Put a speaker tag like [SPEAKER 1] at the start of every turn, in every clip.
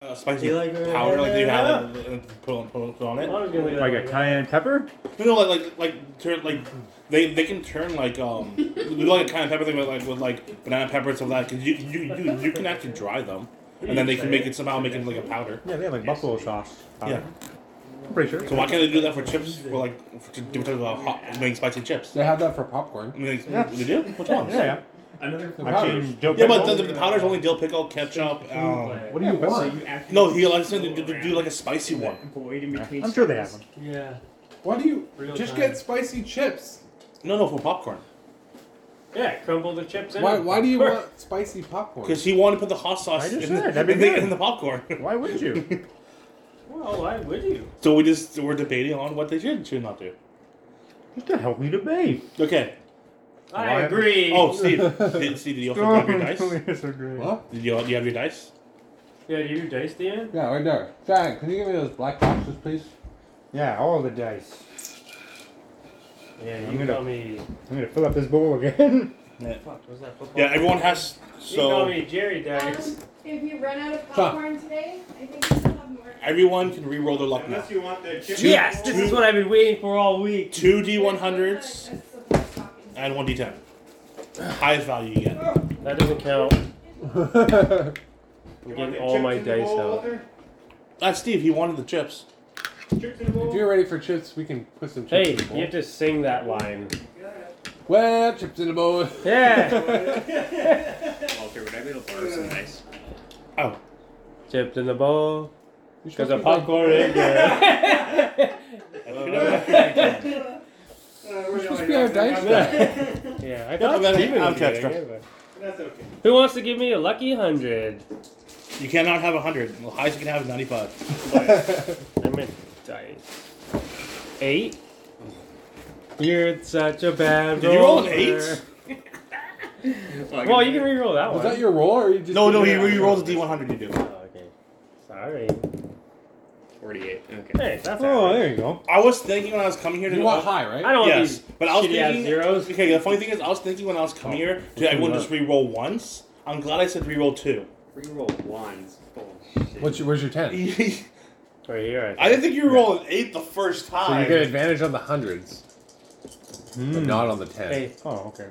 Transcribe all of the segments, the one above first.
[SPEAKER 1] uh, spicy
[SPEAKER 2] You like it?
[SPEAKER 1] powder like they have and, and put, on, put, on it.
[SPEAKER 3] Like a cayenne pepper?
[SPEAKER 1] You know, like like like turn like they they can turn like um we do, like a kind of pepper thing with like with like banana pepper and stuff like that because you, you you you can actually dry them and then they can make it somehow make it like a powder.
[SPEAKER 3] Yeah, they have like buffalo sauce.
[SPEAKER 1] Yeah.
[SPEAKER 3] I'm pretty sure.
[SPEAKER 1] So why can't they do that for chips? For like for different types of hot, making spicy chips.
[SPEAKER 4] They
[SPEAKER 1] I
[SPEAKER 4] have that for popcorn.
[SPEAKER 1] mean, they do. Which ones?
[SPEAKER 3] Yeah, yeah.
[SPEAKER 5] Another
[SPEAKER 4] The
[SPEAKER 3] I've
[SPEAKER 4] powders.
[SPEAKER 3] seen dill
[SPEAKER 1] Yeah, but
[SPEAKER 3] pickle.
[SPEAKER 1] the, the powder's only dill pickle, ketchup. Um,
[SPEAKER 4] What do you want?
[SPEAKER 1] no, he likes to do, do, do like a spicy one.
[SPEAKER 5] Void in between.
[SPEAKER 3] I'm sure they have them.
[SPEAKER 2] Yeah.
[SPEAKER 4] Why do you
[SPEAKER 2] Real
[SPEAKER 4] just
[SPEAKER 2] time.
[SPEAKER 4] get spicy chips?
[SPEAKER 1] No, no, for popcorn.
[SPEAKER 2] Yeah, crumble the chips in.
[SPEAKER 4] Why?
[SPEAKER 2] it.
[SPEAKER 4] Why do you
[SPEAKER 2] Sure.
[SPEAKER 4] want spicy popcorn?
[SPEAKER 1] Because he wanted to put the hot
[SPEAKER 3] I
[SPEAKER 1] sauce in
[SPEAKER 3] just
[SPEAKER 1] the,
[SPEAKER 3] said, that'd be
[SPEAKER 1] in the-
[SPEAKER 3] good.
[SPEAKER 1] in the popcorn.
[SPEAKER 3] Why would you?
[SPEAKER 2] Well, why would you?
[SPEAKER 1] So we just we're debating on what they should and should not do.
[SPEAKER 3] Just a healthy debate.
[SPEAKER 1] Okay.
[SPEAKER 2] I
[SPEAKER 3] Why-
[SPEAKER 2] agree.
[SPEAKER 1] Oh, Steve, did, Steve, did you also grab your dice? Did
[SPEAKER 3] Oh, It's so great.
[SPEAKER 4] What?
[SPEAKER 1] you, do you have your dice?
[SPEAKER 2] Yeah, do you taste the end?
[SPEAKER 4] Yeah, right there. Dad, can you give me those black boxes, please?
[SPEAKER 3] Yeah, all the dice.
[SPEAKER 2] Yeah,
[SPEAKER 3] I'm
[SPEAKER 2] you
[SPEAKER 3] gonna-
[SPEAKER 2] got me.
[SPEAKER 3] I'm gonna fill up this bowl again.
[SPEAKER 1] Yeah.
[SPEAKER 2] Fuck, was that football?
[SPEAKER 1] Yeah, everyone has.
[SPEAKER 2] You call
[SPEAKER 1] So
[SPEAKER 2] me Jerry
[SPEAKER 6] Um,
[SPEAKER 2] Dice.
[SPEAKER 6] if you run out of popcorn today, I think you still have more.
[SPEAKER 1] everyone can re-roll their luck now.
[SPEAKER 5] Unless you want the chicken.
[SPEAKER 2] Yes, this is what I've been waiting for all week.
[SPEAKER 1] Two
[SPEAKER 6] There's still not a- a
[SPEAKER 1] D100s
[SPEAKER 6] supply stock in
[SPEAKER 1] and one D10. Highest value you get.
[SPEAKER 2] That doesn't count. I'm
[SPEAKER 5] You want
[SPEAKER 2] getting
[SPEAKER 5] the
[SPEAKER 2] all
[SPEAKER 5] chips
[SPEAKER 2] my
[SPEAKER 5] in the
[SPEAKER 2] dice
[SPEAKER 5] bowl,
[SPEAKER 2] out.
[SPEAKER 5] Walter?
[SPEAKER 1] Ah, Steve, he wanted the chips.
[SPEAKER 5] Chips in the
[SPEAKER 4] If
[SPEAKER 5] bowl?
[SPEAKER 4] you're ready for chips, we can put some chips
[SPEAKER 2] Hey,
[SPEAKER 4] in the bowl.
[SPEAKER 2] you have to sing that line.
[SPEAKER 4] Well, chips in the bowl.
[SPEAKER 2] Yeah.
[SPEAKER 5] Walter, would I be able to borrow some dice?
[SPEAKER 1] Oh,
[SPEAKER 2] Chipped in the bowl.
[SPEAKER 4] You should
[SPEAKER 2] Because the
[SPEAKER 4] be like-
[SPEAKER 2] popcorn in there.
[SPEAKER 4] You should be our dice guy.
[SPEAKER 2] yeah, I
[SPEAKER 1] I'm
[SPEAKER 2] thought
[SPEAKER 1] gonna-
[SPEAKER 2] Steven
[SPEAKER 1] I'm
[SPEAKER 2] was getting
[SPEAKER 1] extra.
[SPEAKER 2] it, but-
[SPEAKER 5] That's okay.
[SPEAKER 2] Who wants to give me a lucky hundred?
[SPEAKER 1] you cannot have hundred. The highest you can have is ninety-five.
[SPEAKER 2] I meant dice. Eight. You're such a bad
[SPEAKER 1] Did you roll an
[SPEAKER 2] roller.
[SPEAKER 1] eight?
[SPEAKER 2] Well, you can re-roll that
[SPEAKER 4] Was
[SPEAKER 2] one.
[SPEAKER 4] that your roll, or you just?
[SPEAKER 1] No, no, he
[SPEAKER 4] Yeah.
[SPEAKER 1] re-rolled the D100. You do.
[SPEAKER 2] Oh, okay. Sorry.
[SPEAKER 5] 48. Okay.
[SPEAKER 2] Hey, that's
[SPEAKER 3] Oh,
[SPEAKER 2] all right.
[SPEAKER 3] there you go.
[SPEAKER 1] I was thinking when I was coming here to
[SPEAKER 4] You
[SPEAKER 1] do
[SPEAKER 4] want
[SPEAKER 1] all-
[SPEAKER 4] high, right?
[SPEAKER 2] I don't want
[SPEAKER 1] Yes,
[SPEAKER 2] these
[SPEAKER 1] but I was
[SPEAKER 2] shitty-ass
[SPEAKER 1] thinking.
[SPEAKER 2] zeros.
[SPEAKER 1] Okay, the funny thing is, I was thinking when I was coming here, did everyone just re-roll once? I'm glad I said re-roll two.
[SPEAKER 5] Reroll ones. Bullshit.
[SPEAKER 4] What's your Where's your ten?
[SPEAKER 1] I
[SPEAKER 2] Right here. I
[SPEAKER 1] didn't think you were rolling eight the first time.
[SPEAKER 4] So you get advantage on the hundreds,
[SPEAKER 3] Hmm.
[SPEAKER 4] but not on the ten.
[SPEAKER 2] Hey,
[SPEAKER 3] Oh, okay.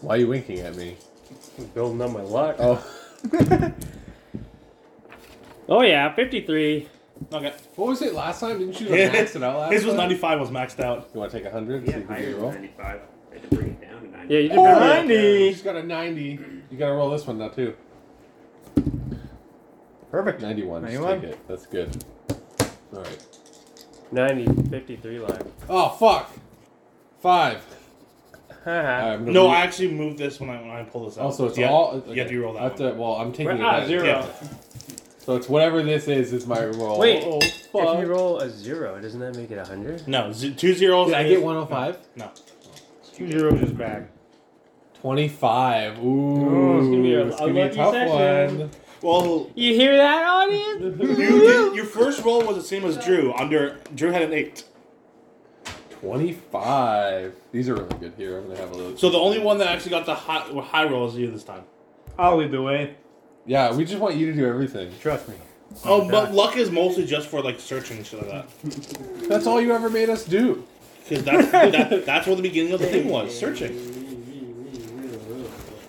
[SPEAKER 4] Why are you winking at me?
[SPEAKER 2] I'm building up my luck. Oh,
[SPEAKER 4] Oh,
[SPEAKER 2] Oh, yeah, 53.
[SPEAKER 1] Okay.
[SPEAKER 4] what was it last time? Didn't you
[SPEAKER 1] Yeah.
[SPEAKER 4] like, max it out last
[SPEAKER 1] His was
[SPEAKER 4] time?
[SPEAKER 1] 95 was maxed out.
[SPEAKER 4] You want to take a hundred?
[SPEAKER 5] Yeah,
[SPEAKER 4] so you can
[SPEAKER 5] higher than
[SPEAKER 4] re-roll.
[SPEAKER 5] 95. I had to bring it down to 90.
[SPEAKER 2] Yeah, you did
[SPEAKER 4] Oh,
[SPEAKER 2] better.
[SPEAKER 4] yeah.
[SPEAKER 2] 90.
[SPEAKER 4] She's got a ninety. You gotta roll this one now too.
[SPEAKER 3] Perfect.
[SPEAKER 4] Ninety-one. just
[SPEAKER 3] 91?
[SPEAKER 4] take it. That's good. All right.
[SPEAKER 2] 90, 53 live.
[SPEAKER 4] Oh fuck. Five. All right,
[SPEAKER 2] Haha.
[SPEAKER 4] I'm gonna
[SPEAKER 1] Uh, No,
[SPEAKER 4] re-
[SPEAKER 1] I actually moved this when I when I pulled this out.
[SPEAKER 4] Also, Oh, it's
[SPEAKER 1] you
[SPEAKER 4] all.
[SPEAKER 1] Have,
[SPEAKER 4] okay.
[SPEAKER 1] You have to roll
[SPEAKER 4] I
[SPEAKER 1] that.
[SPEAKER 4] have
[SPEAKER 1] One.
[SPEAKER 4] to- well, I'm taking
[SPEAKER 2] We're
[SPEAKER 4] it
[SPEAKER 2] ah,
[SPEAKER 4] back.
[SPEAKER 2] zero.
[SPEAKER 1] Yeah.
[SPEAKER 4] So it's whatever this is is my roll.
[SPEAKER 2] Wait,
[SPEAKER 4] Oh,
[SPEAKER 2] If you
[SPEAKER 4] fuck.
[SPEAKER 2] roll a zero, doesn't that make it 100?
[SPEAKER 1] No, z- two zeros.
[SPEAKER 4] Did I
[SPEAKER 1] is-
[SPEAKER 4] get 105?
[SPEAKER 1] No.
[SPEAKER 3] Two zeros is bad.
[SPEAKER 4] 25.
[SPEAKER 1] Oh,
[SPEAKER 4] Ooh.
[SPEAKER 2] Ooh, it's gonna be a-
[SPEAKER 4] it's
[SPEAKER 2] a
[SPEAKER 4] gonna be
[SPEAKER 2] lucky
[SPEAKER 4] tough
[SPEAKER 2] session.
[SPEAKER 4] one.
[SPEAKER 1] Well,
[SPEAKER 2] You hear that, audience?
[SPEAKER 1] you did, your first roll was the same as Drew. Under Drew had an eight.
[SPEAKER 4] 25. These are really good here. I'm gonna have a little.
[SPEAKER 1] So the only one that actually got the high, well, high roll is you this time.
[SPEAKER 3] I'll lead the way.
[SPEAKER 4] Yeah, we just want you to do everything.
[SPEAKER 3] Trust me.
[SPEAKER 1] Oh, but luck is mostly just for like searching and shit like that.
[SPEAKER 4] That's all you ever made us do.
[SPEAKER 1] Because that's that, that's what the beginning of the thing was searching.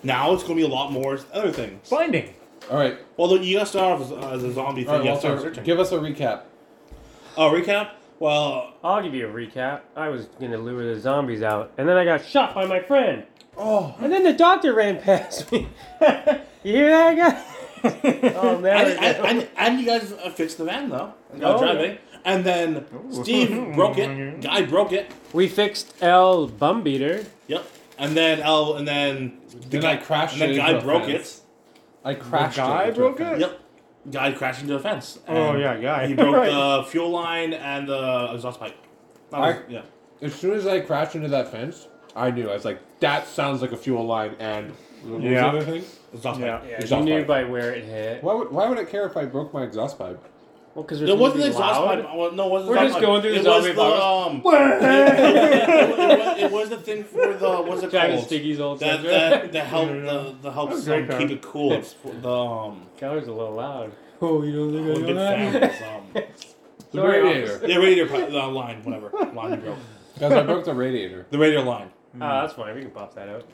[SPEAKER 1] Now it's going to be a lot more other things.
[SPEAKER 3] Blinding.
[SPEAKER 4] All right.
[SPEAKER 1] Although you got to start off as, as a zombie thing.
[SPEAKER 4] All right,
[SPEAKER 1] you got to start
[SPEAKER 4] Walter,
[SPEAKER 1] searching.
[SPEAKER 4] give us a recap.
[SPEAKER 1] Oh, recap. Well,
[SPEAKER 2] I'll give you a recap. I was gonna lure the zombies out, and then I got shot by my friend.
[SPEAKER 4] Oh,
[SPEAKER 2] And then the doctor ran past me. you hear that, guy? oh, man.
[SPEAKER 1] and, and, and, and you guys uh, fixed the van though. And got
[SPEAKER 2] Oh.
[SPEAKER 1] driving. And then Steve broke it. Guy broke it.
[SPEAKER 2] We fixed L Bum Beater.
[SPEAKER 1] Yep. And then oh, and then the
[SPEAKER 4] Then
[SPEAKER 1] guy
[SPEAKER 4] I crashed
[SPEAKER 1] And then
[SPEAKER 4] it
[SPEAKER 1] guy
[SPEAKER 4] into a
[SPEAKER 1] broke
[SPEAKER 4] fence. I crashed.
[SPEAKER 3] guy
[SPEAKER 4] into
[SPEAKER 3] broke
[SPEAKER 4] fence.
[SPEAKER 1] it. Yep. Guy crashed into a fence.
[SPEAKER 3] Oh,
[SPEAKER 1] And
[SPEAKER 3] yeah, guy.
[SPEAKER 1] He broke
[SPEAKER 3] Right.
[SPEAKER 1] the fuel line and the exhaust pipe. That was-
[SPEAKER 4] I-
[SPEAKER 1] yeah.
[SPEAKER 4] As soon as I crashed into that fence, I knew. I was like, that sounds like a fuel line and. what was the
[SPEAKER 3] Yeah.
[SPEAKER 4] other thing?
[SPEAKER 1] Exhaust
[SPEAKER 3] Yeah.
[SPEAKER 1] pipe.
[SPEAKER 2] Yeah, you
[SPEAKER 4] Exhaust
[SPEAKER 2] knew
[SPEAKER 4] pipe.
[SPEAKER 2] by where it hit.
[SPEAKER 4] Why would, why would I care if I broke my exhaust pipe?
[SPEAKER 2] Well, because
[SPEAKER 1] There wasn't exhaust pipe. Well, no, it wasn't
[SPEAKER 2] We're
[SPEAKER 1] exhaust
[SPEAKER 2] just
[SPEAKER 1] pipe.
[SPEAKER 2] going through
[SPEAKER 1] it
[SPEAKER 2] the
[SPEAKER 1] was
[SPEAKER 2] zombie
[SPEAKER 1] the,
[SPEAKER 2] virus.
[SPEAKER 1] um, it, it, was, it was the thing for the what's it
[SPEAKER 2] Jack and
[SPEAKER 1] called?
[SPEAKER 2] Sticky's old
[SPEAKER 1] That that
[SPEAKER 2] soundtrack.
[SPEAKER 1] the help the, the
[SPEAKER 3] That
[SPEAKER 1] helps
[SPEAKER 3] was a great
[SPEAKER 1] um,
[SPEAKER 3] car.
[SPEAKER 1] keep it cool. It's for the um,
[SPEAKER 2] Keller's a little loud. Oh, you don't
[SPEAKER 1] I'm a big fan of this, um,
[SPEAKER 4] The
[SPEAKER 2] Sorry,
[SPEAKER 4] radiator.
[SPEAKER 1] the radiator pi- the line, whatever line you broke.
[SPEAKER 4] Guys, I broke the radiator.
[SPEAKER 1] The radiator line.
[SPEAKER 2] Ah, that's fine. We can pop that out.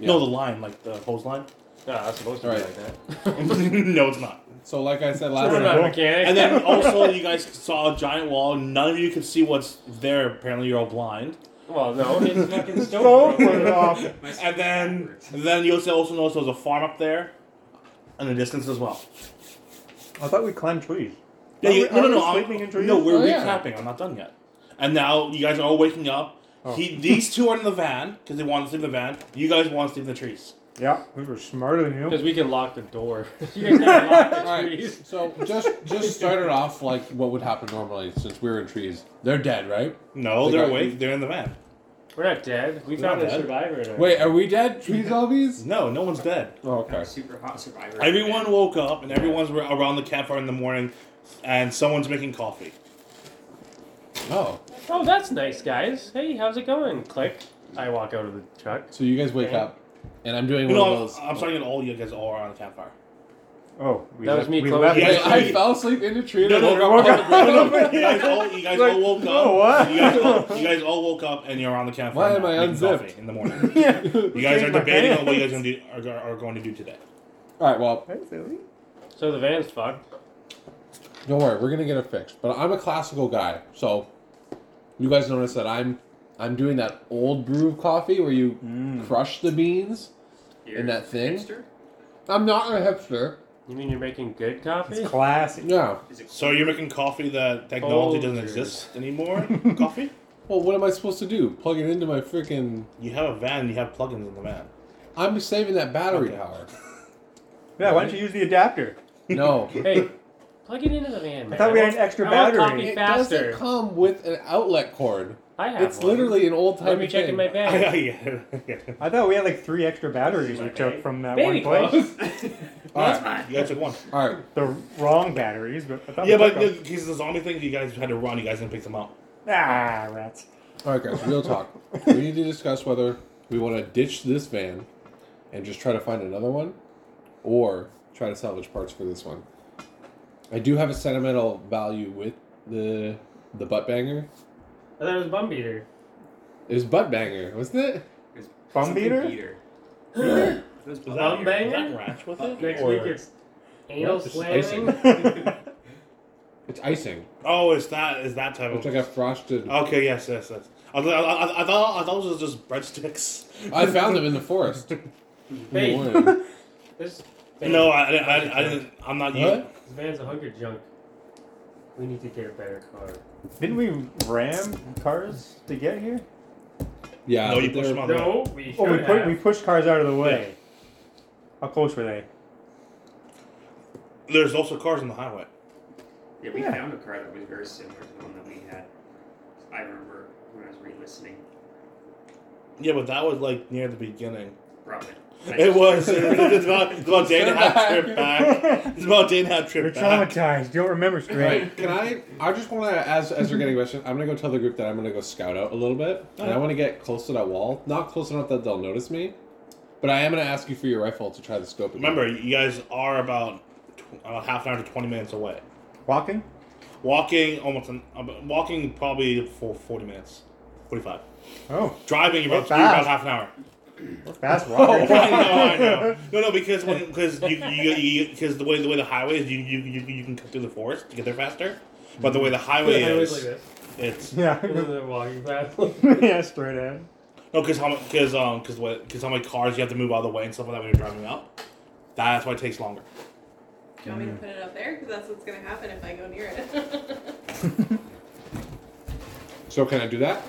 [SPEAKER 1] No, the line, like the hose line.
[SPEAKER 2] No, that's supposed to
[SPEAKER 4] All
[SPEAKER 2] be
[SPEAKER 4] right.
[SPEAKER 2] like that.
[SPEAKER 1] no, it's not.
[SPEAKER 4] So, like I said
[SPEAKER 2] I'm
[SPEAKER 4] last
[SPEAKER 2] not a
[SPEAKER 4] time,
[SPEAKER 2] mechanic.
[SPEAKER 1] And then also, you guys saw a giant wall. None of you could see what's there. Apparently, you're all blind.
[SPEAKER 2] well, no, it's fucking
[SPEAKER 3] Don't
[SPEAKER 2] stone.
[SPEAKER 3] put it
[SPEAKER 2] broke.
[SPEAKER 3] off.
[SPEAKER 1] And then, and then you also also noticed there was a farm up there, in the distance as well.
[SPEAKER 3] I thought we climbed trees.
[SPEAKER 1] Yeah,
[SPEAKER 3] Are
[SPEAKER 1] you,
[SPEAKER 3] we-
[SPEAKER 1] no,
[SPEAKER 3] are
[SPEAKER 1] no,
[SPEAKER 3] we
[SPEAKER 1] no. I'm-
[SPEAKER 3] sleeping in trees?
[SPEAKER 1] no, we're
[SPEAKER 4] Oh, yeah.
[SPEAKER 1] recapping. I'm not done yet. And now you guys are all waking up.
[SPEAKER 3] Oh.
[SPEAKER 1] He, these two are in the van because they want to sleep in the van. You guys want to sleep in the trees.
[SPEAKER 3] Yeah, we were smarter than you.
[SPEAKER 2] Because we can lock the door. you guys can lock the
[SPEAKER 4] Alright,
[SPEAKER 2] trees.
[SPEAKER 4] so just just started off like what would happen normally since we were in trees. They're dead, right?
[SPEAKER 1] No,
[SPEAKER 4] They
[SPEAKER 1] they're
[SPEAKER 4] got-
[SPEAKER 1] awake. They're in the van.
[SPEAKER 2] We're not dead. We
[SPEAKER 1] We're
[SPEAKER 2] found
[SPEAKER 1] not
[SPEAKER 2] a
[SPEAKER 1] dead.
[SPEAKER 2] survivor. In our
[SPEAKER 4] Wait, are we dead? Tree zombies?
[SPEAKER 1] No, no one's dead.
[SPEAKER 4] Oh, okay.
[SPEAKER 5] Super hot survivor.
[SPEAKER 1] Everyone woke up and everyone's ra- around the campfire in the morning, and someone's making coffee.
[SPEAKER 4] Oh,
[SPEAKER 2] Oh, that's nice, guys. Hey, how's it going? Click. I walk out of the truck.
[SPEAKER 4] so you guys wake up, and I'm doing one of
[SPEAKER 1] No,
[SPEAKER 4] those.
[SPEAKER 1] I'm, I'm sorry, all you guys all around the campfire.
[SPEAKER 3] Oh, we
[SPEAKER 2] That was
[SPEAKER 3] left,
[SPEAKER 2] me
[SPEAKER 3] we
[SPEAKER 2] closing
[SPEAKER 3] left
[SPEAKER 1] the
[SPEAKER 4] Wait,
[SPEAKER 1] Yeah.
[SPEAKER 4] I fell asleep in the tree and
[SPEAKER 1] No,
[SPEAKER 4] I
[SPEAKER 1] no,
[SPEAKER 4] woke up. on the ground.
[SPEAKER 1] you guys all, you guys all woke up.
[SPEAKER 3] oh, what?
[SPEAKER 1] You, guys all, you guys all woke up and you're around the campfire.
[SPEAKER 4] Why
[SPEAKER 1] now,
[SPEAKER 4] am I
[SPEAKER 1] making
[SPEAKER 4] unzipped?
[SPEAKER 1] coffee in the morning?
[SPEAKER 3] Yeah.
[SPEAKER 1] You guys are
[SPEAKER 3] Change my
[SPEAKER 1] debating on what you guys
[SPEAKER 3] pants.
[SPEAKER 1] gonna do, are, are are going to do today.
[SPEAKER 4] All right, well,
[SPEAKER 3] That's silly.
[SPEAKER 2] So the van's fucked.
[SPEAKER 4] don't worry, we're gonna get it fixed. But I'm a classical guy, so you guys notice that I'm I'm doing that old brew of coffee where you crush the beans.
[SPEAKER 5] You're
[SPEAKER 4] in that thing?
[SPEAKER 5] hipster?
[SPEAKER 4] I'm not a hipster.
[SPEAKER 2] You mean you're making good coffee?
[SPEAKER 3] It's classic.
[SPEAKER 4] No.
[SPEAKER 5] Is it
[SPEAKER 1] So you're making coffee that technology doesn't
[SPEAKER 2] Soldiers.
[SPEAKER 1] exist anymore. coffee?
[SPEAKER 4] Well, what am I supposed to do? Plug it into my freaking.
[SPEAKER 1] You have a van. You have plugins in the van.
[SPEAKER 4] I'm saving that battery
[SPEAKER 1] Okay.
[SPEAKER 4] power.
[SPEAKER 3] Yeah, why don't you use the adapter?
[SPEAKER 4] No.
[SPEAKER 2] Hey, plug it into the van. Man.
[SPEAKER 3] I thought we had
[SPEAKER 2] want-
[SPEAKER 3] an extra
[SPEAKER 2] I want
[SPEAKER 3] battery.
[SPEAKER 2] coffee
[SPEAKER 4] It
[SPEAKER 2] faster.
[SPEAKER 4] doesn't come with an outlet cord.
[SPEAKER 2] I have.
[SPEAKER 4] It's
[SPEAKER 2] one.
[SPEAKER 4] literally an old
[SPEAKER 2] Let
[SPEAKER 4] timey
[SPEAKER 2] me check
[SPEAKER 4] thing.
[SPEAKER 2] in my bag.
[SPEAKER 1] yeah, yeah.
[SPEAKER 3] I thought we had like three extra batteries we took from that
[SPEAKER 2] Baby
[SPEAKER 3] one place.
[SPEAKER 2] clothes.
[SPEAKER 4] All right.
[SPEAKER 1] You guys took one.
[SPEAKER 4] All right.
[SPEAKER 3] The wrong batteries, but I thought
[SPEAKER 1] Yeah,
[SPEAKER 3] we
[SPEAKER 1] but
[SPEAKER 3] took 'em.
[SPEAKER 1] because the zombie thing, you guys had to run. You guys didn't pick them up.
[SPEAKER 3] ah, rats.
[SPEAKER 4] All right, guys. Real talk. we need to discuss whether we want to ditch this van and just try to find another one, or try to salvage parts for this one. I do have a sentimental value with the the butt banger.
[SPEAKER 2] I thought it was bum beater.
[SPEAKER 4] It was butt banger, wasn't it?
[SPEAKER 5] It's
[SPEAKER 3] Bum
[SPEAKER 5] something
[SPEAKER 3] beater?
[SPEAKER 5] It
[SPEAKER 1] Was
[SPEAKER 5] was bum
[SPEAKER 1] that,
[SPEAKER 2] Bum
[SPEAKER 1] was
[SPEAKER 2] banger?
[SPEAKER 1] that ranch with it?
[SPEAKER 2] Next
[SPEAKER 1] Or-
[SPEAKER 2] week it's anal
[SPEAKER 4] It's icing.
[SPEAKER 2] slamming.
[SPEAKER 4] It's icing.
[SPEAKER 1] Oh, it's that. Is that type
[SPEAKER 4] It's
[SPEAKER 1] of?
[SPEAKER 4] like a frosted.
[SPEAKER 1] Okay. Yes. Yes. Yes. I, I, I, I thought I thought it was just breadsticks.
[SPEAKER 4] I found them in the forest. in the
[SPEAKER 2] Hey.
[SPEAKER 4] morning.
[SPEAKER 2] This van,
[SPEAKER 1] No, I, I, I, I didn't. I'm not. you.
[SPEAKER 4] What?
[SPEAKER 2] this van's a hunk of junk. We need to get a better car.
[SPEAKER 3] Didn't we ram cars to get here?
[SPEAKER 4] Yeah.
[SPEAKER 1] No, you
[SPEAKER 4] but
[SPEAKER 1] pushed
[SPEAKER 4] they're-
[SPEAKER 1] them out.
[SPEAKER 2] No, we should
[SPEAKER 3] Oh, we, put,
[SPEAKER 2] have.
[SPEAKER 3] we pushed cars out of the way. How close were they?
[SPEAKER 1] There's also cars on the highway.
[SPEAKER 5] Yeah, we
[SPEAKER 3] Yeah.
[SPEAKER 5] found a car that was very similar to the one that we had. I remember when I was re-listening.
[SPEAKER 1] Yeah, but that was like near the beginning.
[SPEAKER 5] Probably.
[SPEAKER 1] It was. It's about, it's about day and a half trip back. It's about day and a half
[SPEAKER 3] You're
[SPEAKER 1] trip back.
[SPEAKER 3] traumatized. You don't remember straight.
[SPEAKER 4] Right. Can I? I just want to, as as we're getting questions, I'm gonna go tell the group that I'm gonna go scout out a little bit, and I want to get close to that wall. Not close enough that they'll notice me, but I am gonna ask you for your rifle to try the scope. again.
[SPEAKER 1] Remember, you guys are about tw- about half an hour to twenty minutes away.
[SPEAKER 3] Walking?
[SPEAKER 1] Walking almost an, ab- walking probably for forty minutes, forty five.
[SPEAKER 3] Oh,
[SPEAKER 1] Driving you're about,
[SPEAKER 3] Not
[SPEAKER 1] you're about
[SPEAKER 3] fast.
[SPEAKER 1] half an hour.
[SPEAKER 3] fast walking.
[SPEAKER 1] no, I know. no, no, because when because you you because the way the way the highway is, you you, you you can cut through the forest to get there faster. But the way the highway
[SPEAKER 2] I always like
[SPEAKER 1] is,
[SPEAKER 2] this.
[SPEAKER 1] it's
[SPEAKER 3] yeah.
[SPEAKER 2] The walking path.
[SPEAKER 3] yeah, straight ahead.
[SPEAKER 1] No, because how because um because what because how many cars you have to move out of the way and stuff like that when you're driving up. That's why it takes longer.
[SPEAKER 6] Do you want me to put it up there? Because that's what's going to happen if I go near it.
[SPEAKER 4] So can I do that?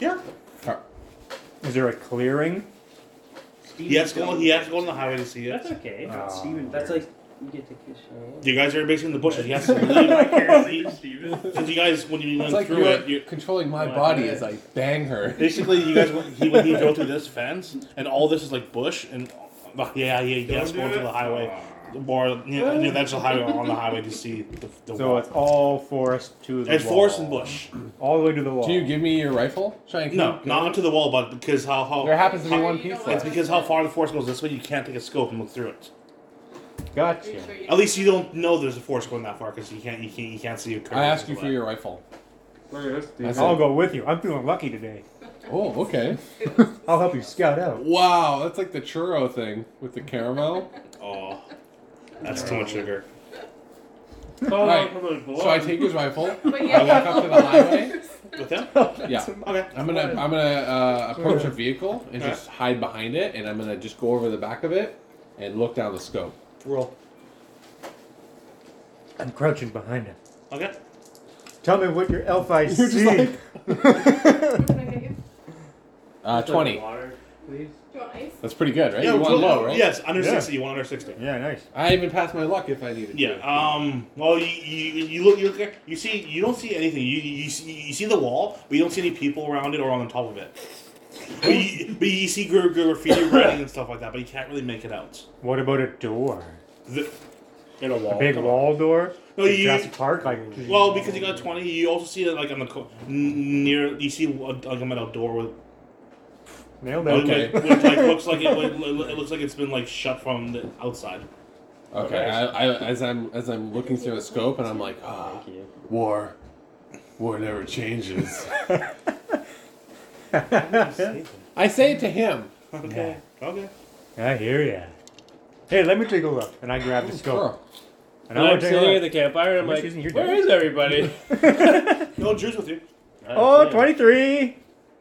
[SPEAKER 1] Yeah.
[SPEAKER 4] Alright.
[SPEAKER 3] Is there a clearing?
[SPEAKER 5] Steven
[SPEAKER 1] He has to go. He has to go on the highway to see
[SPEAKER 2] That's
[SPEAKER 1] it.
[SPEAKER 2] okay.
[SPEAKER 3] Uh,
[SPEAKER 5] Steven.
[SPEAKER 2] That's like you get to kiss
[SPEAKER 1] You
[SPEAKER 2] your
[SPEAKER 1] guys are basically in the bushes. He has to leave
[SPEAKER 5] Seriously, Steven.
[SPEAKER 1] because you guys when you went
[SPEAKER 4] It's like
[SPEAKER 1] through
[SPEAKER 4] you're
[SPEAKER 1] it. You,
[SPEAKER 4] controlling my
[SPEAKER 2] Well, I
[SPEAKER 4] body
[SPEAKER 2] did.
[SPEAKER 4] as I bang her.
[SPEAKER 1] basically, you guys when he when he drove through this fence and all this is like bush and yeah yeah yeah.
[SPEAKER 5] Don't
[SPEAKER 1] Yes,
[SPEAKER 5] do
[SPEAKER 1] going
[SPEAKER 5] it.
[SPEAKER 1] through the highway. or near, near the actual highway or on the highway to see the. the
[SPEAKER 3] So it's all forest to the
[SPEAKER 1] it's
[SPEAKER 3] wall.
[SPEAKER 1] forest and bush.
[SPEAKER 3] All the way to the wall.
[SPEAKER 4] Do you give me your rifle? Shane? Can
[SPEAKER 1] No,
[SPEAKER 4] you-
[SPEAKER 1] not onto the wall, but because how how
[SPEAKER 4] There happens to be
[SPEAKER 6] Are
[SPEAKER 4] one
[SPEAKER 6] you
[SPEAKER 4] piece
[SPEAKER 6] going-
[SPEAKER 1] it's
[SPEAKER 4] left.
[SPEAKER 1] because how far the forest goes. This way, you can't take a scope and look through it.
[SPEAKER 6] Are you
[SPEAKER 3] Gotcha.
[SPEAKER 6] sure you
[SPEAKER 1] At least you don't know there's a forest going that far because you can't you can't you can't see your.
[SPEAKER 4] I asked you for
[SPEAKER 1] curves.
[SPEAKER 4] your rifle. That's
[SPEAKER 3] I'll
[SPEAKER 4] it.
[SPEAKER 3] go with you. I'm feeling lucky today.
[SPEAKER 4] Oh, okay.
[SPEAKER 3] I'll help you scout out.
[SPEAKER 4] Wow, that's like the churro thing with the caramel.
[SPEAKER 1] Oh, that's too much sugar.
[SPEAKER 4] All right. So I take his rifle. I
[SPEAKER 6] But
[SPEAKER 4] walk
[SPEAKER 6] yeah.
[SPEAKER 4] up to the highway.
[SPEAKER 1] With him?
[SPEAKER 4] Yeah.
[SPEAKER 1] Okay.
[SPEAKER 4] I'm gonna I'm gonna uh, approach a vehicle and just hide behind it, and I'm gonna just go over the back of it and look down the scope.
[SPEAKER 1] Roll.
[SPEAKER 3] I'm crouching behind him.
[SPEAKER 1] Okay.
[SPEAKER 3] Tell me what your elf eyes
[SPEAKER 4] You're just
[SPEAKER 3] see.
[SPEAKER 4] like-
[SPEAKER 6] What can I get you? Do
[SPEAKER 4] Uh, Twenty.
[SPEAKER 5] Water, please.
[SPEAKER 6] you want ice?
[SPEAKER 4] That's pretty good, right?
[SPEAKER 1] Yeah,
[SPEAKER 4] you want
[SPEAKER 1] roll-
[SPEAKER 4] low, right?
[SPEAKER 1] Yes, under
[SPEAKER 3] Yeah.
[SPEAKER 1] sixty. You want under sixty.
[SPEAKER 3] yeah, nice.
[SPEAKER 4] I even passed my luck if I needed.
[SPEAKER 1] Yeah.
[SPEAKER 4] To.
[SPEAKER 1] Um. Well, you, you you look you look, you see you don't see anything. You you see, you see the wall, but you don't see any people around it or on the top of it. But you, but you see gra- gra- graffiti writing and stuff like that, but you can't really make it out.
[SPEAKER 3] What about a door?
[SPEAKER 1] The, in a
[SPEAKER 3] A
[SPEAKER 4] Oh,
[SPEAKER 1] wall.
[SPEAKER 3] big wall door?
[SPEAKER 1] No,
[SPEAKER 3] Like
[SPEAKER 1] you-
[SPEAKER 3] Jurassic Park? Like,
[SPEAKER 1] Well, because you got twenty, you also see it like on the co- n- near. You see a- like a metal door with,
[SPEAKER 3] nailed it.
[SPEAKER 1] with-
[SPEAKER 4] Okay.
[SPEAKER 1] with, with, like looks like it, it looks like it's been like shut from the outside.
[SPEAKER 4] Okay. I, I, as I'm as I'm looking through the scope, and I'm like, oh,
[SPEAKER 2] Thank you.
[SPEAKER 4] war, war never changes. I say it to him.
[SPEAKER 1] Okay. Okay.
[SPEAKER 3] I hear ya. Hey, let me take a look. And I grab
[SPEAKER 1] Oh,
[SPEAKER 3] the scope.
[SPEAKER 4] Sure.
[SPEAKER 2] And
[SPEAKER 3] And
[SPEAKER 2] I'm
[SPEAKER 3] want to take a
[SPEAKER 2] sitting at
[SPEAKER 3] look.
[SPEAKER 2] the campfire and
[SPEAKER 3] How
[SPEAKER 2] I'm
[SPEAKER 3] much
[SPEAKER 2] like,
[SPEAKER 3] isn't your
[SPEAKER 2] where
[SPEAKER 3] dad?"
[SPEAKER 2] is everybody?
[SPEAKER 1] No, Drew's with you.
[SPEAKER 3] Oh, 23!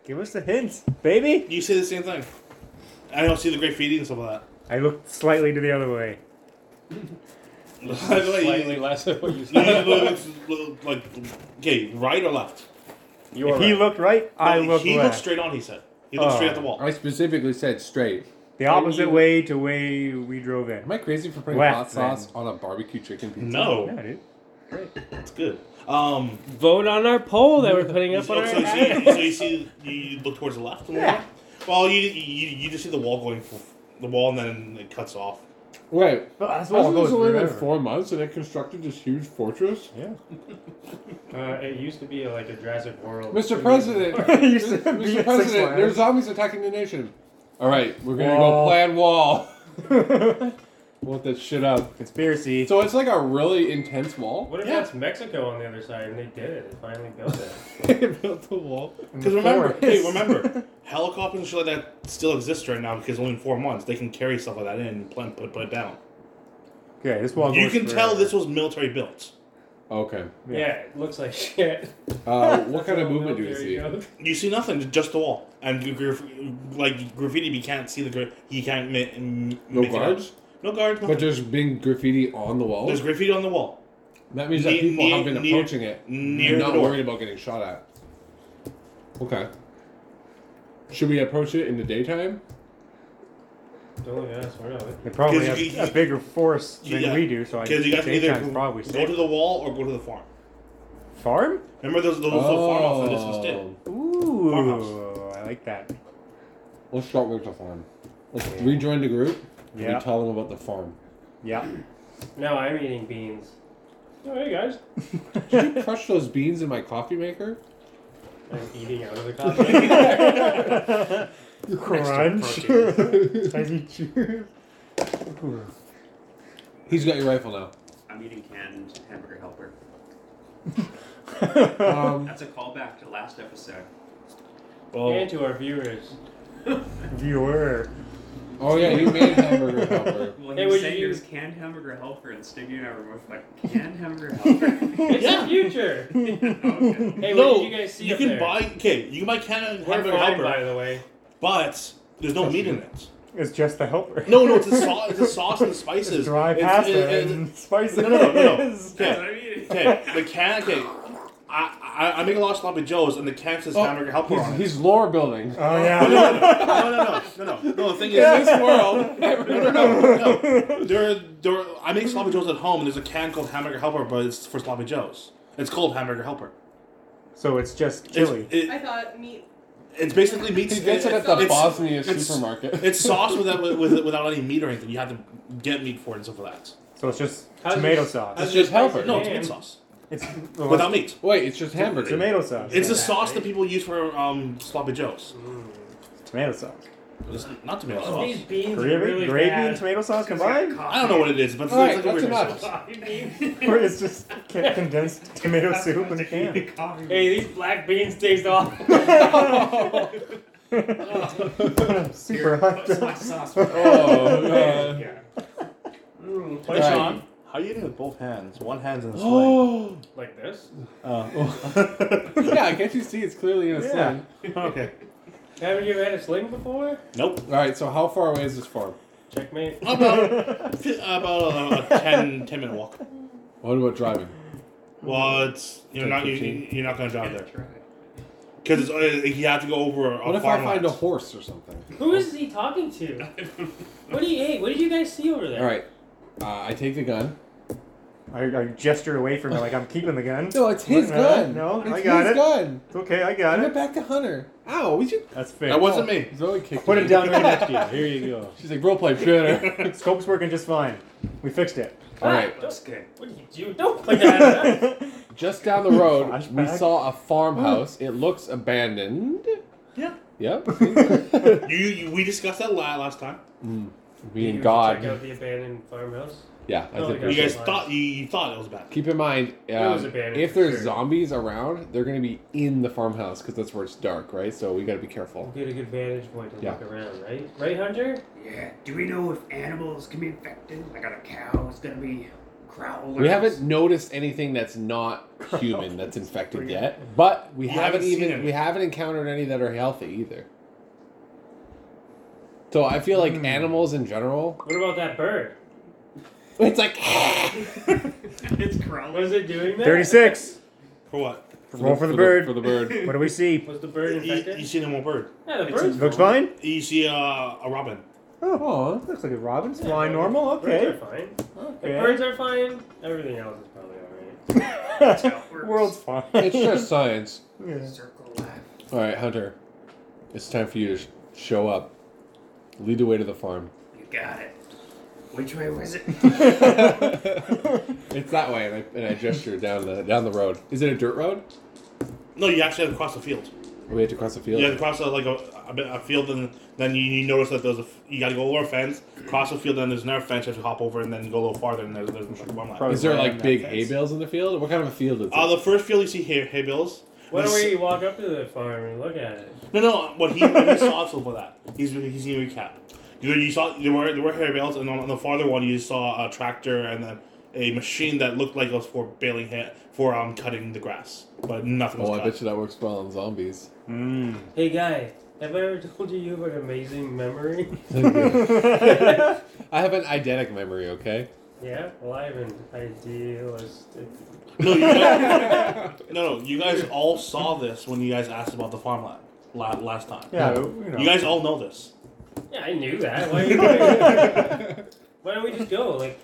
[SPEAKER 3] Give us the hints, baby!
[SPEAKER 1] You say the same thing. I don't see the graffiti and stuff like that.
[SPEAKER 3] I looked slightly to the other way.
[SPEAKER 2] Slightly less than what you
[SPEAKER 1] You
[SPEAKER 2] said.
[SPEAKER 1] look like, okay, right or left?
[SPEAKER 2] You are
[SPEAKER 3] if he
[SPEAKER 2] right.
[SPEAKER 3] looked right, I
[SPEAKER 1] he
[SPEAKER 3] looked
[SPEAKER 1] He
[SPEAKER 3] left.
[SPEAKER 1] looked straight on. He said he looked straight at the
[SPEAKER 3] Oh,
[SPEAKER 1] wall.
[SPEAKER 4] I specifically said straight.
[SPEAKER 3] the opposite
[SPEAKER 2] you-
[SPEAKER 3] way to way we drove in.
[SPEAKER 4] Am I crazy for putting
[SPEAKER 3] Left,
[SPEAKER 4] hot sauce
[SPEAKER 3] then.
[SPEAKER 4] on a barbecue chicken pizza?
[SPEAKER 1] No,
[SPEAKER 3] Yeah, dude.
[SPEAKER 1] it's good. Um,
[SPEAKER 2] Vote on our poll that we're putting up
[SPEAKER 1] so,
[SPEAKER 2] on our.
[SPEAKER 1] so you see, so you see, you look towards the left. A little
[SPEAKER 3] Yeah.
[SPEAKER 1] bit? Well, you, you you just see the wall going, f- the wall, and then it cuts off.
[SPEAKER 4] Wait.
[SPEAKER 3] Well, that's what
[SPEAKER 4] Wasn't
[SPEAKER 3] goes
[SPEAKER 4] this only like
[SPEAKER 3] forever.
[SPEAKER 4] four months, and it constructed this huge fortress?
[SPEAKER 3] Yeah.
[SPEAKER 2] Uh, it used to be like a Jurassic World.
[SPEAKER 4] Mr. President,
[SPEAKER 3] You used to be
[SPEAKER 4] Mr.
[SPEAKER 3] at Six
[SPEAKER 4] President,
[SPEAKER 3] Flags.
[SPEAKER 4] there's zombies attacking the nation. All right, we're gonna
[SPEAKER 3] Wall.
[SPEAKER 4] go plan wall. Want that shit up?
[SPEAKER 3] Conspiracy.
[SPEAKER 4] So it's like a really intense wall.
[SPEAKER 2] What if
[SPEAKER 1] Yeah.
[SPEAKER 2] that's Mexico on the other side and they did it? They finally built it.
[SPEAKER 4] they built the wall.
[SPEAKER 1] Because remember,
[SPEAKER 3] forest.
[SPEAKER 1] hey, remember, helicopters and shit like that still exist right now because only in four months they can carry stuff like that in and plant, put put it down.
[SPEAKER 3] Okay, this wall
[SPEAKER 1] You
[SPEAKER 3] goes
[SPEAKER 1] can tell
[SPEAKER 3] forever.
[SPEAKER 1] this was military built.
[SPEAKER 4] Okay.
[SPEAKER 3] Yeah.
[SPEAKER 2] yeah. it looks like shit.
[SPEAKER 4] Uh, what kind of movement do we
[SPEAKER 2] There
[SPEAKER 4] see?
[SPEAKER 2] go.
[SPEAKER 1] You see nothing, just the wall, and gra- graf- like graffiti. You can't see the gra- you can't ma- m-
[SPEAKER 4] No
[SPEAKER 1] make it out.
[SPEAKER 4] guards,
[SPEAKER 1] No guards. No
[SPEAKER 4] but there's been graffiti on the wall.
[SPEAKER 1] There's graffiti on the wall
[SPEAKER 4] That means that
[SPEAKER 1] Ne-
[SPEAKER 4] people
[SPEAKER 1] ne-
[SPEAKER 4] have been
[SPEAKER 1] ne-
[SPEAKER 4] approaching it,
[SPEAKER 1] near
[SPEAKER 4] and
[SPEAKER 1] the
[SPEAKER 4] not
[SPEAKER 1] door.
[SPEAKER 4] worried about getting shot at. Okay. Should we approach it in the daytime?
[SPEAKER 2] Don't look at us. We're not with
[SPEAKER 3] They probably
[SPEAKER 1] 'Cause
[SPEAKER 3] have
[SPEAKER 1] you- you-
[SPEAKER 3] a bigger force than
[SPEAKER 1] Yeah.
[SPEAKER 3] we do, so I
[SPEAKER 1] because you guys can either
[SPEAKER 3] daytime's
[SPEAKER 1] go,
[SPEAKER 3] probably
[SPEAKER 1] go
[SPEAKER 3] safe.
[SPEAKER 1] to the wall or go to the farm.
[SPEAKER 3] Farm?
[SPEAKER 1] Remember those those little farm off the
[SPEAKER 4] Oh.
[SPEAKER 1] distance too.
[SPEAKER 3] Ooh,
[SPEAKER 1] Farmhouse.
[SPEAKER 3] I like that.
[SPEAKER 4] Let's start with the farm. Let's rejoin the group. and
[SPEAKER 3] Yeah.
[SPEAKER 4] We tell them about the farm.
[SPEAKER 3] Yeah.
[SPEAKER 2] No, I'm eating beans. Oh, hey guys.
[SPEAKER 4] Did you crush those beans in my coffee maker?
[SPEAKER 2] I'm eating out of the coffee.
[SPEAKER 3] Crunch. As you chew. Ooh.
[SPEAKER 4] He's got your rifle now.
[SPEAKER 5] I'm eating canned hamburger helper.
[SPEAKER 4] Um,
[SPEAKER 5] That's a callback to last episode.
[SPEAKER 1] Well,
[SPEAKER 2] and to our viewers.
[SPEAKER 3] Viewer.
[SPEAKER 4] oh yeah, you made hamburger helper.
[SPEAKER 5] Well,
[SPEAKER 2] Hey,
[SPEAKER 5] he
[SPEAKER 2] would
[SPEAKER 5] said
[SPEAKER 2] you-
[SPEAKER 5] he was canned hamburger helper, and Stiggy and I were both like, canned hamburger helper?
[SPEAKER 2] It's the future.
[SPEAKER 5] okay.
[SPEAKER 2] Hey,
[SPEAKER 1] no,
[SPEAKER 2] what did you guys see? up
[SPEAKER 1] can
[SPEAKER 2] there?
[SPEAKER 1] buy okay, you can buy Canada
[SPEAKER 2] We're
[SPEAKER 1] hamburger
[SPEAKER 2] fine,
[SPEAKER 1] helper,
[SPEAKER 2] by the way.
[SPEAKER 1] but there's no meat in it.
[SPEAKER 3] It's just the helper.
[SPEAKER 1] No, no, it's the sauce, it's the sauce and the spices.
[SPEAKER 3] It's dry
[SPEAKER 1] It's-
[SPEAKER 3] pasta
[SPEAKER 1] it- it-
[SPEAKER 3] and spices.
[SPEAKER 1] No, no, no, no.
[SPEAKER 5] That's what
[SPEAKER 1] Okay,
[SPEAKER 5] I'm eating.
[SPEAKER 1] okay, the can. Okay, I, I I make a lot of sloppy joes, and the can says hamburger helper on
[SPEAKER 4] Oh, He's,
[SPEAKER 1] it.
[SPEAKER 4] he's lore building.
[SPEAKER 3] Oh
[SPEAKER 1] No, no, no,
[SPEAKER 3] yeah.
[SPEAKER 1] no, no, no, no, no. The thing is,
[SPEAKER 4] In this world,
[SPEAKER 1] no, no, no. There, there. I make sloppy joes at home, and there's a can called hamburger helper, but it's for sloppy joes. It's called hamburger helper.
[SPEAKER 3] So it's just
[SPEAKER 1] It's,
[SPEAKER 3] chili.
[SPEAKER 1] it-
[SPEAKER 6] I thought meat.
[SPEAKER 1] It's basically meat.
[SPEAKER 4] He gets it at the
[SPEAKER 1] it's-
[SPEAKER 4] Bosnia
[SPEAKER 1] it's-
[SPEAKER 4] supermarket.
[SPEAKER 1] It's sauce without with, without any meat or anything. You have to get meat for it and stuff like that.
[SPEAKER 3] So it's just
[SPEAKER 2] How's
[SPEAKER 3] tomato
[SPEAKER 2] this-
[SPEAKER 3] sauce.
[SPEAKER 4] It's just helper.
[SPEAKER 1] No, it's meat sauce
[SPEAKER 3] It's
[SPEAKER 1] without meat.
[SPEAKER 4] Wait, it's just hamburger.
[SPEAKER 3] tomato sauce.
[SPEAKER 1] It's the
[SPEAKER 5] that,
[SPEAKER 1] sauce
[SPEAKER 5] right?
[SPEAKER 1] that people use for um, sloppy joes.
[SPEAKER 3] tomato sauce.
[SPEAKER 1] It's not tomato
[SPEAKER 2] Oh,
[SPEAKER 1] sauce.
[SPEAKER 2] These beans
[SPEAKER 3] Gravy,
[SPEAKER 2] are really
[SPEAKER 3] gravy
[SPEAKER 2] bad.
[SPEAKER 3] and tomato sauce combined?
[SPEAKER 1] I don't know what it is, but it's,
[SPEAKER 4] All right,
[SPEAKER 1] it's like a
[SPEAKER 4] that's
[SPEAKER 1] weird
[SPEAKER 4] enough.
[SPEAKER 1] sauce.
[SPEAKER 3] or it's just ca- condensed tomato soup in a can.
[SPEAKER 2] Hey, these black beans taste awful.
[SPEAKER 3] I'm super hyped up.
[SPEAKER 4] Oh, God.
[SPEAKER 5] Yeah.
[SPEAKER 2] Play
[SPEAKER 4] Right.
[SPEAKER 2] Sean.
[SPEAKER 1] How are you eating with both hands? One hand's in the sling.
[SPEAKER 4] Oh.
[SPEAKER 5] Like this?
[SPEAKER 1] Uh,
[SPEAKER 4] yeah, can't you see? It's clearly in a
[SPEAKER 3] Yeah.
[SPEAKER 4] sling.
[SPEAKER 1] okay.
[SPEAKER 2] Haven't you had a sling before?
[SPEAKER 1] Nope.
[SPEAKER 4] All right, so how far away is this farm?
[SPEAKER 2] Checkmate.
[SPEAKER 1] About fi- about uh, a, a 10, 10 minute walk.
[SPEAKER 4] What about driving?
[SPEAKER 1] Well, it's you're not you,
[SPEAKER 4] Fifteen.
[SPEAKER 1] you're not gonna drive
[SPEAKER 5] Yeah,
[SPEAKER 1] there
[SPEAKER 5] try
[SPEAKER 1] because it's uh, you have to go over a
[SPEAKER 4] What if I
[SPEAKER 1] farmland.
[SPEAKER 4] find a horse or something?
[SPEAKER 2] Who is he talking to?
[SPEAKER 5] it.
[SPEAKER 2] What do you? Hey, what did you guys see over there?
[SPEAKER 4] All right, uh, I take the gun.
[SPEAKER 3] I, I gesture away from it like I'm keeping the gun.
[SPEAKER 4] No, it's his
[SPEAKER 3] No,
[SPEAKER 4] gun.
[SPEAKER 3] no,
[SPEAKER 4] it's
[SPEAKER 3] I got
[SPEAKER 4] his
[SPEAKER 3] it.
[SPEAKER 4] gun.
[SPEAKER 3] It's okay, I got
[SPEAKER 4] Give it
[SPEAKER 3] it.
[SPEAKER 4] back to Hunter. Ow, we should.
[SPEAKER 3] That's fair.
[SPEAKER 1] That wasn't me.
[SPEAKER 4] Zoe kicked
[SPEAKER 3] Put
[SPEAKER 4] me.
[SPEAKER 3] it down right next to you. Here you go.
[SPEAKER 4] She's like, role play better.
[SPEAKER 3] Scope's working just fine. We fixed it.
[SPEAKER 4] All right,
[SPEAKER 5] That's good.
[SPEAKER 2] What did you do? Don't put that. in.
[SPEAKER 4] just down the road, we
[SPEAKER 3] Flashback.
[SPEAKER 4] saw a farmhouse. It looks abandoned.
[SPEAKER 1] Yeah.
[SPEAKER 4] Yep.
[SPEAKER 1] You, you we discussed that la- last time.
[SPEAKER 4] Me and
[SPEAKER 2] Check
[SPEAKER 4] God.
[SPEAKER 2] out the abandoned farmhouse.
[SPEAKER 4] Yeah, I
[SPEAKER 2] Oh,
[SPEAKER 4] think
[SPEAKER 2] yeah.
[SPEAKER 4] we
[SPEAKER 1] You
[SPEAKER 4] should.
[SPEAKER 1] guys thought you, you thought it was bad.
[SPEAKER 4] Keep in mind,
[SPEAKER 2] was
[SPEAKER 4] um,
[SPEAKER 2] abandoned
[SPEAKER 4] if
[SPEAKER 2] for
[SPEAKER 4] there's
[SPEAKER 2] sure.
[SPEAKER 4] zombies around, they're going to be in the farmhouse because that's where it's dark, right? So we got to be careful.
[SPEAKER 2] Get a good vantage point to
[SPEAKER 4] Yeah.
[SPEAKER 2] look around, right? Right, Hunter?
[SPEAKER 5] Yeah. Do we know if animals can be infected? Like on a cow, it's gonna be growlers.
[SPEAKER 4] We haven't noticed anything that's not
[SPEAKER 3] Oh,
[SPEAKER 4] human that's infected yet, but we
[SPEAKER 1] You
[SPEAKER 4] haven't,
[SPEAKER 1] haven't seen
[SPEAKER 4] even
[SPEAKER 1] any.
[SPEAKER 4] we haven't encountered any that are healthy either. So I feel like
[SPEAKER 3] Hmm.
[SPEAKER 4] animals in general,
[SPEAKER 2] What about that bird?
[SPEAKER 4] it's like
[SPEAKER 5] it's
[SPEAKER 2] What
[SPEAKER 5] growlers.
[SPEAKER 2] is it doing there?
[SPEAKER 3] 36.
[SPEAKER 1] For what?
[SPEAKER 3] Roll for the bird.
[SPEAKER 4] For the bird.
[SPEAKER 3] What do we see?
[SPEAKER 2] Was the bird
[SPEAKER 1] You,
[SPEAKER 2] infected?
[SPEAKER 1] you see them all bird.
[SPEAKER 2] yeah, the
[SPEAKER 5] It's-
[SPEAKER 2] bird's
[SPEAKER 3] Looks
[SPEAKER 2] fine.
[SPEAKER 3] fine?
[SPEAKER 1] You see uh, a robin.
[SPEAKER 3] Oh, looks like a robin's
[SPEAKER 2] Yeah,
[SPEAKER 3] flying
[SPEAKER 2] birds-
[SPEAKER 3] normal. Okay.
[SPEAKER 2] Birds are fine. If
[SPEAKER 3] okay.
[SPEAKER 2] birds are fine, everything else is probably alright.
[SPEAKER 3] World's fine.
[SPEAKER 4] It's just science.
[SPEAKER 3] Yeah.
[SPEAKER 5] Circle left.
[SPEAKER 4] All right, Hunter, it's time for you to sh- show up. Lead the way to the farm.
[SPEAKER 5] You got it. Which way was it?
[SPEAKER 4] it's that way, and I, and I gesture down the down the road. Is it a dirt road?
[SPEAKER 1] No, you actually have to cross the field.
[SPEAKER 4] We had to cross the field.
[SPEAKER 1] You have to cross a, like a, a, bit- a field, and then you, you notice that there's a f- you got to go over a fence, cross the field, then there's another fence. You have to hop over, and then go a little farther, and there's there's like farmland.
[SPEAKER 3] Probably-
[SPEAKER 4] Is there like
[SPEAKER 3] Around that
[SPEAKER 4] big
[SPEAKER 3] fence.
[SPEAKER 4] hay bales in the field? What kind of a field is it?
[SPEAKER 1] Uh, the first field you see here, hay bills.
[SPEAKER 2] Why
[SPEAKER 1] The
[SPEAKER 2] don't
[SPEAKER 1] s-
[SPEAKER 2] we walk up to the farm and look at it?
[SPEAKER 1] No, no. What he, what he saw for that. He's he's gonna recap. You, you saw there were there were hay bales, and on, on the farther one you saw a tractor and then a machine that looked like it was for baling hay, for um cutting the grass, but nothing was
[SPEAKER 4] oh, I
[SPEAKER 1] cut.
[SPEAKER 4] bet you that works well on zombies.
[SPEAKER 3] Mm.
[SPEAKER 2] Hey, guy, have I ever told you you have an amazing memory?
[SPEAKER 4] I have an eidetic memory, okay?
[SPEAKER 2] yeah? Well, I have an idealistic.
[SPEAKER 1] No, you guys, no, no. You guys all saw this when you guys asked about the farmland la- last time.
[SPEAKER 3] Yeah, you know.
[SPEAKER 1] You guys all know this.
[SPEAKER 2] Yeah, I knew that. Why, are you why don't we just go? Like,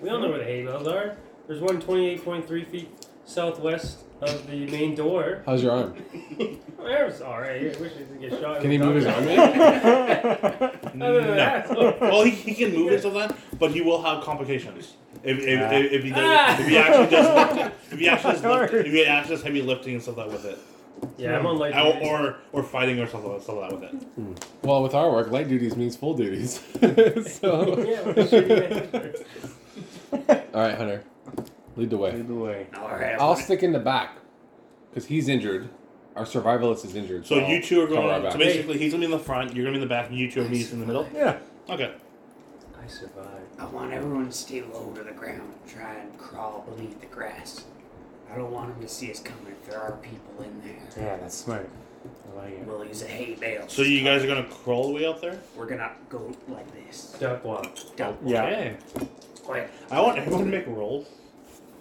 [SPEAKER 2] we all know where the hay bales are. There's one 28.3 feet southwest of the main door. Oh,
[SPEAKER 4] How's your arm?
[SPEAKER 2] There's alright. I wish I didn't get shot.
[SPEAKER 4] Can he move his arm yet?
[SPEAKER 2] Other than that, look.
[SPEAKER 1] Well, he, he can move and stuff like that, but he will have complications if, if,
[SPEAKER 3] Ah.
[SPEAKER 1] if, if he
[SPEAKER 2] Ah.
[SPEAKER 1] does, if he actually does lift, if he actually does lift, if he actually does heavy lifting and stuff like that with it.
[SPEAKER 2] Yeah, I'm on light.
[SPEAKER 1] Or,
[SPEAKER 2] duty.
[SPEAKER 1] or or fighting or something, something like that with it.
[SPEAKER 4] well, with our work, light duties means full duties.
[SPEAKER 2] yeah,
[SPEAKER 4] so.
[SPEAKER 2] we're shooting at-
[SPEAKER 4] All right, Hunter, lead the way.
[SPEAKER 3] Lead the way.
[SPEAKER 5] All right.
[SPEAKER 4] I'll stick in the back because he's injured. Our survivalist is injured.
[SPEAKER 1] So
[SPEAKER 4] I'll
[SPEAKER 1] you two are
[SPEAKER 4] cover our
[SPEAKER 1] going. So
[SPEAKER 4] back.
[SPEAKER 1] basically, he's gonna be in the front. You're gonna be in the back. And you two are meeting in the middle.
[SPEAKER 3] Yeah.
[SPEAKER 1] Okay.
[SPEAKER 2] I survived.
[SPEAKER 5] I want everyone to stay low to the ground. Try and crawl beneath the grass. I don't want them to see us coming if there are people in there.
[SPEAKER 3] Yeah, that's smart. I like it.
[SPEAKER 5] We'll use a hay bale.
[SPEAKER 1] So you guys are gonna crawl away up there.
[SPEAKER 5] We're gonna go like this.
[SPEAKER 2] Duck walk.
[SPEAKER 5] Don't
[SPEAKER 3] Yeah.
[SPEAKER 1] Okay.
[SPEAKER 5] quit.
[SPEAKER 1] Oh. I want everyone to make rolls.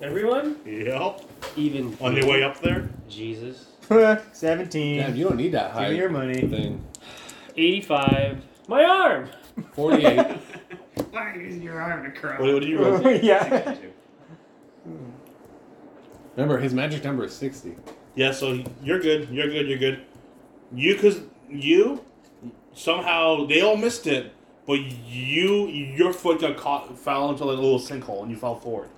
[SPEAKER 2] Everyone?
[SPEAKER 1] Yep.
[SPEAKER 2] Even.
[SPEAKER 1] On your way up there.
[SPEAKER 2] Jesus.
[SPEAKER 3] 17.
[SPEAKER 4] Damn, you don't need that high
[SPEAKER 3] Give me your money.
[SPEAKER 4] thing.
[SPEAKER 2] 85. My arm!
[SPEAKER 4] 48.
[SPEAKER 5] Why are you using your arm to crawl?
[SPEAKER 1] What, what do you roll?
[SPEAKER 3] yeah.
[SPEAKER 4] Remember, his magic number is 60.
[SPEAKER 1] Yeah. So you're good. You're good. You're good. You cause you somehow they all missed it, but you your foot got caught fell into like a little sinkhole and you fell forward.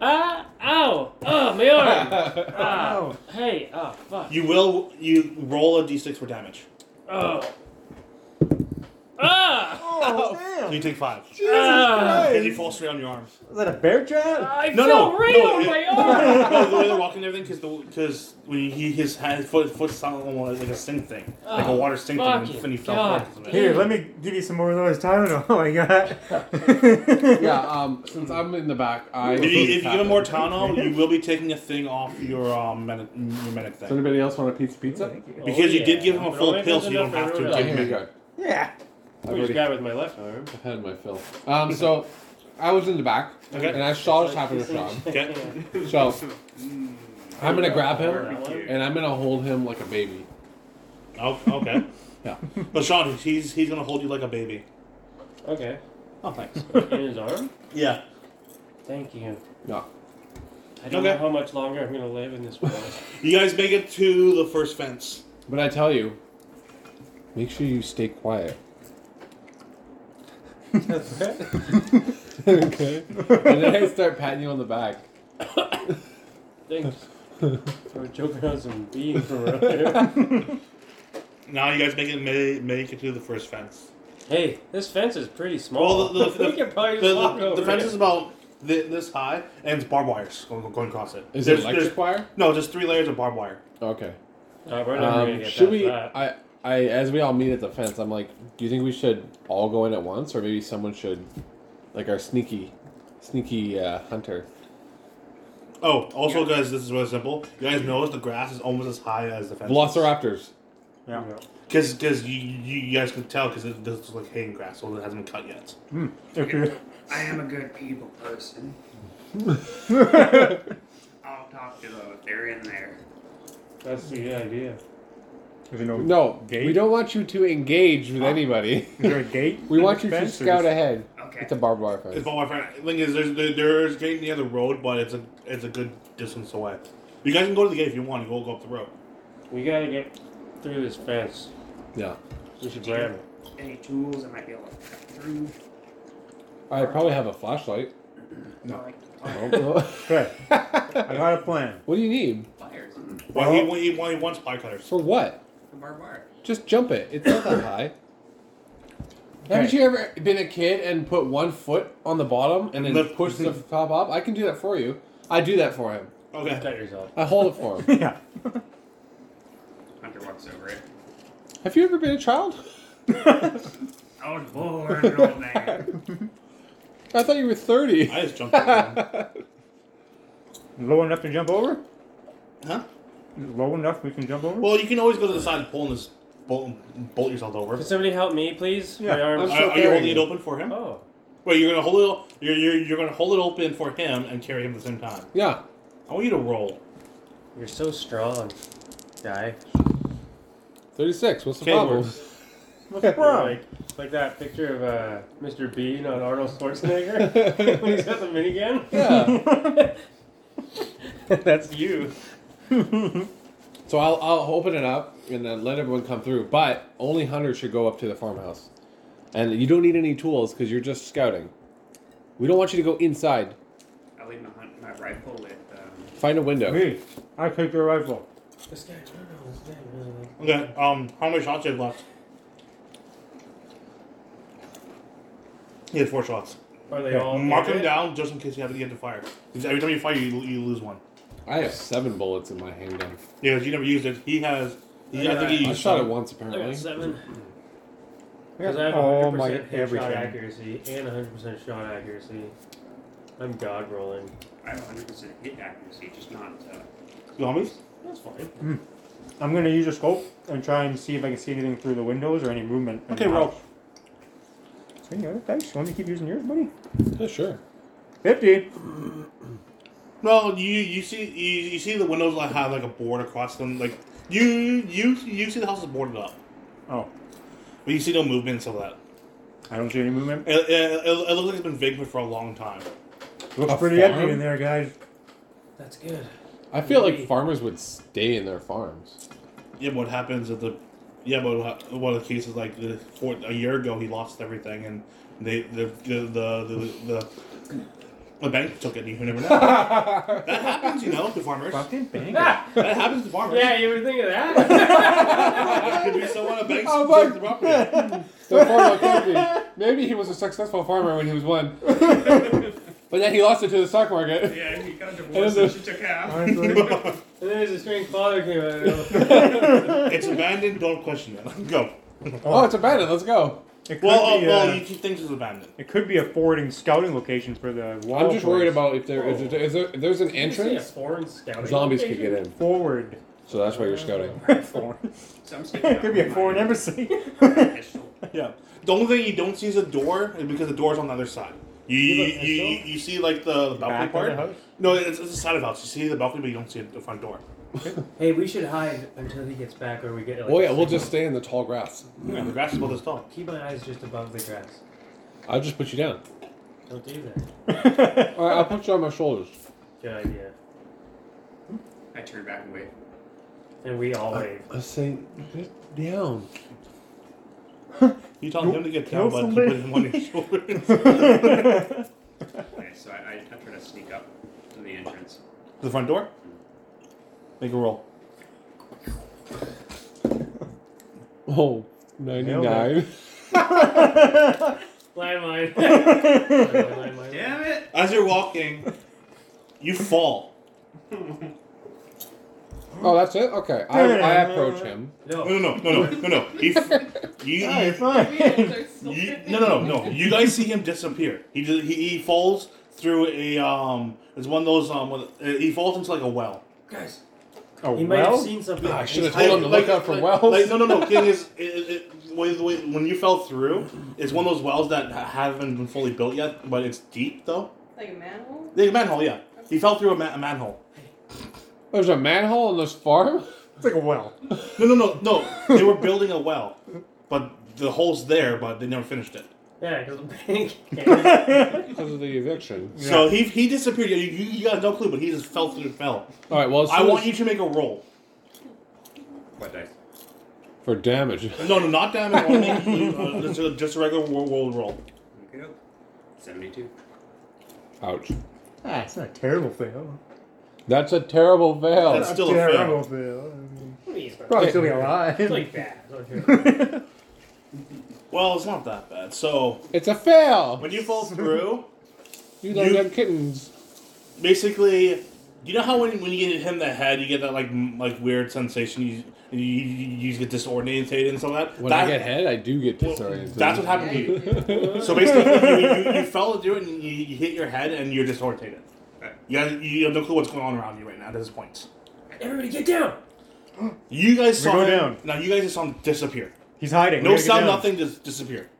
[SPEAKER 2] Ah! Ow! Oh, my arm!
[SPEAKER 4] All
[SPEAKER 2] Ah,
[SPEAKER 3] Ow.
[SPEAKER 2] Hey! Oh, fuck.
[SPEAKER 1] You will you roll a d6 for damage.
[SPEAKER 2] Oh. Ah!
[SPEAKER 3] Oh,
[SPEAKER 1] So
[SPEAKER 3] damn.
[SPEAKER 1] you take five.
[SPEAKER 3] Jesus
[SPEAKER 2] Ah.
[SPEAKER 1] And you
[SPEAKER 3] Christ.
[SPEAKER 1] fall straight on your arm.
[SPEAKER 3] Is that a bear trap?
[SPEAKER 2] I
[SPEAKER 1] No,
[SPEAKER 2] fell
[SPEAKER 1] no,
[SPEAKER 2] right
[SPEAKER 1] no,
[SPEAKER 2] on
[SPEAKER 1] it-
[SPEAKER 2] my arm!
[SPEAKER 1] no, the way they're walking and everything, because because when he his hand, foot foot's on almost like a sink thing, like a
[SPEAKER 2] Oh,
[SPEAKER 1] water sink thing, and
[SPEAKER 2] fucking
[SPEAKER 1] then he fell
[SPEAKER 2] God.
[SPEAKER 1] forward.
[SPEAKER 3] Here, let me give you some more of those Tylenol I got.
[SPEAKER 4] yeah, um, since I'm in the back, I.
[SPEAKER 1] If you, if you give him more Tano, you will be taking a thing off your um medic, your medic
[SPEAKER 4] Does
[SPEAKER 1] thing
[SPEAKER 4] anybody else want a piece of pizza?
[SPEAKER 3] Thank you.
[SPEAKER 1] because you did give him a
[SPEAKER 2] But
[SPEAKER 1] full
[SPEAKER 2] only if
[SPEAKER 1] pill,
[SPEAKER 2] it's
[SPEAKER 1] so you don't
[SPEAKER 2] enough
[SPEAKER 1] have
[SPEAKER 2] for
[SPEAKER 1] to.
[SPEAKER 2] everyone
[SPEAKER 4] Yeah,
[SPEAKER 1] take
[SPEAKER 4] here
[SPEAKER 1] many.
[SPEAKER 4] we go.
[SPEAKER 3] Yeah.
[SPEAKER 4] I've
[SPEAKER 2] I just
[SPEAKER 4] already
[SPEAKER 2] got with my left arm.
[SPEAKER 4] had my fill. Um, so I was in the back,
[SPEAKER 1] Okay.
[SPEAKER 4] and I saw this happen to Sean.
[SPEAKER 1] Okay.
[SPEAKER 4] So I'm gonna grab him,
[SPEAKER 2] Barbecue.
[SPEAKER 4] and I'm gonna hold him like a baby.
[SPEAKER 1] Oh, okay.
[SPEAKER 4] Yeah.
[SPEAKER 1] But Sean, he's he's gonna hold you like a baby.
[SPEAKER 2] Okay.
[SPEAKER 1] Oh, thanks.
[SPEAKER 2] In his arm?
[SPEAKER 1] yeah.
[SPEAKER 2] Thank you.
[SPEAKER 4] No.
[SPEAKER 2] I don't
[SPEAKER 1] Okay.
[SPEAKER 2] know how much longer I'm gonna live in this world.
[SPEAKER 1] You guys make it to the first fence.
[SPEAKER 4] But I tell you, make sure you stay quiet. okay. And then I start patting you on the back.
[SPEAKER 2] Thanks for choking on some beans from earlier.
[SPEAKER 1] Now you guys make it make, make it to the first fence.
[SPEAKER 2] hey, this fence is pretty
[SPEAKER 1] Well,
[SPEAKER 2] small.
[SPEAKER 1] the, the,
[SPEAKER 2] we
[SPEAKER 1] the,
[SPEAKER 2] could probably
[SPEAKER 1] the,
[SPEAKER 2] just walk
[SPEAKER 1] the,
[SPEAKER 2] over
[SPEAKER 1] the fence
[SPEAKER 2] it.
[SPEAKER 1] is about thi- this high, and it's barbed wires going, going across it.
[SPEAKER 4] Is
[SPEAKER 1] There's-
[SPEAKER 4] it electric
[SPEAKER 1] there's-
[SPEAKER 4] wire?
[SPEAKER 1] No, just three layers of barbed wire.
[SPEAKER 4] Okay.
[SPEAKER 2] Uh, we're never gonna
[SPEAKER 4] Um,
[SPEAKER 2] get
[SPEAKER 4] should
[SPEAKER 2] past
[SPEAKER 4] we?
[SPEAKER 2] that.
[SPEAKER 4] I, I, as we all meet at the fence, I'm like, do you think we should all go in at once, or maybe someone should, like our sneaky, sneaky uh, hunter?
[SPEAKER 1] Oh, also, guys, this is really simple. You guys notice the grass is almost as high as the fence.
[SPEAKER 4] Velociraptors.
[SPEAKER 3] Yeah.
[SPEAKER 1] Because you, you, you guys can tell because this is like hayden grass, so it hasn't been cut yet.
[SPEAKER 3] Okay.
[SPEAKER 5] I am a good people person. I'll talk to them if they're in there.
[SPEAKER 2] That's a good idea.
[SPEAKER 3] Is there no,
[SPEAKER 4] No,
[SPEAKER 3] Gate?
[SPEAKER 4] we don't want you to engage with anybody.
[SPEAKER 3] Is there a gate?
[SPEAKER 4] We
[SPEAKER 3] in
[SPEAKER 4] want
[SPEAKER 3] the
[SPEAKER 4] you to
[SPEAKER 3] fence, or
[SPEAKER 4] scout
[SPEAKER 3] just-
[SPEAKER 4] ahead.
[SPEAKER 5] Okay.
[SPEAKER 4] It's a barbed wire
[SPEAKER 1] It's
[SPEAKER 4] fence.
[SPEAKER 1] all my friend. The thing is, there's there, there's a gate near the road, but it's a it's a good distance away. You guys can go to the gate if you want. You go go up the road.
[SPEAKER 2] We gotta get through this fence.
[SPEAKER 4] Yeah.
[SPEAKER 2] We should grab it.
[SPEAKER 5] Any tools I might be able to cut through?
[SPEAKER 4] I probably have a flashlight.
[SPEAKER 5] No. Like
[SPEAKER 4] I
[SPEAKER 5] fire-
[SPEAKER 4] don't know.
[SPEAKER 3] Okay. I got a plan.
[SPEAKER 4] what do you need
[SPEAKER 5] fires and
[SPEAKER 1] Well, he, wa- he, wa- he wants pie cutters.
[SPEAKER 4] for what?
[SPEAKER 5] the barbed wire.
[SPEAKER 4] Just jump it. It's not that high. Haven't
[SPEAKER 3] Okay.
[SPEAKER 4] you ever been a kid and put one foot on the bottom and then
[SPEAKER 1] Lift-
[SPEAKER 4] push the top up? I can do that for you. I do that for him.
[SPEAKER 1] Okay.
[SPEAKER 2] Cut yourself.
[SPEAKER 4] I hold it for him.
[SPEAKER 3] Yeah.
[SPEAKER 5] Hunter walks over it.
[SPEAKER 4] Have you ever been a child?
[SPEAKER 5] I was born an old man.
[SPEAKER 4] I thought you were 30.
[SPEAKER 1] I just jumped. over
[SPEAKER 3] Low enough to jump over?
[SPEAKER 1] him. huh?
[SPEAKER 3] Low enough we can jump over?
[SPEAKER 1] Well, you can always go to the side and pull and just bolt, bolt yourself over.
[SPEAKER 2] Can somebody help me, please?
[SPEAKER 3] Yeah,
[SPEAKER 2] My arm's.
[SPEAKER 4] I'm
[SPEAKER 1] Are, are you
[SPEAKER 4] carrying
[SPEAKER 1] holding it
[SPEAKER 4] it.
[SPEAKER 1] open for him?
[SPEAKER 2] oh.
[SPEAKER 1] Wait, you're gonna hold it. You're, you're you're gonna hold it open for him and carry him at the same time.
[SPEAKER 4] yeah.
[SPEAKER 1] I want you to roll.
[SPEAKER 2] You're so strong, guy.
[SPEAKER 4] 36. What's the
[SPEAKER 1] Okay,
[SPEAKER 4] problem?
[SPEAKER 1] works.
[SPEAKER 3] What's the problem?
[SPEAKER 2] Like, like that picture of uh, Mr. Bean on Arnold Schwarzenegger when he's got the minigun.
[SPEAKER 4] Yeah.
[SPEAKER 2] That's you.
[SPEAKER 4] So I'll, I'll open it up and then let everyone come through. But only Hunter should go up to the farmhouse. And you don't need any tools because you're just scouting. We don't want you to go inside.
[SPEAKER 5] I leave my, hunt, my rifle with. Um,
[SPEAKER 4] Find a window.
[SPEAKER 3] Me. I take your rifle.
[SPEAKER 2] This guy turned on his head really like.
[SPEAKER 1] Okay. Um, how many shots you have left? He had four shots.
[SPEAKER 2] Are they
[SPEAKER 3] Yeah,
[SPEAKER 2] all?
[SPEAKER 1] Mark them
[SPEAKER 2] loaded?
[SPEAKER 1] down just in case you have to get to fire. 'Cause every time you fire, you, you lose one.
[SPEAKER 4] I have seven bullets in my handgun.
[SPEAKER 1] Yeah, 'cause you never used it. He has. He, I think he
[SPEAKER 4] I
[SPEAKER 1] used
[SPEAKER 4] shot it
[SPEAKER 1] shot
[SPEAKER 4] once
[SPEAKER 2] I got
[SPEAKER 4] apparently.
[SPEAKER 2] seven.
[SPEAKER 3] Yeah.
[SPEAKER 2] Because I have
[SPEAKER 3] Oh
[SPEAKER 2] 100%
[SPEAKER 3] my
[SPEAKER 2] headshot
[SPEAKER 3] everything.
[SPEAKER 2] accuracy and 100% shot accuracy. I'm god rolling.
[SPEAKER 5] I have 100% hit accuracy, just not. Uh,
[SPEAKER 1] zombies.
[SPEAKER 2] That's fine.
[SPEAKER 3] I'm gonna use a scope and try and see if I can see anything through the windows or any movement. in
[SPEAKER 1] Okay,
[SPEAKER 3] the
[SPEAKER 1] roll.
[SPEAKER 3] house. Any other dice? Want me to keep using yours, buddy?
[SPEAKER 4] Yeah, sure.
[SPEAKER 3] Fifty.
[SPEAKER 1] No, you you see you, you see the windows like have like a board across them. Like you you you see the house is boarded up,
[SPEAKER 3] Oh,
[SPEAKER 1] but you see no movement and stuff like that.
[SPEAKER 3] I don't see any movement.
[SPEAKER 1] It, it, it, it looks like it's been vacant for a long time.
[SPEAKER 3] Looks
[SPEAKER 4] A
[SPEAKER 3] pretty
[SPEAKER 4] farm?
[SPEAKER 3] empty in there, guys.
[SPEAKER 2] That's good.
[SPEAKER 4] I feel like
[SPEAKER 2] Wait.
[SPEAKER 4] farmers would stay in their farms.
[SPEAKER 1] Yeah, what happens if the Yeah, but what- one of the cases like the four, a year ago, he lost everything, and they the the the the, the, the bank took it. and You never know. that happens, you know, to farmers.
[SPEAKER 3] Fucking bang.
[SPEAKER 1] That happens to farmers.
[SPEAKER 2] Yeah, you were thinking of that.
[SPEAKER 1] It could be someone a bank
[SPEAKER 4] Oh,
[SPEAKER 1] took
[SPEAKER 4] fuck.
[SPEAKER 1] the property.
[SPEAKER 4] The farmer could be. Maybe he was a successful farmer when he was one, but then he lost it to the stock market.
[SPEAKER 7] Yeah, he got a
[SPEAKER 4] And
[SPEAKER 7] divorce
[SPEAKER 4] then
[SPEAKER 7] and
[SPEAKER 4] the-
[SPEAKER 7] she took half.
[SPEAKER 3] Honestly,
[SPEAKER 2] and then his estranged father came out. Of it.
[SPEAKER 1] It's abandoned. Don't question it. Go.
[SPEAKER 4] Oh, it's abandoned. Let's go.
[SPEAKER 3] it could
[SPEAKER 1] Well, oh,
[SPEAKER 3] be,
[SPEAKER 1] well,
[SPEAKER 3] uh,
[SPEAKER 1] you keep things as abandoned.
[SPEAKER 3] it could be a forwarding scouting location for the wall.
[SPEAKER 4] I'm just worried
[SPEAKER 3] place.
[SPEAKER 4] about if there if, there, if, there, if there's an
[SPEAKER 2] See a
[SPEAKER 4] entrance,
[SPEAKER 2] foreign scouting
[SPEAKER 4] zombies could
[SPEAKER 2] location?
[SPEAKER 4] get in.
[SPEAKER 3] forward.
[SPEAKER 4] So that's why you're scouting.
[SPEAKER 3] foreign.
[SPEAKER 7] So I'm sticking
[SPEAKER 3] it
[SPEAKER 7] out
[SPEAKER 3] could be a
[SPEAKER 5] Oh
[SPEAKER 7] my
[SPEAKER 3] foreign
[SPEAKER 7] mind.
[SPEAKER 3] embassy.
[SPEAKER 7] Pistol.
[SPEAKER 1] Yeah. The only thing you don't see is a door, and because the door's on the other side. You you,
[SPEAKER 2] Is it a
[SPEAKER 1] you,
[SPEAKER 2] pistol?
[SPEAKER 1] you see like the, the balcony
[SPEAKER 3] Back of
[SPEAKER 1] part.
[SPEAKER 3] the house?
[SPEAKER 1] No, it's, it's the side of the house. You see the balcony, but you don't see the front door.
[SPEAKER 2] Hey, we should hide until he gets back, or we get. Like,
[SPEAKER 4] Oh yeah, we'll just stay in the tall grass.
[SPEAKER 1] Yeah, the grass is about this tall.
[SPEAKER 2] keep my eyes just above the grass.
[SPEAKER 4] I'll just put you down.
[SPEAKER 2] Don't do that.
[SPEAKER 4] All right, I'll put you on my shoulders.
[SPEAKER 2] Good idea.
[SPEAKER 7] I turned back and waved.
[SPEAKER 2] And we all wave.
[SPEAKER 4] I say, get down.
[SPEAKER 1] You telling him to get down,
[SPEAKER 3] kill
[SPEAKER 1] but you
[SPEAKER 3] somebody.
[SPEAKER 1] put him on your shoulders.
[SPEAKER 7] Okay, so I, I, I try to sneak up to the entrance.
[SPEAKER 1] the front door? Make a roll.
[SPEAKER 4] Oh, 99.
[SPEAKER 2] Landmine. Landmine, landmine.
[SPEAKER 7] Damn it!
[SPEAKER 1] As you're walking, you fall.
[SPEAKER 4] Oh, that's it? Okay. I, I approach him.
[SPEAKER 2] No.
[SPEAKER 1] No, no, no, no, no, no. He f- you,
[SPEAKER 3] Yeah,
[SPEAKER 1] you,
[SPEAKER 3] it's fine.
[SPEAKER 1] you, no, no, no, no. You guys see him disappear. He just, he, he falls through a um. It's one of those um. with- uh, He falls into like a well.
[SPEAKER 5] Guys,
[SPEAKER 3] A
[SPEAKER 2] He might have
[SPEAKER 3] well?
[SPEAKER 2] seen something.
[SPEAKER 4] I should have
[SPEAKER 1] Like-
[SPEAKER 4] told him to
[SPEAKER 1] like-
[SPEAKER 4] look out for
[SPEAKER 1] like-
[SPEAKER 4] wells.
[SPEAKER 1] Like, no, no, no. Thing is, it, it, it, when, when when you fell through, it's one of those wells that ha- haven't been fully built yet, but it's deep though.
[SPEAKER 6] Like a manhole?
[SPEAKER 1] The manhole, yeah. He fell through a, ma- a manhole.
[SPEAKER 4] There's a manhole on this farm?
[SPEAKER 3] It's like a well.
[SPEAKER 1] No, no, no, no. They were building a well, but the hole's there, but they never finished it.
[SPEAKER 2] Yeah, because the bank. came.
[SPEAKER 4] Because of the eviction.
[SPEAKER 1] So he he disappeared. You, you, you got no clue, but he just fell through the fell.
[SPEAKER 4] All right, well, as
[SPEAKER 1] I
[SPEAKER 4] soon
[SPEAKER 1] want
[SPEAKER 4] as-
[SPEAKER 1] you to make a roll.
[SPEAKER 7] What dice?
[SPEAKER 4] For damage.
[SPEAKER 1] No, no, not damage. I want to make uh, just, a, just a regular world, world roll.
[SPEAKER 7] Okay, oh, 72.
[SPEAKER 4] Ouch.
[SPEAKER 3] Ah, it's not a terrible fail.
[SPEAKER 4] That's a terrible veil.
[SPEAKER 1] That's-
[SPEAKER 3] Not
[SPEAKER 1] still a
[SPEAKER 3] terrible fail. I mean,
[SPEAKER 2] Please, bro.
[SPEAKER 3] Probably still be alive.
[SPEAKER 2] It's like that. It's okay.
[SPEAKER 1] Well, it's not that bad. So
[SPEAKER 4] It's a fail.
[SPEAKER 1] when you fall through,
[SPEAKER 4] You like
[SPEAKER 1] You-
[SPEAKER 4] them kittens.
[SPEAKER 1] basically, you know how when, when you get hit in the head, you get that like m- like weird sensation. You you, you, you get disoriented and stuff like that.
[SPEAKER 4] When
[SPEAKER 1] that,
[SPEAKER 4] I get hit, I do get
[SPEAKER 1] well,
[SPEAKER 4] disoriented.
[SPEAKER 1] that's what happened to you. So basically, you, you, you fell through it and you, you hit your head and you're disorientated.
[SPEAKER 7] Okay.
[SPEAKER 1] You have, you have no clue what's going on around you right now at this point.
[SPEAKER 2] Everybody get down.
[SPEAKER 1] You guys
[SPEAKER 3] We
[SPEAKER 1] saw
[SPEAKER 3] go
[SPEAKER 1] him,
[SPEAKER 3] down.
[SPEAKER 1] Now you guys just saw him disappear.
[SPEAKER 3] He's hiding.
[SPEAKER 1] No
[SPEAKER 3] We gotta get
[SPEAKER 1] sound,
[SPEAKER 3] down.
[SPEAKER 1] nothing, just disappear.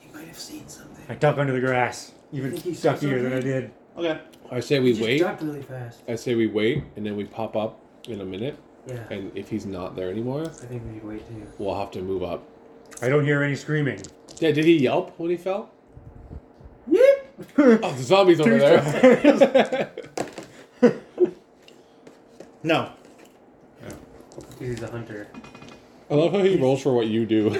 [SPEAKER 5] you might have seen something.
[SPEAKER 3] I duck under the grass. Even
[SPEAKER 2] Think he saw
[SPEAKER 3] duckier than I
[SPEAKER 2] something?
[SPEAKER 3] did.
[SPEAKER 1] Okay.
[SPEAKER 4] I say we
[SPEAKER 2] Just
[SPEAKER 4] wait.
[SPEAKER 2] dropped really fast.
[SPEAKER 4] I say we wait, and then we pop up in a minute.
[SPEAKER 2] Yeah. I
[SPEAKER 4] And if he's not there anymore,
[SPEAKER 2] think we should wait too.
[SPEAKER 4] we'll have to move up.
[SPEAKER 3] I don't hear any screaming.
[SPEAKER 4] Yeah, did he yelp when he fell?
[SPEAKER 3] Two
[SPEAKER 4] Oh, the zombie's over there.
[SPEAKER 3] times.
[SPEAKER 1] No.
[SPEAKER 2] Because he's a hunter.
[SPEAKER 4] I love how he rolls for what you do.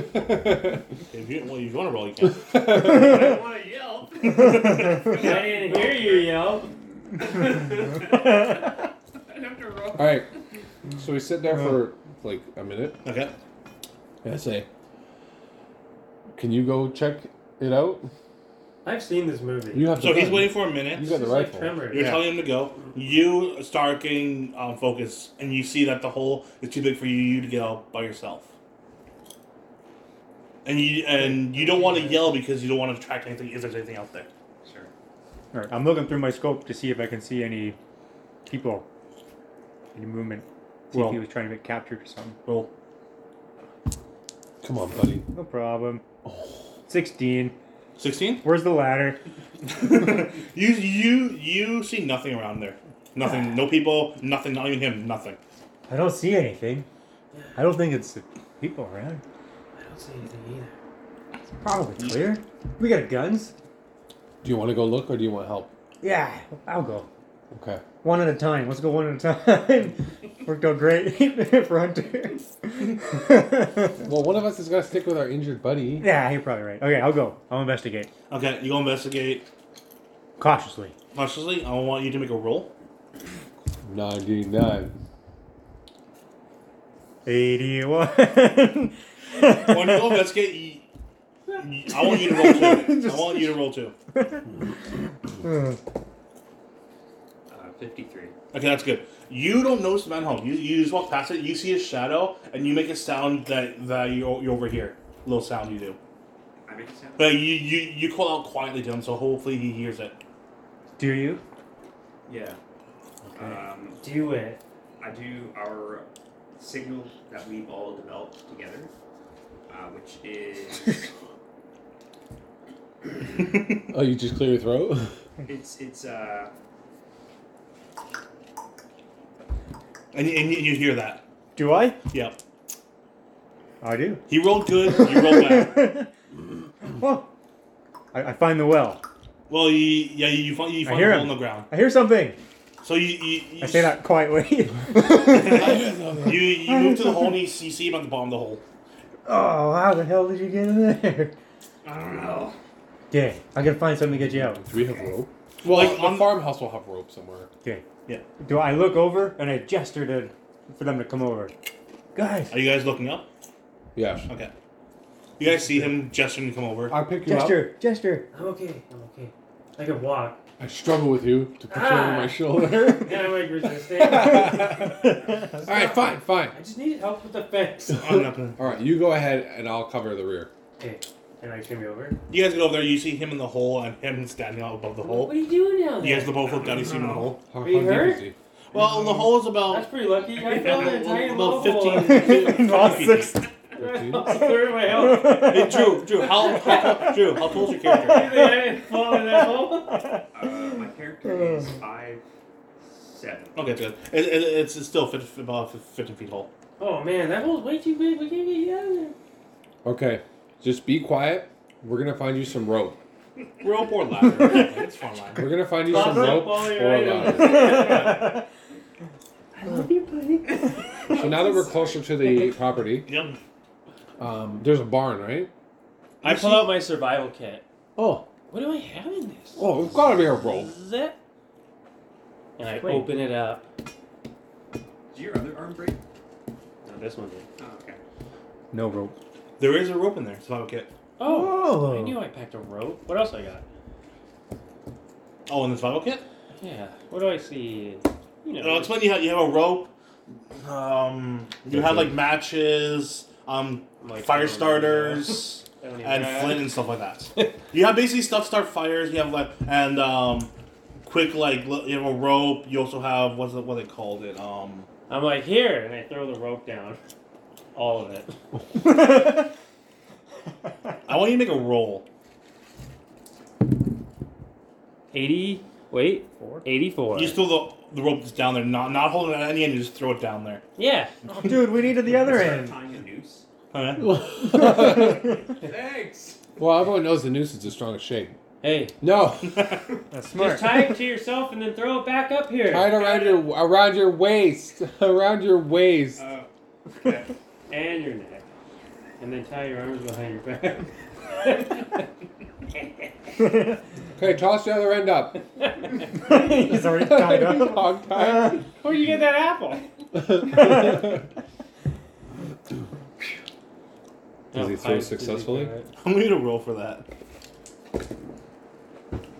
[SPEAKER 1] If you, well, if you want to roll, you can.
[SPEAKER 7] I don't want to yell.
[SPEAKER 2] I didn't hear you yell.
[SPEAKER 7] I have to roll.
[SPEAKER 4] All right. So we sit there for like a minute.
[SPEAKER 1] Okay.
[SPEAKER 4] And I say, "Can you go check it out?
[SPEAKER 2] I've seen this movie.
[SPEAKER 4] You have to."
[SPEAKER 1] So he's
[SPEAKER 4] run.
[SPEAKER 1] waiting for a
[SPEAKER 4] You
[SPEAKER 1] minute.
[SPEAKER 4] got the
[SPEAKER 2] It's like
[SPEAKER 4] rifle.
[SPEAKER 2] Tremor.
[SPEAKER 1] You're
[SPEAKER 3] Yeah.
[SPEAKER 1] telling him to go. You start getting um, focus, and you see that the hole is too big for you, you to get out by yourself. And you and you don't want to yell because you don't want to attract anything if there's anything out there.
[SPEAKER 7] Sure.
[SPEAKER 3] Alright, I'm looking through my scope to see if I can see any people. Any movement. See
[SPEAKER 1] Well-
[SPEAKER 3] if he was trying to get captured or something.
[SPEAKER 1] Roll.
[SPEAKER 4] Come on, buddy.
[SPEAKER 3] No problem. 16.
[SPEAKER 1] Sixteen.
[SPEAKER 3] Where's the ladder?
[SPEAKER 1] You you you see nothing around there. Nothing. No people. Nothing. Not even him. Nothing.
[SPEAKER 3] I don't see anything. I don't think it's the people around.
[SPEAKER 2] I don't see anything either.
[SPEAKER 3] It's probably clear. We got guns.
[SPEAKER 4] Do you want to go look or do you want help?
[SPEAKER 3] Yeah, I'll go.
[SPEAKER 4] Okay.
[SPEAKER 3] One at a time. Let's go one at a time. Worked out great for Hunter.
[SPEAKER 4] Well, one of us has got to stick with our injured buddy.
[SPEAKER 3] yeah, you're probably right. Okay, I'll go. I'll investigate
[SPEAKER 1] Okay, you go investigate.
[SPEAKER 3] cautiously.
[SPEAKER 1] Cautiously, I want you to make a roll.
[SPEAKER 4] 99.
[SPEAKER 3] 81.
[SPEAKER 1] When you go investigate, you, you- I want you to roll two. I want you to roll two.
[SPEAKER 7] Uh, 53.
[SPEAKER 1] Okay, that's good. You don't notice the manhole. You, you just walk past it. You see a shadow, and you make a sound that that you you overhear. Little sound you do,
[SPEAKER 7] I make a sound.
[SPEAKER 1] but you you you call out quietly to him, so hopefully he hears it.
[SPEAKER 3] Do you?
[SPEAKER 7] Yeah. Um,
[SPEAKER 2] Do it.
[SPEAKER 7] I do our signal that we've all developed together, uh, which is
[SPEAKER 4] Oh, you just clear your throat?
[SPEAKER 7] it's it's uh
[SPEAKER 1] And, and you, you hear that.
[SPEAKER 3] Do I?
[SPEAKER 1] Yep.
[SPEAKER 3] I do.
[SPEAKER 1] He rolled good. You rolled bad.
[SPEAKER 3] well, Oh. I, I find the well.
[SPEAKER 1] Well, you, yeah, you find you
[SPEAKER 3] I
[SPEAKER 1] find
[SPEAKER 3] hear
[SPEAKER 1] a hole
[SPEAKER 3] him.
[SPEAKER 1] in the ground.
[SPEAKER 3] I hear something.
[SPEAKER 1] So you you, you
[SPEAKER 3] I say that quietly.
[SPEAKER 1] You you move to the hole and you see, you see him at the bottom of the hole.
[SPEAKER 3] oh, how the hell did you get in there?
[SPEAKER 7] I don't know.
[SPEAKER 3] Okay, I gotta find something to get you out.
[SPEAKER 4] Do we have rope?
[SPEAKER 1] Well,
[SPEAKER 4] Like,
[SPEAKER 1] like,
[SPEAKER 4] the
[SPEAKER 1] on-
[SPEAKER 4] farmhouse will have rope somewhere.
[SPEAKER 3] Okay.
[SPEAKER 1] Yeah.
[SPEAKER 3] Do I look over and I gesture to for them to come over? Guys,
[SPEAKER 1] are you guys looking up?
[SPEAKER 4] Yeah.
[SPEAKER 1] Okay. You guys see him gesturing to come over.
[SPEAKER 4] I pick you
[SPEAKER 3] gesture, gesture.
[SPEAKER 2] I'm okay. I'm okay. I can walk.
[SPEAKER 4] up. I struggle with you to put you over my
[SPEAKER 2] Ah.
[SPEAKER 4] shoulder.
[SPEAKER 2] And I'm like resisting. I
[SPEAKER 4] All right, fine, fine.
[SPEAKER 2] just need help with the fence.
[SPEAKER 1] I'm not gonna-
[SPEAKER 4] All right, you go ahead and I'll cover the rear.
[SPEAKER 2] Okay. And I turn me over.
[SPEAKER 1] You guys get over there. You see him in the hole and him standing out above the
[SPEAKER 2] What
[SPEAKER 1] hole.
[SPEAKER 2] are you doing now?
[SPEAKER 1] You
[SPEAKER 2] there?
[SPEAKER 1] guys the both look down. You see him in the hole.
[SPEAKER 4] How,
[SPEAKER 2] Are you
[SPEAKER 4] how deep
[SPEAKER 2] hurt?
[SPEAKER 4] is he?
[SPEAKER 1] Well, the hole is about
[SPEAKER 2] That's pretty lucky. I fell in an entire
[SPEAKER 1] about
[SPEAKER 2] well
[SPEAKER 1] 15,
[SPEAKER 2] hole.
[SPEAKER 1] 15
[SPEAKER 3] Lost
[SPEAKER 1] feet.
[SPEAKER 3] six.
[SPEAKER 2] I lost a third of my health.
[SPEAKER 1] Hey, Drew, Drew, how, how tall- Drew, how tall is your character?
[SPEAKER 2] I didn't fall in that hole.
[SPEAKER 7] Uh, my character is five seven.
[SPEAKER 1] Okay, it's good. It, it, it's, it's still 50, about 15 feet tall.
[SPEAKER 2] Oh man, that hole's way too big. We can't get you out of there.
[SPEAKER 4] Okay, just be quiet. We're gonna find you some rope.
[SPEAKER 1] Rope or ladder? it's fun ladder.
[SPEAKER 4] We're gonna find you
[SPEAKER 2] Toss
[SPEAKER 4] some
[SPEAKER 2] up
[SPEAKER 4] rope
[SPEAKER 2] all your
[SPEAKER 4] or
[SPEAKER 2] items.
[SPEAKER 4] ladder.
[SPEAKER 2] I love you, buddy.
[SPEAKER 4] So now that we're closer to the property,
[SPEAKER 1] Yep.
[SPEAKER 4] um, there's a barn, right?
[SPEAKER 1] I
[SPEAKER 2] I
[SPEAKER 1] pull
[SPEAKER 2] pull
[SPEAKER 1] out
[SPEAKER 2] out my survival kit.
[SPEAKER 4] Oh,
[SPEAKER 2] What do I have in this?
[SPEAKER 4] oh, it's gotta be a rope.
[SPEAKER 2] Zip. And I
[SPEAKER 3] Wait.
[SPEAKER 2] open it up.
[SPEAKER 7] Did your other arm break?
[SPEAKER 2] No, this one did.
[SPEAKER 7] Oh, okay.
[SPEAKER 3] No rope.
[SPEAKER 1] There is a rope in there, so I'll get.
[SPEAKER 2] Oh, I
[SPEAKER 3] Oh.
[SPEAKER 2] knew I packed a rope. What else I got?
[SPEAKER 1] Oh, and the survival kit?
[SPEAKER 2] Yeah. What do I see? You know.
[SPEAKER 1] And I'll explain to you how you have a rope. Um, you have like matches, um,
[SPEAKER 2] Like,
[SPEAKER 1] fire
[SPEAKER 2] um,
[SPEAKER 1] starters,
[SPEAKER 2] I don't even
[SPEAKER 1] and
[SPEAKER 2] know.
[SPEAKER 1] flint and stuff like that. you have basically stuff to start fires. You have like and um, quick like li- you have a rope. You also have what's the, what they called it um.
[SPEAKER 2] I'm like here, and I throw the rope down. All of it.
[SPEAKER 1] I want you to make a roll.
[SPEAKER 2] Eighty. Wait.
[SPEAKER 3] Four.
[SPEAKER 2] Eighty-four.
[SPEAKER 1] You just throw the, the rope that's down there, not not holding it at any end. You just throw it down there.
[SPEAKER 2] yeah.
[SPEAKER 3] Dude, we needed the other
[SPEAKER 7] Start
[SPEAKER 3] end.
[SPEAKER 7] tying a noose.
[SPEAKER 1] Okay?
[SPEAKER 4] well,
[SPEAKER 7] Thanks.
[SPEAKER 4] everyone knows the noose is the strongest shape.
[SPEAKER 2] Hey.
[SPEAKER 4] No,
[SPEAKER 3] That's smart.
[SPEAKER 2] Just tie it to yourself and then throw it back up here.
[SPEAKER 4] tie it around your around your waist, around your waist.
[SPEAKER 7] Uh, okay.
[SPEAKER 2] and your neck. And then tie your arms behind your back.
[SPEAKER 4] Okay, toss the other end up.
[SPEAKER 3] He's already tied up.
[SPEAKER 4] Hog tie.
[SPEAKER 2] Where'd you get that apple?
[SPEAKER 4] Does he throw successfully?
[SPEAKER 1] I want you to roll for that.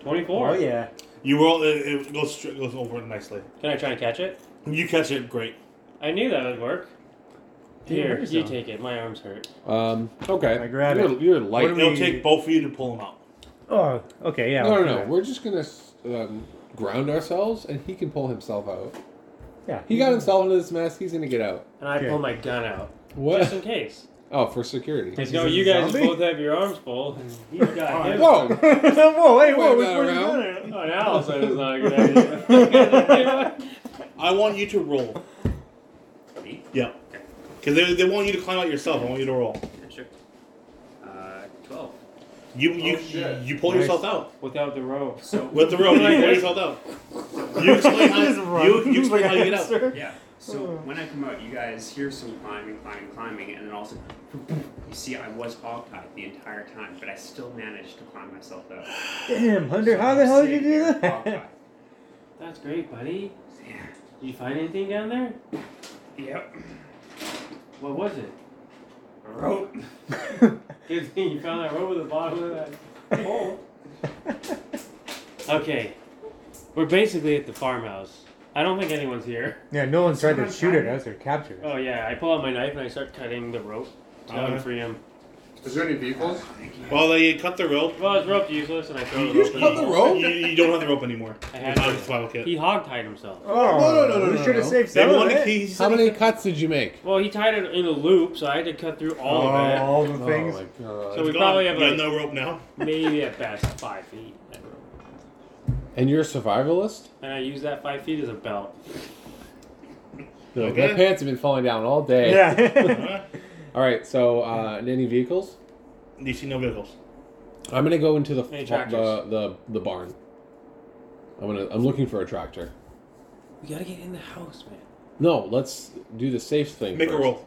[SPEAKER 2] Twenty-four.
[SPEAKER 3] Oh yeah.
[SPEAKER 1] You roll. It, it goes stri- goes over nicely.
[SPEAKER 2] Can I try and catch it?
[SPEAKER 1] You catch it. Great.
[SPEAKER 2] I knew that would work.
[SPEAKER 3] Dude,
[SPEAKER 2] Here,
[SPEAKER 3] where's
[SPEAKER 2] you
[SPEAKER 3] that?
[SPEAKER 2] take it. My arms hurt.
[SPEAKER 4] Um. Okay.
[SPEAKER 3] I grab
[SPEAKER 4] you're,
[SPEAKER 3] it.
[SPEAKER 4] You're
[SPEAKER 3] What
[SPEAKER 4] light.
[SPEAKER 3] do
[SPEAKER 1] It'll
[SPEAKER 3] We-
[SPEAKER 1] take both of you to pull him out.
[SPEAKER 3] Oh. Okay. Yeah.
[SPEAKER 4] No,
[SPEAKER 3] I'll
[SPEAKER 4] no,
[SPEAKER 3] do
[SPEAKER 4] no.
[SPEAKER 3] that.
[SPEAKER 4] We're just gonna um, ground ourselves, and he can pull himself out.
[SPEAKER 3] Yeah.
[SPEAKER 4] He got himself into this mess. He's gonna get out.
[SPEAKER 2] And I
[SPEAKER 3] Okay.
[SPEAKER 2] pull my gun out. Just in
[SPEAKER 4] What?
[SPEAKER 2] case.
[SPEAKER 4] Oh, for security.
[SPEAKER 2] Because
[SPEAKER 3] Is
[SPEAKER 2] you know,
[SPEAKER 3] this a
[SPEAKER 2] you guys
[SPEAKER 3] zombie?
[SPEAKER 2] both have your arms full. and He's got him.
[SPEAKER 4] Whoa!
[SPEAKER 3] whoa! Hey! Whoa!
[SPEAKER 4] Wait,
[SPEAKER 3] We're
[SPEAKER 4] that
[SPEAKER 3] putting
[SPEAKER 4] around?
[SPEAKER 3] it on it.
[SPEAKER 2] Oh, now all of a sudden it's not a good idea.
[SPEAKER 1] I want you to roll.
[SPEAKER 7] Me?
[SPEAKER 1] Yeah.
[SPEAKER 7] Okay.
[SPEAKER 1] Because they, they want you to climb out yourself. I want you to roll.
[SPEAKER 7] Yeah, sure. Uh, twelve.
[SPEAKER 1] You you
[SPEAKER 4] shit.
[SPEAKER 7] Oh,
[SPEAKER 1] you pull
[SPEAKER 3] Nice.
[SPEAKER 1] yourself out
[SPEAKER 2] Without the rope.
[SPEAKER 7] So
[SPEAKER 1] with the rope. You pull yourself out.
[SPEAKER 7] So
[SPEAKER 1] You explain how,
[SPEAKER 3] Just
[SPEAKER 1] you,
[SPEAKER 3] run
[SPEAKER 1] you explain
[SPEAKER 3] like
[SPEAKER 1] how
[SPEAKER 3] a
[SPEAKER 1] you get out.
[SPEAKER 3] hamster.
[SPEAKER 7] Yeah. So
[SPEAKER 3] Hmm.
[SPEAKER 7] when I come out, you guys hear some climbing, climbing, climbing, and then also, you see, I was hogtied the entire time, but I still managed to climb myself up.
[SPEAKER 3] Damn, Hunter,
[SPEAKER 7] So
[SPEAKER 3] how
[SPEAKER 7] I'm
[SPEAKER 3] the hell did you
[SPEAKER 7] sitting
[SPEAKER 3] do
[SPEAKER 7] there
[SPEAKER 3] that?
[SPEAKER 7] hogtied.
[SPEAKER 2] That's great, buddy.
[SPEAKER 7] Yeah.
[SPEAKER 2] Did you find anything down there?
[SPEAKER 7] Yep.
[SPEAKER 2] What was it?
[SPEAKER 7] A rope.
[SPEAKER 2] Good thing you found that rope at the bottom of that hole. Okay. We're basically at the farmhouse. I don't think anyone's here.
[SPEAKER 3] yeah, no one tried to shoot at us or capture us.
[SPEAKER 2] Oh yeah, I pull out my knife and I start cutting the rope to
[SPEAKER 1] Uh-huh.
[SPEAKER 2] unfree him.
[SPEAKER 8] Is there any vehicles?
[SPEAKER 7] Ah,
[SPEAKER 1] Well, they cut the rope.
[SPEAKER 2] Well, his rope's useless, and I throw
[SPEAKER 1] You
[SPEAKER 2] the
[SPEAKER 1] just
[SPEAKER 2] rope.
[SPEAKER 4] cut the rope?
[SPEAKER 1] You, you don't have the rope anymore.
[SPEAKER 2] I
[SPEAKER 1] It's
[SPEAKER 2] had
[SPEAKER 1] not a
[SPEAKER 2] it.
[SPEAKER 1] survival kit.
[SPEAKER 2] He hogtied himself.
[SPEAKER 3] Oh,
[SPEAKER 4] No, no, no, no,
[SPEAKER 3] We
[SPEAKER 4] no,
[SPEAKER 3] should have
[SPEAKER 4] no.
[SPEAKER 3] saved
[SPEAKER 1] They
[SPEAKER 3] some of
[SPEAKER 1] wanted-
[SPEAKER 3] it.
[SPEAKER 1] he- he said
[SPEAKER 4] How
[SPEAKER 1] he
[SPEAKER 4] many cuts did you make?
[SPEAKER 2] Well, he tied it in a loop, so I had to cut through all
[SPEAKER 3] Oh,
[SPEAKER 2] of
[SPEAKER 3] all the things.
[SPEAKER 4] Oh my god.
[SPEAKER 2] So we
[SPEAKER 1] It's gone.
[SPEAKER 2] probably have
[SPEAKER 1] You
[SPEAKER 2] like-
[SPEAKER 1] no rope now.
[SPEAKER 2] it. Maybe at best five feet. I don't know.
[SPEAKER 4] and you're a survivalist?
[SPEAKER 2] And I use that five feet as a belt.
[SPEAKER 4] No,
[SPEAKER 1] Okay.
[SPEAKER 4] My pants have been falling down all day.
[SPEAKER 3] yeah.
[SPEAKER 1] Alright.
[SPEAKER 4] All right. So, uh, and any vehicles?
[SPEAKER 1] You see no vehicles.
[SPEAKER 4] I'm gonna go into the
[SPEAKER 2] Any
[SPEAKER 4] the,
[SPEAKER 2] tractors?
[SPEAKER 4] the the barn. I'm gonna. I'm looking for a tractor.
[SPEAKER 2] We gotta get in the house, man.
[SPEAKER 4] No, let's do the safe thing.
[SPEAKER 1] Make a
[SPEAKER 4] first.
[SPEAKER 1] roll.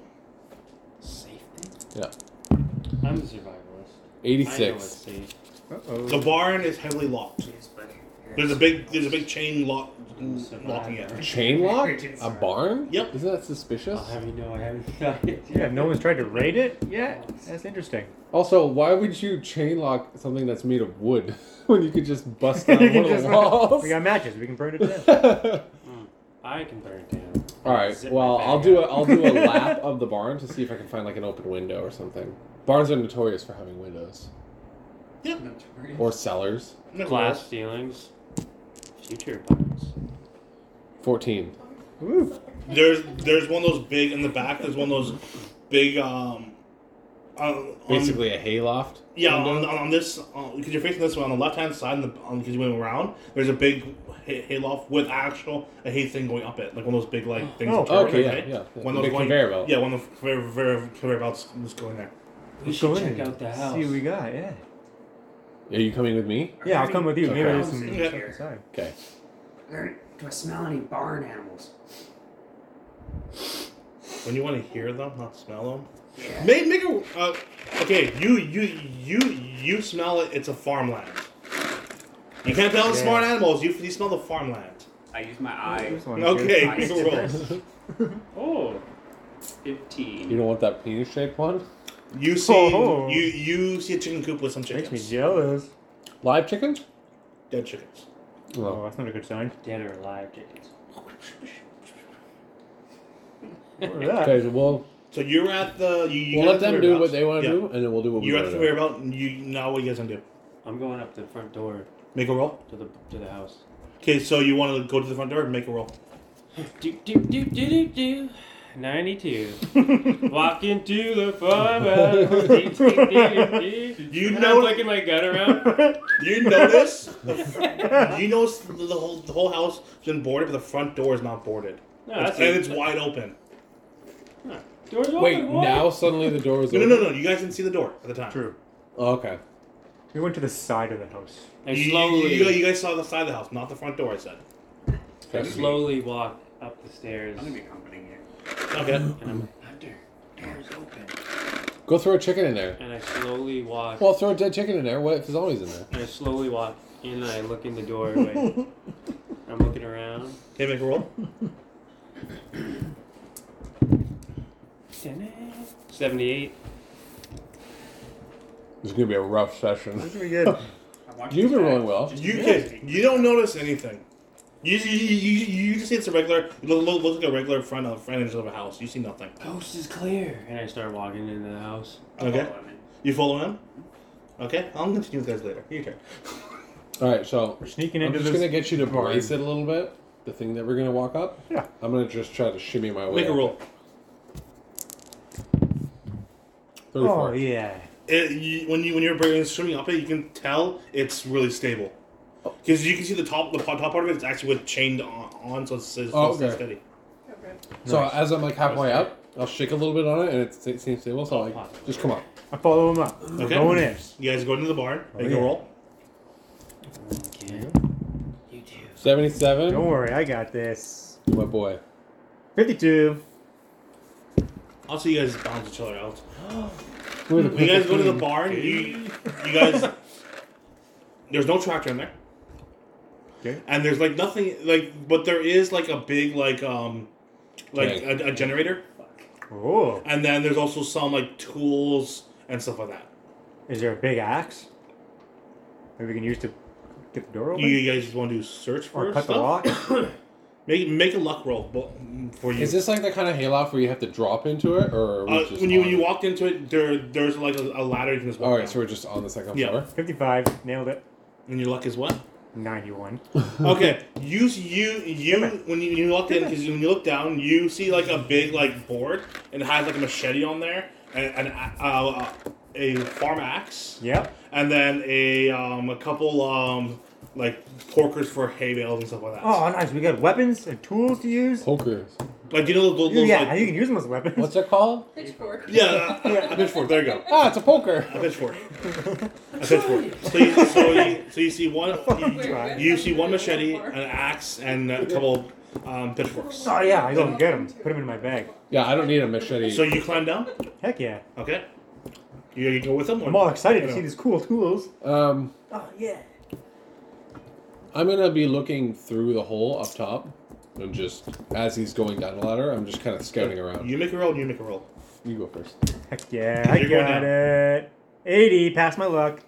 [SPEAKER 2] Safety.
[SPEAKER 4] Yeah.
[SPEAKER 2] I'm the survivalist. I know it's
[SPEAKER 4] Eighty-six.
[SPEAKER 2] safe.
[SPEAKER 1] The
[SPEAKER 3] Uh-oh.
[SPEAKER 1] barn is heavily locked.
[SPEAKER 5] Yes, buddy.
[SPEAKER 1] There's a big there's a big chain lock locking it.
[SPEAKER 4] Chain lock? A barn?
[SPEAKER 1] Yep.
[SPEAKER 4] Isn't that suspicious?
[SPEAKER 2] I'll have you know I haven't done it.
[SPEAKER 3] Yeah, no one's tried to raid it yet? That's interesting.
[SPEAKER 4] Also, why would you chain lock something that's made of wood when you could just bust down
[SPEAKER 3] You
[SPEAKER 4] one
[SPEAKER 3] can
[SPEAKER 4] of
[SPEAKER 3] just-
[SPEAKER 4] the walls?
[SPEAKER 3] We got matches. We can burn it down.
[SPEAKER 2] I can burn it down.
[SPEAKER 4] All right.
[SPEAKER 2] Zip
[SPEAKER 4] Well,
[SPEAKER 2] my
[SPEAKER 4] I'll
[SPEAKER 2] bag
[SPEAKER 4] do a
[SPEAKER 2] up.
[SPEAKER 4] I'll do a lap of the barn to see if I can find like an open window or something. Barns are notorious for having windows
[SPEAKER 1] Yeah.
[SPEAKER 4] or cellars.
[SPEAKER 1] Make a
[SPEAKER 2] Glass ceilings. Future apartments.
[SPEAKER 4] Fourteen.
[SPEAKER 3] Woo.
[SPEAKER 1] roll. There's there's one of those big in the back. There's one of those big um. On, on,
[SPEAKER 4] Basically a hayloft.
[SPEAKER 1] Um, yeah,
[SPEAKER 4] window.
[SPEAKER 1] on, on, on this, because you're facing this way on the left hand side, because um 'cause you went around. There's a big hay, hayloft with actual a hay thing going up it, like one of those big like things.
[SPEAKER 3] Oh,
[SPEAKER 1] with turbines,
[SPEAKER 4] okay, yeah,
[SPEAKER 1] right?
[SPEAKER 4] yeah,
[SPEAKER 1] One
[SPEAKER 4] yeah. The
[SPEAKER 1] of those
[SPEAKER 4] big
[SPEAKER 1] going-
[SPEAKER 4] conveyor belt.
[SPEAKER 1] Yeah, one of the conveyor, conveyor, conveyor belts is going there.
[SPEAKER 2] We
[SPEAKER 3] Let's
[SPEAKER 2] should
[SPEAKER 3] go in
[SPEAKER 2] check out the
[SPEAKER 3] and
[SPEAKER 2] house.
[SPEAKER 3] See what we got. Yeah.
[SPEAKER 4] Are you coming with me?
[SPEAKER 3] Yeah, I'll come with you. Maybe
[SPEAKER 4] Okay.
[SPEAKER 3] there's some
[SPEAKER 1] Yeah.
[SPEAKER 3] stuff inside.
[SPEAKER 4] Okay.
[SPEAKER 5] There- Do I smell any barn animals?
[SPEAKER 1] When you want to hear them, not smell them.
[SPEAKER 5] Yeah.
[SPEAKER 1] Make make a uh, okay. You you you you smell it. It's a farmland. You can't tell it's
[SPEAKER 3] Yeah.
[SPEAKER 1] smart animals. You you smell the farmland.
[SPEAKER 7] I use my eye.
[SPEAKER 3] There's one, too.
[SPEAKER 1] Okay,
[SPEAKER 7] I
[SPEAKER 1] make a
[SPEAKER 7] see.
[SPEAKER 1] roll.
[SPEAKER 2] Oh,
[SPEAKER 7] Fifteen.
[SPEAKER 4] You don't want that penis shaped one?
[SPEAKER 1] You see
[SPEAKER 3] Oh.
[SPEAKER 1] you you see a chicken coop with some
[SPEAKER 3] Makes me
[SPEAKER 1] chickens.
[SPEAKER 3] jealous.
[SPEAKER 4] Live chicken?
[SPEAKER 1] Dead chickens.
[SPEAKER 3] Oh,
[SPEAKER 4] Oh.
[SPEAKER 3] that's not a good sign.
[SPEAKER 2] dead or alive chickens.
[SPEAKER 3] What was
[SPEAKER 1] Uh,
[SPEAKER 3] that?
[SPEAKER 4] Okay, so we'll,
[SPEAKER 1] So you're at the you. you
[SPEAKER 4] we'll
[SPEAKER 1] got
[SPEAKER 4] let
[SPEAKER 1] the
[SPEAKER 4] them
[SPEAKER 1] conveyor
[SPEAKER 4] do
[SPEAKER 1] belts.
[SPEAKER 4] what they want to
[SPEAKER 1] Yeah.
[SPEAKER 4] do, and then we'll do what we
[SPEAKER 1] You're at
[SPEAKER 4] want
[SPEAKER 1] the
[SPEAKER 4] to
[SPEAKER 1] conveyor
[SPEAKER 4] do.
[SPEAKER 1] belt. And you now what you guys gonna do?
[SPEAKER 2] I'm going up to the front door
[SPEAKER 1] Make a roll.
[SPEAKER 2] to the to the house.
[SPEAKER 1] Okay, so you want to go to the front door and make a roll.
[SPEAKER 2] Do do do do do do. Ninety-two. Walk into the farmhouse. Do, do, do, do, do.
[SPEAKER 1] You
[SPEAKER 2] And
[SPEAKER 1] know-
[SPEAKER 2] I'm flicking my gun around.
[SPEAKER 1] You notice the, you notice the the whole the whole house has been boarded, but the front door is not boarded,
[SPEAKER 2] No, Ah, that's
[SPEAKER 1] and it's wide open.
[SPEAKER 2] Door's open.
[SPEAKER 4] Wait,
[SPEAKER 2] what?
[SPEAKER 4] now suddenly the door is
[SPEAKER 1] No, no,
[SPEAKER 4] open?
[SPEAKER 1] no, no. You guys didn't see the door at the time.
[SPEAKER 3] True.
[SPEAKER 4] Oh, okay.
[SPEAKER 3] We went to the side of the house.
[SPEAKER 2] I
[SPEAKER 1] You- you-
[SPEAKER 2] slowly,
[SPEAKER 1] You, you guys saw the side of the house, not the front door. I said.
[SPEAKER 2] I
[SPEAKER 4] Okay.
[SPEAKER 2] slowly walk up the stairs,
[SPEAKER 7] I'm gonna be accompanying you.
[SPEAKER 1] Okay.
[SPEAKER 2] and I'm like, Hunter, door's open.
[SPEAKER 4] Go throw a chicken in there.
[SPEAKER 2] And I slowly walk.
[SPEAKER 4] Well, throw a dead chicken in there. What if there's always in there?
[SPEAKER 2] and I slowly walk in, and I look in the doorway. I'm looking around.
[SPEAKER 1] Okay, make a roll.
[SPEAKER 2] Seventy-eight.
[SPEAKER 4] It's going to be a rough session.
[SPEAKER 3] That's pretty good.
[SPEAKER 7] I'm watching
[SPEAKER 4] You've
[SPEAKER 7] your
[SPEAKER 4] been
[SPEAKER 7] back.
[SPEAKER 4] rolling well.
[SPEAKER 1] You kid, you don't notice anything. You you, you, you just see it's a regular look, look, look like a regular front of front entrance of a house. You see nothing.
[SPEAKER 2] Coast is clear. And I start walking into the house.
[SPEAKER 7] I'll
[SPEAKER 1] Okay.
[SPEAKER 7] follow him in.
[SPEAKER 1] You follow him. Okay, I'll continue with guys later. Your turn.
[SPEAKER 4] All right, so
[SPEAKER 3] We're sneaking
[SPEAKER 4] I'm
[SPEAKER 3] into
[SPEAKER 4] just
[SPEAKER 3] this.
[SPEAKER 4] going to get you to
[SPEAKER 3] barn.
[SPEAKER 4] brace it a little bit. The thing that we're going to walk up.
[SPEAKER 3] Yeah.
[SPEAKER 4] I'm going to just try to shimmy my way.
[SPEAKER 1] Make a
[SPEAKER 4] up.
[SPEAKER 1] roll.
[SPEAKER 4] 34.
[SPEAKER 3] Oh yeah.
[SPEAKER 1] It, Uh, you, when you when you're bringing- swimming up it, you can tell it's really stable. Because you can see the top the po- top part of it is actually with chained on, on so it's, it's,
[SPEAKER 4] Oh,
[SPEAKER 1] it's
[SPEAKER 4] okay.
[SPEAKER 1] steady.
[SPEAKER 6] Okay.
[SPEAKER 4] So
[SPEAKER 3] Nice.
[SPEAKER 4] as I'm like halfway
[SPEAKER 1] Nice.
[SPEAKER 4] up, I'll shake a little bit on it, and it se- seems stable. So like, just come on.
[SPEAKER 3] I follow him up. We're
[SPEAKER 1] Okay.
[SPEAKER 3] going in.
[SPEAKER 1] You guys go into the barn. Make
[SPEAKER 3] yeah.
[SPEAKER 1] a roll.
[SPEAKER 2] Okay. You too.
[SPEAKER 3] Don't
[SPEAKER 4] 77?
[SPEAKER 3] worry, I got this.
[SPEAKER 4] My boy.
[SPEAKER 3] 52.
[SPEAKER 1] I'll see you guys balance each other out.
[SPEAKER 3] We're the
[SPEAKER 1] When you guys
[SPEAKER 3] perfect
[SPEAKER 1] go to the
[SPEAKER 3] team.
[SPEAKER 1] bar, and you, you guys. There's no tractor in there.
[SPEAKER 3] Okay.
[SPEAKER 1] And there's like nothing like, but there is like a big like um, like
[SPEAKER 4] Tank.
[SPEAKER 1] a, a generator,
[SPEAKER 3] Oh,
[SPEAKER 1] and then there's also some like tools and stuff like that.
[SPEAKER 3] is there a big axe that we can use to get the door open?
[SPEAKER 1] You guys just want to do search for
[SPEAKER 3] or cut the
[SPEAKER 1] stuff?
[SPEAKER 3] lock?
[SPEAKER 1] Make make a luck roll bo- for you.
[SPEAKER 4] Is this like the kind of hayloft where you have to drop into it, or are we
[SPEAKER 1] uh,
[SPEAKER 4] just
[SPEAKER 1] when you
[SPEAKER 4] on
[SPEAKER 1] when you
[SPEAKER 4] it?
[SPEAKER 1] walked into it, there there's like a, a ladder you can just walk
[SPEAKER 4] All right,
[SPEAKER 1] down.
[SPEAKER 4] so we're just on the second
[SPEAKER 1] Yeah.
[SPEAKER 4] floor.
[SPEAKER 3] 55. Nailed it.
[SPEAKER 1] and your luck is what?
[SPEAKER 3] 91.
[SPEAKER 1] okay, you you you when you, you look in because when you look down, you see like a big like board and it has like a machete on there and, and uh, a farm axe
[SPEAKER 3] Yep.
[SPEAKER 1] and then a um, a couple um like porkers for hay bales and stuff like that.
[SPEAKER 3] Oh, nice. We got weapons and tools to use.
[SPEAKER 4] Poker.
[SPEAKER 1] Like you know those, those
[SPEAKER 3] yeah,
[SPEAKER 1] like
[SPEAKER 3] you can use them as weapons.
[SPEAKER 4] What's it called?
[SPEAKER 6] Pitchfork.
[SPEAKER 1] yeah a, a pitchfork. There you go.
[SPEAKER 4] Ah, it's a poker.
[SPEAKER 1] A pitchfork. A pitchfork. So you, so you, so you see one you,
[SPEAKER 6] Where-
[SPEAKER 1] you see one machete, an
[SPEAKER 6] Pitchfork.
[SPEAKER 1] axe, and a couple um, pitchforks.
[SPEAKER 3] Oh, yeah, I go and get them. Put them in my bag.
[SPEAKER 4] Yeah, I don't need a machete.
[SPEAKER 1] So you climb down.
[SPEAKER 3] Heck yeah.
[SPEAKER 1] Okay. You, you go with them? or-
[SPEAKER 3] I'm all excited to
[SPEAKER 1] Yeah.
[SPEAKER 3] see these cool tools.
[SPEAKER 4] um,
[SPEAKER 3] Oh, yeah.
[SPEAKER 4] I'm gonna be looking through the hole up top, and just as he's going down the ladder, I'm just kind of scouting around.
[SPEAKER 1] You make a roll, you make a roll.
[SPEAKER 4] You go first.
[SPEAKER 3] Heck yeah. I
[SPEAKER 1] You're going
[SPEAKER 3] got
[SPEAKER 1] down.
[SPEAKER 3] it. 80. Pass my luck.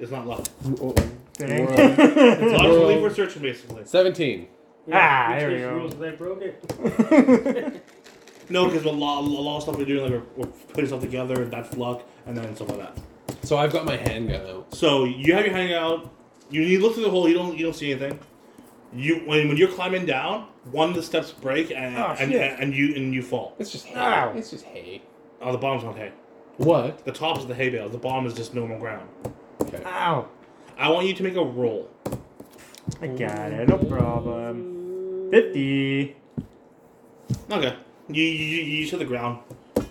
[SPEAKER 1] It's not luck.
[SPEAKER 3] Dang.
[SPEAKER 1] It's luck to leave researching, basically.
[SPEAKER 4] Seventeen.
[SPEAKER 3] Ah,
[SPEAKER 2] we
[SPEAKER 3] there we
[SPEAKER 2] changed
[SPEAKER 3] go.
[SPEAKER 2] Rules and I broke it.
[SPEAKER 1] No, because a lot, a lot of stuff we're doing, like we're, we're putting stuff together, that's luck, and then stuff like that.
[SPEAKER 4] So I've got my handgun out.
[SPEAKER 1] So you have your hand out. You, you look through the hole. You don't you don't see anything. You when, when you're climbing down, one of the steps break and
[SPEAKER 3] Oh,
[SPEAKER 1] and,
[SPEAKER 3] shit.
[SPEAKER 1] and, you and you fall.
[SPEAKER 4] It's just hay.
[SPEAKER 3] Ow.
[SPEAKER 4] It's just hay.
[SPEAKER 1] Oh, the bottom's not hay.
[SPEAKER 4] What?
[SPEAKER 1] The top is the hay bale. The bottom is just normal ground.
[SPEAKER 4] Okay.
[SPEAKER 3] Ow.
[SPEAKER 1] I want you to make a roll.
[SPEAKER 3] I got it. No problem. 50.
[SPEAKER 1] Okay. You you, you you hit the ground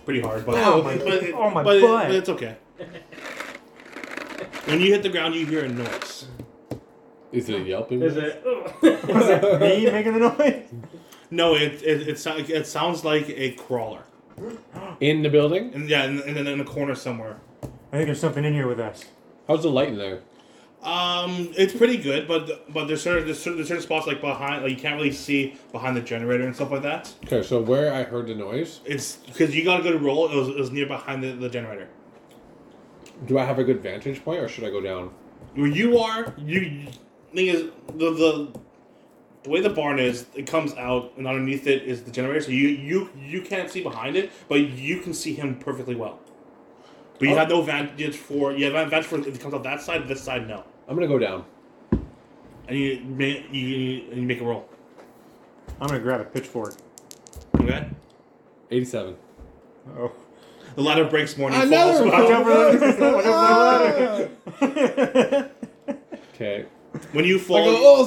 [SPEAKER 1] pretty hard, but
[SPEAKER 3] Ow, my-
[SPEAKER 1] but it-
[SPEAKER 3] oh, my
[SPEAKER 1] but it-
[SPEAKER 3] butt.
[SPEAKER 1] but it's okay. When you hit the ground, you hear a noise.
[SPEAKER 4] Is it a yelping?
[SPEAKER 2] Is it?
[SPEAKER 3] Was it me making the noise?
[SPEAKER 1] No, it it it, sound, it sounds like a crawler,
[SPEAKER 4] in the building?
[SPEAKER 1] and yeah, and in, in, in a corner somewhere.
[SPEAKER 3] I think there's something in here with us.
[SPEAKER 4] How's the light in there?
[SPEAKER 1] Um, it's pretty good, but but there's certain there's certain, there's certain spots like behind like you can't really see behind the generator and stuff like that.
[SPEAKER 4] Okay, so where I heard the noise,
[SPEAKER 1] It's because you got a good roll. It was, it was near behind the, the generator.
[SPEAKER 4] do I have a good vantage point, or should I go down?
[SPEAKER 1] Where you are, you you- thing is the the the way the barn is, it comes out and underneath it is the generator. So you you you can't see behind it, but you can see him perfectly well. But you
[SPEAKER 4] Oh.
[SPEAKER 1] have no vantage for you have advantage for if it comes out that side. This side no,
[SPEAKER 4] I'm gonna go down.
[SPEAKER 1] and you make you, you, you make a roll.
[SPEAKER 3] I'm gonna grab a pitchfork.
[SPEAKER 1] Okay,
[SPEAKER 4] Eighty-seven.
[SPEAKER 3] Oh.
[SPEAKER 1] the ladder breaks more. And he
[SPEAKER 4] Another
[SPEAKER 1] falls.
[SPEAKER 3] Watch out for the watch out for the ladder.
[SPEAKER 4] Okay.
[SPEAKER 1] When you
[SPEAKER 4] I
[SPEAKER 1] fall,
[SPEAKER 4] go, oh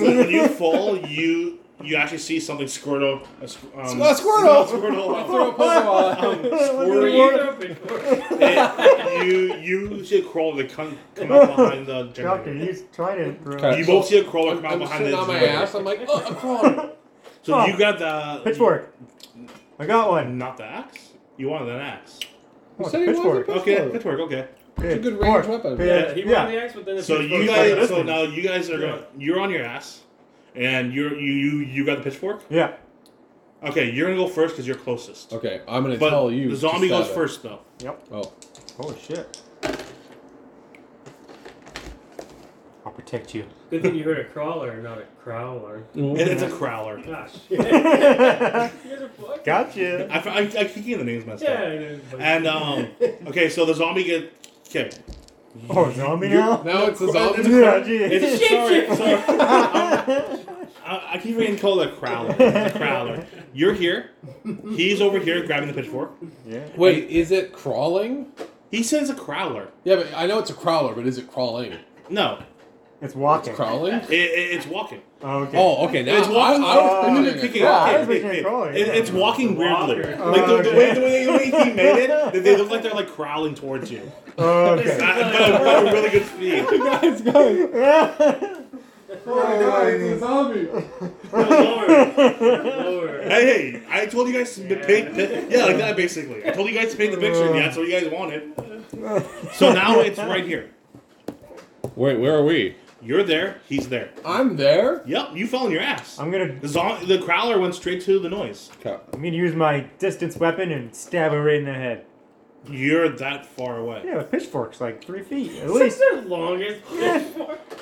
[SPEAKER 1] when you fall, you you actually see something Squirtle. uh, squ- Um,
[SPEAKER 4] Ah, Squirtle!
[SPEAKER 1] Squirtle.
[SPEAKER 4] Throw a Pokeball.
[SPEAKER 1] Um, Squirtle. It- you you see a crawler that come, come out behind the
[SPEAKER 3] Doctor,
[SPEAKER 1] generator.
[SPEAKER 3] you tried it, bro.
[SPEAKER 4] Okay.
[SPEAKER 1] You both see a crawler
[SPEAKER 4] I'm,
[SPEAKER 1] come out
[SPEAKER 4] I'm
[SPEAKER 1] behind
[SPEAKER 4] sitting
[SPEAKER 1] the
[SPEAKER 4] on my
[SPEAKER 1] generator.
[SPEAKER 4] ass. I'm like, oh, I'm crawling.
[SPEAKER 1] So
[SPEAKER 3] Oh.
[SPEAKER 1] you got the
[SPEAKER 3] Pitchfork. I got one.
[SPEAKER 1] Not the axe. You wanted an axe.
[SPEAKER 4] Who
[SPEAKER 3] Oh,
[SPEAKER 4] said he wanted
[SPEAKER 3] pitchfork.
[SPEAKER 4] a
[SPEAKER 1] Okay,
[SPEAKER 4] Pitchfork.
[SPEAKER 1] pitchfork. Okay.
[SPEAKER 3] It's
[SPEAKER 4] a good range weapon.
[SPEAKER 2] yeah, he
[SPEAKER 3] yeah.
[SPEAKER 2] won the axe, but then the
[SPEAKER 1] So you
[SPEAKER 2] pitchfork-
[SPEAKER 1] guys.
[SPEAKER 3] this
[SPEAKER 1] So
[SPEAKER 3] thing.
[SPEAKER 1] now you guys are going. You're on your ass, and you're you you you got the pitchfork.
[SPEAKER 3] yeah.
[SPEAKER 1] Okay, you're gonna go first because you're closest.
[SPEAKER 4] Okay, I'm gonna
[SPEAKER 1] But
[SPEAKER 4] tell you.
[SPEAKER 1] the
[SPEAKER 4] to
[SPEAKER 1] zombie
[SPEAKER 4] stab
[SPEAKER 1] goes
[SPEAKER 4] it.
[SPEAKER 1] first though.
[SPEAKER 3] Yep.
[SPEAKER 4] Oh,
[SPEAKER 3] Holy shit. I'll protect you.
[SPEAKER 2] Good thing you heard a crawler, not a crowler.
[SPEAKER 1] And it's a crowler.
[SPEAKER 2] Gosh.
[SPEAKER 3] gotcha.
[SPEAKER 2] You guys are
[SPEAKER 1] I,
[SPEAKER 2] fucking-
[SPEAKER 1] I, I keep getting the names messed
[SPEAKER 2] Yeah.
[SPEAKER 1] up.
[SPEAKER 2] it is, but-
[SPEAKER 1] And um, okay, so the zombie get okay.
[SPEAKER 3] Oh, zombie now?
[SPEAKER 4] now it's a zombie.
[SPEAKER 3] Yeah, gee.
[SPEAKER 1] It's, sorry, sorry. Um, I, I keep getting called a crowler. The crowler. You're here. He's over here grabbing the pitchfork.
[SPEAKER 3] yeah.
[SPEAKER 4] Wait, is it crawling?
[SPEAKER 1] He says a crowler.
[SPEAKER 4] Yeah, but I know it's a crawler, but is it crawling?
[SPEAKER 1] No,
[SPEAKER 3] It's walking.
[SPEAKER 4] Crawling?
[SPEAKER 1] it, it, it's walking.
[SPEAKER 3] Oh, okay.
[SPEAKER 4] Oh, okay. Now
[SPEAKER 1] It's walking.
[SPEAKER 4] I, I was
[SPEAKER 3] Oh,
[SPEAKER 4] picturing
[SPEAKER 1] it's
[SPEAKER 4] a
[SPEAKER 1] picking
[SPEAKER 3] yeah,
[SPEAKER 4] crawler.
[SPEAKER 3] I
[SPEAKER 1] up.
[SPEAKER 3] was picturing a crawler.
[SPEAKER 1] It, it's walking weirdly.
[SPEAKER 2] Walker.
[SPEAKER 1] Like the, the,
[SPEAKER 3] Okay.
[SPEAKER 1] way, the, way, the way he made it, they- they look like they're like crowling towards you,
[SPEAKER 3] Oh,
[SPEAKER 4] Oh.
[SPEAKER 3] Okay.
[SPEAKER 1] Uh, but at but at a really good speed.
[SPEAKER 4] It's going. Oh, it's a zombie.
[SPEAKER 2] Lower.
[SPEAKER 1] Hey, hey, I told you guys to paint. the- Yeah, like that basically. I told you guys to paint the picture. and that's what you guys wanted. So now it's right here.
[SPEAKER 4] Wait, where are we?
[SPEAKER 1] You're there. He's there.
[SPEAKER 4] I'm there.
[SPEAKER 1] Yep, you fell on your ass.
[SPEAKER 3] I'm gonna
[SPEAKER 1] The, zom- the crowler went straight to the noise.
[SPEAKER 4] Okay.
[SPEAKER 3] I'm gonna use my distance weapon and stab her right in the head.
[SPEAKER 1] You're that far away.
[SPEAKER 3] Yeah, the pitchfork's like three feet at
[SPEAKER 2] What's
[SPEAKER 3] least.
[SPEAKER 2] their longest?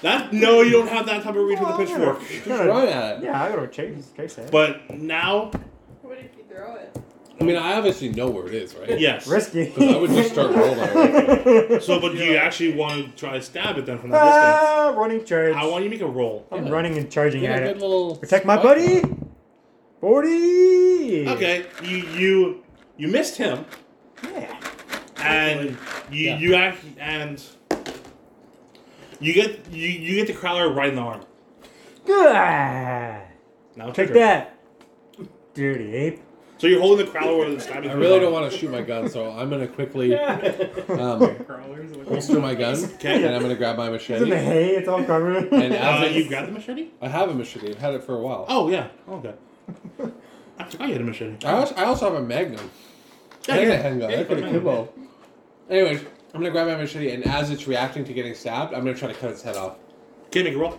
[SPEAKER 1] That no, you don't have that type of reach with a
[SPEAKER 3] Well, I'm
[SPEAKER 1] pitchfork.
[SPEAKER 3] gonna-
[SPEAKER 4] Just
[SPEAKER 3] gonna-
[SPEAKER 4] run at it.
[SPEAKER 3] Yeah, I gotta chase chase that.
[SPEAKER 1] But now,
[SPEAKER 6] What if you throw it?
[SPEAKER 4] I mean, I obviously know where it is, right?
[SPEAKER 1] yes.
[SPEAKER 3] Risky.
[SPEAKER 4] Because I would just start rolling.
[SPEAKER 1] So, but do you actually want to try to stab it then from the distance?
[SPEAKER 3] ah, running charge.
[SPEAKER 1] I want you to make a roll.
[SPEAKER 3] I'm running and charging
[SPEAKER 4] Get
[SPEAKER 3] at
[SPEAKER 4] a
[SPEAKER 3] it.
[SPEAKER 4] good little
[SPEAKER 3] Protect my
[SPEAKER 4] spot.
[SPEAKER 3] buddy. Forty.
[SPEAKER 1] Okay, you you you missed him,
[SPEAKER 3] Yeah.
[SPEAKER 1] and you
[SPEAKER 4] Yeah.
[SPEAKER 1] you act and you get you you get the crowler right in the arm.
[SPEAKER 3] Good.
[SPEAKER 1] Now it's
[SPEAKER 3] Take
[SPEAKER 1] your turn.
[SPEAKER 3] that, dirty ape.
[SPEAKER 1] So you're holding the crowler while it's stabbing.
[SPEAKER 4] I really don't want to shoot my gun, so I'm gonna quickly um,
[SPEAKER 7] Crawlers? What
[SPEAKER 4] holster my gun,
[SPEAKER 1] Okay.
[SPEAKER 4] and I'm gonna grab my
[SPEAKER 3] It's in the
[SPEAKER 4] machete.
[SPEAKER 3] hay. It's all covered.
[SPEAKER 4] And
[SPEAKER 1] Uh,
[SPEAKER 4] as
[SPEAKER 1] you've
[SPEAKER 4] I,
[SPEAKER 1] got the machete?
[SPEAKER 4] I have a machete, I've had it for a while.
[SPEAKER 1] Oh yeah. Oh, okay. I forgot you had a machete.
[SPEAKER 4] I also, I also have a magnum.
[SPEAKER 1] Yeah,
[SPEAKER 4] I had
[SPEAKER 1] yeah.
[SPEAKER 4] a handgun.
[SPEAKER 1] Yeah,
[SPEAKER 4] I could
[SPEAKER 1] yeah.
[SPEAKER 4] have killed both. Anyways, I'm gonna grab my machete, and as it's reacting to getting stabbed, I'm gonna try to cut its head off.
[SPEAKER 1] Okay, make a roll.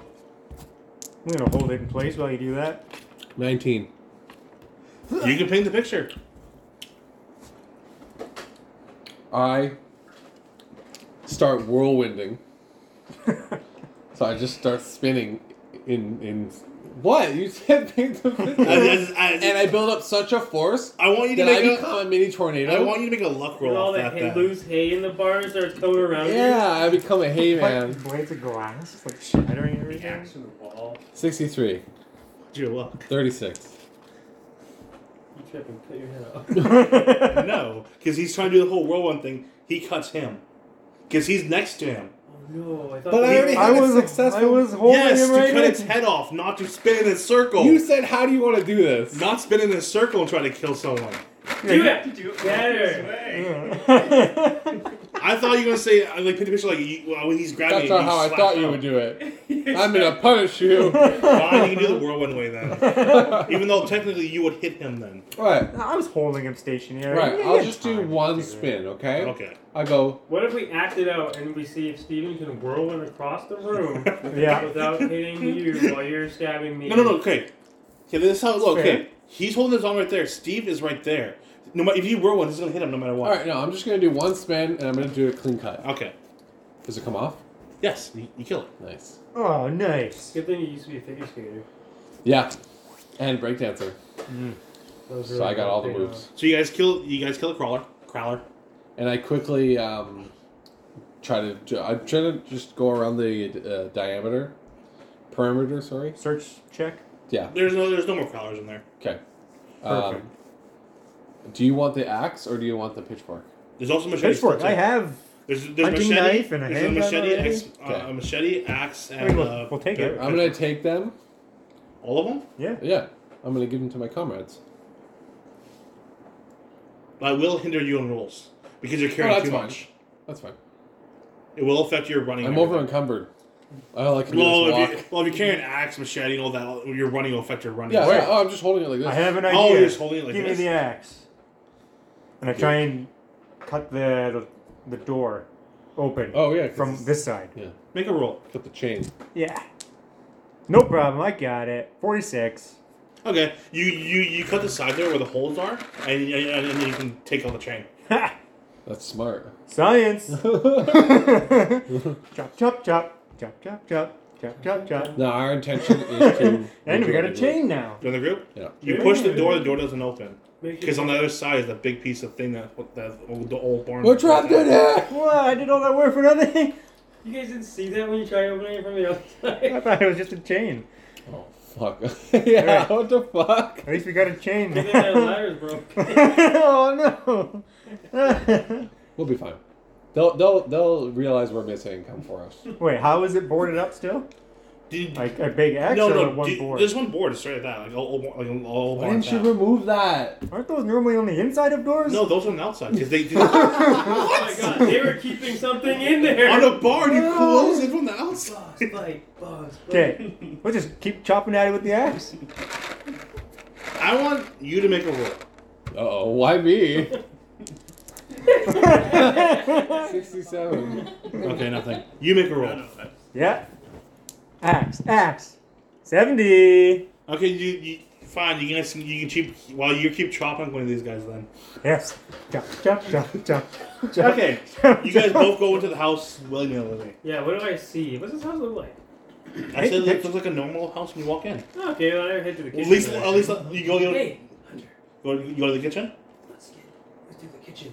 [SPEAKER 3] I'm gonna hold it in place while you do that.
[SPEAKER 4] 19.
[SPEAKER 1] You can paint the picture.
[SPEAKER 4] I start whirlwinding. so I just start spinning in in what you said. paint the
[SPEAKER 1] As-
[SPEAKER 4] picture.
[SPEAKER 1] as- as-
[SPEAKER 4] and I build up such a force
[SPEAKER 1] I want you to
[SPEAKER 4] that I
[SPEAKER 1] make a.
[SPEAKER 4] become a mini tornado.
[SPEAKER 1] I want you to make a luck roll
[SPEAKER 2] With all
[SPEAKER 1] off that.
[SPEAKER 2] that hay,
[SPEAKER 1] then.
[SPEAKER 2] loose hay in the bars starts coming around. you.
[SPEAKER 4] yeah, I become a hay
[SPEAKER 3] Like,
[SPEAKER 4] man.
[SPEAKER 3] blades of glass, like shattering
[SPEAKER 7] the
[SPEAKER 3] everything.
[SPEAKER 7] axe in the wall?
[SPEAKER 4] 63,
[SPEAKER 1] What's Your luck.
[SPEAKER 4] 36.
[SPEAKER 2] You trip and cut your head off.
[SPEAKER 1] No, because he's trying to do the whole whirlwind thing. He cuts him, because he's next to him.
[SPEAKER 2] Oh no! I thought.
[SPEAKER 4] But I
[SPEAKER 2] they-
[SPEAKER 4] already
[SPEAKER 3] I
[SPEAKER 4] had a
[SPEAKER 3] was
[SPEAKER 4] successful-
[SPEAKER 3] I was holding
[SPEAKER 1] yes,
[SPEAKER 3] him
[SPEAKER 1] to
[SPEAKER 3] right
[SPEAKER 1] cut
[SPEAKER 3] in.
[SPEAKER 1] its head off, not to spin in a circle.
[SPEAKER 4] You said, "How do you want to do this?"
[SPEAKER 1] Oh. Not spin in a circle and try to kill someone.
[SPEAKER 7] You have to do it
[SPEAKER 2] Better.
[SPEAKER 7] this way.
[SPEAKER 1] I thought you were gonna say uh, like paint the picture like you, uh, when he's grabbing.
[SPEAKER 4] That's
[SPEAKER 1] it,
[SPEAKER 4] not how I
[SPEAKER 1] slap
[SPEAKER 4] thought you
[SPEAKER 1] out.
[SPEAKER 4] would do it. I'm gonna punish you.
[SPEAKER 1] Fine, you can do the whirlwind way then. Even though technically you would hit him then.
[SPEAKER 4] Right,
[SPEAKER 3] I was holding him stationary.
[SPEAKER 4] right.
[SPEAKER 3] Yeah,
[SPEAKER 4] I'll
[SPEAKER 3] yeah,
[SPEAKER 4] just
[SPEAKER 3] time
[SPEAKER 4] do
[SPEAKER 3] to
[SPEAKER 4] one
[SPEAKER 3] it.
[SPEAKER 4] spin, okay?
[SPEAKER 1] Okay.
[SPEAKER 4] I go.
[SPEAKER 2] What if we acted out and we see if Steven can whirlwind across the room
[SPEAKER 3] Yeah.
[SPEAKER 2] without hitting you while you're stabbing me?
[SPEAKER 1] No, no, no. Okay. Okay, this is how. Look,
[SPEAKER 3] Fair.
[SPEAKER 1] okay, he's holding his arm right there. Steve is right there. No matter if you whirlwind, he's gonna hit him no matter
[SPEAKER 4] All
[SPEAKER 1] what.
[SPEAKER 4] right, no. I'm just gonna do one spin, and I'm gonna do a clean cut.
[SPEAKER 1] Okay.
[SPEAKER 4] Does it come off?
[SPEAKER 1] Yes, you, you kill it.
[SPEAKER 4] Nice.
[SPEAKER 3] Oh, nice.
[SPEAKER 2] Good thing you used to be a figure skater.
[SPEAKER 4] Yeah. And breakdancer.
[SPEAKER 2] That was
[SPEAKER 4] So
[SPEAKER 2] really
[SPEAKER 4] I got all the
[SPEAKER 2] good.
[SPEAKER 4] moves.
[SPEAKER 1] So you guys kill. You guys kill the crawler. Crowler.
[SPEAKER 4] And I quickly um, try to. ju- I try to just go around the uh, diameter, perimeter. Sorry.
[SPEAKER 3] Search check.
[SPEAKER 4] Yeah.
[SPEAKER 1] There's no. There's no more crawlers in there.
[SPEAKER 4] Okay.
[SPEAKER 3] Perfect.
[SPEAKER 4] Um, do you want the axe or do you want the pitchfork?
[SPEAKER 1] There's also machete.
[SPEAKER 3] Pitchfork. I have.
[SPEAKER 1] There's, there's
[SPEAKER 3] Hunting
[SPEAKER 1] machete,
[SPEAKER 3] knife and a
[SPEAKER 1] there's
[SPEAKER 3] handgun
[SPEAKER 1] machete,
[SPEAKER 3] already?
[SPEAKER 1] ex, uh,
[SPEAKER 4] Okay.
[SPEAKER 1] a machete, axe, and
[SPEAKER 3] mean, we'll-
[SPEAKER 1] uh,
[SPEAKER 3] we'll take it.
[SPEAKER 4] I'm gonna take them.
[SPEAKER 1] all of them.
[SPEAKER 3] Yeah.
[SPEAKER 4] Yeah. I'm gonna give them to my comrades.
[SPEAKER 1] But I will hinder you on rolls because you're
[SPEAKER 2] Oh,
[SPEAKER 1] carrying
[SPEAKER 4] that's
[SPEAKER 1] too
[SPEAKER 4] fine.
[SPEAKER 1] much.
[SPEAKER 4] That's fine.
[SPEAKER 1] It will affect your running.
[SPEAKER 4] I'm
[SPEAKER 1] and
[SPEAKER 4] over
[SPEAKER 1] everything.
[SPEAKER 4] encumbered. All I can do
[SPEAKER 1] Well,
[SPEAKER 4] is walk.
[SPEAKER 1] if you, well, if you're carrying axe, machete, and all that, your running will affect your running.
[SPEAKER 4] Yeah.
[SPEAKER 1] So-
[SPEAKER 4] yeah. Oh, I'm just holding it like this.
[SPEAKER 3] I have an idea.
[SPEAKER 1] Oh, you're just holding it like
[SPEAKER 3] Give
[SPEAKER 1] this?
[SPEAKER 3] me the axe. And I try and cut the the, the door open.
[SPEAKER 4] Oh, yeah, 'cause
[SPEAKER 3] From
[SPEAKER 4] it's-
[SPEAKER 3] this side.
[SPEAKER 4] Yeah.
[SPEAKER 1] Make a roll.
[SPEAKER 4] Got the chain.
[SPEAKER 3] Yeah. No problem. I got it. Forty six.
[SPEAKER 1] Okay, you you you cut the side there where the holes are, and and, and then you can take out the chain.
[SPEAKER 3] Ha!
[SPEAKER 4] That's smart.
[SPEAKER 3] Science. chop chop chop chop chop chop chop chop chop.
[SPEAKER 4] No, our intention is to.
[SPEAKER 3] And we got a chain now.
[SPEAKER 1] Join the group.
[SPEAKER 4] Yeah.
[SPEAKER 1] You
[SPEAKER 2] Yeah.
[SPEAKER 1] push the door. The door doesn't open
[SPEAKER 2] Make
[SPEAKER 1] because
[SPEAKER 2] sure
[SPEAKER 1] on the other side is that big piece of thing that that old, the old barn.
[SPEAKER 4] We're trapped in here.
[SPEAKER 3] What? I did all that work for nothing.
[SPEAKER 2] you guys didn't see that when you tried opening it from the outside.
[SPEAKER 3] I thought it was just a chain.
[SPEAKER 4] Oh fuck. yeah.
[SPEAKER 3] Alright.
[SPEAKER 4] What the fuck?
[SPEAKER 3] At least we got a chain.
[SPEAKER 2] Look at that ladder's broken.
[SPEAKER 3] oh no!
[SPEAKER 4] We'll be fine. They'll they'll they'll realize we're missing and come for us.
[SPEAKER 3] Wait, how is it boarded up still?
[SPEAKER 1] Did,
[SPEAKER 3] Like a big X
[SPEAKER 1] no,
[SPEAKER 3] or
[SPEAKER 1] no,
[SPEAKER 3] like one
[SPEAKER 1] did-
[SPEAKER 3] board?
[SPEAKER 1] There's one board. It's straight at that. Like old, old, like old
[SPEAKER 4] Why
[SPEAKER 1] barn.
[SPEAKER 4] didn't you
[SPEAKER 1] path.
[SPEAKER 4] remove that?
[SPEAKER 3] Aren't those normally on the inside of doors?
[SPEAKER 1] No, those are on the outside. 'cause they,
[SPEAKER 2] Oh my god, they were keeping something in there.
[SPEAKER 1] on a barn, you close it from the bugs.
[SPEAKER 2] Bugs bite, bugs bite.
[SPEAKER 3] Okay, we'll just keep chopping at it with the axe.
[SPEAKER 1] I want you to make a roll.
[SPEAKER 4] oh, why me? 67.
[SPEAKER 1] Okay, nothing. You make a roll.
[SPEAKER 3] yeah. Axe, axe. 70.
[SPEAKER 1] Okay, you, you fine. You guys, can- you can keep while you keep chopping one of these guys. Then
[SPEAKER 3] Yes. Chop, chop, chop, chop. chop
[SPEAKER 1] okay,
[SPEAKER 3] chop,
[SPEAKER 1] you guys
[SPEAKER 3] chop.
[SPEAKER 1] both go into the house willy nilly.
[SPEAKER 2] Yeah, what do I see? What's this house look like?
[SPEAKER 1] I said it looks like a normal house when you walk in.
[SPEAKER 2] Okay, well, I never head to the kitchen.
[SPEAKER 1] At least,
[SPEAKER 2] but-
[SPEAKER 1] at least uh, you go, you
[SPEAKER 2] Hey, Hunter,
[SPEAKER 1] go, you go to the kitchen.
[SPEAKER 2] let's get let's do the kitchen.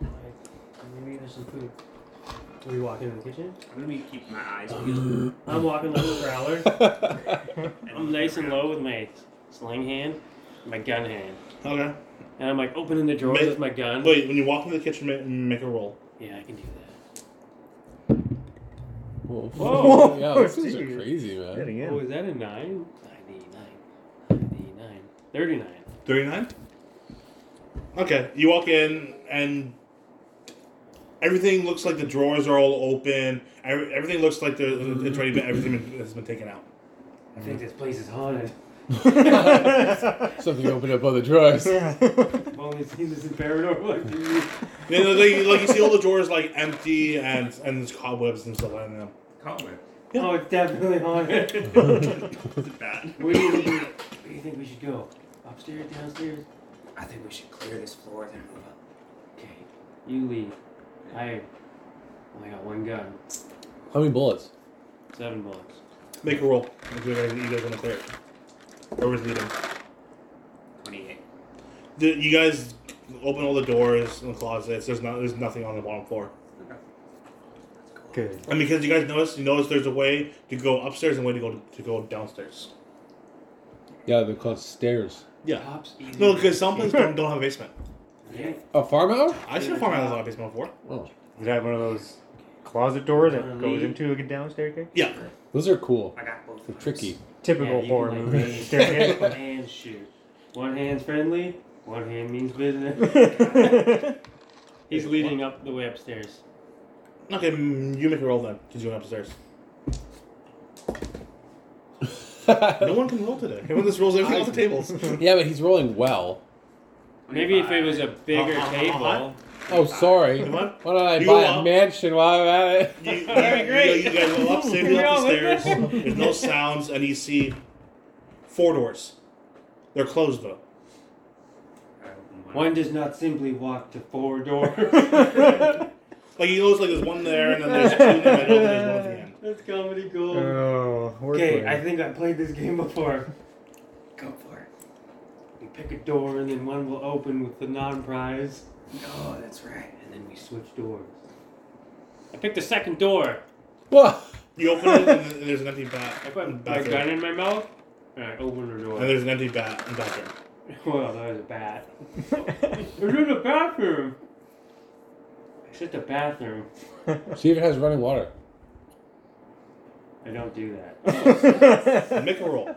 [SPEAKER 2] Alright, Maybe there's some food. Are we walking in the kitchen?
[SPEAKER 7] I'm gonna be keeping my eyes peeled.
[SPEAKER 2] I'm walking like a growler. I'm nice and low with my sling hand, my gun hand,
[SPEAKER 1] Okay.
[SPEAKER 2] and I'm like opening the drawers
[SPEAKER 1] Ma-
[SPEAKER 2] with my gun.
[SPEAKER 1] Wait, when you walk into the kitchen, make, make a roll.
[SPEAKER 2] Yeah, I can do that.
[SPEAKER 4] Whoa. Oh,
[SPEAKER 2] Whoa.
[SPEAKER 4] Yeah, those things are
[SPEAKER 3] Jeez.
[SPEAKER 4] crazy, man.
[SPEAKER 3] Getting
[SPEAKER 2] Oh,
[SPEAKER 3] in.
[SPEAKER 2] is that a nine? Ninety-nine, ninety-nine, thirty-nine.
[SPEAKER 1] 39? Okay, you walk in and everything looks like the drawers are all open. Every- Everything looks like the, it's already been, everything has been taken out.
[SPEAKER 2] I think this place is haunted.
[SPEAKER 4] Something opened up on the drawers.
[SPEAKER 2] I've only seen this in paranormal activity.
[SPEAKER 1] You know, they, like you see all the drawers like empty and and there's cobwebs and stuff on them.
[SPEAKER 7] Cobweb.
[SPEAKER 2] Oh, it's definitely haunted.
[SPEAKER 7] Is it bad?
[SPEAKER 2] Where do you think, where do you think we should go? Upstairs, downstairs?
[SPEAKER 5] I think we should clear this floor then move up.
[SPEAKER 2] Okay, you leave. I only got one gun,
[SPEAKER 4] How many bullets?
[SPEAKER 2] seven bullets.
[SPEAKER 1] Make a roll. If you guys, you guys want to clear it. Or is leading.
[SPEAKER 7] 28.
[SPEAKER 1] The, you guys open all the doors and the closets. There's not there's nothing on the bottom floor.
[SPEAKER 3] Good.
[SPEAKER 1] And because you guys notice, you notice there's a way to go upstairs and a way to go to, go downstairs.
[SPEAKER 4] Yeah, they're called stairs.
[SPEAKER 1] Yeah.
[SPEAKER 2] Cops easy.
[SPEAKER 1] No, because some places don't, don't have a basement.
[SPEAKER 2] Yeah.
[SPEAKER 4] A farmhouse?
[SPEAKER 1] I've seen a farmhouse without a basement before.
[SPEAKER 4] Oh,
[SPEAKER 3] Did I have one of those closet doors
[SPEAKER 2] Uh,
[SPEAKER 3] that goes
[SPEAKER 2] leave.
[SPEAKER 3] into a down staircase?
[SPEAKER 1] Yeah.
[SPEAKER 4] those are cool.
[SPEAKER 7] I got both.
[SPEAKER 4] They're tricky.
[SPEAKER 2] Yeah, you
[SPEAKER 3] Typical
[SPEAKER 2] can,
[SPEAKER 3] horror
[SPEAKER 2] like,
[SPEAKER 3] movie
[SPEAKER 2] raise
[SPEAKER 3] staircase.
[SPEAKER 2] both hands shoot. One hand's friendly, one hand means business.
[SPEAKER 3] That's
[SPEAKER 2] He's leading up the way upstairs.
[SPEAKER 1] Okay, mm, you make a roll then, because you went upstairs. No one can roll today. Everyone just rolls everything off the tables.
[SPEAKER 4] yeah, but he's rolling well.
[SPEAKER 2] Maybe if it was a bigger
[SPEAKER 1] Uh, uh, uh,
[SPEAKER 2] table.
[SPEAKER 4] Oh, sorry.
[SPEAKER 1] You what?
[SPEAKER 4] Why don't I
[SPEAKER 1] You
[SPEAKER 4] buy
[SPEAKER 1] will.
[SPEAKER 4] a mansion while I'm at it?
[SPEAKER 1] You, you,
[SPEAKER 2] Alright, great.
[SPEAKER 1] You, you guys go upstairs,
[SPEAKER 2] We
[SPEAKER 1] you up
[SPEAKER 2] all
[SPEAKER 1] the
[SPEAKER 2] went
[SPEAKER 1] stairs. There's no sounds, and you see four doors. They're closed though.
[SPEAKER 2] One does not simply walk to four doors.
[SPEAKER 1] Like you notice, like there's one there, and then there's two in the middle, and there's one at the end.
[SPEAKER 2] That's comedy gold.
[SPEAKER 3] Oh, word
[SPEAKER 2] okay,
[SPEAKER 3] play.
[SPEAKER 2] I think I played this game before.
[SPEAKER 5] Go for it.
[SPEAKER 2] We pick a door and then one will open with the non-prize,
[SPEAKER 5] Oh, that's right.
[SPEAKER 2] and then we switch doors. I picked the second door.
[SPEAKER 4] What?
[SPEAKER 1] You open it, and there's an empty bat.
[SPEAKER 2] I put my gun
[SPEAKER 1] bathroom.
[SPEAKER 2] in my mouth and I opened the door.
[SPEAKER 1] And there's an empty bat in the bathroom.
[SPEAKER 2] well, that was a bat. it was in the bathroom. I said the bathroom.
[SPEAKER 4] See if it has running water.
[SPEAKER 2] I don't do that.
[SPEAKER 1] Make a roll.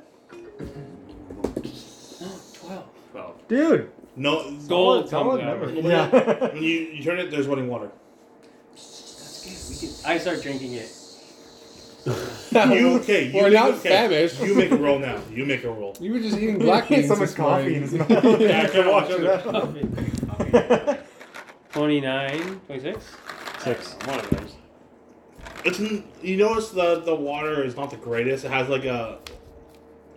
[SPEAKER 2] Twelve.
[SPEAKER 7] 12.
[SPEAKER 3] Dude.
[SPEAKER 1] No
[SPEAKER 2] Gold
[SPEAKER 3] Solid
[SPEAKER 2] comes out.
[SPEAKER 3] number.
[SPEAKER 1] Yeah. When you, you turn it, there's running water.
[SPEAKER 2] I start drinking it.
[SPEAKER 1] You okay? You
[SPEAKER 4] We're
[SPEAKER 1] make,
[SPEAKER 4] not
[SPEAKER 1] okay,
[SPEAKER 4] famished.
[SPEAKER 1] You make a roll now. You make a roll.
[SPEAKER 4] You were just eating black beans.
[SPEAKER 3] so much
[SPEAKER 4] this
[SPEAKER 3] coffee
[SPEAKER 4] morning.
[SPEAKER 3] in his mouth.
[SPEAKER 1] Yeah, I can't watch it.
[SPEAKER 2] Twenty-nine, twenty-six.
[SPEAKER 3] Six.
[SPEAKER 2] One of those.
[SPEAKER 1] It's n- you notice the the water is not the greatest. It has like a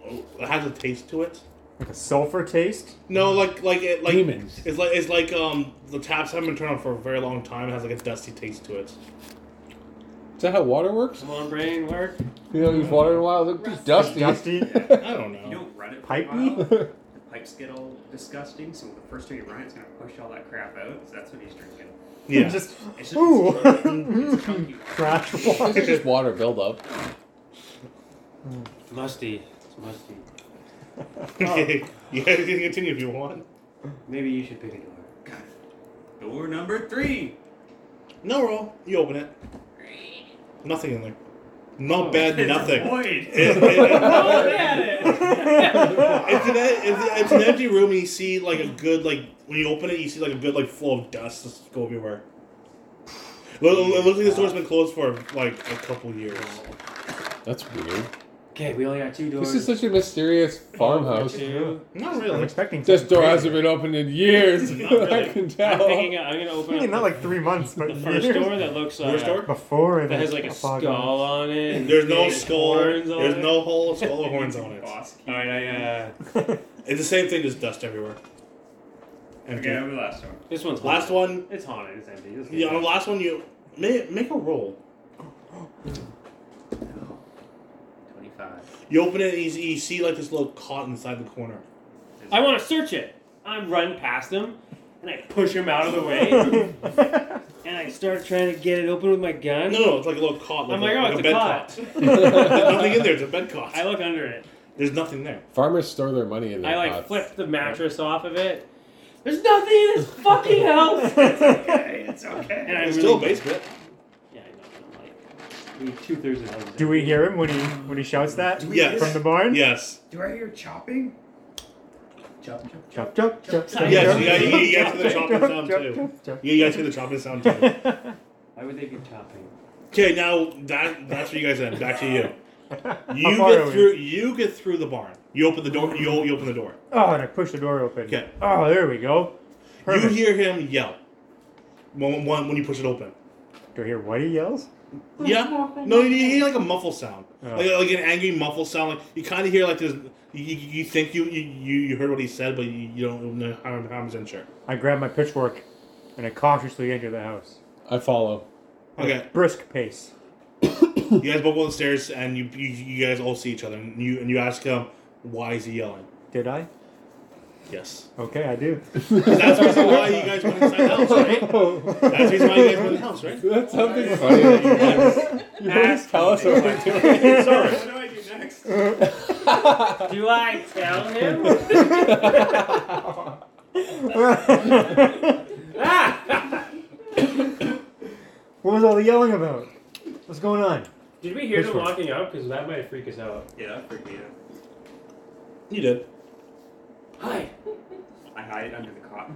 [SPEAKER 1] it has a taste to it.
[SPEAKER 3] Like a sulfur taste.
[SPEAKER 1] No, like like it like
[SPEAKER 4] Demons.
[SPEAKER 1] it's like it's like um the taps haven't been turned on for a very long time. It has like a dusty taste to it.
[SPEAKER 4] Is that how water works?
[SPEAKER 2] Come on, brain, work.
[SPEAKER 4] You don't use water in a while. Look, just dusty.
[SPEAKER 3] Dusty.
[SPEAKER 1] I don't
[SPEAKER 7] If
[SPEAKER 1] know.
[SPEAKER 7] you don't run it for a
[SPEAKER 3] Pipey?
[SPEAKER 7] while, the pipes get all disgusting, so the first time you run it, it's going to push all that crap out, so that's what he's drinking.
[SPEAKER 1] Yeah.
[SPEAKER 3] Just
[SPEAKER 7] It's
[SPEAKER 3] Ooh.
[SPEAKER 7] it's chunky.
[SPEAKER 3] crash
[SPEAKER 4] This
[SPEAKER 3] water.
[SPEAKER 4] is just water buildup.
[SPEAKER 2] Musty. It's musty.
[SPEAKER 1] Okay. you guys can continue if you want.
[SPEAKER 2] Maybe you should pick a door.
[SPEAKER 7] Door number three.
[SPEAKER 1] No roll. You open it. Nothing in there. Not
[SPEAKER 2] Oh.
[SPEAKER 1] bad.
[SPEAKER 7] It's
[SPEAKER 1] Nothing.
[SPEAKER 7] Void.
[SPEAKER 1] It- it-
[SPEAKER 2] Look at it!
[SPEAKER 1] it's, an, it's, it's an empty room, and you see like a good like when you open it, you see like a good like flow of dust just go everywhere. Look, it looks like this door's been closed for like a couple years.
[SPEAKER 4] That's weird.
[SPEAKER 7] Okay, we only got two doors.
[SPEAKER 4] This is such a mysterious farmhouse.
[SPEAKER 2] Oh,
[SPEAKER 7] two.
[SPEAKER 1] Not
[SPEAKER 3] I'm
[SPEAKER 1] really.
[SPEAKER 3] expecting.
[SPEAKER 4] This
[SPEAKER 3] something
[SPEAKER 4] door
[SPEAKER 3] crazy.
[SPEAKER 4] hasn't been opened in years.
[SPEAKER 7] really.
[SPEAKER 4] I can
[SPEAKER 7] I'm
[SPEAKER 4] tell.
[SPEAKER 7] thinking uh, I'm gonna open
[SPEAKER 3] Really
[SPEAKER 7] up
[SPEAKER 3] not
[SPEAKER 7] the,
[SPEAKER 3] like three months, but
[SPEAKER 7] the first
[SPEAKER 3] years
[SPEAKER 7] door that looks like
[SPEAKER 1] First door?
[SPEAKER 3] before it
[SPEAKER 7] that
[SPEAKER 3] was
[SPEAKER 7] has like a
[SPEAKER 3] fog
[SPEAKER 7] skull on it. and
[SPEAKER 1] There's no
[SPEAKER 7] big
[SPEAKER 1] skull.
[SPEAKER 7] horns on
[SPEAKER 1] There's
[SPEAKER 7] it.
[SPEAKER 1] no hole, skull, or horns on it. All
[SPEAKER 7] Boss key.
[SPEAKER 1] right, I, uh,
[SPEAKER 3] on.
[SPEAKER 1] it's the same thing. Just dust everywhere. Empty.
[SPEAKER 7] Okay, over the last one. This one's
[SPEAKER 1] Last
[SPEAKER 7] haunted.
[SPEAKER 1] one.
[SPEAKER 7] It's haunted. It's empty. This
[SPEAKER 1] Yeah, on
[SPEAKER 7] one's-
[SPEAKER 1] the last one, you make, make a roll.
[SPEAKER 7] Twenty-five.
[SPEAKER 1] You open it, and you, see- you see like this little cot inside the corner.
[SPEAKER 7] I want to search it. I run past him, and I push him out of the way, and I start trying to get it open with my gun.
[SPEAKER 1] No, no, it's like a little cot. Like
[SPEAKER 7] I'm
[SPEAKER 1] a,
[SPEAKER 7] like, oh,
[SPEAKER 1] like
[SPEAKER 7] it's a
[SPEAKER 1] bed
[SPEAKER 7] cot.
[SPEAKER 1] There's nothing in there. It's a bed cot.
[SPEAKER 7] I look under it.
[SPEAKER 1] There's nothing there.
[SPEAKER 4] Farmers store their money in their
[SPEAKER 7] I like
[SPEAKER 4] pots.
[SPEAKER 7] flip the mattress off of it. There's nothing in this fucking house. it's okay. It's okay. And I
[SPEAKER 1] It's
[SPEAKER 7] really,
[SPEAKER 1] still a basement.
[SPEAKER 7] Yeah, I know. I'm like two thirds of houses.
[SPEAKER 3] Do we hear him when he when he shouts that
[SPEAKER 5] Do we
[SPEAKER 1] Yes.
[SPEAKER 3] from the barn?
[SPEAKER 1] Yes.
[SPEAKER 5] Do I hear chopping? Chop, chop,
[SPEAKER 3] Chop
[SPEAKER 5] chop.
[SPEAKER 3] chop chop.
[SPEAKER 7] Sorry.
[SPEAKER 1] Yes.
[SPEAKER 3] chop,
[SPEAKER 1] You guys, you, you guys hear the
[SPEAKER 3] chop,
[SPEAKER 1] chopping
[SPEAKER 3] chop,
[SPEAKER 1] sound
[SPEAKER 3] chop,
[SPEAKER 1] too.
[SPEAKER 3] chop, chop.
[SPEAKER 1] You guys hear the chopping sound too.
[SPEAKER 7] Why would they be chopping?
[SPEAKER 1] Okay, now that that's where you guys end. Back to you. You
[SPEAKER 3] far are
[SPEAKER 1] get
[SPEAKER 3] we?
[SPEAKER 1] through. You get through the barn. You open the door. You, you open the door.
[SPEAKER 3] Oh, and I push the door open.
[SPEAKER 1] Okay.
[SPEAKER 3] Oh, there we go. Perfect.
[SPEAKER 1] You hear him yell when, when, when you push it open.
[SPEAKER 3] Do I hear what he yells?
[SPEAKER 1] Yeah. No, you hear like a muffle sound,
[SPEAKER 3] Oh.
[SPEAKER 1] like, like an angry muffle sound. Like you kind of hear like this. You, you think you, you you heard what he said, but you, you don't know how how I'm sure.
[SPEAKER 3] I grab my pitchfork and I cautiously enter the house.
[SPEAKER 4] I follow.
[SPEAKER 1] Okay,
[SPEAKER 3] Brisk pace.
[SPEAKER 1] you guys both go upstairs, and you, you you guys all see each other, and you and you ask him why is he yelling?
[SPEAKER 3] Did I?
[SPEAKER 1] Yes,
[SPEAKER 3] Okay, I do.
[SPEAKER 1] 'Cause that's the reason why you guys went inside the house, right? That's the reason why you guys went in the house, right?
[SPEAKER 4] That's something funny. that you guys- You always tell us what we're doing.
[SPEAKER 1] Sorry.
[SPEAKER 7] What do I do next? do I tell him? Ah!
[SPEAKER 3] What was all the yelling about? What's going on?
[SPEAKER 2] Did we hear
[SPEAKER 3] Which
[SPEAKER 2] them
[SPEAKER 3] one?
[SPEAKER 2] walking out? Because that might freak us out.
[SPEAKER 7] Yeah, that freaked me out.
[SPEAKER 1] You did.
[SPEAKER 2] Hi.
[SPEAKER 7] I hide under the cot.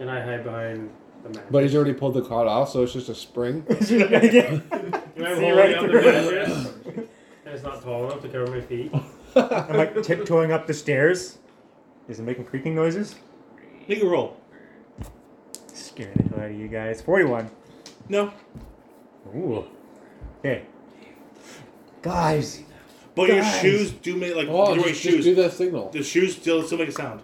[SPEAKER 2] And I hide behind the mattress.
[SPEAKER 4] But he's already pulled the cot off, so it's just a spring.
[SPEAKER 3] Is it gonna get-
[SPEAKER 2] And I'm
[SPEAKER 3] See
[SPEAKER 2] holding
[SPEAKER 3] right
[SPEAKER 2] up the
[SPEAKER 3] through it.
[SPEAKER 2] mattress, and it's not tall enough to cover my feet.
[SPEAKER 3] I'm like tiptoeing up the stairs. Is it making creaking noises?
[SPEAKER 1] Make a roll.
[SPEAKER 3] Scaring the hell out of you guys. 41.
[SPEAKER 1] No,
[SPEAKER 3] Ooh. Okay. Guys.
[SPEAKER 1] but
[SPEAKER 3] Guys.
[SPEAKER 1] your shoes do make like
[SPEAKER 4] Oh,
[SPEAKER 1] your
[SPEAKER 4] just,
[SPEAKER 1] shoes.
[SPEAKER 4] just do that signal.
[SPEAKER 1] The shoes still still make a sound.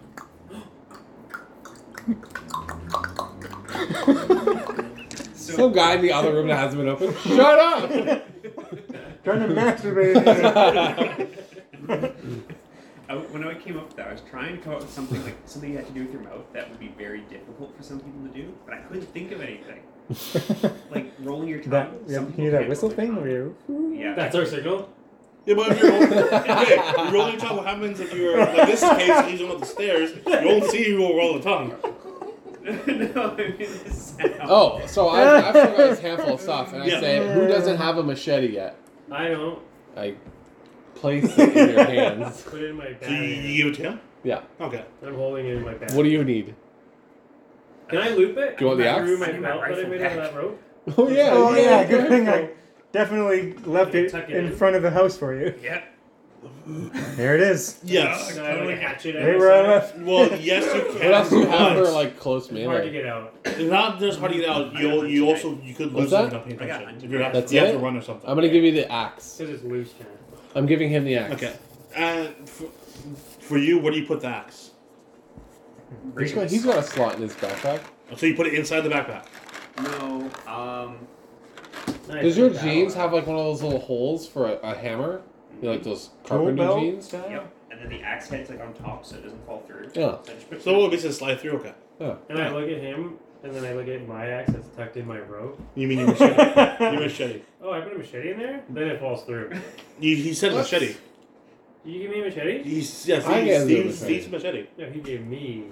[SPEAKER 4] Some guy in the other room that hasn't been open. Shut up!
[SPEAKER 3] Trying to masturbate.
[SPEAKER 7] I, when I came up with that, I was trying to come up with something like something you had to do with your mouth that would be very difficult for some people to do, but I couldn't think of anything. like rolling your tongue.
[SPEAKER 3] that,
[SPEAKER 7] some
[SPEAKER 3] yeah,
[SPEAKER 7] people
[SPEAKER 3] can you do
[SPEAKER 7] can't
[SPEAKER 3] that whistle
[SPEAKER 7] roll their
[SPEAKER 3] thing?
[SPEAKER 7] tongue.
[SPEAKER 3] Where you-
[SPEAKER 7] Yeah.
[SPEAKER 2] That's our signal.
[SPEAKER 1] Yeah, but if you're rolling, okay, you roll your tongue, what happens if you're, like this case, he's going up the stairs, you won't see who will roll the tongue.
[SPEAKER 7] no, I mean the sound.
[SPEAKER 4] Oh, so I, I've still got this handful of stuff, and I
[SPEAKER 1] Yeah.
[SPEAKER 4] say, who doesn't have a machete yet?
[SPEAKER 2] I don't
[SPEAKER 4] I place it in your hands.
[SPEAKER 2] put it in my bag.
[SPEAKER 1] So you, you give it to him?
[SPEAKER 4] Yeah.
[SPEAKER 1] Okay.
[SPEAKER 2] I'm holding it in my bag.
[SPEAKER 4] What do you need?
[SPEAKER 2] Can I loop it?
[SPEAKER 4] Do you want the
[SPEAKER 2] I threw
[SPEAKER 4] axe?
[SPEAKER 2] my
[SPEAKER 7] I need my
[SPEAKER 2] belt that I
[SPEAKER 7] rifle
[SPEAKER 2] made out of
[SPEAKER 7] back.
[SPEAKER 2] that rope.
[SPEAKER 4] Oh yeah,
[SPEAKER 3] oh, yeah,
[SPEAKER 4] go
[SPEAKER 3] good
[SPEAKER 4] ahead.
[SPEAKER 3] thing I definitely left it
[SPEAKER 2] Tuck it
[SPEAKER 3] in
[SPEAKER 2] in.
[SPEAKER 3] front of the house for you.
[SPEAKER 7] Yeah.
[SPEAKER 3] There it is.
[SPEAKER 1] Yes.
[SPEAKER 2] And I like hatchet at
[SPEAKER 3] Hey,
[SPEAKER 2] my
[SPEAKER 3] where I
[SPEAKER 2] side.
[SPEAKER 3] left.
[SPEAKER 1] Well, yes, you can.
[SPEAKER 4] What else do you have
[SPEAKER 1] but
[SPEAKER 4] for like close
[SPEAKER 2] It's hard to
[SPEAKER 4] melee?
[SPEAKER 2] get out.
[SPEAKER 1] It's not just hard to get out. You you also you could lose if
[SPEAKER 4] What's that?
[SPEAKER 1] you're not paying
[SPEAKER 7] I got
[SPEAKER 1] attention.
[SPEAKER 7] it.
[SPEAKER 1] If you're not,
[SPEAKER 4] That's
[SPEAKER 1] you have
[SPEAKER 4] it?
[SPEAKER 1] to run or something.
[SPEAKER 4] I'm gonna give you the axe.
[SPEAKER 2] Because it's loose, kind
[SPEAKER 4] I'm giving him the axe.
[SPEAKER 1] Okay. And for, for you, where do you put the axe?
[SPEAKER 4] He's got, he's got a slot in his backpack.
[SPEAKER 1] So you put it inside the backpack.
[SPEAKER 7] No. Um.
[SPEAKER 2] of. Nice.
[SPEAKER 4] Does your jeans have like one of those little holes for a, a hammer? You know, like those carpenter
[SPEAKER 3] Doorbell
[SPEAKER 4] jeans?
[SPEAKER 3] style?
[SPEAKER 7] Yep. And then the axe head's like on top, so it doesn't fall through.
[SPEAKER 4] Yeah.
[SPEAKER 7] So I just put
[SPEAKER 1] So what makes it slide through? Okay.
[SPEAKER 2] And I look at him, and then I look at my axe that's tucked in my rope.
[SPEAKER 1] You mean your machete? your machete.
[SPEAKER 2] Oh, I put a machete in there? Then it falls through.
[SPEAKER 1] You, he said
[SPEAKER 4] What?
[SPEAKER 1] machete.
[SPEAKER 2] Did you give me a machete?
[SPEAKER 1] He's, yes,
[SPEAKER 4] I
[SPEAKER 1] he,
[SPEAKER 4] gave you
[SPEAKER 1] Steve,
[SPEAKER 4] the
[SPEAKER 1] Steve's machete.
[SPEAKER 2] No, he gave me.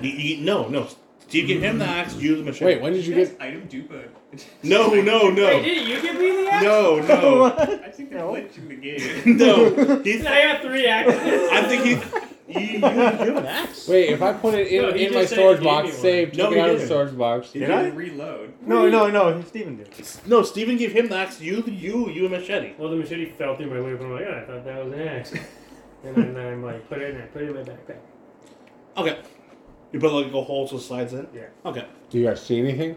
[SPEAKER 1] You, you, no, no. Steve, give him the axe. You the machete.
[SPEAKER 4] Wait, when did you
[SPEAKER 7] Yes,
[SPEAKER 4] get?
[SPEAKER 7] item dupa.
[SPEAKER 1] No, no,
[SPEAKER 2] Wait,
[SPEAKER 1] no.
[SPEAKER 2] did you give me the axe?
[SPEAKER 1] No, no.
[SPEAKER 7] I think they're
[SPEAKER 3] No.
[SPEAKER 7] glitching the game.
[SPEAKER 1] No. He,
[SPEAKER 2] I got three axes.
[SPEAKER 1] I think he. You, you, you have an axe.
[SPEAKER 4] Wait, if I put it in,
[SPEAKER 2] No, he
[SPEAKER 4] in
[SPEAKER 2] just
[SPEAKER 4] my
[SPEAKER 2] said
[SPEAKER 4] storage
[SPEAKER 2] he gave
[SPEAKER 4] box,
[SPEAKER 2] me one.
[SPEAKER 4] saved,
[SPEAKER 1] No,
[SPEAKER 4] took it
[SPEAKER 1] he
[SPEAKER 4] out of the
[SPEAKER 1] didn't.
[SPEAKER 4] storage box.
[SPEAKER 1] Did
[SPEAKER 7] You
[SPEAKER 1] Did I?
[SPEAKER 7] can reload.
[SPEAKER 3] No, no, no. Steven did.
[SPEAKER 1] No, Steven gave him the axe. You, you, you a machete.
[SPEAKER 2] Well, the machete fell through my lip, and I'm like, oh, I thought that was an axe. and then, then I'm like, put it in, I put it in my backpack.
[SPEAKER 1] Okay. You put like a hole so it slides in.
[SPEAKER 2] Yeah.
[SPEAKER 1] Okay.
[SPEAKER 4] Do you guys see anything?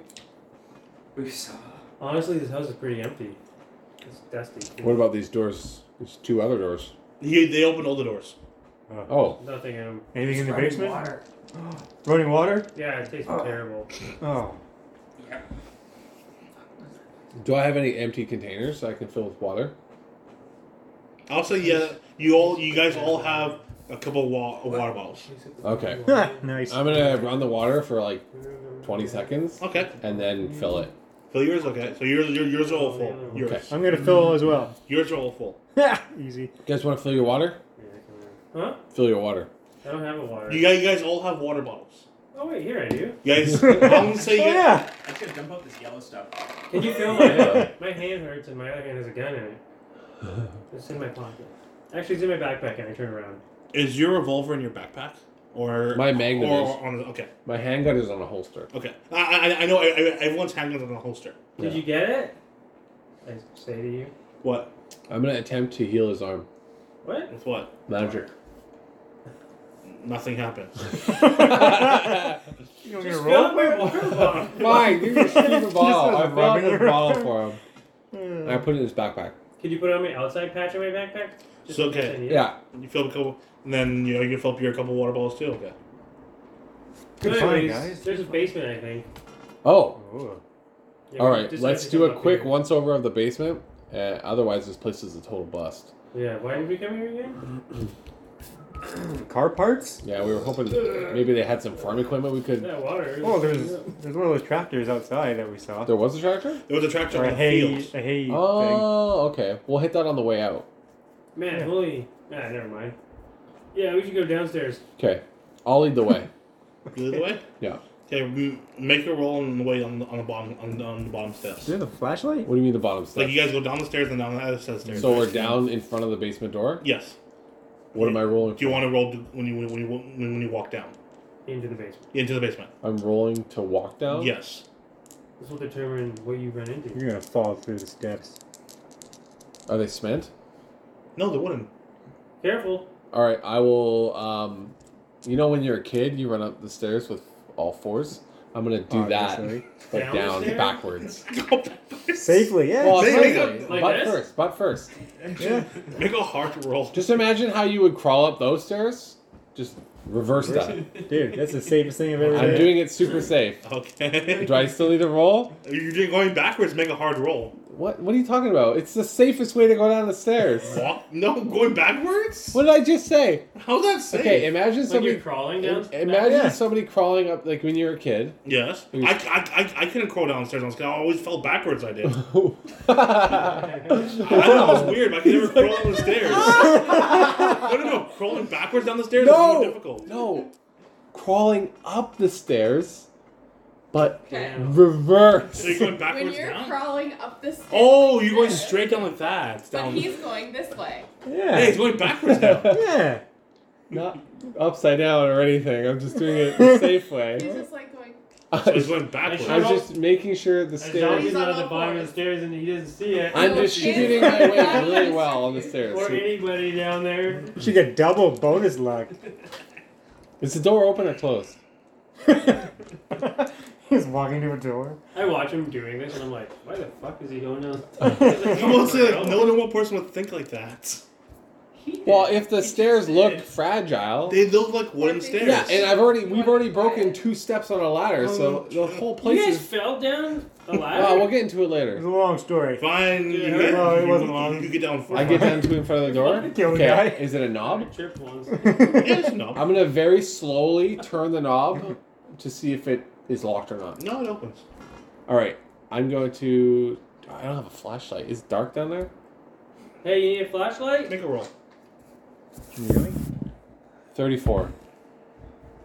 [SPEAKER 7] We saw.
[SPEAKER 2] Honestly, this house is pretty empty. It's dusty.
[SPEAKER 4] What about these doors? There's two other doors.
[SPEAKER 1] He, they opened all the doors.
[SPEAKER 4] Oh,
[SPEAKER 2] Nothing. Um,
[SPEAKER 3] Anything in the
[SPEAKER 5] Running
[SPEAKER 3] basement?
[SPEAKER 5] Water.
[SPEAKER 3] Running water?
[SPEAKER 2] yeah, it tastes
[SPEAKER 5] Oh.
[SPEAKER 2] terrible.
[SPEAKER 3] Oh.
[SPEAKER 7] Yep.
[SPEAKER 4] do I have any empty containers I can fill with water?
[SPEAKER 1] I'll say yeah. You all, you guys all have a couple of wa- water bottles.
[SPEAKER 4] Okay.
[SPEAKER 3] nice.
[SPEAKER 4] I'm gonna run the water for like 20 seconds
[SPEAKER 1] Okay.
[SPEAKER 4] and then fill it.
[SPEAKER 1] Fill yours. Okay. So yours, yours, yours are all full. Yours,
[SPEAKER 4] Okay.
[SPEAKER 3] I'm gonna fill as well.
[SPEAKER 1] yours are all full.
[SPEAKER 3] Easy.
[SPEAKER 4] You guys want to fill your water?
[SPEAKER 2] Huh?
[SPEAKER 4] Fill your water.
[SPEAKER 2] I don't have a water.
[SPEAKER 1] You guys, you guys all have water bottles.
[SPEAKER 2] oh wait, here I do.
[SPEAKER 1] You guys, I'm gonna
[SPEAKER 3] Oh,
[SPEAKER 1] say you guys,
[SPEAKER 3] yeah.
[SPEAKER 7] I just gotta dump out this yellow stuff.
[SPEAKER 2] Can you feel my hand? My hand hurts, and my other hand has a gun in it. It's in my pocket. Actually, it's in my backpack, and I turn around.
[SPEAKER 1] Is your revolver in your backpack or
[SPEAKER 4] My Magnum
[SPEAKER 1] Or,
[SPEAKER 4] is.
[SPEAKER 1] on, okay,
[SPEAKER 4] My handgun is on a holster.
[SPEAKER 1] okay. I, I, I know I, I, everyone's handguns on a holster.
[SPEAKER 2] Did
[SPEAKER 4] Yeah.
[SPEAKER 2] you get it? I say to you.
[SPEAKER 1] What?
[SPEAKER 4] I'm gonna attempt to heal his arm.
[SPEAKER 2] What?
[SPEAKER 1] With what?
[SPEAKER 4] Magic.
[SPEAKER 1] Nothing happens.
[SPEAKER 3] You want me to
[SPEAKER 2] Just
[SPEAKER 3] roll?
[SPEAKER 2] fill my water bottle.
[SPEAKER 4] Fine, you just keep the ball.
[SPEAKER 3] Just
[SPEAKER 4] I'm rubbing
[SPEAKER 3] rubbing
[SPEAKER 4] this
[SPEAKER 3] it
[SPEAKER 4] ball
[SPEAKER 3] around.
[SPEAKER 4] for him. And I put it in his backpack.
[SPEAKER 2] Can you put it on my outside patch on my backpack?
[SPEAKER 1] It's
[SPEAKER 2] in case
[SPEAKER 1] okay.
[SPEAKER 2] I need it.
[SPEAKER 4] Yeah.
[SPEAKER 1] you fill up a couple, and then you know you fill up your couple water bottles too. Okay.
[SPEAKER 2] So
[SPEAKER 3] Good find,
[SPEAKER 2] anyways,
[SPEAKER 3] guys.
[SPEAKER 2] There's a basement, I think.
[SPEAKER 4] Oh,
[SPEAKER 3] Oh.
[SPEAKER 2] Yeah,
[SPEAKER 4] all
[SPEAKER 2] we
[SPEAKER 4] right.
[SPEAKER 2] just
[SPEAKER 4] Let's
[SPEAKER 2] have to
[SPEAKER 4] do
[SPEAKER 2] come
[SPEAKER 4] a
[SPEAKER 2] up
[SPEAKER 4] quick
[SPEAKER 2] here.
[SPEAKER 4] once over of the basement. Uh, otherwise, this place is a total bust.
[SPEAKER 2] Yeah. Why did we come here again?
[SPEAKER 3] Car parts?
[SPEAKER 4] Yeah, we were hoping maybe they had some farm equipment we could.
[SPEAKER 2] That water.
[SPEAKER 3] Oh, there's there's one of those tractors outside that we saw.
[SPEAKER 4] There was a tractor?
[SPEAKER 1] There was a tractor
[SPEAKER 3] Or
[SPEAKER 1] on
[SPEAKER 3] a
[SPEAKER 1] the
[SPEAKER 3] hay,
[SPEAKER 1] field.
[SPEAKER 3] a hay thing.
[SPEAKER 4] Oh, okay. We'll hit that on the way out.
[SPEAKER 2] man. Holy. Ah, never mind. Yeah, we should go downstairs.
[SPEAKER 4] Okay. I'll lead the way.
[SPEAKER 1] You lead the way.
[SPEAKER 4] Yeah.
[SPEAKER 1] Okay, m- make a roll on the way on the, on the bottom on, the- on the bottom steps.
[SPEAKER 3] Do you have a flashlight?
[SPEAKER 4] What do you mean the bottom
[SPEAKER 1] Like
[SPEAKER 4] step?
[SPEAKER 1] you guys go down the stairs and down the other set of stairs.
[SPEAKER 4] So we're down in front of the basement door.
[SPEAKER 1] Yes.
[SPEAKER 4] What am I rolling?
[SPEAKER 1] Do you want to roll to, when you when you when, when you walk down
[SPEAKER 2] Into the basement.
[SPEAKER 1] into the basement?
[SPEAKER 4] I'm rolling to walk down.
[SPEAKER 1] Yes.
[SPEAKER 2] This will determine what you run into.
[SPEAKER 3] You're gonna fall through the steps.
[SPEAKER 4] Are they cement?
[SPEAKER 1] No, they wouldn't.
[SPEAKER 2] Careful.
[SPEAKER 4] All right. I will. Um, you know, when you're a kid, you run up the stairs with all fours. I'm gonna do that,
[SPEAKER 3] Obviously.
[SPEAKER 4] but
[SPEAKER 2] Down
[SPEAKER 4] down,
[SPEAKER 2] the stairs?
[SPEAKER 4] backwards.
[SPEAKER 3] Safely, yeah.
[SPEAKER 4] Well,
[SPEAKER 1] They
[SPEAKER 4] safely,
[SPEAKER 1] make
[SPEAKER 2] a- like
[SPEAKER 4] butt
[SPEAKER 2] this?
[SPEAKER 4] first, butt first.
[SPEAKER 3] yeah.
[SPEAKER 1] Make a hard roll.
[SPEAKER 4] Just imagine how you would crawl up those stairs. Just reverse
[SPEAKER 3] Reverse
[SPEAKER 4] that.
[SPEAKER 3] Dude, that's the safest thing I've ever
[SPEAKER 4] I'm
[SPEAKER 3] done.
[SPEAKER 4] doing it super safe.
[SPEAKER 1] Okay.
[SPEAKER 4] Do I still need to roll?
[SPEAKER 1] You're doing- going backwards. Make a hard roll.
[SPEAKER 4] What? What are you talking about? It's the safest way to go down the stairs.
[SPEAKER 1] Walk? No, going backwards.
[SPEAKER 4] What did I just say?
[SPEAKER 1] How's that safe?
[SPEAKER 4] Okay, imagine
[SPEAKER 2] Like
[SPEAKER 4] somebody
[SPEAKER 2] you're crawling down.
[SPEAKER 4] Im- Imagine
[SPEAKER 3] Yeah.
[SPEAKER 4] somebody crawling up like when you were a kid.
[SPEAKER 1] Yes. I,
[SPEAKER 4] Oops.
[SPEAKER 1] I, I, I couldn't crawl downstairs. I, was, I always fell backwards. I did. I
[SPEAKER 4] no,
[SPEAKER 1] thought that was weird. but I could never crawl down the stairs. no, no, no. Crawling backwards down the stairs is more difficult.
[SPEAKER 4] no, crawling up the stairs, but
[SPEAKER 6] Okay.
[SPEAKER 4] reverse.
[SPEAKER 1] So you're going
[SPEAKER 6] When
[SPEAKER 1] backwards
[SPEAKER 6] you're
[SPEAKER 1] down.
[SPEAKER 6] crawling up this.
[SPEAKER 1] oh, you're going straight down like that.
[SPEAKER 6] But
[SPEAKER 1] Down.
[SPEAKER 6] he's going this way.
[SPEAKER 1] Hey,
[SPEAKER 3] Yeah.
[SPEAKER 1] he's going backwards now.
[SPEAKER 3] Yeah.
[SPEAKER 4] Not upside down or anything. I'm just doing it the safe
[SPEAKER 6] He's
[SPEAKER 4] way.
[SPEAKER 6] just like going.
[SPEAKER 1] So he's
[SPEAKER 4] I'm
[SPEAKER 1] going backwards.
[SPEAKER 2] I
[SPEAKER 4] just making sure the
[SPEAKER 2] As long as
[SPEAKER 4] stairs.
[SPEAKER 2] he's
[SPEAKER 6] He's
[SPEAKER 2] not
[SPEAKER 6] on
[SPEAKER 2] at the
[SPEAKER 6] all
[SPEAKER 2] bottom of the
[SPEAKER 6] fours.
[SPEAKER 2] stairs and he doesn't see it.
[SPEAKER 4] I'm distributing my weight really well on the stairs.
[SPEAKER 2] Or anybody down there.
[SPEAKER 3] She get double bonus luck.
[SPEAKER 4] Is the door open or closed?
[SPEAKER 3] He's walking to a door.
[SPEAKER 2] I watch him doing this and I'm like, why the fuck is he going down?
[SPEAKER 1] You won't say that. no normal person would think like that.
[SPEAKER 4] Well, if the
[SPEAKER 7] It
[SPEAKER 4] stairs
[SPEAKER 7] just
[SPEAKER 4] looked
[SPEAKER 7] did.
[SPEAKER 4] fragile.
[SPEAKER 1] They look like wooden stairs.
[SPEAKER 4] Yeah, and I've already we've already broken two steps on a ladder, so the whole
[SPEAKER 2] Oh. You
[SPEAKER 4] place
[SPEAKER 2] guys
[SPEAKER 4] is.
[SPEAKER 2] fell down a ladder?
[SPEAKER 4] Well, we'll get into it
[SPEAKER 3] It's
[SPEAKER 4] later.
[SPEAKER 3] a long story.
[SPEAKER 1] Fine. You,
[SPEAKER 2] Yeah,
[SPEAKER 1] get,
[SPEAKER 3] no, it
[SPEAKER 1] you-
[SPEAKER 3] wasn't
[SPEAKER 1] you-
[SPEAKER 3] long.
[SPEAKER 1] you get down first.
[SPEAKER 4] I get down to in front of the door.
[SPEAKER 3] Kill the
[SPEAKER 4] Okay,
[SPEAKER 3] guy.
[SPEAKER 4] is it a
[SPEAKER 2] I
[SPEAKER 4] knob?
[SPEAKER 2] tripped once.
[SPEAKER 1] Yes, no.
[SPEAKER 4] I'm gonna very slowly turn the knob to see if it is locked or not.
[SPEAKER 1] No, it opens.
[SPEAKER 4] All right, I'm going to. I don't have a flashlight. Is it dark down there?
[SPEAKER 2] Hey, you need a flashlight?
[SPEAKER 1] Make a roll.
[SPEAKER 3] Really?
[SPEAKER 4] Thirty-four.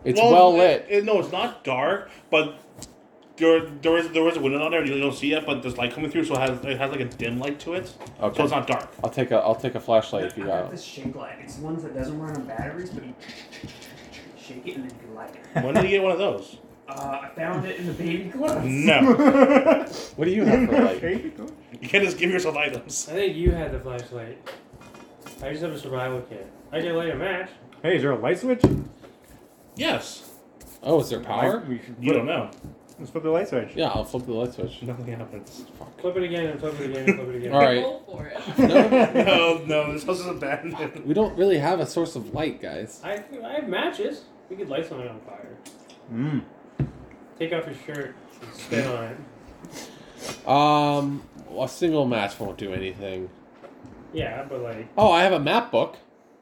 [SPEAKER 4] It's well, lit.
[SPEAKER 1] it- no, it's not dark, but there, there is there is a window down there. You don't see it, but there's light coming through, so it has it has like a dim light to it, so
[SPEAKER 4] Okay.
[SPEAKER 1] it's not dark.
[SPEAKER 4] I'll take a I'll take a flashlight if
[SPEAKER 7] I
[SPEAKER 4] you
[SPEAKER 7] got
[SPEAKER 4] got
[SPEAKER 7] this
[SPEAKER 4] it.
[SPEAKER 7] shake light. It's the ones that doesn't run on batteries, but you shake it and then you light it.
[SPEAKER 1] When did you get one of those?
[SPEAKER 7] Uh, I found it in the baby clothes.
[SPEAKER 1] No,
[SPEAKER 4] What do you have for light?
[SPEAKER 1] you can't just give yourself items.
[SPEAKER 2] I think you had the flashlight. I just have a survival kit. I can light a match.
[SPEAKER 3] Hey, is there a light switch?
[SPEAKER 1] Yes,
[SPEAKER 4] Oh, is there
[SPEAKER 3] I-
[SPEAKER 4] power?
[SPEAKER 3] we should
[SPEAKER 1] you
[SPEAKER 3] flip-
[SPEAKER 1] don't know.
[SPEAKER 3] Let's flip the light switch.
[SPEAKER 4] Yeah, I'll flip the light switch.
[SPEAKER 1] Nothing happens.
[SPEAKER 2] Flip it again and flip it again and flip it again.
[SPEAKER 4] All right.
[SPEAKER 6] Roll for it.
[SPEAKER 4] No,
[SPEAKER 1] No, no, this house is abandoned.
[SPEAKER 4] we don't really have a source of light, guys.
[SPEAKER 2] I, I have matches. We could light something on fire.
[SPEAKER 3] Mm.
[SPEAKER 2] Take off your shirt and spit on it.
[SPEAKER 4] Um, a single match won't do anything.
[SPEAKER 2] Yeah, but like,
[SPEAKER 4] Oh, I have a map book.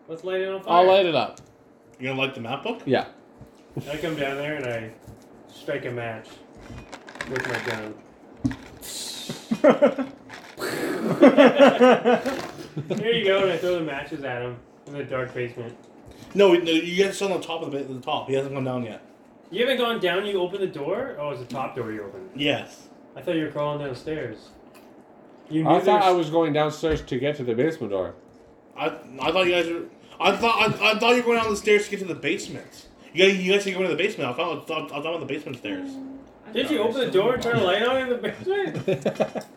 [SPEAKER 2] let's light it on fire.
[SPEAKER 4] I'll light it up.
[SPEAKER 1] You gonna like the map book?
[SPEAKER 4] Yeah.
[SPEAKER 2] I come down there and I strike a match with my gun. Here you go, and I throw the matches at him in the dark basement.
[SPEAKER 1] No, no, you guys still on the top of the, the top. He hasn't come down yet.
[SPEAKER 2] You haven't gone down, you open the door? Oh, it's the top door you opened.
[SPEAKER 1] Yes.
[SPEAKER 2] I thought you were crawling downstairs. You knew
[SPEAKER 4] I thought
[SPEAKER 2] there's-
[SPEAKER 4] I was going downstairs to get to the basement door.
[SPEAKER 1] I I thought you guys were. I thought I, I thought you were going down the stairs to get to the basement. You guys, you guys are going to the basement. I thought I thought, I thought about the basement stairs.
[SPEAKER 2] Did you open the door and turn a light on in the basement?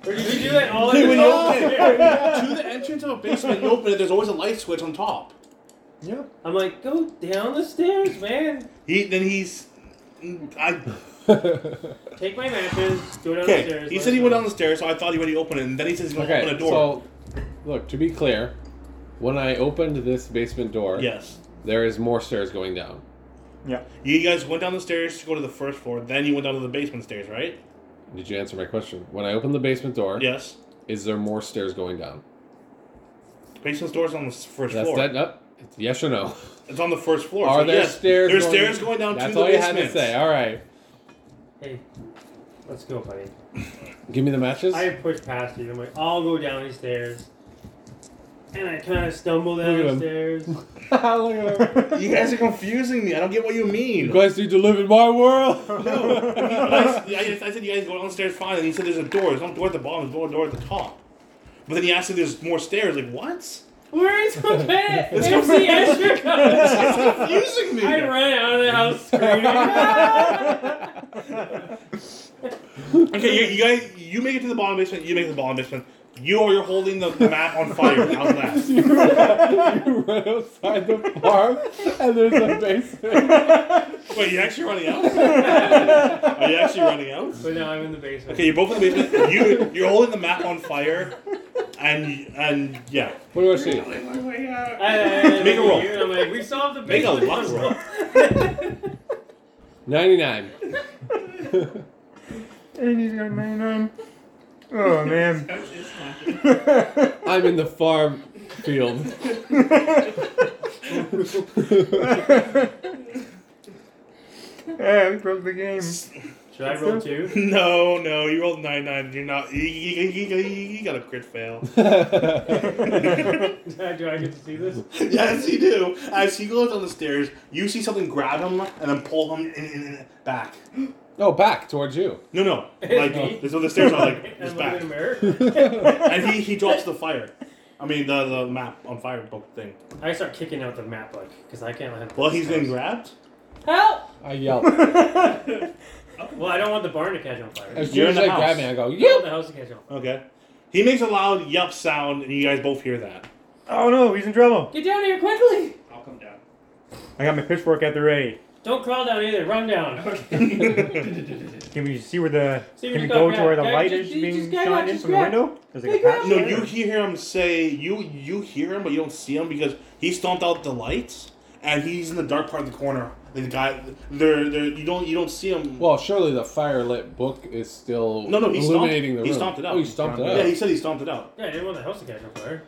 [SPEAKER 2] or did you do that all
[SPEAKER 1] Dude,
[SPEAKER 2] in
[SPEAKER 1] when
[SPEAKER 2] the
[SPEAKER 1] you open
[SPEAKER 2] door?
[SPEAKER 1] it, to the entrance of a basement, you open it. There's always a light switch on top.
[SPEAKER 3] Yeah.
[SPEAKER 2] I'm like, go down the stairs, man.
[SPEAKER 1] He then he's. I
[SPEAKER 2] Take my matches, go down the
[SPEAKER 1] okay.
[SPEAKER 2] stairs.
[SPEAKER 1] He
[SPEAKER 2] light
[SPEAKER 1] said he
[SPEAKER 2] it
[SPEAKER 1] went
[SPEAKER 2] on.
[SPEAKER 1] down the stairs, so I thought he already opened it, and then he says he's going to
[SPEAKER 4] Okay,
[SPEAKER 1] open a door.
[SPEAKER 4] so look to be clear, when I opened this basement door,
[SPEAKER 1] yes.
[SPEAKER 4] there is more stairs going down.
[SPEAKER 3] Yeah.
[SPEAKER 1] You guys went down the stairs to go to the first floor. Then you went down to the basement stairs, right?
[SPEAKER 4] Did you answer my question? When I opened the basement door,
[SPEAKER 1] Yes.
[SPEAKER 4] is there more stairs going down?
[SPEAKER 1] Basement doors on the s- first
[SPEAKER 4] That's
[SPEAKER 1] floor.
[SPEAKER 4] that. Up. It's yes or no?
[SPEAKER 1] It's on the first floor.
[SPEAKER 4] Are
[SPEAKER 1] so
[SPEAKER 4] there
[SPEAKER 1] yes,
[SPEAKER 4] stairs?
[SPEAKER 1] There's
[SPEAKER 4] going,
[SPEAKER 1] stairs going down
[SPEAKER 4] That's
[SPEAKER 1] to the
[SPEAKER 4] all you
[SPEAKER 1] basement.
[SPEAKER 4] had to say. All right.
[SPEAKER 2] Hey, let's go, buddy.
[SPEAKER 4] Give me the matches.
[SPEAKER 2] I push past you. I'm like, I'll go down these stairs. And I kind of stumble
[SPEAKER 4] at
[SPEAKER 2] down the
[SPEAKER 4] him.
[SPEAKER 2] stairs.
[SPEAKER 4] Look at her.
[SPEAKER 1] You guys are confusing me. I don't get what you mean.
[SPEAKER 4] you guys need to live in my world.
[SPEAKER 1] I, I, I said you guys go downstairs fine, and he said there's a door. There's no door at the bottom. There's no door at the top. But then he asked if there's more stairs. Like what?
[SPEAKER 2] Where is my pet? MC Escher comes.
[SPEAKER 1] Confusing me.
[SPEAKER 2] I ran out of the house screaming. "Ah!"
[SPEAKER 1] Okay, you, you guys, you make it to the bottom basement. You make it to the bottom basement. You are you're holding the, the map on fire. How's that?
[SPEAKER 4] you run outside the farm, and there's a basement.
[SPEAKER 1] Wait, you actually running out? Are you actually running out?
[SPEAKER 2] but now I'm in the basement.
[SPEAKER 1] Okay, you're both in the basement. You you're holding the map on fire, and and yeah,
[SPEAKER 4] What do I see?
[SPEAKER 5] Uh,
[SPEAKER 2] I, I, I
[SPEAKER 1] Make a roll.
[SPEAKER 2] And I'm like, we solved the
[SPEAKER 1] make a
[SPEAKER 2] basement.
[SPEAKER 1] luck
[SPEAKER 2] puzzle."
[SPEAKER 1] roll.
[SPEAKER 4] Ninety-nine.
[SPEAKER 3] And he's got 99. Oh, man.
[SPEAKER 4] I'm in the farm field.
[SPEAKER 3] yeah, we broke the game.
[SPEAKER 2] Should I roll two?
[SPEAKER 1] No, no, you rolled nine nine. You're not. You, you, you, you, you got a crit fail.
[SPEAKER 2] Do I get to see this?
[SPEAKER 1] Yes, you do. As he goes down the stairs, you see something grab him and then pull him in, in, in, back.
[SPEAKER 4] No, back towards you.
[SPEAKER 1] No, no. Like, so the stairs are like,
[SPEAKER 2] I'm
[SPEAKER 1] his
[SPEAKER 2] looking
[SPEAKER 1] back.
[SPEAKER 2] in a mirror.
[SPEAKER 1] And he, he drops the fire. I mean, the, the map on fire book thing.
[SPEAKER 2] I start kicking out the map, like, because I can't let him.
[SPEAKER 1] Well, he's getting grabbed.
[SPEAKER 2] Help!
[SPEAKER 4] I yell.
[SPEAKER 2] Well, I don't want the barn to catch on fire.
[SPEAKER 4] As
[SPEAKER 1] You're
[SPEAKER 4] soon as
[SPEAKER 1] in
[SPEAKER 4] I
[SPEAKER 1] the house.
[SPEAKER 4] grab me, I go,
[SPEAKER 2] I want
[SPEAKER 4] yep.
[SPEAKER 2] the house to catch on fire.
[SPEAKER 1] Okay. He makes a loud yelp sound, and you guys both hear that.
[SPEAKER 3] Oh, no, he's in trouble.
[SPEAKER 2] Get down here quickly!
[SPEAKER 7] I'll come down.
[SPEAKER 3] I got my pitchfork at the ready.
[SPEAKER 2] Don't crawl down either. Run down.
[SPEAKER 3] Can we see where the.
[SPEAKER 2] See where
[SPEAKER 3] can we
[SPEAKER 2] you
[SPEAKER 3] go
[SPEAKER 2] got
[SPEAKER 3] to where the
[SPEAKER 2] grabbed.
[SPEAKER 3] light
[SPEAKER 2] Just-
[SPEAKER 3] is
[SPEAKER 2] you
[SPEAKER 3] being
[SPEAKER 2] just got
[SPEAKER 3] shot
[SPEAKER 2] out,
[SPEAKER 3] in
[SPEAKER 2] just
[SPEAKER 3] from the
[SPEAKER 2] grabbed.
[SPEAKER 3] window? There's like a
[SPEAKER 2] Big grab.
[SPEAKER 3] patch
[SPEAKER 1] No,
[SPEAKER 3] there.
[SPEAKER 1] you hear him say, you you hear him, but you don't see him because he stomped out the lights, and he's in the dark part of the corner. The guy, there, there, you don't, you don't see him.
[SPEAKER 4] Well, surely the fire lit book is still
[SPEAKER 1] No, no, he stomped-
[SPEAKER 4] illuminating the room.
[SPEAKER 1] he stomped it out.
[SPEAKER 4] Oh, he stomped it out.
[SPEAKER 1] yeah, he said he stomped it out.
[SPEAKER 2] Yeah, I didn't want the house to catch on fire.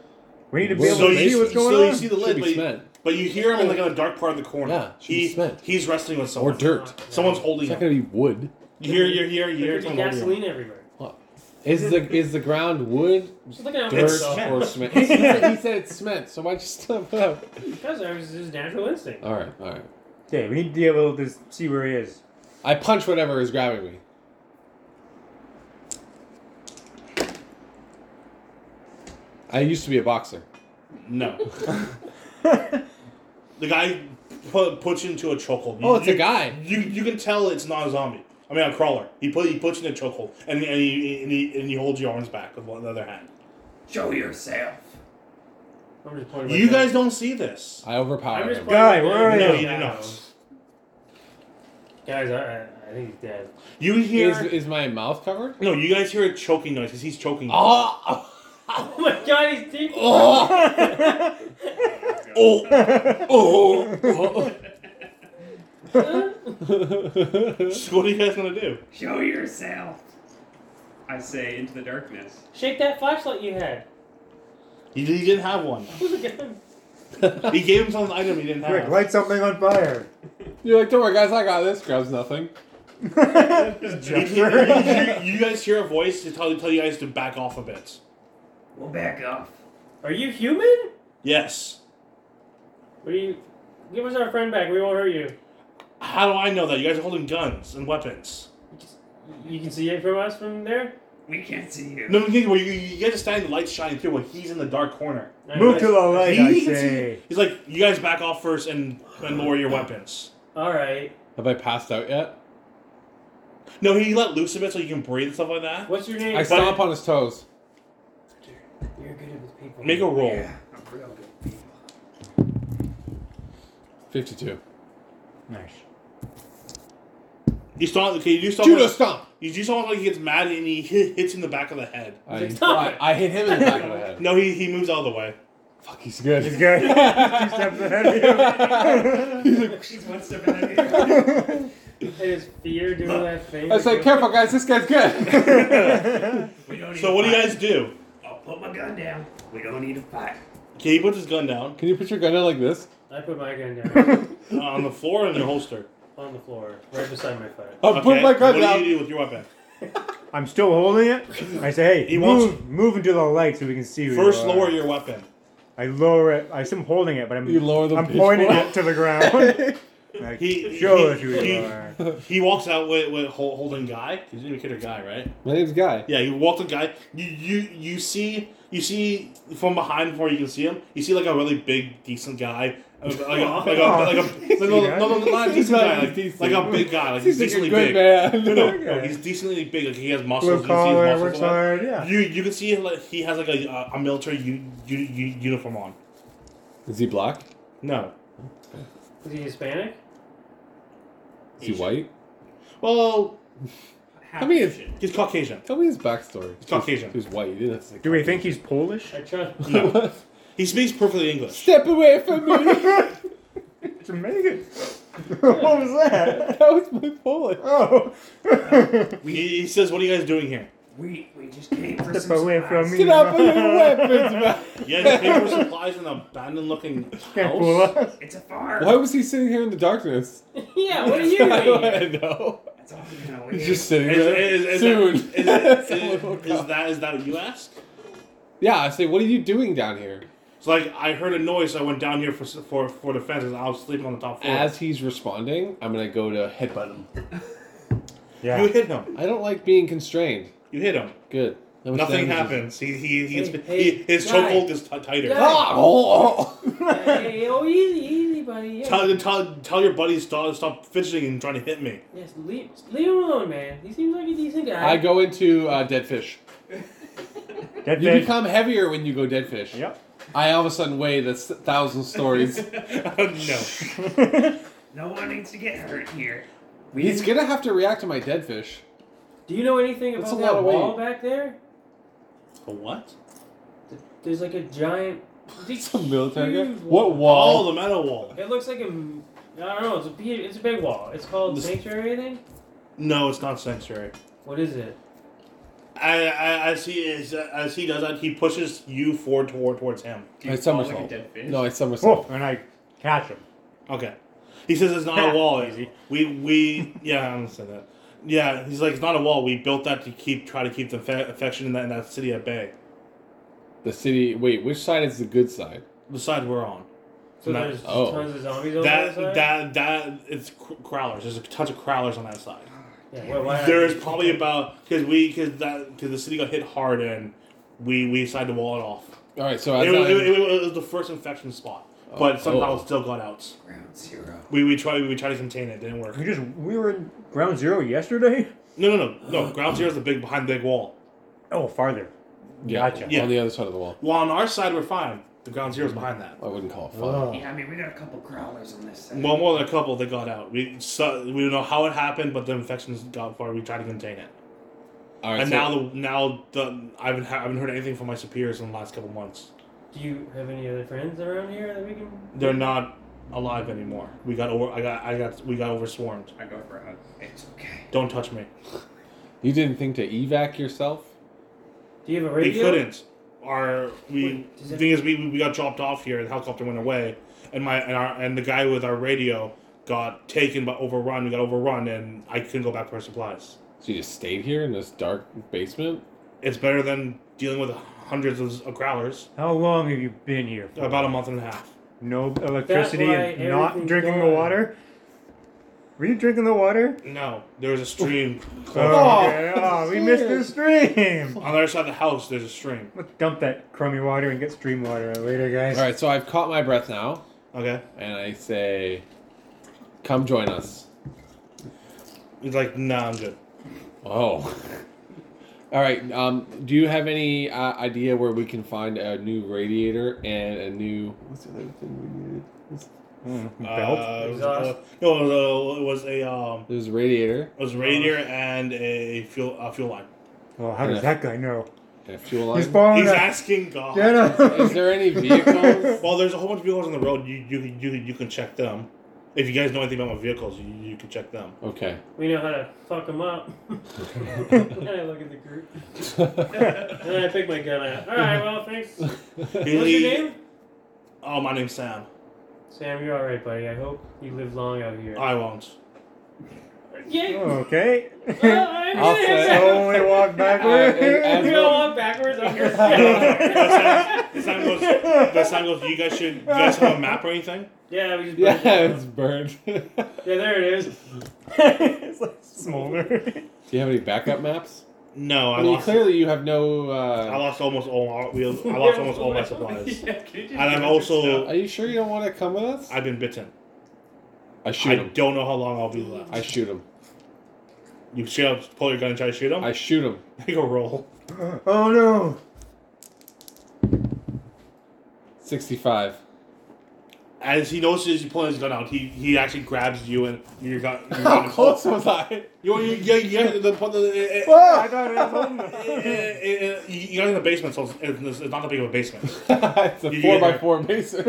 [SPEAKER 3] We need to be able
[SPEAKER 1] So
[SPEAKER 3] to
[SPEAKER 1] you,
[SPEAKER 3] see what's going
[SPEAKER 1] so
[SPEAKER 3] on.
[SPEAKER 1] you see the
[SPEAKER 4] Should
[SPEAKER 1] lid,
[SPEAKER 4] be
[SPEAKER 1] but you,
[SPEAKER 4] cement.
[SPEAKER 1] but you hear him in like in a dark part of the corner.
[SPEAKER 4] Yeah, should be
[SPEAKER 1] he,
[SPEAKER 4] cement.
[SPEAKER 1] he's wrestling with
[SPEAKER 4] or
[SPEAKER 1] someone.
[SPEAKER 4] dirt.
[SPEAKER 1] Someone's holding
[SPEAKER 4] It's not
[SPEAKER 1] him.
[SPEAKER 4] gonna be wood.
[SPEAKER 1] You hear, you hear, you hear
[SPEAKER 2] There's
[SPEAKER 1] someone holding him.
[SPEAKER 2] gasoline everywhere.
[SPEAKER 4] What? Is the is the ground wood,
[SPEAKER 2] Just looking at
[SPEAKER 4] dirt,
[SPEAKER 1] It's
[SPEAKER 2] myself.
[SPEAKER 1] cement.
[SPEAKER 4] or cement? he, said, he said it's cement, so why'd you stomp it out?
[SPEAKER 2] Because I was his natural instinct.
[SPEAKER 4] All right, all right.
[SPEAKER 3] Okay, we need to be able to see where he is.
[SPEAKER 4] I punch whatever is grabbing me. I used to be a boxer.
[SPEAKER 1] No. the guy put, puts you into a chokehold. You-
[SPEAKER 4] Oh, it's a
[SPEAKER 1] you-
[SPEAKER 4] guy.
[SPEAKER 1] You you can tell it's not a zombie. I mean, a crawler. He put he puts you in a chokehold, and and he, and he and he holds your arms back with one the other hand.
[SPEAKER 5] Show yourself.
[SPEAKER 2] I'm just pointing my
[SPEAKER 1] You
[SPEAKER 2] gun.
[SPEAKER 1] guys don't see this.
[SPEAKER 4] I overpowered
[SPEAKER 2] I'm just
[SPEAKER 4] him.
[SPEAKER 2] pointing
[SPEAKER 3] Guy,
[SPEAKER 2] my
[SPEAKER 3] where
[SPEAKER 2] gun.
[SPEAKER 3] are
[SPEAKER 1] No,
[SPEAKER 3] you?
[SPEAKER 1] you do not.
[SPEAKER 2] Guys, I, I- I think he's dead.
[SPEAKER 1] You hear
[SPEAKER 4] Is, is my mouth
[SPEAKER 2] Mm.
[SPEAKER 4] covered?
[SPEAKER 1] no. You guys hear a choking noise because he's choking. you.
[SPEAKER 4] Oh!
[SPEAKER 2] Oh my god, he's deep.
[SPEAKER 1] oh,
[SPEAKER 4] oh, oh.
[SPEAKER 1] So what are you guys gonna do?
[SPEAKER 7] Show yourself. I say into the darkness.
[SPEAKER 2] Shake that flashlight you had.
[SPEAKER 1] He, he didn't have one.
[SPEAKER 2] Who's a gun?
[SPEAKER 1] He gave himself an item he didn't
[SPEAKER 3] Rick,
[SPEAKER 1] have.
[SPEAKER 3] light something on fire.
[SPEAKER 4] You're like, don't worry, guys, I got this. Grabs nothing.
[SPEAKER 1] You, you, you- you guys hear a voice to tell, tell you guys to back off a bit.
[SPEAKER 5] We'll back off.
[SPEAKER 2] Are you human?
[SPEAKER 1] Yes.
[SPEAKER 2] What are you? Give us our friend back. We won't hurt you.
[SPEAKER 1] How do I know that? You guys are holding guns and weapons.
[SPEAKER 2] You can see it from us from there.
[SPEAKER 5] We can't see you.
[SPEAKER 1] No, you, you, you guys are standing, the light's shining through, but he's in the dark corner.
[SPEAKER 3] Move to the light, I
[SPEAKER 1] can see-
[SPEAKER 3] say.
[SPEAKER 1] He's like, you guys back off first and, and lower your weapons.
[SPEAKER 2] All right.
[SPEAKER 4] Have I passed out yet?
[SPEAKER 1] No, he let loose a bit so you can breathe and stuff like that.
[SPEAKER 2] What's your name?
[SPEAKER 4] I stomp on his toes.
[SPEAKER 2] You're good with people.
[SPEAKER 1] Make a roll.
[SPEAKER 5] Yeah, I'm real good people.
[SPEAKER 4] 52.
[SPEAKER 3] Nice.
[SPEAKER 1] You stomp, okay, you do stomp.
[SPEAKER 4] Judo stomp!
[SPEAKER 1] You do stomp like he gets mad and he hit, hits in the back of the head.
[SPEAKER 4] I,
[SPEAKER 2] Stop
[SPEAKER 4] I,
[SPEAKER 2] it.
[SPEAKER 4] I hit him in the back of the head.
[SPEAKER 1] No, he, he moves out of the way.
[SPEAKER 4] Fuck, he's good.
[SPEAKER 3] He's good. He's two steps ahead of you.
[SPEAKER 7] She's one step ahead of you.
[SPEAKER 2] It is fear doing that thing.
[SPEAKER 4] I was like, careful, guys, this guy's good.
[SPEAKER 5] We don't need
[SPEAKER 1] So
[SPEAKER 5] to
[SPEAKER 1] what do you
[SPEAKER 5] fight.
[SPEAKER 1] guys do?
[SPEAKER 5] I'll put my gun down. We don't need to fight.
[SPEAKER 1] Okay, he puts his gun down
[SPEAKER 4] Can you put your gun down like this?
[SPEAKER 2] I put my gun down
[SPEAKER 1] uh, on the floor in your holster.
[SPEAKER 2] on the floor, right beside my foot.
[SPEAKER 4] I'll put my gun
[SPEAKER 1] what
[SPEAKER 4] down.
[SPEAKER 1] do you do with your weapon?
[SPEAKER 3] I'm still holding it. I say, hey,
[SPEAKER 1] He
[SPEAKER 3] move,
[SPEAKER 1] wants-
[SPEAKER 3] move into the light so we can see who
[SPEAKER 1] First,
[SPEAKER 3] you are.
[SPEAKER 1] lower your weapon.
[SPEAKER 3] I lower it. I am holding it, but I'm
[SPEAKER 4] You lower the
[SPEAKER 3] I'm pointing
[SPEAKER 4] pitchfork.
[SPEAKER 3] it to the ground. like,
[SPEAKER 1] He-
[SPEAKER 3] show
[SPEAKER 1] he-
[SPEAKER 3] us who
[SPEAKER 1] he-
[SPEAKER 3] you are.
[SPEAKER 1] He walks out with, with hol- holding guy. He's didn't even kid a guy, right?
[SPEAKER 4] My name's Guy.
[SPEAKER 1] Yeah, you walk the guy. You you you see you see from behind before you can see him. You see like a really big decent guy. Like a, like a, like a, like a no, no, no, no, not a
[SPEAKER 4] He's
[SPEAKER 1] decent
[SPEAKER 4] not
[SPEAKER 1] guy, like,
[SPEAKER 4] decent.
[SPEAKER 1] like a big guy, like he's
[SPEAKER 4] like
[SPEAKER 1] decently big.
[SPEAKER 4] good man.
[SPEAKER 1] No, no, no, he's decently big. Like he has muscles.
[SPEAKER 3] Blue
[SPEAKER 1] You see his
[SPEAKER 3] collar,
[SPEAKER 1] muscles.
[SPEAKER 3] works
[SPEAKER 1] and all that.
[SPEAKER 3] hard. Yeah.
[SPEAKER 1] You you can see like he has like a a, a military u, u, u, uniform on.
[SPEAKER 4] Is he black?
[SPEAKER 1] No,
[SPEAKER 2] Is he Hispanic?
[SPEAKER 4] Is he white?
[SPEAKER 1] well
[SPEAKER 4] I mean, it's,
[SPEAKER 1] he's Caucasian.
[SPEAKER 4] tell me his backstory.
[SPEAKER 1] He's Caucasian.
[SPEAKER 4] He's white. That's like
[SPEAKER 3] Do we think he's Polish?
[SPEAKER 2] I trust.
[SPEAKER 1] No, he speaks perfectly English.
[SPEAKER 4] Step away from me. that
[SPEAKER 3] Jamaican. what was that?
[SPEAKER 4] was my bullet.
[SPEAKER 3] Oh.
[SPEAKER 1] He, he says, "What are you guys doing here?
[SPEAKER 5] We we just came for
[SPEAKER 3] Step
[SPEAKER 5] some
[SPEAKER 3] away
[SPEAKER 5] supplies.
[SPEAKER 3] from me.
[SPEAKER 4] Get off of your weapons, man.
[SPEAKER 1] You guys pay for supplies in an abandoned-looking
[SPEAKER 3] Can't fool
[SPEAKER 1] house."
[SPEAKER 3] us.
[SPEAKER 5] It's a farm.
[SPEAKER 4] Why was he sitting here in the darkness?
[SPEAKER 2] yeah. What are you
[SPEAKER 4] I
[SPEAKER 2] doing? here?
[SPEAKER 4] don't know.
[SPEAKER 5] That's all we know.
[SPEAKER 4] He's just sitting
[SPEAKER 1] Is,
[SPEAKER 4] there.
[SPEAKER 1] is, is,
[SPEAKER 4] Soon.
[SPEAKER 1] That, is,
[SPEAKER 4] Someone will
[SPEAKER 1] is, is
[SPEAKER 4] come.
[SPEAKER 1] that is that what you ask?
[SPEAKER 4] yeah, I say, what are you doing down here?
[SPEAKER 1] It's like I heard a noise, so I went down here for for for defense, and I was sleeping on the top floor.
[SPEAKER 4] As he's responding, I'm gonna go to headbutt him.
[SPEAKER 1] you
[SPEAKER 3] Yeah.
[SPEAKER 1] hit him.
[SPEAKER 4] I don't like being constrained.
[SPEAKER 1] You hit him.
[SPEAKER 4] Good. That was
[SPEAKER 1] Nothing
[SPEAKER 4] damages.
[SPEAKER 1] happens. He he he's,
[SPEAKER 2] Hey, hey,
[SPEAKER 1] he, his
[SPEAKER 2] guy.
[SPEAKER 1] chokehold is t- tighter.
[SPEAKER 2] Guy.
[SPEAKER 4] Ah, oh, oh.
[SPEAKER 2] hey, oh, easy, easy, buddy. Yeah.
[SPEAKER 1] Tell, tell, tell your buddies stop stop fidgeting and trying to hit me.
[SPEAKER 2] yes, leave, leave him alone, man. He seems like a decent guy.
[SPEAKER 4] I go into uh, dead fish.
[SPEAKER 3] Dead
[SPEAKER 4] You
[SPEAKER 3] fish.
[SPEAKER 4] become heavier when you go dead fish.
[SPEAKER 3] Yep.
[SPEAKER 4] I all of a sudden weigh that's thousand stories.
[SPEAKER 1] no.
[SPEAKER 5] No one needs to get hurt here. We
[SPEAKER 4] He's
[SPEAKER 5] didn't-
[SPEAKER 4] gonna have to react to my dead fish.
[SPEAKER 2] Do you know anything
[SPEAKER 4] That's
[SPEAKER 2] about
[SPEAKER 4] a lot
[SPEAKER 2] that
[SPEAKER 4] of
[SPEAKER 2] wall
[SPEAKER 4] weight.
[SPEAKER 2] back there?
[SPEAKER 1] A what?
[SPEAKER 2] Th- There's like a giant. It's
[SPEAKER 4] Some military guy.
[SPEAKER 2] huge
[SPEAKER 4] What
[SPEAKER 1] Oh,
[SPEAKER 4] wall?
[SPEAKER 1] the metal wall.
[SPEAKER 2] It looks like a. m- I don't know. It's a big, it's a big wall. It's called
[SPEAKER 1] This-
[SPEAKER 2] sanctuary. I think.
[SPEAKER 1] No, it's not sanctuary.
[SPEAKER 2] What is it?
[SPEAKER 1] I, I, as he is, as he does that, he pushes you forward toward towards him.
[SPEAKER 7] Do you
[SPEAKER 4] I
[SPEAKER 7] fall like a
[SPEAKER 4] somersault.
[SPEAKER 7] dead fish?
[SPEAKER 4] No, I somersault.
[SPEAKER 3] Oh, and I catch him.
[SPEAKER 1] Okay. He says it's not a wall.
[SPEAKER 3] Easy.
[SPEAKER 1] We we yeah, I understand that. Yeah, he's like it's not a wall. We built that to keep try to keep the fe- affection in that, in that city at bay.
[SPEAKER 4] The city. Wait, which side is the good side?
[SPEAKER 1] The side we're on.
[SPEAKER 2] So
[SPEAKER 1] No.
[SPEAKER 2] there's
[SPEAKER 4] Oh.
[SPEAKER 2] tons of zombies on
[SPEAKER 1] That
[SPEAKER 2] the other side?
[SPEAKER 1] that that it's cr- crowlers. There's a touch of crowlers on that side.
[SPEAKER 2] Yeah, why- why-
[SPEAKER 1] There is probably about because we because that because the city got hit hard and we we decided to wall it off.
[SPEAKER 4] All right, so
[SPEAKER 1] It,
[SPEAKER 4] as
[SPEAKER 1] was-
[SPEAKER 4] I,
[SPEAKER 1] it, was- it was the first infection spot, but somehow
[SPEAKER 4] oh.
[SPEAKER 1] it still got out.
[SPEAKER 5] Ground zero.
[SPEAKER 1] We, we tried we tried to contain it, didn't work.
[SPEAKER 3] We just we were in ground zero yesterday.
[SPEAKER 1] No, no, no, no. Ground zero is the big behind the big wall.
[SPEAKER 3] Oh, farther.
[SPEAKER 4] yeah,
[SPEAKER 3] Gotcha.
[SPEAKER 1] Yeah.
[SPEAKER 4] on the other side of the wall,
[SPEAKER 1] Well, on our side we're fine. The ground zero is behind that.
[SPEAKER 4] I wouldn't call it fun.
[SPEAKER 1] Oh.
[SPEAKER 5] Yeah, I mean, we got a couple crawlers on this side.
[SPEAKER 1] Well, more than a couple that got out. We so, we don't know how it happened, but the infections got far. We tried to contain it,
[SPEAKER 4] All right,
[SPEAKER 1] and
[SPEAKER 4] so-
[SPEAKER 1] now the now the I haven't ha- I haven't heard anything from my superiors in the last couple months.
[SPEAKER 2] Do you have any other friends around here that we can?
[SPEAKER 1] They're not alive anymore. We got over. I got. I got. We got overswarmed.
[SPEAKER 7] I go for a hug.
[SPEAKER 5] it's okay.
[SPEAKER 1] Don't touch me.
[SPEAKER 4] you didn't think to evac yourself?
[SPEAKER 2] Do you have a
[SPEAKER 1] We
[SPEAKER 2] radio?
[SPEAKER 1] couldn't. Our we
[SPEAKER 2] Wait, does
[SPEAKER 1] the
[SPEAKER 2] it-
[SPEAKER 1] thing is we, we got dropped off here. The helicopter went away, and my and our and the guy with our radio got taken but overrun. We got overrun, and I couldn't go back for supplies.
[SPEAKER 4] So you just stayed here in this dark basement?
[SPEAKER 1] It's better than dealing with hundreds of, of growlers.
[SPEAKER 3] How long have you been here? for?
[SPEAKER 1] About a month and a half.
[SPEAKER 3] no electricity
[SPEAKER 2] why
[SPEAKER 3] and not
[SPEAKER 2] everything's
[SPEAKER 3] drinking the
[SPEAKER 2] gone.
[SPEAKER 3] water. Were you drinking the water?
[SPEAKER 1] No, there was a stream. close-
[SPEAKER 3] Oh, okay. Oh, we missed the stream.
[SPEAKER 1] On the other side of the house, there's a stream.
[SPEAKER 3] Let's dump that crummy water and get stream water later, guys.
[SPEAKER 4] All right, so I've caught my breath now,
[SPEAKER 1] Okay,
[SPEAKER 4] and I say, "Come join us."
[SPEAKER 1] he's like, nah, I'm good.
[SPEAKER 4] Oh. All right. Um, do you have any uh, idea where we can find a new radiator and a new? What's the other thing we needed?
[SPEAKER 3] Mm, belt.
[SPEAKER 1] Uh, it was,
[SPEAKER 2] Exhaust.
[SPEAKER 1] uh, no, it was, uh, it was a um,
[SPEAKER 4] There's a radiator
[SPEAKER 1] it was a radiator and a fuel a fuel line.
[SPEAKER 3] well, how does
[SPEAKER 4] yeah.
[SPEAKER 3] that guy know?
[SPEAKER 4] and a fuel line.
[SPEAKER 3] He's following
[SPEAKER 1] He's
[SPEAKER 3] us.
[SPEAKER 1] asking God.
[SPEAKER 3] Oh, Get him.
[SPEAKER 4] Is there any vehicles?
[SPEAKER 1] Well, there's a whole bunch of vehicles on the road. You you you, you can check them. If you guys know anything about my vehicles, you, you can check them.
[SPEAKER 4] okay.
[SPEAKER 2] We know how to fuck them up. and I look at the group. and then I pick my gun out. All right, well, thanks. What's your name?
[SPEAKER 1] Oh, my name's Sam.
[SPEAKER 2] Sam, you're all right, buddy. I hope you live long out here.
[SPEAKER 1] I won't.
[SPEAKER 2] yeah.
[SPEAKER 3] okay.
[SPEAKER 2] well, I'm
[SPEAKER 4] I'll
[SPEAKER 2] gonna-
[SPEAKER 4] say-
[SPEAKER 3] Slowly walk
[SPEAKER 4] Uh, and
[SPEAKER 2] We
[SPEAKER 3] backwards.
[SPEAKER 4] as-
[SPEAKER 2] all walk backwards. I'm
[SPEAKER 1] the,
[SPEAKER 2] just-
[SPEAKER 1] Sam, the Sam goes. The Sam goes. You guys should. You guys have a map or anything?
[SPEAKER 2] yeah, we just
[SPEAKER 4] Yeah,
[SPEAKER 2] burned it.
[SPEAKER 4] it's burned. do
[SPEAKER 2] yeah, there it is.
[SPEAKER 3] it's like smolder.
[SPEAKER 4] you have any backup maps?
[SPEAKER 1] No, I,
[SPEAKER 4] I mean,
[SPEAKER 1] lost.
[SPEAKER 4] clearly you have no.
[SPEAKER 1] I
[SPEAKER 4] Uh,
[SPEAKER 1] lost almost all. our- we- I lost almost all my supplies.
[SPEAKER 7] Yeah, can you just
[SPEAKER 1] And I'm
[SPEAKER 7] give us your
[SPEAKER 1] also-
[SPEAKER 7] stuff?
[SPEAKER 4] are you sure you don't want to come with us? I,
[SPEAKER 1] I've been bitten.
[SPEAKER 4] shoot
[SPEAKER 1] I
[SPEAKER 4] him.
[SPEAKER 1] don't know how long I'll be left.
[SPEAKER 4] I shoot him.
[SPEAKER 1] you shoot up, pull your gun and try to shoot him.
[SPEAKER 4] I shoot him.
[SPEAKER 1] Make a roll.
[SPEAKER 3] Oh no.
[SPEAKER 4] Sixty-five.
[SPEAKER 1] As he notices you pulling his gun out, he he actually grabs you and your gun. Your gun
[SPEAKER 4] was I?
[SPEAKER 1] You you you, you, guys- the, the, the, eh,
[SPEAKER 3] Oh, I thought it was
[SPEAKER 1] eh, eh,
[SPEAKER 3] holding
[SPEAKER 1] eh, eh, you you guys in the basement, so it's- it's, it's not that big of a basement.
[SPEAKER 4] it's a
[SPEAKER 1] You-
[SPEAKER 4] four by four mason.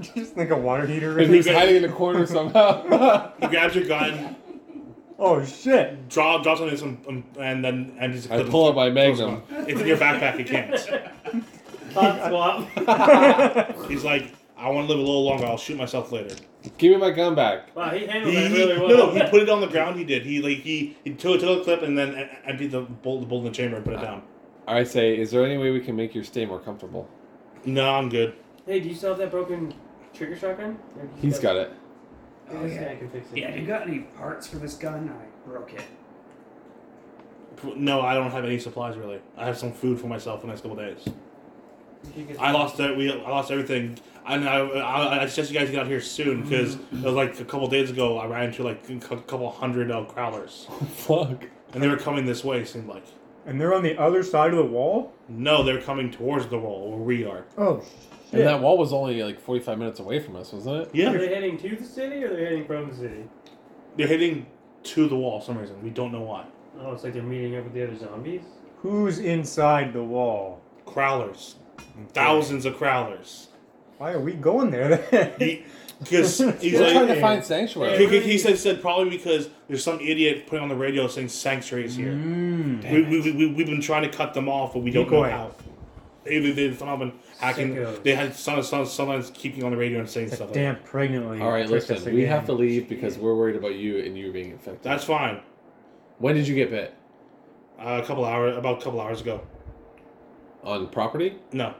[SPEAKER 3] Just like a water heater.
[SPEAKER 4] and he's
[SPEAKER 1] You-
[SPEAKER 4] hiding in the corner somehow.
[SPEAKER 1] He grabs your gun,
[SPEAKER 3] Oh shit.
[SPEAKER 1] draw, drops it in some, um, and then and he's.
[SPEAKER 4] I pull out my
[SPEAKER 1] throws
[SPEAKER 4] magnum.
[SPEAKER 1] it on. It's in your backpack. You can't.
[SPEAKER 2] Hot swap.
[SPEAKER 1] He's like, I want to live a little longer. I'll shoot myself later.
[SPEAKER 4] Give me my gun back.
[SPEAKER 2] Wow, he handled
[SPEAKER 1] He,
[SPEAKER 2] that
[SPEAKER 1] he-
[SPEAKER 2] really well.
[SPEAKER 1] no, no, he put it on the ground. He did. He like he, he took, took a clip and then e- emptied the bolt, the bolt in the chamber and put it
[SPEAKER 4] Ah.
[SPEAKER 1] down.
[SPEAKER 4] I say, is there any way we can make your stay more comfortable?
[SPEAKER 1] No, I'm good.
[SPEAKER 2] Hey, do you still have that broken trigger shotgun? Or do you
[SPEAKER 4] He's got it.
[SPEAKER 5] Oh,
[SPEAKER 2] this
[SPEAKER 5] yeah.
[SPEAKER 2] guy can fix it.
[SPEAKER 5] Yeah, you got any parts for this gun? I broke it.
[SPEAKER 1] No, I don't have any supplies really. I have some food for myself for the next couple days.
[SPEAKER 2] You can-
[SPEAKER 1] I lost that. We I lost everything, and I, I, I suggest you guys get out here soon because it was like a couple days ago. I ran into like a cou- couple hundred uh, crowlers,
[SPEAKER 4] Fuck.
[SPEAKER 1] and they were coming this way. It seemed like
[SPEAKER 3] And they're on the other side of the wall?
[SPEAKER 1] no, they're coming towards the wall where we are.
[SPEAKER 3] Oh shit.
[SPEAKER 4] And that wall was only like 45 minutes away from us, wasn't it?
[SPEAKER 2] Are
[SPEAKER 1] Yeah,
[SPEAKER 2] they heading to the city or are they heading from the city?
[SPEAKER 1] they're hitting to the wall for some reason. We don't know why.
[SPEAKER 2] Oh, it's like they're meeting up with the other zombies.
[SPEAKER 3] Who's inside the wall?
[SPEAKER 1] Crowlers, thousands of crowlers.
[SPEAKER 3] Why are we going there then?
[SPEAKER 1] Because he's
[SPEAKER 4] We're trying
[SPEAKER 1] like.
[SPEAKER 4] to find sanctuary.
[SPEAKER 1] He, he- he said, said probably because there's some idiot putting on the radio saying sanctuaries here.
[SPEAKER 3] Mm.
[SPEAKER 1] We, we, we, we've been trying to cut them off, but we don't know
[SPEAKER 3] Decoy.
[SPEAKER 1] how. They've, they've somehow been hacking.
[SPEAKER 2] Sickos.
[SPEAKER 1] They had some, some, sometimes keeping on the radio and saying stuff like
[SPEAKER 3] Damn pregnant lady.
[SPEAKER 4] All right,
[SPEAKER 3] tricked us
[SPEAKER 4] listen. We have to
[SPEAKER 3] again.
[SPEAKER 4] leave because we're worried about you and you being
[SPEAKER 1] that.
[SPEAKER 4] infected.
[SPEAKER 1] That's fine.
[SPEAKER 4] When did you get bit?
[SPEAKER 1] Uh, a couple hours, about a couple hours ago.
[SPEAKER 4] On property?
[SPEAKER 1] No,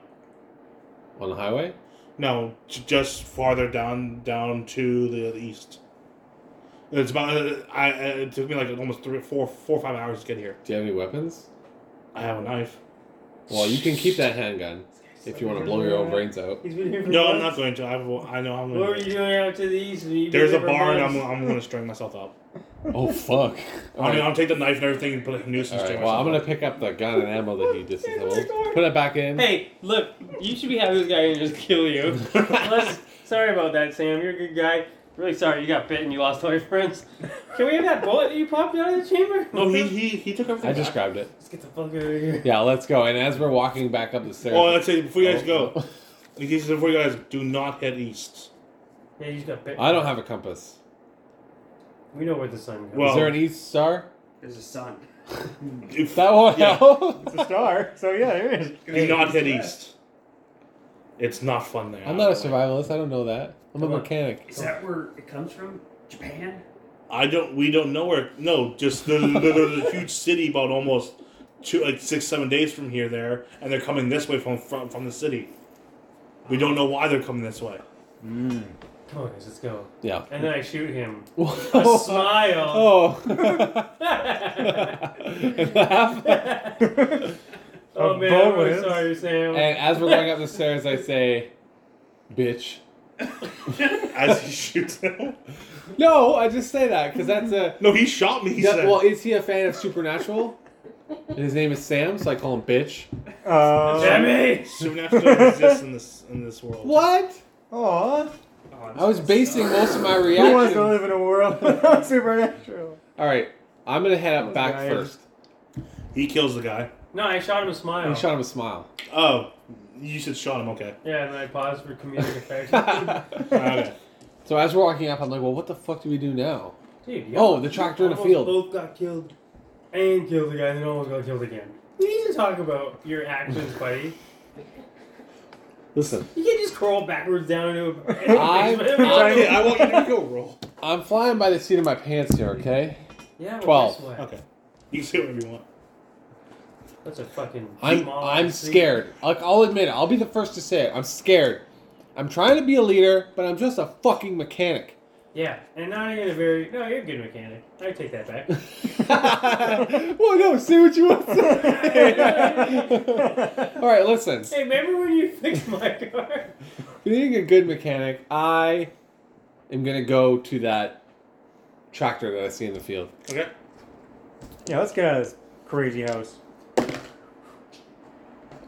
[SPEAKER 4] On the highway?
[SPEAKER 1] no, j- just farther down, down to the, the east. It's about. uh, I. I- It took me like almost three, four, four or five hours to get here.
[SPEAKER 4] Do you have any weapons?
[SPEAKER 1] I have a knife.
[SPEAKER 4] Well, you can keep that handgun if you want to blow your own brains out.
[SPEAKER 2] He's been here for
[SPEAKER 1] No, I'm not
[SPEAKER 2] months.
[SPEAKER 1] going to. I've, I know I'm
[SPEAKER 2] What were
[SPEAKER 1] going
[SPEAKER 2] you
[SPEAKER 1] to.
[SPEAKER 2] doing out to the east? You've been
[SPEAKER 1] There's a
[SPEAKER 2] here for
[SPEAKER 1] bar, and I'm,
[SPEAKER 2] months.
[SPEAKER 1] I'm going to string myself up.
[SPEAKER 4] Oh fuck!
[SPEAKER 1] I mean, I'll take the knife and everything and put a
[SPEAKER 4] All
[SPEAKER 1] nuisance
[SPEAKER 4] right.
[SPEAKER 1] string
[SPEAKER 4] Well, I'm
[SPEAKER 1] myself
[SPEAKER 4] gonna
[SPEAKER 1] up.
[SPEAKER 4] pick up the gun and ammo that he disassembled. Put it back in.
[SPEAKER 2] Hey, look, you should be having this guy and just kill you. Unless, sorry about that, Sam. You're a good guy. Really sorry you got bit and you lost all your friends. Can we have that bullet that you popped out of the chamber?
[SPEAKER 1] No, he, he, he took everything.
[SPEAKER 4] I just
[SPEAKER 1] back.
[SPEAKER 4] grabbed it.
[SPEAKER 2] Let's get the fuck out of here.
[SPEAKER 4] Yeah, let's go. And as we're walking back up the stairs,
[SPEAKER 1] Oh, I'd say before you guys
[SPEAKER 4] Oh.
[SPEAKER 1] go, in case before you guys do not head east.
[SPEAKER 2] Yeah, you just got bit.
[SPEAKER 4] I don't have a compass.
[SPEAKER 2] We know where the sun goes.
[SPEAKER 1] Well-
[SPEAKER 4] Is there an east star?
[SPEAKER 7] There's a sun.
[SPEAKER 1] If
[SPEAKER 4] That one.
[SPEAKER 1] Yeah.
[SPEAKER 3] It's a star, so yeah, there is.
[SPEAKER 1] do not head east, it's not fun there.
[SPEAKER 4] I'm not a survivalist. I don't know that. I'm a
[SPEAKER 2] Come on.
[SPEAKER 4] mechanic.
[SPEAKER 7] Is that where it comes from? Japan?
[SPEAKER 1] I don't. We don't know where. No, just the, the, the, the huge city about almost two, like six, seven days from here. There, and they're coming this way from from, from the city. We don't know why they're coming this way.
[SPEAKER 2] Come on, guys, let's go.
[SPEAKER 4] Yeah.
[SPEAKER 2] And then I shoot him. A
[SPEAKER 4] oh.
[SPEAKER 2] smile.
[SPEAKER 4] oh.
[SPEAKER 2] oh
[SPEAKER 3] A
[SPEAKER 2] man, I'm really
[SPEAKER 3] bonus.
[SPEAKER 2] sorry, Sam.
[SPEAKER 4] and as we're going up the stairs, I say, "Bitch."
[SPEAKER 1] As he shoots him.
[SPEAKER 4] No, I just say that because that's a.
[SPEAKER 1] No, he shot me. He
[SPEAKER 4] Yeah,
[SPEAKER 1] said.
[SPEAKER 4] well, is he a fan of Supernatural? And his name is Sam, so I call him bitch.
[SPEAKER 3] Uh,
[SPEAKER 2] Jimmy!
[SPEAKER 1] Supernatural exists in this in this world.
[SPEAKER 4] What?
[SPEAKER 3] aw,
[SPEAKER 7] Oh, I'm
[SPEAKER 4] I was
[SPEAKER 7] so
[SPEAKER 4] basing
[SPEAKER 7] sorry.
[SPEAKER 4] most of my
[SPEAKER 3] who wants to
[SPEAKER 4] reaction.
[SPEAKER 3] live in a world without supernatural?
[SPEAKER 4] All right, I'm gonna head up
[SPEAKER 3] Those
[SPEAKER 4] back
[SPEAKER 3] guys.
[SPEAKER 4] first.
[SPEAKER 1] He kills the guy.
[SPEAKER 2] No, I shot him a smile.
[SPEAKER 4] He shot him a smile.
[SPEAKER 1] Oh, you said shot him. Okay.
[SPEAKER 2] Yeah, and then I paused for comedic effect.
[SPEAKER 4] so
[SPEAKER 1] Okay.
[SPEAKER 4] as we're walking up, I'm like, well, what the fuck do we do now?
[SPEAKER 2] Dude, yeah.
[SPEAKER 4] Oh, the tractor in the
[SPEAKER 2] Almost
[SPEAKER 4] field.
[SPEAKER 2] Both got killed, and killed again, and almost got killed again. We need to talk about your actions, buddy.
[SPEAKER 4] Listen,
[SPEAKER 2] You can't just crawl backwards down into a.
[SPEAKER 4] I-
[SPEAKER 1] okay. I want you to go roll.
[SPEAKER 4] I'm flying by the seat of my pants here, okay?
[SPEAKER 2] yeah, well,
[SPEAKER 4] Twelve.
[SPEAKER 2] guess what?
[SPEAKER 1] Okay. You can say whatever you want.
[SPEAKER 2] That's a fucking.
[SPEAKER 4] I'm
[SPEAKER 2] small
[SPEAKER 4] I'm
[SPEAKER 2] ass thing.
[SPEAKER 4] scared. Like I'll admit it. I'll be the first to say it. I'm scared. I'm trying to be a leader, but I'm just a fucking mechanic.
[SPEAKER 2] Yeah, and not even a very. No, you're a good mechanic. I take that back.
[SPEAKER 4] well, no, say what you want to say. All right, listen.
[SPEAKER 2] hey, remember when you fixed my car?
[SPEAKER 4] Being a good mechanic, I am gonna go to that tractor that I see in the field.
[SPEAKER 1] Okay.
[SPEAKER 3] Yeah, let's get out of this crazy house.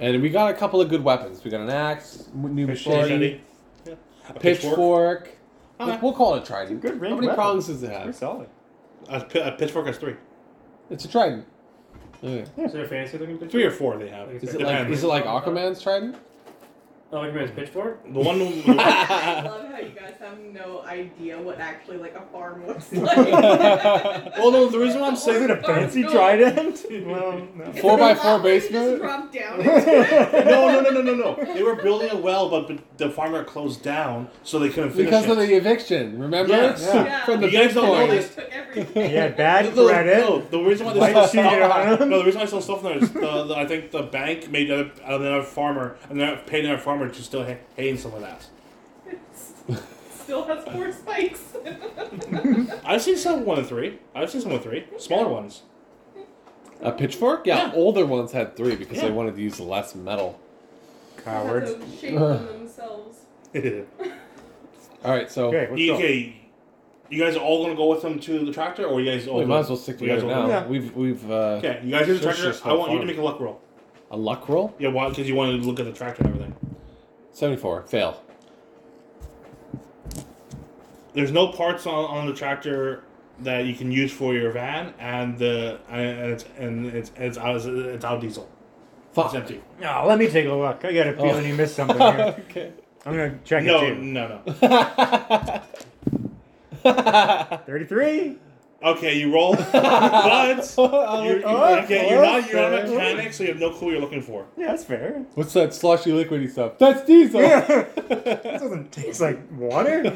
[SPEAKER 4] And we got a couple of good weapons. We got an axe, m- new machete,
[SPEAKER 1] Machete. A
[SPEAKER 4] pitchfork.
[SPEAKER 1] Okay.
[SPEAKER 4] Like, We'll call it a
[SPEAKER 3] It's
[SPEAKER 4] trident.
[SPEAKER 3] a good
[SPEAKER 4] How
[SPEAKER 3] range
[SPEAKER 4] many
[SPEAKER 3] weapon.
[SPEAKER 4] prongs does it
[SPEAKER 3] Pretty
[SPEAKER 4] have?
[SPEAKER 3] solid.
[SPEAKER 1] A, pi- a pitchfork has three.
[SPEAKER 4] It's a trident. Okay.
[SPEAKER 2] Is there a fancy looking pitchfork?
[SPEAKER 1] Three or four they have.
[SPEAKER 2] Is
[SPEAKER 4] Is it like is it like Aquaman's trident?
[SPEAKER 2] Oh, like man's pitchfork?
[SPEAKER 1] The one, the,
[SPEAKER 6] I love how you guys have no idea what actually like a farm looks like.
[SPEAKER 1] well, no, the reason why I'm
[SPEAKER 3] Is
[SPEAKER 1] saying
[SPEAKER 3] it a
[SPEAKER 6] Or
[SPEAKER 3] fancy
[SPEAKER 6] no.
[SPEAKER 3] trident? well, no.
[SPEAKER 6] It's
[SPEAKER 4] Four
[SPEAKER 6] a
[SPEAKER 4] by
[SPEAKER 6] lot
[SPEAKER 4] four
[SPEAKER 6] where you just
[SPEAKER 4] basement?
[SPEAKER 6] drop down into it.
[SPEAKER 1] no, no, no, no, no, no. They were building a well, but, but the farm got closed down, so they couldn't finish
[SPEAKER 4] Because
[SPEAKER 1] it.
[SPEAKER 4] of the eviction, remember?
[SPEAKER 1] Yes.
[SPEAKER 6] Yeah.
[SPEAKER 4] From the
[SPEAKER 1] You guys don't know
[SPEAKER 4] Bitcoin.
[SPEAKER 1] this.
[SPEAKER 6] Took everything.
[SPEAKER 3] Yeah, bad
[SPEAKER 1] No,
[SPEAKER 3] credit.
[SPEAKER 1] No, the reason why they
[SPEAKER 3] Why
[SPEAKER 1] sold
[SPEAKER 3] did she get
[SPEAKER 1] stuff.
[SPEAKER 3] on him?
[SPEAKER 1] No, the reason why they sold stuff there is uh, the, the, I think the bank made another, another farmer and they paid another farmer to still ha- haying someone else.
[SPEAKER 6] Still has four spikes.
[SPEAKER 1] I've seen some one and three. I've seen some with three smaller ones.
[SPEAKER 4] A pitchfork? Yeah,
[SPEAKER 1] Yeah.
[SPEAKER 4] older ones had three because they
[SPEAKER 1] Yeah.
[SPEAKER 4] wanted to use less metal. Ah,
[SPEAKER 3] Cowards.
[SPEAKER 6] Have to shape them themselves.
[SPEAKER 1] You-
[SPEAKER 4] All right, so
[SPEAKER 3] Okay, let's go.
[SPEAKER 1] okay, you guys are all gonna go with them to the tractor, or you guys all?
[SPEAKER 4] we
[SPEAKER 1] go-
[SPEAKER 4] might as well stick
[SPEAKER 1] you guys
[SPEAKER 4] together
[SPEAKER 1] all go?
[SPEAKER 4] now.
[SPEAKER 3] Yeah.
[SPEAKER 4] We've we've uh,
[SPEAKER 1] Okay, you guys do the
[SPEAKER 4] Sure,
[SPEAKER 1] tractor.
[SPEAKER 4] sure,
[SPEAKER 1] I want you to
[SPEAKER 4] fine.
[SPEAKER 1] make a luck roll.
[SPEAKER 4] a luck roll.
[SPEAKER 1] Yeah, why? Because you wanted to look at the tractor and everything.
[SPEAKER 4] Seventy-four. Fail.
[SPEAKER 1] There's no parts on, on the tractor that you can use for your van, and the and it's and it's it's out it's out diesel. It's
[SPEAKER 4] Fuck.
[SPEAKER 1] empty.
[SPEAKER 3] No, Oh, let me take a look. I got a feeling
[SPEAKER 4] Oh.
[SPEAKER 3] you missed something here.
[SPEAKER 4] okay.
[SPEAKER 3] I'm gonna check
[SPEAKER 1] No,
[SPEAKER 3] it too.
[SPEAKER 1] no, no.
[SPEAKER 3] Thirty-three.
[SPEAKER 1] Okay, you roll, but you're, you
[SPEAKER 3] oh,
[SPEAKER 1] okay, you're not you're not a
[SPEAKER 3] close.
[SPEAKER 1] mechanic, so you have no clue what you're looking for.
[SPEAKER 3] Yeah, that's fair.
[SPEAKER 4] What's that sloshy liquidy stuff? That's diesel.
[SPEAKER 3] This doesn't taste like water.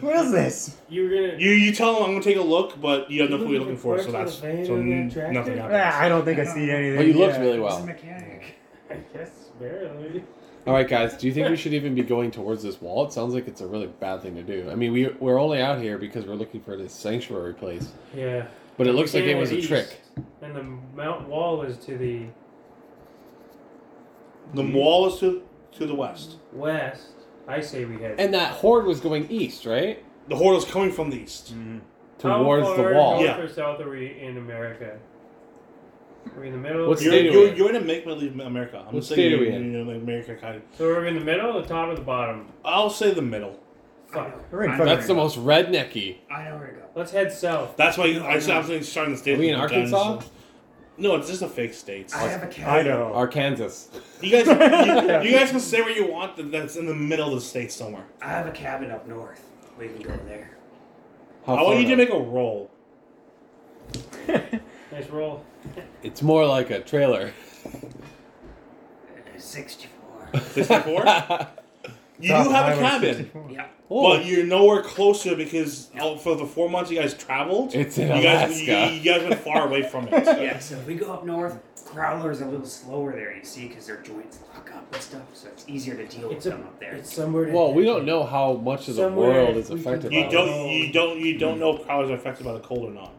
[SPEAKER 3] What is this?
[SPEAKER 2] You were gonna.
[SPEAKER 1] You you tell him I'm gonna take a look, but you have no
[SPEAKER 2] You
[SPEAKER 1] clue what you're looking
[SPEAKER 2] looking
[SPEAKER 1] for,
[SPEAKER 2] for
[SPEAKER 1] so
[SPEAKER 2] some
[SPEAKER 1] that's so
[SPEAKER 2] van on
[SPEAKER 1] n-
[SPEAKER 2] that tractor?
[SPEAKER 1] nothing
[SPEAKER 3] Ah,
[SPEAKER 1] happens.
[SPEAKER 3] I don't think I see anything.
[SPEAKER 4] Well, you looked
[SPEAKER 3] yet.
[SPEAKER 4] Oh, really
[SPEAKER 7] It's a
[SPEAKER 4] well.
[SPEAKER 7] mechanic.
[SPEAKER 2] I guess barely.
[SPEAKER 4] All right, guys. Do you think we should even be going towards this wall? It sounds like it's a really bad thing to do. I mean, we we're only out here because we're looking for this sanctuary place,
[SPEAKER 2] Yeah.
[SPEAKER 4] but it looks like
[SPEAKER 2] Yeah,
[SPEAKER 4] it was a
[SPEAKER 2] east.
[SPEAKER 4] trick.
[SPEAKER 2] And the mount wall is to the
[SPEAKER 1] The mall is to to the west.
[SPEAKER 2] West. I say we head.
[SPEAKER 4] And that horde was going east, right?
[SPEAKER 1] The horde is coming from the east.
[SPEAKER 4] Mm.
[SPEAKER 2] How
[SPEAKER 4] Towards the
[SPEAKER 2] far
[SPEAKER 4] wall.
[SPEAKER 2] North
[SPEAKER 1] Yeah.
[SPEAKER 2] or south are we in America? Are we in the middle?
[SPEAKER 4] What's
[SPEAKER 1] You're,
[SPEAKER 4] state are we
[SPEAKER 1] you're,
[SPEAKER 4] in?
[SPEAKER 1] you're in a make believe America. I'm
[SPEAKER 4] What
[SPEAKER 1] saying
[SPEAKER 4] state are we
[SPEAKER 1] you're-
[SPEAKER 4] in?
[SPEAKER 1] you're in America kind of.
[SPEAKER 2] so are we in the middle, the top, or the bottom?
[SPEAKER 1] I'll say the middle.
[SPEAKER 2] Fuck.
[SPEAKER 3] We're in
[SPEAKER 7] I
[SPEAKER 3] fucking-
[SPEAKER 7] know
[SPEAKER 4] That's the most rednecky.
[SPEAKER 7] I know where to go.
[SPEAKER 2] Let's head south.
[SPEAKER 1] That's why I, I'm starting to state.
[SPEAKER 4] Are we in
[SPEAKER 1] with
[SPEAKER 4] Arkansas?
[SPEAKER 1] dinosaurs. No, it's just a fake state.
[SPEAKER 7] I have a cat.
[SPEAKER 3] Idaho.
[SPEAKER 4] Arkansas.
[SPEAKER 1] You guys, you, you guys can say where you want. that- That's in the middle of the state somewhere.
[SPEAKER 5] I have a cabin up north. We can go there.
[SPEAKER 4] How
[SPEAKER 1] I want
[SPEAKER 4] far
[SPEAKER 1] you to
[SPEAKER 4] up?
[SPEAKER 1] make a roll.
[SPEAKER 2] Nice roll.
[SPEAKER 4] It's more like a trailer.
[SPEAKER 5] Uh, 64.
[SPEAKER 1] 64? you do have
[SPEAKER 3] Top
[SPEAKER 1] a
[SPEAKER 3] highway
[SPEAKER 1] cabin,
[SPEAKER 3] 64.
[SPEAKER 5] yeah.
[SPEAKER 1] but you're nowhere closer because out for the four months you guys traveled,
[SPEAKER 4] It's in
[SPEAKER 1] you guys, you,
[SPEAKER 4] Alaska.
[SPEAKER 1] you guys went far away from it.
[SPEAKER 5] Yeah, so if we go up north, Growler's a little slower there, you see, because their joints lock up and stuff, so it's easier to deal with
[SPEAKER 2] It's a-
[SPEAKER 5] them up there.
[SPEAKER 2] It's somewhere. to-
[SPEAKER 4] Well, we don't know how much of the
[SPEAKER 2] Somewhere
[SPEAKER 4] world is
[SPEAKER 2] we can-
[SPEAKER 4] affected
[SPEAKER 1] You
[SPEAKER 4] by
[SPEAKER 1] don't,
[SPEAKER 7] Oh.
[SPEAKER 1] you don't, you don't know if cows are affected by the cold or not.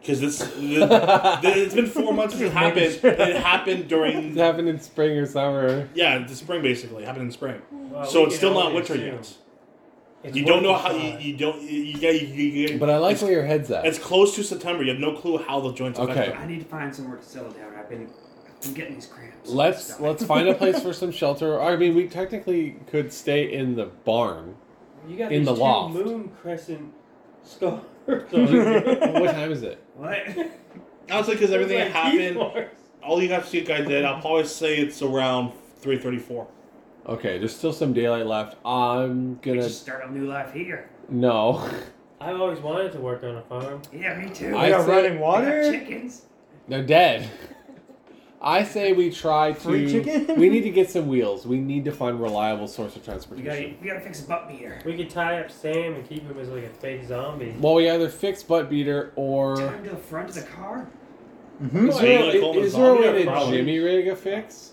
[SPEAKER 1] Because this, it's been four months since it happened. and it happened
[SPEAKER 4] this.
[SPEAKER 1] during,
[SPEAKER 4] It happened in spring or summer.
[SPEAKER 1] yeah, the spring basically. It happened in spring,
[SPEAKER 2] Well, we
[SPEAKER 1] so it's
[SPEAKER 2] can
[SPEAKER 1] still not
[SPEAKER 2] only
[SPEAKER 1] winter
[SPEAKER 2] assume.
[SPEAKER 1] yet.
[SPEAKER 2] It's
[SPEAKER 1] You don't know how you,
[SPEAKER 2] 155.
[SPEAKER 1] you don't you, you, you, you
[SPEAKER 4] But I like
[SPEAKER 1] it's,
[SPEAKER 4] where your head's at.
[SPEAKER 1] it's close to September. You have no clue how the joints affect
[SPEAKER 4] Okay.
[SPEAKER 1] them.
[SPEAKER 5] I need to find somewhere to settle down. I've been, I've been getting these cramps.
[SPEAKER 4] Let's
[SPEAKER 5] Stop.
[SPEAKER 4] let's find a place for some shelter. I mean, we technically could stay in the barn.
[SPEAKER 2] You got
[SPEAKER 4] in
[SPEAKER 2] these
[SPEAKER 4] the
[SPEAKER 2] two
[SPEAKER 4] loft.
[SPEAKER 2] Moon crescent stars.
[SPEAKER 4] what time is it?
[SPEAKER 5] What?
[SPEAKER 1] Honestly, because everything that
[SPEAKER 2] Like
[SPEAKER 1] happened,
[SPEAKER 2] T-Mars.
[SPEAKER 1] all you have to see guys did. I'll probably say it's around three thirty-four.
[SPEAKER 4] Okay, there's still some daylight left. I'm
[SPEAKER 5] We
[SPEAKER 4] gonna
[SPEAKER 5] just start a new life here.
[SPEAKER 4] no.
[SPEAKER 2] I've always wanted to work on a farm.
[SPEAKER 5] Yeah, me too.
[SPEAKER 4] I
[SPEAKER 3] We got
[SPEAKER 4] say-
[SPEAKER 3] running
[SPEAKER 5] I got
[SPEAKER 3] water.
[SPEAKER 5] chickens.
[SPEAKER 4] They're dead. I say we try to.
[SPEAKER 3] Free chicken?
[SPEAKER 4] We need to get some wheels. We need to find a reliable source of
[SPEAKER 5] We
[SPEAKER 4] transportation.
[SPEAKER 5] gotta, we gotta fix a butt beater.
[SPEAKER 2] We could tie up Sam and keep him as like a fake zombie.
[SPEAKER 4] Well, we either fix butt beater or.
[SPEAKER 5] Time to the front of the car.
[SPEAKER 4] Is
[SPEAKER 1] Are you
[SPEAKER 4] there,
[SPEAKER 1] gonna call him a
[SPEAKER 4] is there a
[SPEAKER 1] zombie?
[SPEAKER 4] way to
[SPEAKER 1] Probably.
[SPEAKER 4] jimmy rig a fix?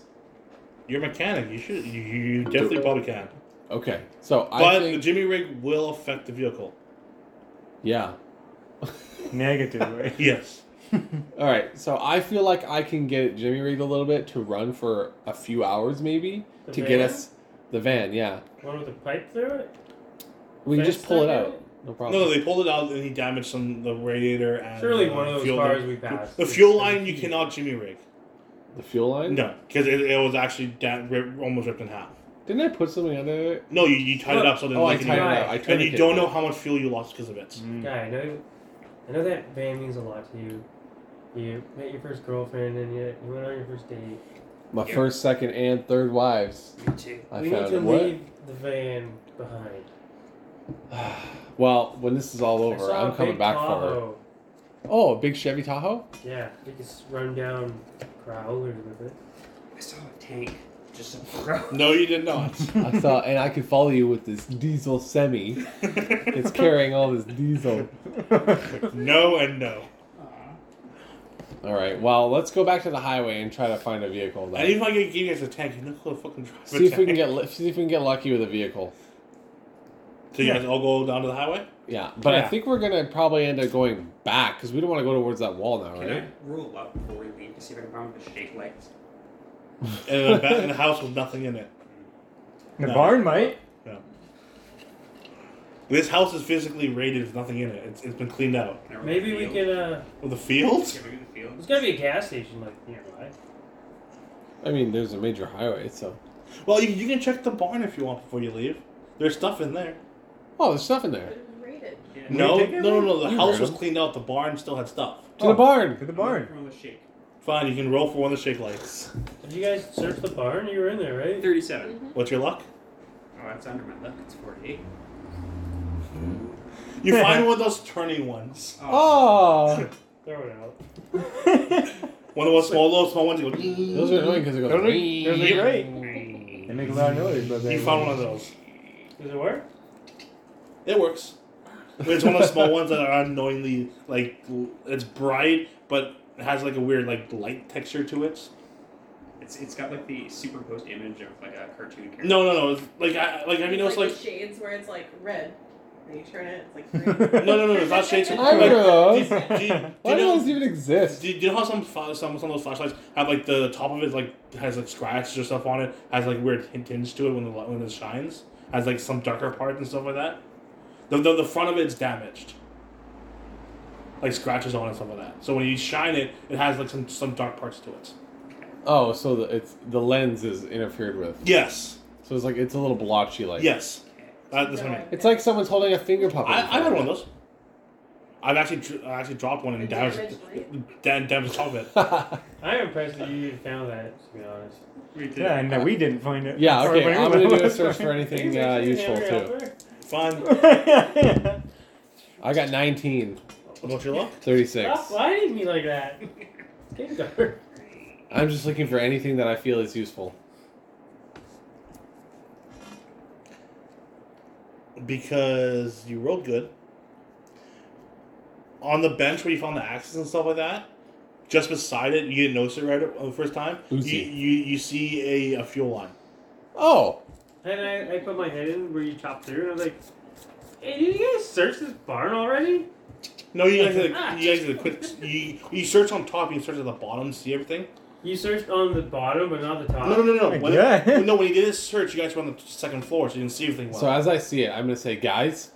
[SPEAKER 1] You're a mechanic. You should. You, you definitely probably can.
[SPEAKER 4] Okay, so I
[SPEAKER 1] But the
[SPEAKER 4] think
[SPEAKER 1] Jimmy rig will affect the vehicle.
[SPEAKER 4] yeah.
[SPEAKER 3] Negative, right?
[SPEAKER 1] Yes.
[SPEAKER 4] All right, so I feel like I can get jimmy rigged a little bit to run for a few hours, maybe
[SPEAKER 2] The
[SPEAKER 4] to get
[SPEAKER 2] van?
[SPEAKER 4] us the van. Yeah,
[SPEAKER 2] One with a pipe through it.
[SPEAKER 4] we can
[SPEAKER 2] Fence
[SPEAKER 4] just pull it
[SPEAKER 2] through
[SPEAKER 4] out. No problem.
[SPEAKER 1] No, they pulled it out and he damaged some the radiator and
[SPEAKER 2] Surely
[SPEAKER 1] uh,
[SPEAKER 2] one of those
[SPEAKER 1] fuel
[SPEAKER 2] cars
[SPEAKER 1] line.
[SPEAKER 2] we passed
[SPEAKER 1] The
[SPEAKER 2] is
[SPEAKER 1] fuel
[SPEAKER 2] gonna
[SPEAKER 1] line you
[SPEAKER 2] be-
[SPEAKER 1] cannot Jimmy rig.
[SPEAKER 4] the fuel line.
[SPEAKER 1] No, because it, it was actually da- ri- almost ripped in half.
[SPEAKER 4] Didn't I put something under it?
[SPEAKER 1] No, you, you tied it up so then
[SPEAKER 4] Oh, I
[SPEAKER 1] you
[SPEAKER 4] tied it up. I
[SPEAKER 1] and
[SPEAKER 4] tourniqueted
[SPEAKER 1] you don't
[SPEAKER 4] it.
[SPEAKER 1] know how much fuel you lost because of it.
[SPEAKER 2] Guy, I know, I know that van means a lot to you. You met your first girlfriend and you, you went on your first date.
[SPEAKER 4] My first, second, and third wives.
[SPEAKER 5] Me too.
[SPEAKER 4] I
[SPEAKER 2] we need
[SPEAKER 4] found
[SPEAKER 2] to
[SPEAKER 4] it. What?
[SPEAKER 2] leave the van behind.
[SPEAKER 4] Well, when this is all
[SPEAKER 2] I
[SPEAKER 4] over,
[SPEAKER 2] saw
[SPEAKER 4] I'm
[SPEAKER 2] a
[SPEAKER 4] coming
[SPEAKER 2] big
[SPEAKER 4] back for it.
[SPEAKER 2] Tahoe.
[SPEAKER 4] Oh, a big Chevy Tahoe?
[SPEAKER 2] Yeah, we could s- run down Crowlers with it.
[SPEAKER 5] I saw a tank just up the road.
[SPEAKER 1] No, you did not.
[SPEAKER 4] I saw, and I could follow you with this diesel semi. It's carrying all this diesel.
[SPEAKER 1] no and no.
[SPEAKER 4] All right. Well, let's go back to the highway and try to find a vehicle.
[SPEAKER 1] And
[SPEAKER 4] Then.
[SPEAKER 1] even if I give you guys a tank, you know how to fucking drive a
[SPEAKER 4] See if we
[SPEAKER 1] tank.
[SPEAKER 4] can get lu- see if we can get lucky with a vehicle.
[SPEAKER 1] So you guys all go down to the highway?
[SPEAKER 4] Yeah, but I
[SPEAKER 3] Yeah.
[SPEAKER 4] think we're gonna probably end up going back because we don't want to go towards that wall now,
[SPEAKER 7] Can
[SPEAKER 4] right?
[SPEAKER 7] I roll up before we leave to see if I can find the shake legs?
[SPEAKER 1] And a bat in the house with nothing in it.
[SPEAKER 3] The
[SPEAKER 1] No.
[SPEAKER 3] barn might.
[SPEAKER 1] No. This house is physically raided with nothing in it. It's, it's been cleaned out.
[SPEAKER 7] Can I roll
[SPEAKER 2] Maybe
[SPEAKER 7] the
[SPEAKER 2] we
[SPEAKER 7] field?
[SPEAKER 2] can, uh,
[SPEAKER 1] With the fields?
[SPEAKER 7] Can we do the field?
[SPEAKER 2] there's gotta be a gas station like nearby.
[SPEAKER 4] I mean, there's a major highway, so
[SPEAKER 1] Well, you, you can check the barn if you want before you leave. There's stuff in there.
[SPEAKER 4] oh, there's stuff in there.
[SPEAKER 6] But it was rated.
[SPEAKER 7] Yeah.
[SPEAKER 1] No,
[SPEAKER 3] take
[SPEAKER 1] no, no, no. The
[SPEAKER 4] You
[SPEAKER 1] house
[SPEAKER 4] heard
[SPEAKER 1] was
[SPEAKER 4] him.
[SPEAKER 1] cleaned out. The barn still had stuff.
[SPEAKER 4] To
[SPEAKER 3] Oh.
[SPEAKER 4] the barn.
[SPEAKER 3] To the
[SPEAKER 7] I'm gonna
[SPEAKER 3] barn.
[SPEAKER 7] roll the shake.
[SPEAKER 1] Fine, you can roll for one of the shake lights.
[SPEAKER 2] Did you guys search the barn? You were in there, right?
[SPEAKER 7] 37.
[SPEAKER 1] What's your luck?
[SPEAKER 7] Oh, that's under my luck. It's 48.
[SPEAKER 1] You find one of those turning ones.
[SPEAKER 4] Oh,
[SPEAKER 2] Throw it out.
[SPEAKER 1] One of those small, little small ones. You, go,
[SPEAKER 4] those are annoying because it goes.
[SPEAKER 3] Those are, those are great.
[SPEAKER 1] Mm.
[SPEAKER 7] Hey.
[SPEAKER 3] They make a lot of noise, but they.
[SPEAKER 1] you found one of those.
[SPEAKER 2] Does it work?
[SPEAKER 1] It works. It's one of those small ones that are unknowingly like l- it's bright, but it has like a weird like light texture to it.
[SPEAKER 7] It's, it's got like the superimposed image of like a cartoon character.
[SPEAKER 1] No, no, no. It's like I like have you
[SPEAKER 6] It's
[SPEAKER 1] noticed
[SPEAKER 6] like
[SPEAKER 1] like
[SPEAKER 6] the shades where it's like red. and you turn it, it's like green.
[SPEAKER 1] No, no, no, it's not shades.
[SPEAKER 4] I don't know.
[SPEAKER 1] Do, do, do,
[SPEAKER 4] Why
[SPEAKER 1] you
[SPEAKER 4] do
[SPEAKER 1] know,
[SPEAKER 4] those
[SPEAKER 1] do,
[SPEAKER 4] even exist?
[SPEAKER 1] do you know how some, fi- some some of those flashlights have like the top of it like has like scratches or stuff on it, has like weird hint- tinge to it when the light- when it shines, has like some darker parts and stuff like that. The the, the front of it's damaged, like scratches on it and stuff like that. So when you shine it, it has like some some dark parts to it.
[SPEAKER 4] Oh, so the, it's the lens is interfered with.
[SPEAKER 1] Yes,
[SPEAKER 4] So it's like it's a little blotchy, like
[SPEAKER 1] yes, that, that's what I mean.
[SPEAKER 4] It's like someone's holding a finger puppet.
[SPEAKER 1] I, I've had one of those. I've actually dr- I actually dropped one and damaged dam- damaged the top of it.
[SPEAKER 4] those.
[SPEAKER 2] I'm impressed that you even found that. To be honest.
[SPEAKER 7] We did.
[SPEAKER 3] Yeah, and that we didn't find it.
[SPEAKER 4] yeah.
[SPEAKER 3] Sorry,
[SPEAKER 4] Okay.
[SPEAKER 3] but
[SPEAKER 4] I'm
[SPEAKER 3] it
[SPEAKER 4] gonna do a
[SPEAKER 3] was-
[SPEAKER 4] search for anything uh, useful too.
[SPEAKER 1] Fine,
[SPEAKER 4] I got 19,
[SPEAKER 1] what's your luck?
[SPEAKER 4] 36.
[SPEAKER 2] Stop lying to me like that. It's getting dark.
[SPEAKER 4] I'm just looking for anything that I feel is useful.
[SPEAKER 1] because you rolled good. On the bench where you found the axes and stuff like that, just beside it, you didn't notice it right uh, the first time. You,
[SPEAKER 4] Uzi.
[SPEAKER 1] you you see a, a fuel line.
[SPEAKER 4] Oh,
[SPEAKER 2] And I, I put my head in where you chopped through, and I was like, "Hey, did you guys search this barn already?"
[SPEAKER 1] No, you guys did a, you guys did a quick. You, you search on top, you search at the bottom, see everything.
[SPEAKER 2] You searched on the bottom, but not the
[SPEAKER 4] Ah,
[SPEAKER 2] top.
[SPEAKER 1] No, no, no, no.
[SPEAKER 3] my
[SPEAKER 1] When,
[SPEAKER 3] God.
[SPEAKER 1] no, when you did this search, you guys were on the second floor, so you didn't see everything well.
[SPEAKER 4] so as I see it, I'm gonna say, guys,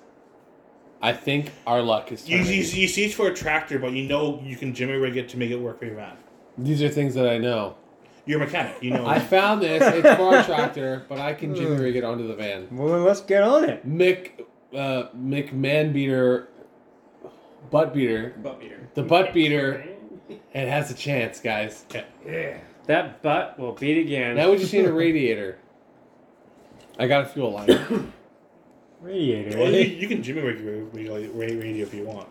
[SPEAKER 4] I think our luck is.
[SPEAKER 1] you,
[SPEAKER 4] Turning.
[SPEAKER 1] you, you see it's for a tractor, but you know you can jimmy rig it to make it work for your van.
[SPEAKER 4] These are things that I know.
[SPEAKER 1] You're a mechanic, you know.
[SPEAKER 4] I found this. It's for a tractor, but I can jimmy rig it onto the van.
[SPEAKER 3] well, then let's get on it.
[SPEAKER 4] Mick, uh, Mick Man Beater, Butt Beater,
[SPEAKER 7] Butt beater.
[SPEAKER 4] the Butt Beater, it has a chance, guys.
[SPEAKER 2] Yeah. That butt will beat again.
[SPEAKER 4] Now we just need a radiator. I got a fuel line.
[SPEAKER 3] Radiator.
[SPEAKER 1] Well, you,
[SPEAKER 3] eh?
[SPEAKER 1] you can Jimmy rig your radio, radio if you want.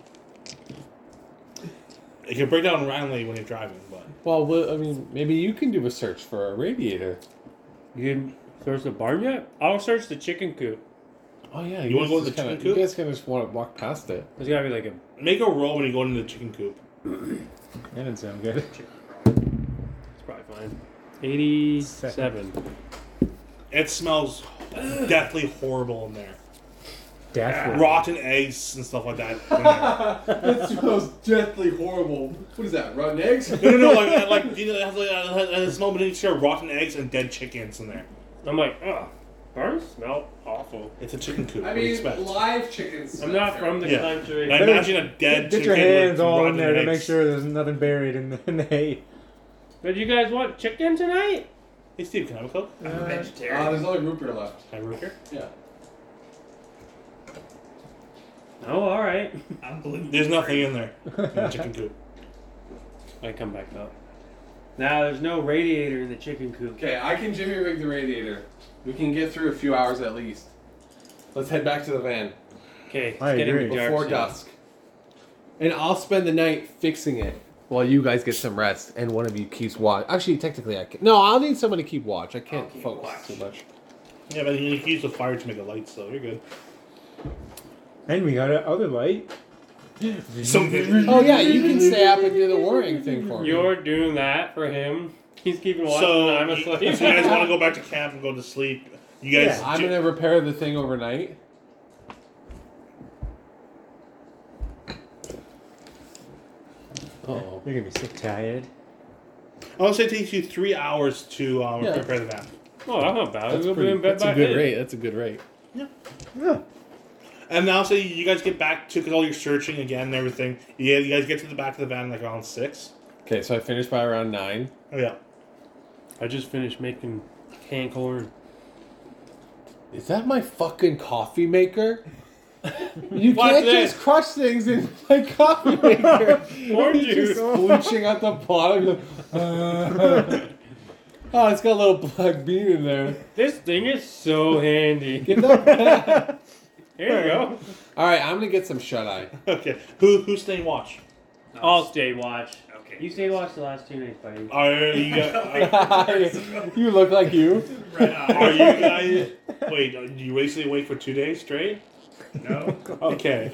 [SPEAKER 1] It can break down randomly when you're driving, but
[SPEAKER 4] Well, well, I mean, maybe you can do a search for a radiator.
[SPEAKER 2] You didn't search the barn yet? I'll search the chicken coop.
[SPEAKER 4] Oh yeah,
[SPEAKER 1] You wanna
[SPEAKER 4] guys
[SPEAKER 1] go to the
[SPEAKER 4] just kinda-
[SPEAKER 1] chicken coop?
[SPEAKER 4] You guys kind of just want to walk past it.
[SPEAKER 2] There's gotta be like a.
[SPEAKER 1] make a roll when you go into the chicken coop.
[SPEAKER 3] That didn't sound good.
[SPEAKER 2] It's probably fine. 87.
[SPEAKER 1] It smells deathly horrible in there.
[SPEAKER 3] Death.
[SPEAKER 1] Rotten eggs and stuff like that. in there.
[SPEAKER 4] that smells deathly horrible. What is that? Rotten eggs?
[SPEAKER 1] No, no, no, like, like you know, it has like a, a, a smell, but it's rotten eggs and dead chickens in there.
[SPEAKER 2] I'm like, oh, barns smell awful.
[SPEAKER 1] It's a chicken coop. what do you expect?
[SPEAKER 4] live chickens.
[SPEAKER 2] I'm not from the
[SPEAKER 1] Yeah.
[SPEAKER 2] country.
[SPEAKER 1] And I imagine a dead
[SPEAKER 3] Get
[SPEAKER 1] chicken
[SPEAKER 3] your hands
[SPEAKER 1] with
[SPEAKER 3] all in
[SPEAKER 1] rotten
[SPEAKER 3] there to make
[SPEAKER 1] eggs.
[SPEAKER 3] sure there's nothing buried in the, in the hay.
[SPEAKER 2] But you guys want chicken tonight?
[SPEAKER 1] Hey, Steve, can I have a coke?
[SPEAKER 7] I'm a vegetarian.
[SPEAKER 4] Uh, there's only root beer left.
[SPEAKER 1] Can I root here?
[SPEAKER 4] Yeah.
[SPEAKER 2] Oh, alright.
[SPEAKER 7] I'm blue.
[SPEAKER 1] There's nothing in there. In the chicken coop.
[SPEAKER 2] I come back up. Now there's no radiator in the chicken coop.
[SPEAKER 4] Okay, I can jimmy rig the radiator. We can get through a few hours at least. Let's head back to the van
[SPEAKER 2] Okay, it's
[SPEAKER 3] I
[SPEAKER 2] getting
[SPEAKER 3] agree.
[SPEAKER 2] dark
[SPEAKER 4] before
[SPEAKER 2] soon.
[SPEAKER 4] dusk. And I'll spend the night fixing it while you guys get some rest and one of you keeps watch. Actually, technically, I can. No, I'll need someone to keep watch. I can't
[SPEAKER 7] I'll keep
[SPEAKER 4] focus
[SPEAKER 7] watch.
[SPEAKER 4] too much.
[SPEAKER 1] Yeah, but you can use the fire to make a light, so you're good.
[SPEAKER 3] And we got an other light.
[SPEAKER 1] Something.
[SPEAKER 4] Oh, yeah, you can stay up and do the worrying thing for me.
[SPEAKER 2] You're doing that for him. He's keeping watch
[SPEAKER 1] So,
[SPEAKER 2] and I'm
[SPEAKER 1] you, so
[SPEAKER 2] asleep.
[SPEAKER 1] you guys want to go back to camp and go to sleep? You guys,
[SPEAKER 4] I'm
[SPEAKER 1] ju-
[SPEAKER 4] going to repair the thing overnight. Oh.
[SPEAKER 3] You're gonna be so tired.
[SPEAKER 1] I'll say it takes you three hours to um,
[SPEAKER 4] Yeah.
[SPEAKER 1] prepare the map.
[SPEAKER 2] oh, I'm about
[SPEAKER 4] That's,
[SPEAKER 2] to go
[SPEAKER 4] pretty,
[SPEAKER 2] be in bed
[SPEAKER 4] that's
[SPEAKER 2] by
[SPEAKER 4] a good
[SPEAKER 2] eight.
[SPEAKER 4] rate. That's a good rate.
[SPEAKER 1] And then I'll say you guys get back to cause all your searching again and everything. Yeah, you guys get to the back of the van like around six.
[SPEAKER 4] Okay, so I finished by around nine.
[SPEAKER 1] Oh yeah,
[SPEAKER 2] I just finished making canned corn.
[SPEAKER 4] Is that my fucking coffee maker? You
[SPEAKER 1] What's
[SPEAKER 4] can't
[SPEAKER 1] this?
[SPEAKER 4] just crush things in my coffee maker.
[SPEAKER 2] Or
[SPEAKER 4] It's
[SPEAKER 2] juice.
[SPEAKER 4] just bleaching at the bottom. uh, oh, it's got a little black bean in there.
[SPEAKER 2] This thing is so handy.
[SPEAKER 4] Get that back.
[SPEAKER 2] Here you go.
[SPEAKER 4] All right, I'm gonna get some shut eye.
[SPEAKER 1] okay. Who who's staying watch?
[SPEAKER 2] I'll stay watch.
[SPEAKER 7] Okay.
[SPEAKER 2] You stayed watch the last two nights, buddy.
[SPEAKER 1] Are you guys?
[SPEAKER 4] you look like you.
[SPEAKER 7] Right
[SPEAKER 1] Are,
[SPEAKER 7] on.
[SPEAKER 1] are you guys? Wait, are you basically awake for two days straight?
[SPEAKER 7] No.
[SPEAKER 1] Okay.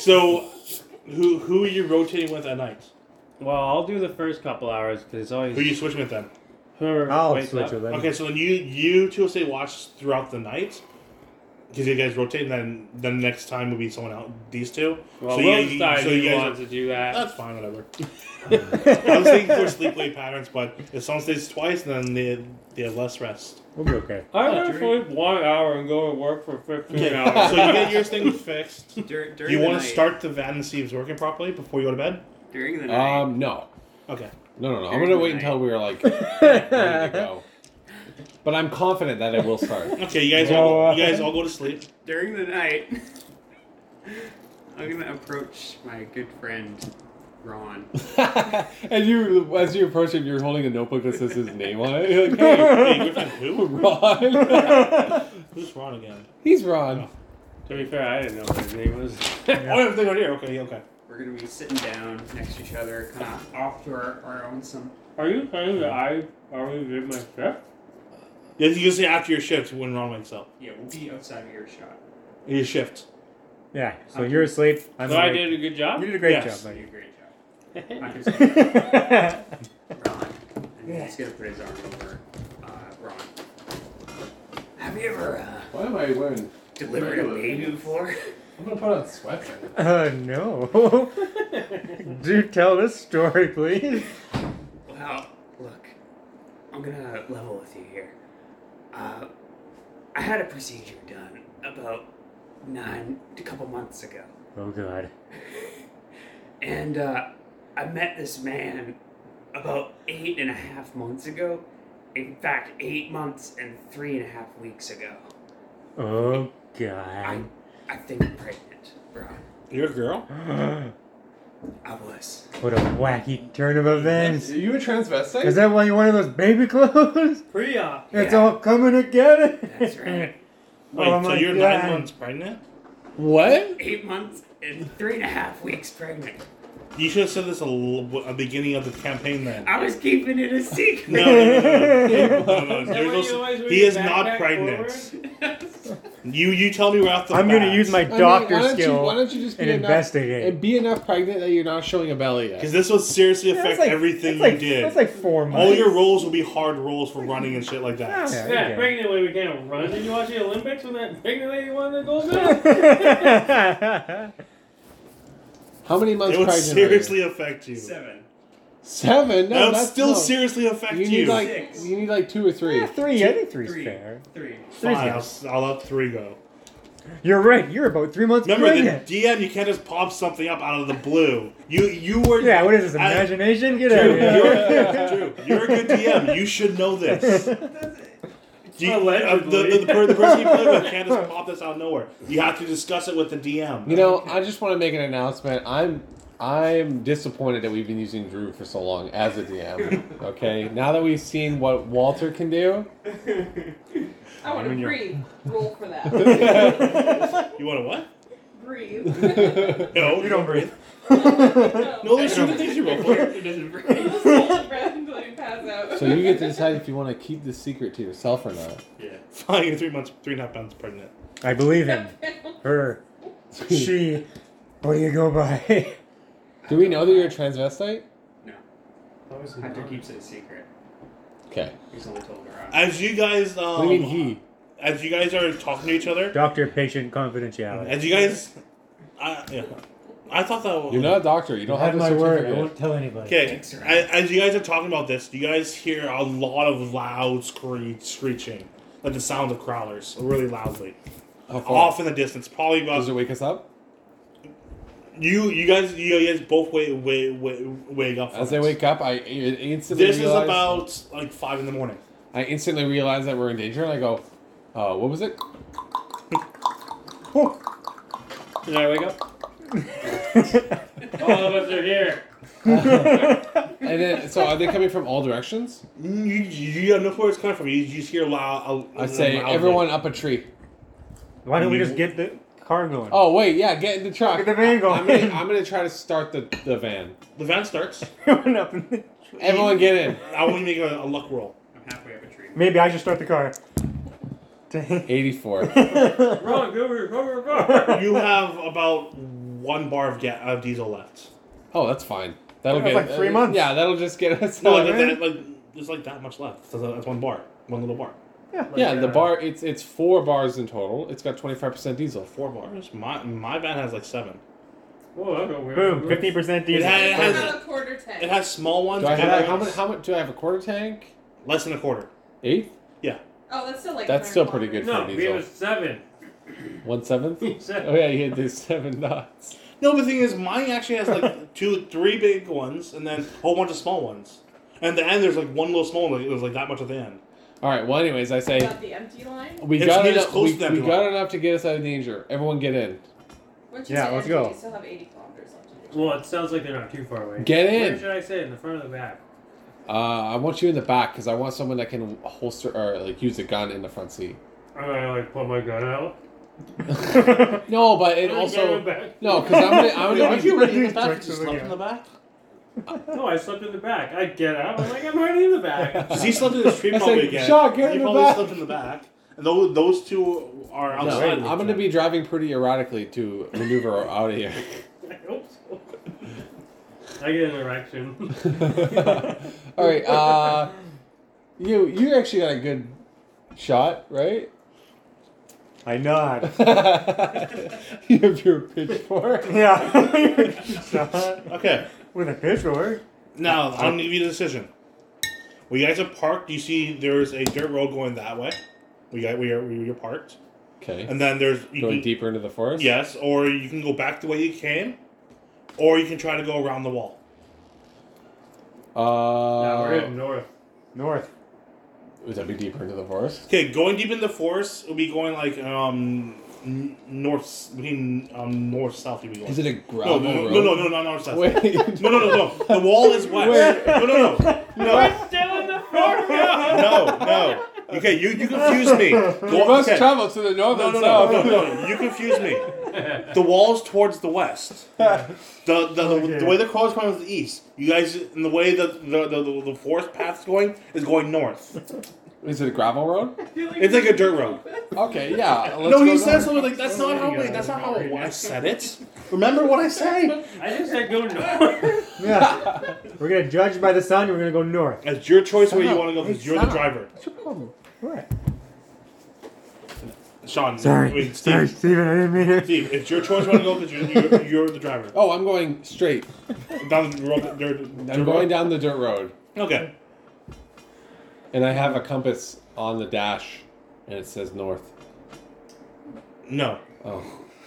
[SPEAKER 1] so, who who are you rotating with at night?
[SPEAKER 2] Well, I'll do the first couple hours because it's always
[SPEAKER 1] Who are you switching with then?
[SPEAKER 2] whoever
[SPEAKER 3] I'll
[SPEAKER 2] wakes
[SPEAKER 3] switch
[SPEAKER 2] up.
[SPEAKER 3] with it.
[SPEAKER 1] Okay, so then you you two will stay watch throughout the night, because you guys rotate, and then then next time would be someone else. These two.
[SPEAKER 9] Well,
[SPEAKER 1] so
[SPEAKER 9] so
[SPEAKER 1] you-
[SPEAKER 9] Rose
[SPEAKER 1] you-
[SPEAKER 9] died.
[SPEAKER 1] so
[SPEAKER 9] you
[SPEAKER 1] you guys-
[SPEAKER 9] wanted to do
[SPEAKER 4] Uh,
[SPEAKER 9] that.
[SPEAKER 1] That's fine, whatever. I was thinking for sleep wake patterns, but if someone stays twice, then they they have less rest.
[SPEAKER 3] We'll be okay.
[SPEAKER 4] uh,
[SPEAKER 9] I'm
[SPEAKER 7] Yeah,
[SPEAKER 9] gonna
[SPEAKER 7] during-
[SPEAKER 9] sleep one hour and go to work for 15
[SPEAKER 1] Okay,
[SPEAKER 9] hours.
[SPEAKER 1] so you get your thing fixed.
[SPEAKER 7] Dur- during
[SPEAKER 1] Do you
[SPEAKER 7] the
[SPEAKER 1] want to
[SPEAKER 7] night-
[SPEAKER 1] start the vat and see if it's working properly before you go to bed?
[SPEAKER 7] during the night.
[SPEAKER 4] Um, no,
[SPEAKER 1] Okay.
[SPEAKER 4] no, no, no. I'm
[SPEAKER 7] Very
[SPEAKER 4] gonna wait
[SPEAKER 7] good
[SPEAKER 4] until we're like ready to go. But I'm confident that it will start.
[SPEAKER 1] Okay, you guys
[SPEAKER 3] No,
[SPEAKER 1] all
[SPEAKER 3] uh,
[SPEAKER 1] you guys all go to sleep.
[SPEAKER 7] during the night, I'm gonna approach my good friend Ron.
[SPEAKER 4] and you, as you approach him, you're holding a notebook that says his name on it. You're like, hey,
[SPEAKER 1] Hey, Griffin, who?
[SPEAKER 4] Ron.
[SPEAKER 1] Who's Ron again?
[SPEAKER 4] He's Ron.
[SPEAKER 9] to be fair, I didn't know what his name was.
[SPEAKER 1] Oh, I have a thing right here. Okay, yeah, okay.
[SPEAKER 7] We're gonna be sitting down next to each other, kind of off to our, our own some.
[SPEAKER 9] Are you saying that I already did my shift?
[SPEAKER 1] Yeah, you can say after your shift when Ron wakes up.
[SPEAKER 7] Yeah, we'll be outside of earshot.
[SPEAKER 1] Your shift.
[SPEAKER 3] Yeah. So you're asleep. I'm
[SPEAKER 9] So I
[SPEAKER 3] awake.
[SPEAKER 9] did a good
[SPEAKER 3] You
[SPEAKER 9] job?
[SPEAKER 3] did a great
[SPEAKER 1] Yes.
[SPEAKER 3] job,
[SPEAKER 7] You
[SPEAKER 3] buddy.
[SPEAKER 7] did a great job. I can say Ron, and
[SPEAKER 2] Yeah.
[SPEAKER 7] he's gonna put his arm over uh, Ron.
[SPEAKER 5] Have you ever uh,
[SPEAKER 4] Why am I wearing?
[SPEAKER 5] delivered a baby before?
[SPEAKER 4] I'm gonna put on sweatpants.
[SPEAKER 3] Uh, no. Do tell this story, please.
[SPEAKER 5] Well, look, I'm gonna level with you here. Uh, I had a procedure done about nine, a couple months ago,
[SPEAKER 3] Oh God.
[SPEAKER 5] and uh, I met this man about eight and a half months ago. In fact, eight months and three and a half weeks ago.
[SPEAKER 3] Oh
[SPEAKER 5] I,
[SPEAKER 3] God.
[SPEAKER 5] I think I'm pregnant, bro.
[SPEAKER 1] You're a girl?
[SPEAKER 5] I was.
[SPEAKER 3] what a wacky turn of events.
[SPEAKER 4] you a transvestite?
[SPEAKER 3] Is that why you're one of those baby clothes?
[SPEAKER 2] Priya.
[SPEAKER 3] It's
[SPEAKER 5] Yeah.
[SPEAKER 3] all coming together.
[SPEAKER 5] That's
[SPEAKER 1] Wait,
[SPEAKER 5] right.
[SPEAKER 3] Oh
[SPEAKER 1] so
[SPEAKER 3] my
[SPEAKER 1] you're
[SPEAKER 3] God.
[SPEAKER 1] nine months pregnant?
[SPEAKER 4] what?
[SPEAKER 5] Eight months and three and a half weeks pregnant.
[SPEAKER 1] You should have said this a, l- a beginning of the campaign then.
[SPEAKER 5] I was keeping it a secret.
[SPEAKER 1] No, no, no, no, no, no, no.
[SPEAKER 9] that
[SPEAKER 1] There's
[SPEAKER 9] what you
[SPEAKER 1] no-
[SPEAKER 9] always
[SPEAKER 1] He
[SPEAKER 9] read
[SPEAKER 1] is not
[SPEAKER 9] backpack
[SPEAKER 1] pregnant. You you tell me right off the
[SPEAKER 3] I'm
[SPEAKER 1] bat.
[SPEAKER 3] gonna use my
[SPEAKER 4] I mean,
[SPEAKER 3] doctor
[SPEAKER 4] why don't you-
[SPEAKER 3] skill
[SPEAKER 4] why don't you just be
[SPEAKER 3] and
[SPEAKER 4] enough-
[SPEAKER 3] investigate.
[SPEAKER 4] And be enough pregnant that you're not showing a belly
[SPEAKER 1] because
[SPEAKER 4] yet.
[SPEAKER 1] this will seriously
[SPEAKER 3] Yeah,
[SPEAKER 1] affect
[SPEAKER 3] that's like-
[SPEAKER 1] everything
[SPEAKER 3] that's
[SPEAKER 1] you
[SPEAKER 3] like-
[SPEAKER 1] did.
[SPEAKER 3] That's like four months.
[SPEAKER 1] All your rolls will be hard rolls for running and shit like that.
[SPEAKER 3] Yeah.
[SPEAKER 9] Yeah,
[SPEAKER 3] Okay.
[SPEAKER 9] pregnant when we can't run. Did you watch the Olympics when that pregnant lady won the gold medal?
[SPEAKER 4] How many months
[SPEAKER 1] It would
[SPEAKER 4] pregnant? Are
[SPEAKER 1] seriously affect you.
[SPEAKER 7] Seven.
[SPEAKER 4] you? Seven. No,
[SPEAKER 1] that would
[SPEAKER 4] that's
[SPEAKER 1] still
[SPEAKER 4] no.
[SPEAKER 1] seriously affect
[SPEAKER 4] You
[SPEAKER 1] you.
[SPEAKER 4] need like
[SPEAKER 7] Six.
[SPEAKER 4] you need like two or three.
[SPEAKER 3] yeah, three. I think three's
[SPEAKER 7] Three.
[SPEAKER 3] fair.
[SPEAKER 7] Three.
[SPEAKER 1] Fine, I'll, s- I'll let three go.
[SPEAKER 3] You're right. You're about three months
[SPEAKER 1] Remember,
[SPEAKER 3] pregnant.
[SPEAKER 1] the DM, you can't just pop something up out of the blue. You you were
[SPEAKER 3] yeah. What is this?
[SPEAKER 1] I-
[SPEAKER 3] Imagination? Get out
[SPEAKER 1] Drew,
[SPEAKER 3] of here.
[SPEAKER 1] you're, Drew, you're a good DM. You should know this. Do you- uh, the, the, the, per- the person you play with can't just pop this out of nowhere. You have to discuss it with the DM.
[SPEAKER 4] You know, I just want to make an announcement. I'm I'm disappointed that we've been using Drew for so long as a DM. Okay, now that we've seen what Walter can do,
[SPEAKER 6] I want to
[SPEAKER 3] mean, you're-
[SPEAKER 6] breathe. Roll for that.
[SPEAKER 1] You want to what?
[SPEAKER 6] breathe.
[SPEAKER 1] No,
[SPEAKER 3] You don't breathe.
[SPEAKER 1] No, there's certain things you roll for.
[SPEAKER 7] It doesn't breathe.
[SPEAKER 6] Just hold your breath until you pass out.
[SPEAKER 4] so you get to decide if you want to keep this secret to yourself or not.
[SPEAKER 1] Fine, you're three months, three and a half months pregnant.
[SPEAKER 3] I believe him. Her. She. What do you go by?
[SPEAKER 4] Do we know that you're a transvestite?
[SPEAKER 7] Hunter keeps it a secret.
[SPEAKER 4] Okay.
[SPEAKER 7] He's only told Ron.
[SPEAKER 1] As you guys, um,
[SPEAKER 4] What do you mean he?
[SPEAKER 1] as you guys are talking to each other,
[SPEAKER 3] Doctor patient confidentiality.
[SPEAKER 1] as you guys, I, yeah, I thought that was,
[SPEAKER 4] You're not a doctor. You don't have,
[SPEAKER 3] my
[SPEAKER 4] a
[SPEAKER 3] word. I
[SPEAKER 4] certificate.
[SPEAKER 3] won't tell anybody.
[SPEAKER 1] Okay, a- as you guys are talking about this, you guys hear a lot of loud scree- screeching, like the sound of growlers, really loudly,
[SPEAKER 4] How far?
[SPEAKER 1] off in the distance. Probably about
[SPEAKER 4] Does Oh. it wake us up?
[SPEAKER 1] you. You guys, you guys both wake wake wake, wake up. from
[SPEAKER 4] As I
[SPEAKER 1] this.
[SPEAKER 4] wake up, I in- instantly
[SPEAKER 1] this is
[SPEAKER 4] realize,
[SPEAKER 1] about like five in the morning.
[SPEAKER 4] I instantly realize that we're in danger, and I go, uh, "What was it?"
[SPEAKER 9] Did I wake up? All of us are here.
[SPEAKER 4] And then, so are they coming from all directions?
[SPEAKER 1] You, you have no clue where it's coming from. You, you just hear loud.
[SPEAKER 3] Mm,
[SPEAKER 4] I say,
[SPEAKER 1] loudly.
[SPEAKER 4] "Everyone up a tree."
[SPEAKER 3] Why don't we just get the car going?
[SPEAKER 4] Oh wait, yeah, get in the truck.
[SPEAKER 3] Get the van going.
[SPEAKER 4] I'm gonna, I'm gonna try to start the, the van.
[SPEAKER 1] The van starts.
[SPEAKER 3] Going up in the-
[SPEAKER 4] Everyone get in.
[SPEAKER 1] I want you to make a, a luck roll.
[SPEAKER 7] I'm halfway up a tree.
[SPEAKER 3] Maybe I should start the car. Dang.
[SPEAKER 4] 84.
[SPEAKER 9] Ron, go over, go over, go
[SPEAKER 1] You have about one bar of, ga- of diesel left.
[SPEAKER 4] Oh, that's fine. That'll
[SPEAKER 3] That's
[SPEAKER 4] get
[SPEAKER 3] like three months.
[SPEAKER 4] Yeah, that'll just get us.
[SPEAKER 1] No,
[SPEAKER 4] out.
[SPEAKER 1] like, that, like there's like that much left. So that's one bar, one little bar.
[SPEAKER 2] Like,
[SPEAKER 4] yeah, the
[SPEAKER 2] uh,
[SPEAKER 4] bar it's it's four bars in total. It's got twenty five percent diesel.
[SPEAKER 1] Four bars. My my van has like seven.
[SPEAKER 9] Whoa, I go weird.
[SPEAKER 3] Boom, 15%
[SPEAKER 1] It
[SPEAKER 3] diesel.
[SPEAKER 1] has, it
[SPEAKER 6] It's
[SPEAKER 1] has
[SPEAKER 6] not a quarter tank.
[SPEAKER 1] it has small ones.
[SPEAKER 4] Do I
[SPEAKER 1] big
[SPEAKER 4] have how
[SPEAKER 1] ones,
[SPEAKER 4] many, how much do I have a quarter tank?
[SPEAKER 1] Less than a quarter.
[SPEAKER 4] Eighth?
[SPEAKER 6] oh, that's still like.
[SPEAKER 4] That's still pretty good.
[SPEAKER 2] No,
[SPEAKER 4] for
[SPEAKER 2] we
[SPEAKER 4] diesel.
[SPEAKER 2] have a seven.
[SPEAKER 4] One seventh?
[SPEAKER 2] Seven.
[SPEAKER 4] Oh yeah, you hit the seven knots.
[SPEAKER 1] No, but the thing is, mine actually has like two, three big ones, and then a whole bunch of small ones. And at the end, there's like one little small one. Like, there's like that much at the end.
[SPEAKER 4] Alright, well anyways I say
[SPEAKER 6] About the empty line.
[SPEAKER 4] we
[SPEAKER 1] It's
[SPEAKER 4] got
[SPEAKER 1] near as
[SPEAKER 4] enough
[SPEAKER 1] close
[SPEAKER 4] we,
[SPEAKER 1] to that
[SPEAKER 4] we
[SPEAKER 1] to
[SPEAKER 4] got
[SPEAKER 1] mine.
[SPEAKER 4] enough to get us out of danger. Everyone get in.
[SPEAKER 6] Which
[SPEAKER 3] Yeah, let's
[SPEAKER 6] is empty.
[SPEAKER 3] go.
[SPEAKER 6] You still have 80 kilometers left. To do.
[SPEAKER 2] Well, it sounds like they're not too far away.
[SPEAKER 4] Get in.
[SPEAKER 2] Where should I say? In the front or the back?
[SPEAKER 4] Uh, I want you in the back because I want someone that can holster or like use a gun in the front seat.
[SPEAKER 2] I'm gonna like pull my gun out.
[SPEAKER 4] No, but it
[SPEAKER 2] Get in
[SPEAKER 4] also
[SPEAKER 2] the back.
[SPEAKER 4] no because I'm gonna, I'm gonna
[SPEAKER 3] Aren't you ready to
[SPEAKER 1] Back,
[SPEAKER 3] drink
[SPEAKER 1] just
[SPEAKER 3] something
[SPEAKER 1] slept in the back.
[SPEAKER 2] No, I slept in the back. I get out. I'm like, I'm already in the back.
[SPEAKER 1] 'Cause he slept in the street
[SPEAKER 4] I
[SPEAKER 1] probably
[SPEAKER 4] said,
[SPEAKER 1] again.
[SPEAKER 4] "Shaw, get
[SPEAKER 1] he
[SPEAKER 4] in the
[SPEAKER 1] probably
[SPEAKER 4] back."
[SPEAKER 1] slept in the back. And those, those two are
[SPEAKER 4] No,
[SPEAKER 1] outside. of each
[SPEAKER 4] I'm gonna
[SPEAKER 1] other.
[SPEAKER 4] be driving pretty erratically to maneuver out of here.
[SPEAKER 2] I hope so. I get an
[SPEAKER 1] Uh,
[SPEAKER 2] erection.
[SPEAKER 4] All right, uh, you you actually got a good shot, right?
[SPEAKER 3] I nod.
[SPEAKER 4] you have your pitchfork.
[SPEAKER 3] Yeah. Shot
[SPEAKER 1] Okay.
[SPEAKER 3] With a pitchfork.
[SPEAKER 1] Now
[SPEAKER 4] Uh,
[SPEAKER 1] I'll give you the decision. We guys are parked. You see, there's a dirt road going that way. We got we are we are parked,
[SPEAKER 4] Okay,
[SPEAKER 1] and then there's you
[SPEAKER 4] going
[SPEAKER 1] can,
[SPEAKER 4] deeper into the forest.
[SPEAKER 1] yes, or you can go back the way you came, or you can try to go around the wall.
[SPEAKER 2] Now we're
[SPEAKER 4] Uh,
[SPEAKER 2] heading north.
[SPEAKER 3] North.
[SPEAKER 4] would that be deeper into the forest?
[SPEAKER 1] Okay, going deep in the forest would be going like um n- north between um north south. You'd be going.
[SPEAKER 4] Is it a
[SPEAKER 1] no,
[SPEAKER 4] gravel
[SPEAKER 1] no, no,
[SPEAKER 4] road?
[SPEAKER 1] no, no, no, not north south.
[SPEAKER 4] Wait.
[SPEAKER 1] No, no, no, no. The wall is west.
[SPEAKER 4] Wait.
[SPEAKER 1] No, no, no, no,
[SPEAKER 2] Still in the forest.
[SPEAKER 1] no, no. Okay, you you confuse me.
[SPEAKER 4] You
[SPEAKER 1] Go,
[SPEAKER 4] must
[SPEAKER 1] okay.
[SPEAKER 4] travel to the north
[SPEAKER 1] No,
[SPEAKER 4] and
[SPEAKER 1] no,
[SPEAKER 4] south.
[SPEAKER 1] no, no, no. You confuse me. The wall's towards the west. The the, the,
[SPEAKER 3] Oh,
[SPEAKER 1] the way the crow's going is the east. You guys, and the way the the, the, the, the forest path's going is going north.
[SPEAKER 4] Is it a gravel road?
[SPEAKER 1] It's like a dirt road.
[SPEAKER 4] Okay, yeah. let's
[SPEAKER 1] no,
[SPEAKER 4] go
[SPEAKER 1] he
[SPEAKER 4] north.
[SPEAKER 1] says something like that's not how we, that's not how I said it. Remember what I say.
[SPEAKER 2] I just said go north.
[SPEAKER 3] Yeah. we're gonna judge by the sun. We're gonna go north.
[SPEAKER 1] It's your choice where you want to go because you're the
[SPEAKER 3] Stop.
[SPEAKER 1] driver.
[SPEAKER 3] What's your problem? What?
[SPEAKER 1] Sean,
[SPEAKER 3] Sorry.
[SPEAKER 1] I mean,
[SPEAKER 3] Sorry,
[SPEAKER 1] Steve,
[SPEAKER 3] Steven. I didn't mean it.
[SPEAKER 1] Steve, it's your choice where to go because you're, you're, you're the driver.
[SPEAKER 4] Oh, I'm going straight.
[SPEAKER 1] Down the road, dirt,
[SPEAKER 4] I'm
[SPEAKER 1] dirt
[SPEAKER 4] going
[SPEAKER 1] road.
[SPEAKER 4] down the dirt road,
[SPEAKER 1] Okay.
[SPEAKER 4] and I have a compass on the dash, and it says north.
[SPEAKER 1] No.
[SPEAKER 4] Oh,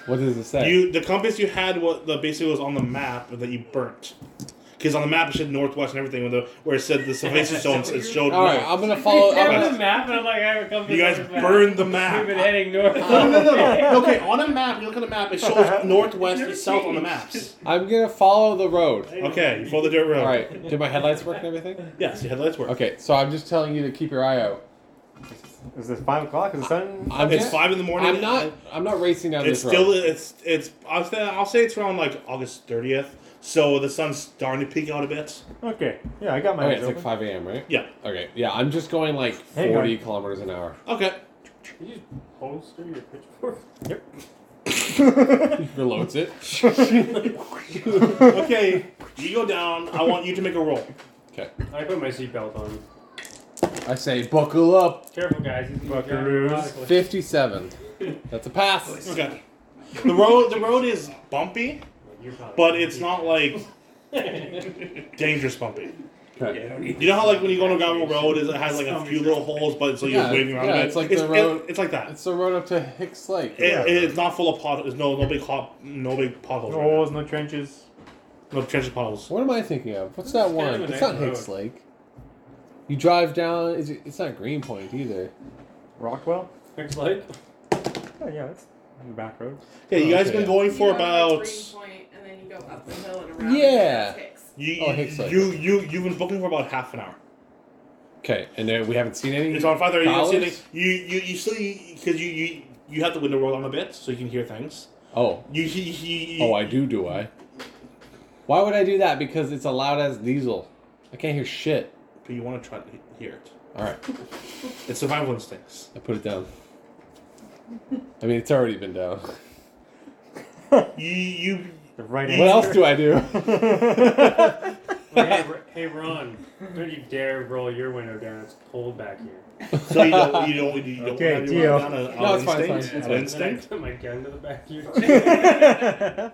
[SPEAKER 4] what does it say?
[SPEAKER 1] You the compass you had what the basically was on the map that you burnt. Because on the map it said northwest and everything, with the, where it said the Sylvester Zones, it showed
[SPEAKER 4] All right,
[SPEAKER 1] north.
[SPEAKER 4] I'm gonna follow. I'm
[SPEAKER 2] I'm
[SPEAKER 4] gonna,
[SPEAKER 2] on the map, and I'm like, I haven't come. to
[SPEAKER 1] You guys
[SPEAKER 2] this map.
[SPEAKER 1] burned the
[SPEAKER 2] We've been
[SPEAKER 1] map. Uh.
[SPEAKER 2] heading north.
[SPEAKER 1] No, no, no, no. Okay, on a map, you look at a map, it shows northwest and south on the maps.
[SPEAKER 4] I'm gonna follow the road.
[SPEAKER 1] Okay, you follow the dirt road.
[SPEAKER 4] All right. Did my headlights work and everything?
[SPEAKER 1] Yes, your headlights work.
[SPEAKER 4] Okay, so I'm just telling you to keep your eye out.
[SPEAKER 3] Is this five o'clock? Is the sun?
[SPEAKER 4] I'm
[SPEAKER 1] It's
[SPEAKER 4] just-
[SPEAKER 1] five in the morning.
[SPEAKER 4] I'm not. I'm not racing down
[SPEAKER 1] It's
[SPEAKER 4] this
[SPEAKER 1] still.
[SPEAKER 4] road.
[SPEAKER 1] It's it's. I'll say, I'll say it's around like August thirtieth. So the sun's starting to peek out a bit.
[SPEAKER 3] Okay. Yeah, I got my
[SPEAKER 4] Okay,
[SPEAKER 3] eyes
[SPEAKER 4] Oh, it's like
[SPEAKER 3] open.
[SPEAKER 4] 5 a.m. Right?
[SPEAKER 1] Yeah.
[SPEAKER 4] Okay. Yeah, I'm just going like
[SPEAKER 3] Hang
[SPEAKER 4] 40 kilometers an hour.
[SPEAKER 1] Okay.
[SPEAKER 2] Can you just holster your pitchfork?
[SPEAKER 4] Reloads it.
[SPEAKER 1] Okay. you go down. I want you to make a roll.
[SPEAKER 4] Okay.
[SPEAKER 2] I put my seatbelt on.
[SPEAKER 4] I say buckle up.
[SPEAKER 2] Careful, guys. He's gonna drive
[SPEAKER 3] Buckaroos.
[SPEAKER 2] methodically.
[SPEAKER 4] 57. That's a pass.
[SPEAKER 1] Okay. The road the road is bumpy.
[SPEAKER 2] You're probably-
[SPEAKER 1] but it's not like dangerous bumpy.
[SPEAKER 4] Okay.
[SPEAKER 1] You know how like when you go on a gravel road, is it has like a few little holes, but so you're
[SPEAKER 4] Yeah,
[SPEAKER 1] waving around.
[SPEAKER 4] yeah,
[SPEAKER 1] a bit.
[SPEAKER 4] it's like
[SPEAKER 1] it's,
[SPEAKER 4] the
[SPEAKER 1] it-
[SPEAKER 4] road-
[SPEAKER 1] it's like that.
[SPEAKER 4] It's the road up to Hicks Lake.
[SPEAKER 1] It- it's not full of pot. There's no no big hot, no big potholes.
[SPEAKER 3] No
[SPEAKER 1] right now.
[SPEAKER 3] holes, no trenches.
[SPEAKER 1] No trenches potholes.
[SPEAKER 4] What am I thinking of? What's that
[SPEAKER 2] It's kind
[SPEAKER 4] one?
[SPEAKER 2] of a
[SPEAKER 4] It's
[SPEAKER 2] nice
[SPEAKER 4] not Hicks
[SPEAKER 2] road.
[SPEAKER 4] Lake. You drive down. Is it, it's not Greenpoint either.
[SPEAKER 3] Rockwell.
[SPEAKER 2] Next light.
[SPEAKER 3] Oh yeah, that's on the back road.
[SPEAKER 1] Okay, you guys
[SPEAKER 4] Okay.
[SPEAKER 1] been going
[SPEAKER 6] You
[SPEAKER 1] for
[SPEAKER 6] go to the
[SPEAKER 1] about.
[SPEAKER 6] green point, and then you go up the hill and around.
[SPEAKER 4] Yeah.
[SPEAKER 6] and it's Hicks.
[SPEAKER 1] You,
[SPEAKER 4] Oh, Hicks Lake.
[SPEAKER 1] you you you've been booking for about half an hour.
[SPEAKER 4] Okay, and there, we haven't seen any.
[SPEAKER 1] It's on five thirty. You don't see
[SPEAKER 4] Dollars?
[SPEAKER 1] anything. You you you still because you you you have the window rolled on a bit, so you can hear things.
[SPEAKER 4] Oh,
[SPEAKER 1] You, you, you,
[SPEAKER 4] oh, I do, do I? Why would I do that? Because it's allowed as diesel. I can't hear shit.
[SPEAKER 1] But you want to try to hear it.
[SPEAKER 4] All right,
[SPEAKER 1] It's survival instincts.
[SPEAKER 4] I put it down. I mean, it's already been down.
[SPEAKER 1] You you
[SPEAKER 3] The right
[SPEAKER 4] What
[SPEAKER 3] hand.
[SPEAKER 4] else do I do?
[SPEAKER 2] hey, Ro- hey, Ron, don't you dare roll your window down. It's cold back here.
[SPEAKER 1] So you don't, you don't, you don't
[SPEAKER 3] Okay,
[SPEAKER 1] have
[SPEAKER 3] deal.
[SPEAKER 1] your on, a, on
[SPEAKER 4] No, it's fine, it's
[SPEAKER 1] instinct?
[SPEAKER 4] fine, it's
[SPEAKER 1] on
[SPEAKER 4] fine.
[SPEAKER 2] And then I
[SPEAKER 1] instinct?
[SPEAKER 2] put my gun to the back of your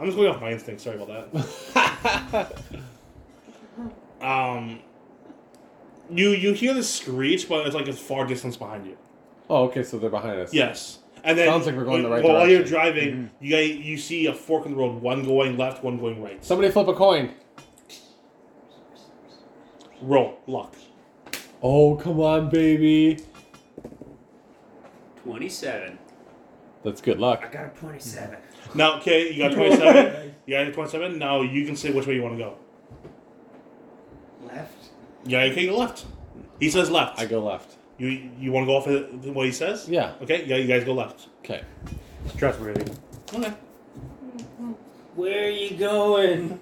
[SPEAKER 1] I'm just going off my instinct. Sorry about that. um, you you hear the screech, but it's like it's far distance behind you.
[SPEAKER 4] Oh, okay, so they're behind us.
[SPEAKER 1] Yes. And then
[SPEAKER 4] Sounds like we're going the right
[SPEAKER 1] while you're
[SPEAKER 4] direction. Mm-hmm.
[SPEAKER 1] driving, you guys, you see a fork in the road. One going left, one going right.
[SPEAKER 4] Somebody flip a coin.
[SPEAKER 1] Roll luck.
[SPEAKER 4] Oh, come on, baby.
[SPEAKER 5] 27.
[SPEAKER 4] That's good
[SPEAKER 5] I
[SPEAKER 4] luck.
[SPEAKER 5] got a 27.
[SPEAKER 1] Now, okay, you got twenty-seven. you got twenty-seven. Now you can say which way you want to go.
[SPEAKER 5] Left.
[SPEAKER 1] Yeah, okay, you left. He says left.
[SPEAKER 4] I go left.
[SPEAKER 1] You you want to go off of what he says?
[SPEAKER 4] Yeah.
[SPEAKER 1] Okay. Yeah, you guys go left.
[SPEAKER 4] Okay.
[SPEAKER 3] It's trustworthy.
[SPEAKER 1] Okay.
[SPEAKER 2] Where are you going?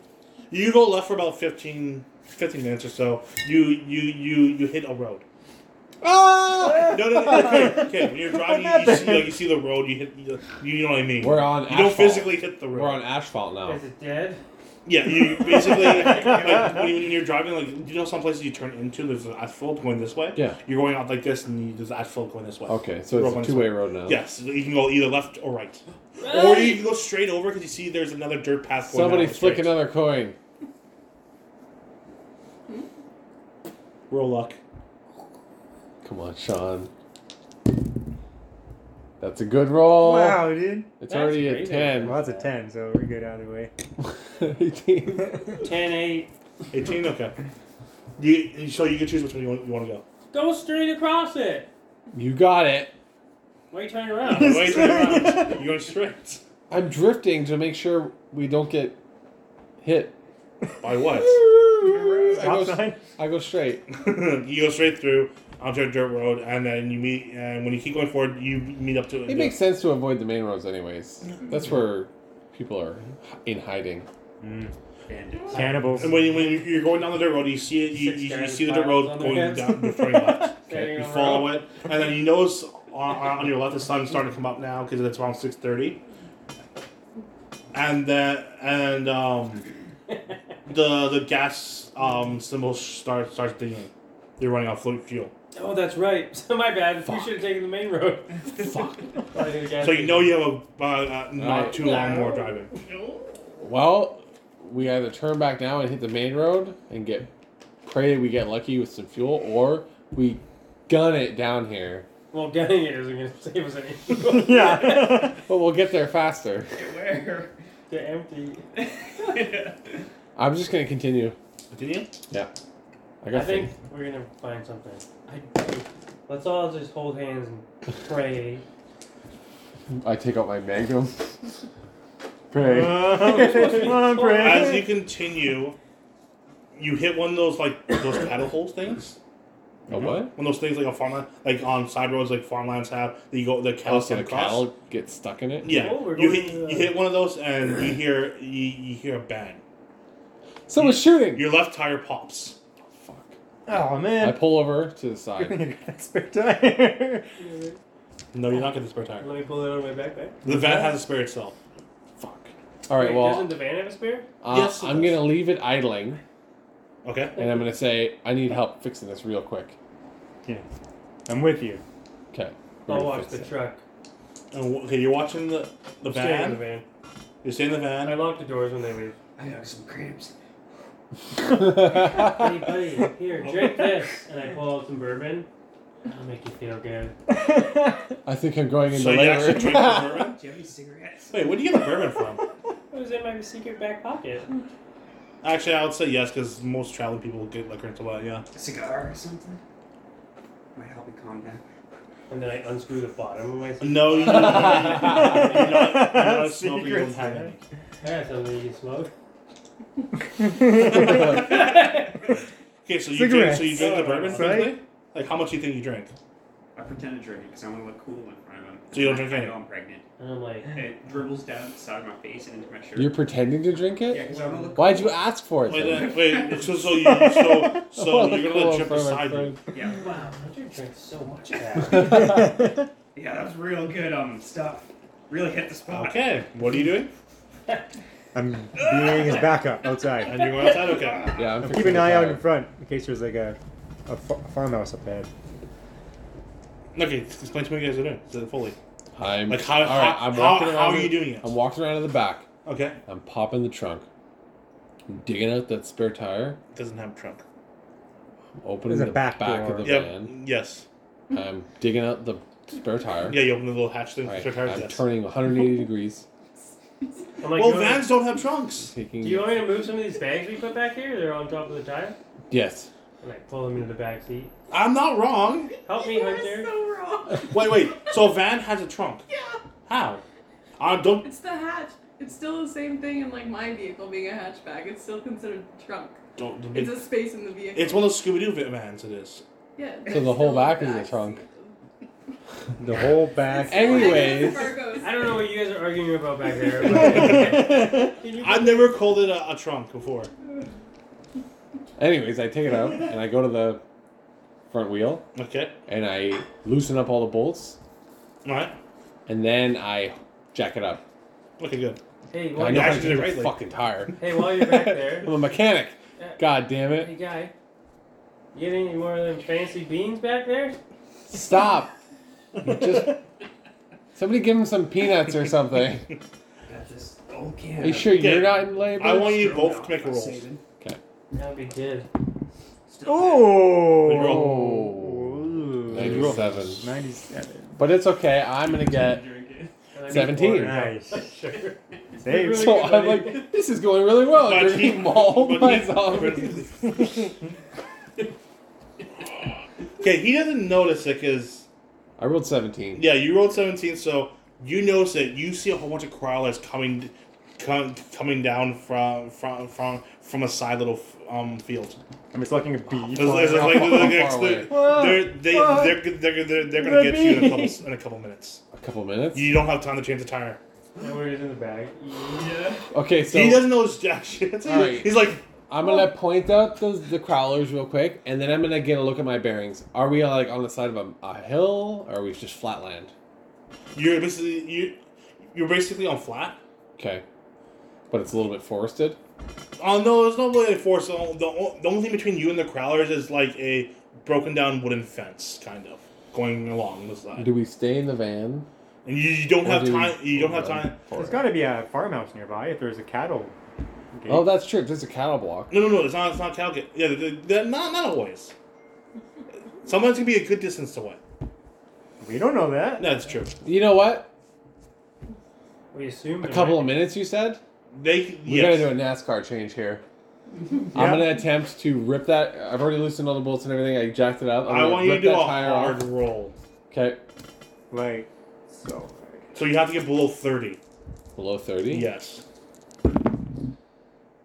[SPEAKER 1] You go left for about 15, 15 minutes or so. You you you you hit a road.
[SPEAKER 4] Ah!
[SPEAKER 1] No, no, no. Okay, okay. When you're driving, you, you see like, you see the road. You hit. You, you know what I mean.
[SPEAKER 4] We're on
[SPEAKER 1] you
[SPEAKER 4] asphalt.
[SPEAKER 1] don't physically hit the road.
[SPEAKER 4] We're on asphalt now.
[SPEAKER 2] Is it dead?
[SPEAKER 1] Yeah, you basically like when, you, when you're driving, like you know, some places you turn into there's an asphalt going this way.
[SPEAKER 4] Yeah.
[SPEAKER 1] You're going out like this, and you, there's asphalt going this way.
[SPEAKER 4] Okay, so
[SPEAKER 1] Road going
[SPEAKER 4] it's a
[SPEAKER 1] this
[SPEAKER 4] two way road now.
[SPEAKER 1] Yes, you can go either left or right, or you can go straight over because you see there's another dirt path. Going
[SPEAKER 4] Somebody
[SPEAKER 1] down
[SPEAKER 4] flick
[SPEAKER 1] straight.
[SPEAKER 4] another coin.
[SPEAKER 1] Roll luck.
[SPEAKER 4] Come on, Sean. That's a good roll.
[SPEAKER 3] Wow, dude.
[SPEAKER 4] It's
[SPEAKER 2] That's
[SPEAKER 4] already
[SPEAKER 2] crazy.
[SPEAKER 3] Well,
[SPEAKER 4] a
[SPEAKER 3] that's a 10, so we're good either way.
[SPEAKER 4] 10. 18.
[SPEAKER 2] 10 8.
[SPEAKER 1] Eighteen. Okay. You so you can choose which one you want, you want to go.
[SPEAKER 2] Go straight across it.
[SPEAKER 4] you got it.
[SPEAKER 2] Why are you turning around?
[SPEAKER 1] Why are you turning around? You're going straight.
[SPEAKER 4] I'm drifting to make sure we don't get hit.
[SPEAKER 1] By what?
[SPEAKER 4] I go,
[SPEAKER 3] Stop sign?
[SPEAKER 4] I go straight.
[SPEAKER 1] you go straight through onto a dirt road, and then you meet. And when you keep going forward, you meet up to.
[SPEAKER 4] It makes sense to avoid the main roads, anyways. That's where people are in hiding.
[SPEAKER 7] Bandits.
[SPEAKER 3] Cannibals.
[SPEAKER 1] And when, you, when you're going down the dirt road, you see it. You,
[SPEAKER 2] Six
[SPEAKER 1] you, you
[SPEAKER 2] guys
[SPEAKER 1] see the
[SPEAKER 2] with
[SPEAKER 1] dirt
[SPEAKER 2] piles
[SPEAKER 1] road
[SPEAKER 2] on their
[SPEAKER 1] going
[SPEAKER 2] heads.
[SPEAKER 1] down, turning left.
[SPEAKER 2] Standing
[SPEAKER 1] You
[SPEAKER 2] on
[SPEAKER 1] follow
[SPEAKER 2] road.
[SPEAKER 1] it, and then you notice on, on on your left the sun's starting to come up now because it's around six thirty. And the and um, the the gas um symbol starts starts dinging. You're running out of fuel,
[SPEAKER 2] Oh, that's right. My bad. We should have taken the main road.
[SPEAKER 1] Fuck.
[SPEAKER 2] Probably did a gas
[SPEAKER 1] so you
[SPEAKER 2] station.
[SPEAKER 1] know you have a uh, uh, not
[SPEAKER 4] Right.
[SPEAKER 1] too long more driving.
[SPEAKER 4] Well, we either turn back now and hit the main road and get pray we get lucky with some fuel, or we gun it down here.
[SPEAKER 2] Well, getting it isn't going to save us any.
[SPEAKER 3] yeah.
[SPEAKER 4] But we'll get there faster.
[SPEAKER 7] Where?
[SPEAKER 2] to empty.
[SPEAKER 4] I'm just gonna continue.
[SPEAKER 1] Continue.
[SPEAKER 4] Yeah, I
[SPEAKER 2] I
[SPEAKER 4] got
[SPEAKER 2] think
[SPEAKER 4] faith.
[SPEAKER 2] we're going to find something. I, let's all just hold hands and pray.
[SPEAKER 4] I take out my magnum.
[SPEAKER 2] Uh,
[SPEAKER 4] Pray.
[SPEAKER 3] Come on, Brad.
[SPEAKER 1] As you continue, you hit one of those like those paddle hole things.
[SPEAKER 4] A
[SPEAKER 2] mm-hmm.
[SPEAKER 4] what?
[SPEAKER 1] One of those things like a farmland, like on side roads, like farmlands have. That you go, the
[SPEAKER 4] Oh,
[SPEAKER 1] cattle
[SPEAKER 4] so
[SPEAKER 1] can
[SPEAKER 4] the
[SPEAKER 1] cross.
[SPEAKER 4] cattle get stuck in it.
[SPEAKER 1] Yeah,
[SPEAKER 2] Oh, we're
[SPEAKER 1] you
[SPEAKER 2] going
[SPEAKER 1] hit
[SPEAKER 2] to the-
[SPEAKER 1] you hit one of those, and you hear you, you hear a bang.
[SPEAKER 4] Someone's shooting.
[SPEAKER 1] Your left tire pops.
[SPEAKER 4] Fuck.
[SPEAKER 3] Oh,
[SPEAKER 4] I
[SPEAKER 3] man.
[SPEAKER 4] pull over to the
[SPEAKER 3] You're
[SPEAKER 4] side.
[SPEAKER 3] gonna get that spare tire.
[SPEAKER 1] No, you're not getting the spare tire.
[SPEAKER 2] Let me pull it out of my backpack.
[SPEAKER 1] The van has a spare itself.
[SPEAKER 4] Fuck. All right.
[SPEAKER 2] Wait,
[SPEAKER 4] Well,
[SPEAKER 2] doesn't the van have a spear?
[SPEAKER 4] uh,
[SPEAKER 1] Yes, it
[SPEAKER 4] I'm
[SPEAKER 1] does.
[SPEAKER 4] gonna leave it idling,
[SPEAKER 1] Okay.
[SPEAKER 4] and I'm gonna say I need help fixing this real quick.
[SPEAKER 3] yeah. I'm with you.
[SPEAKER 4] Okay.
[SPEAKER 2] I'll watch the truck.
[SPEAKER 1] And, wh- okay, you're watching the the
[SPEAKER 2] Stay in the
[SPEAKER 1] van.
[SPEAKER 2] van.
[SPEAKER 1] You're staying in the
[SPEAKER 2] I
[SPEAKER 1] van.
[SPEAKER 2] lock the doors when they leave.
[SPEAKER 5] I got some cramps.
[SPEAKER 2] Hey, buddy, here, drink this. And I pull out some bourbon. That'll make you feel good.
[SPEAKER 4] I think I'm going into
[SPEAKER 1] So you
[SPEAKER 4] labor.
[SPEAKER 1] actually drink the bourbon.
[SPEAKER 5] Do you have any cigarettes?
[SPEAKER 1] Wait, where do you get the bourbon from?
[SPEAKER 2] It was in my secret back pocket.
[SPEAKER 1] Actually, I would say yes, because most traveling people get liquor into that. Yeah.
[SPEAKER 5] A cigar or something? Might help me calm down.
[SPEAKER 2] And then I unscrew the bottom of my secret.
[SPEAKER 1] No, you, you're not, you're not smoking. You don't
[SPEAKER 3] Secrets,
[SPEAKER 1] have
[SPEAKER 3] yeah.
[SPEAKER 1] any.
[SPEAKER 2] I got something you can smoke.
[SPEAKER 1] Okay, so you drink, so you drink
[SPEAKER 3] Cigarettes.
[SPEAKER 1] the bourbon,
[SPEAKER 3] Right?
[SPEAKER 1] quickly? Like, how much do you think you drink?
[SPEAKER 7] I pretend to drink because I want to look cool in front of him.
[SPEAKER 1] So you don't drink
[SPEAKER 7] I
[SPEAKER 1] any?
[SPEAKER 7] know I'm pregnant.
[SPEAKER 2] And I'm like,
[SPEAKER 7] It dribbles down the side of my face and into my shirt.
[SPEAKER 4] You're pretending to drink
[SPEAKER 7] yeah,
[SPEAKER 4] it?
[SPEAKER 7] because I want to look.
[SPEAKER 4] Why'd you ask for it?
[SPEAKER 1] Wait,
[SPEAKER 4] then?
[SPEAKER 1] then, wait. So, so you, so, so you're gonna let
[SPEAKER 4] Cool
[SPEAKER 1] Jim
[SPEAKER 4] for my
[SPEAKER 1] decide you.
[SPEAKER 4] friend.
[SPEAKER 7] Yeah,
[SPEAKER 2] wow, I drink so much of that.
[SPEAKER 7] yeah, that was real good um stuff. Really hit the spot.
[SPEAKER 1] Okay, what are you doing?
[SPEAKER 3] I'm being his backup outside.
[SPEAKER 1] And you went outside? Okay.
[SPEAKER 4] Yeah,
[SPEAKER 3] I'm
[SPEAKER 4] I'm fixing
[SPEAKER 3] keeping an
[SPEAKER 4] the
[SPEAKER 3] eye out
[SPEAKER 4] fire.
[SPEAKER 3] in front in case there's like a, a, fa- a farmhouse up ahead.
[SPEAKER 1] Okay, explain to me what you guys are doing. So fully.
[SPEAKER 4] I'm
[SPEAKER 1] Like, how-
[SPEAKER 4] all right,
[SPEAKER 1] how-
[SPEAKER 4] I'm
[SPEAKER 1] how-
[SPEAKER 4] walking
[SPEAKER 1] how
[SPEAKER 4] around
[SPEAKER 1] are you
[SPEAKER 4] the-
[SPEAKER 1] doing it?
[SPEAKER 4] I'm walking around to the back.
[SPEAKER 1] Okay.
[SPEAKER 4] I'm popping the trunk. I'm digging out that spare tire.
[SPEAKER 1] Doesn't have a trunk.
[SPEAKER 4] I'm opening
[SPEAKER 3] There's a
[SPEAKER 4] the back,
[SPEAKER 3] back
[SPEAKER 4] of
[SPEAKER 3] door.
[SPEAKER 4] the
[SPEAKER 1] Yep.
[SPEAKER 4] van.
[SPEAKER 1] Yes.
[SPEAKER 4] I'm digging out the spare tire.
[SPEAKER 1] Yeah, you open the little hatch thing.
[SPEAKER 4] All right,
[SPEAKER 1] for tires,
[SPEAKER 4] I'm
[SPEAKER 1] yes.
[SPEAKER 4] turning 180 degrees.
[SPEAKER 2] I'm like,
[SPEAKER 1] Well,
[SPEAKER 2] no,
[SPEAKER 1] vans don't have trunks.
[SPEAKER 4] Taking
[SPEAKER 2] do you want me to move some of these bags we put back here? They're on top of the tire.
[SPEAKER 4] yes.
[SPEAKER 2] And I pull them into the back seat.
[SPEAKER 1] I'm not wrong.
[SPEAKER 2] Help me,
[SPEAKER 6] You are
[SPEAKER 2] Hunter.
[SPEAKER 6] so wrong.
[SPEAKER 1] Wait, wait. So a van has a trunk.
[SPEAKER 6] Yeah,
[SPEAKER 1] How? I don't.
[SPEAKER 6] it's the hatch. It's still the same thing in like my vehicle being a hatchback. It's still considered trunk.
[SPEAKER 1] don't
[SPEAKER 6] It's
[SPEAKER 1] it's,
[SPEAKER 6] a space in the vehicle.
[SPEAKER 1] one of those Scooby Doo vans. It is.
[SPEAKER 6] yeah.
[SPEAKER 4] So the whole back is a trunk.
[SPEAKER 3] The whole back.
[SPEAKER 4] Anyways.
[SPEAKER 2] I don't know what you guys are arguing about back there. But Can you-
[SPEAKER 1] I've never called it a, a trunk before.
[SPEAKER 4] Anyways, I take it out and I go to the front wheel
[SPEAKER 1] Okay.
[SPEAKER 4] and I loosen up all the bolts
[SPEAKER 1] All right.
[SPEAKER 4] and then I jack it up.
[SPEAKER 1] Okay. Good.
[SPEAKER 2] hey,
[SPEAKER 4] I
[SPEAKER 2] while
[SPEAKER 4] know
[SPEAKER 2] you're,
[SPEAKER 4] how to
[SPEAKER 1] actually
[SPEAKER 4] change
[SPEAKER 1] did it
[SPEAKER 4] a
[SPEAKER 1] right, like-
[SPEAKER 4] fucking tire.
[SPEAKER 2] hey, while you're back there,
[SPEAKER 4] I'm a mechanic.
[SPEAKER 2] uh,
[SPEAKER 4] God damn
[SPEAKER 2] hey
[SPEAKER 4] it.
[SPEAKER 2] guy, you get any more of them fancy beans back there?
[SPEAKER 4] Stop. Just somebody give him some peanuts or something.
[SPEAKER 7] Got this old can.
[SPEAKER 4] Are you sure
[SPEAKER 1] Okay.
[SPEAKER 4] you're not in labor?
[SPEAKER 1] I want you
[SPEAKER 7] Still
[SPEAKER 1] both
[SPEAKER 7] not
[SPEAKER 1] to make a roll.
[SPEAKER 7] saving.
[SPEAKER 2] That'd be good.
[SPEAKER 7] Still
[SPEAKER 3] Oh.
[SPEAKER 4] 97.
[SPEAKER 3] 97.
[SPEAKER 4] But it's okay. I'm gonna get
[SPEAKER 7] drink it.
[SPEAKER 2] And I need
[SPEAKER 4] 17.
[SPEAKER 2] more.
[SPEAKER 3] Nice.
[SPEAKER 2] Sure.
[SPEAKER 3] Save.
[SPEAKER 2] Really?
[SPEAKER 4] So I'm like, this is going really well.
[SPEAKER 1] But
[SPEAKER 4] I'm
[SPEAKER 1] he-
[SPEAKER 4] drinking all
[SPEAKER 1] but
[SPEAKER 4] my
[SPEAKER 1] he-
[SPEAKER 4] zombies.
[SPEAKER 1] Okay. He doesn't notice it because
[SPEAKER 4] I rolled 17.
[SPEAKER 1] yeah, you rolled seventeen, so you notice that you see a whole bunch of crawlers coming, com, coming down from from from from a side little um field.
[SPEAKER 3] I'm just looking at B.
[SPEAKER 1] It's like, it's like-
[SPEAKER 4] Far
[SPEAKER 1] they're,
[SPEAKER 4] away.
[SPEAKER 1] they're, they,
[SPEAKER 3] What?
[SPEAKER 1] they're, they're, they're, they're gonna
[SPEAKER 3] The
[SPEAKER 1] get you in a
[SPEAKER 3] bees.
[SPEAKER 1] couple in a couple minutes.
[SPEAKER 4] A couple minutes.
[SPEAKER 1] You don't have time to change the tire.
[SPEAKER 2] And where is in the bag?
[SPEAKER 7] Yeah.
[SPEAKER 4] Okay, so
[SPEAKER 1] he doesn't know it's jack shit. It's like-
[SPEAKER 4] Alright.
[SPEAKER 1] He's like,
[SPEAKER 4] I'm gonna point out those the crawlers real quick, and then I'm gonna get a look at my bearings. Are we like on the side of a, a hill, or are we just flat land?
[SPEAKER 1] you're basically you, you're basically on flat.
[SPEAKER 4] Okay, but it's a little bit forested.
[SPEAKER 1] Oh no, there's no way to force. The, on- the on- the only thing between you and the crawlers is like a broken down wooden fence, kind of going along the side.
[SPEAKER 4] Do we stay in the van?
[SPEAKER 1] And you, you don't
[SPEAKER 4] or
[SPEAKER 1] have
[SPEAKER 4] do we-
[SPEAKER 1] time. You don't have
[SPEAKER 4] or-
[SPEAKER 1] time.
[SPEAKER 3] There's got to be a farmhouse nearby if there's a cattle. gate.
[SPEAKER 4] Oh, that's true. There's a cattle block.
[SPEAKER 1] No, no, no. It's not. It's not calculated. Yeah, they're, they're not not always. Sometimes it can be a good distance away.
[SPEAKER 3] we don't know that.
[SPEAKER 1] No, That's true.
[SPEAKER 4] You know what?
[SPEAKER 2] We assume
[SPEAKER 4] A
[SPEAKER 2] it
[SPEAKER 4] couple
[SPEAKER 2] might-
[SPEAKER 4] of minutes. You said
[SPEAKER 1] They
[SPEAKER 4] we
[SPEAKER 1] yes.
[SPEAKER 4] gotta do a NASCAR change here. I'm
[SPEAKER 3] Yeah.
[SPEAKER 4] gonna attempt to rip that. I've already loosened all the bolts and everything. I jacked it up. I'm
[SPEAKER 1] I
[SPEAKER 4] gonna
[SPEAKER 1] want you to
[SPEAKER 4] rip
[SPEAKER 1] do a
[SPEAKER 4] that tire off.
[SPEAKER 1] hard roll.
[SPEAKER 4] Okay,
[SPEAKER 3] Like, so.
[SPEAKER 1] So you have to get below thirty.
[SPEAKER 4] below thirty.
[SPEAKER 1] Yes.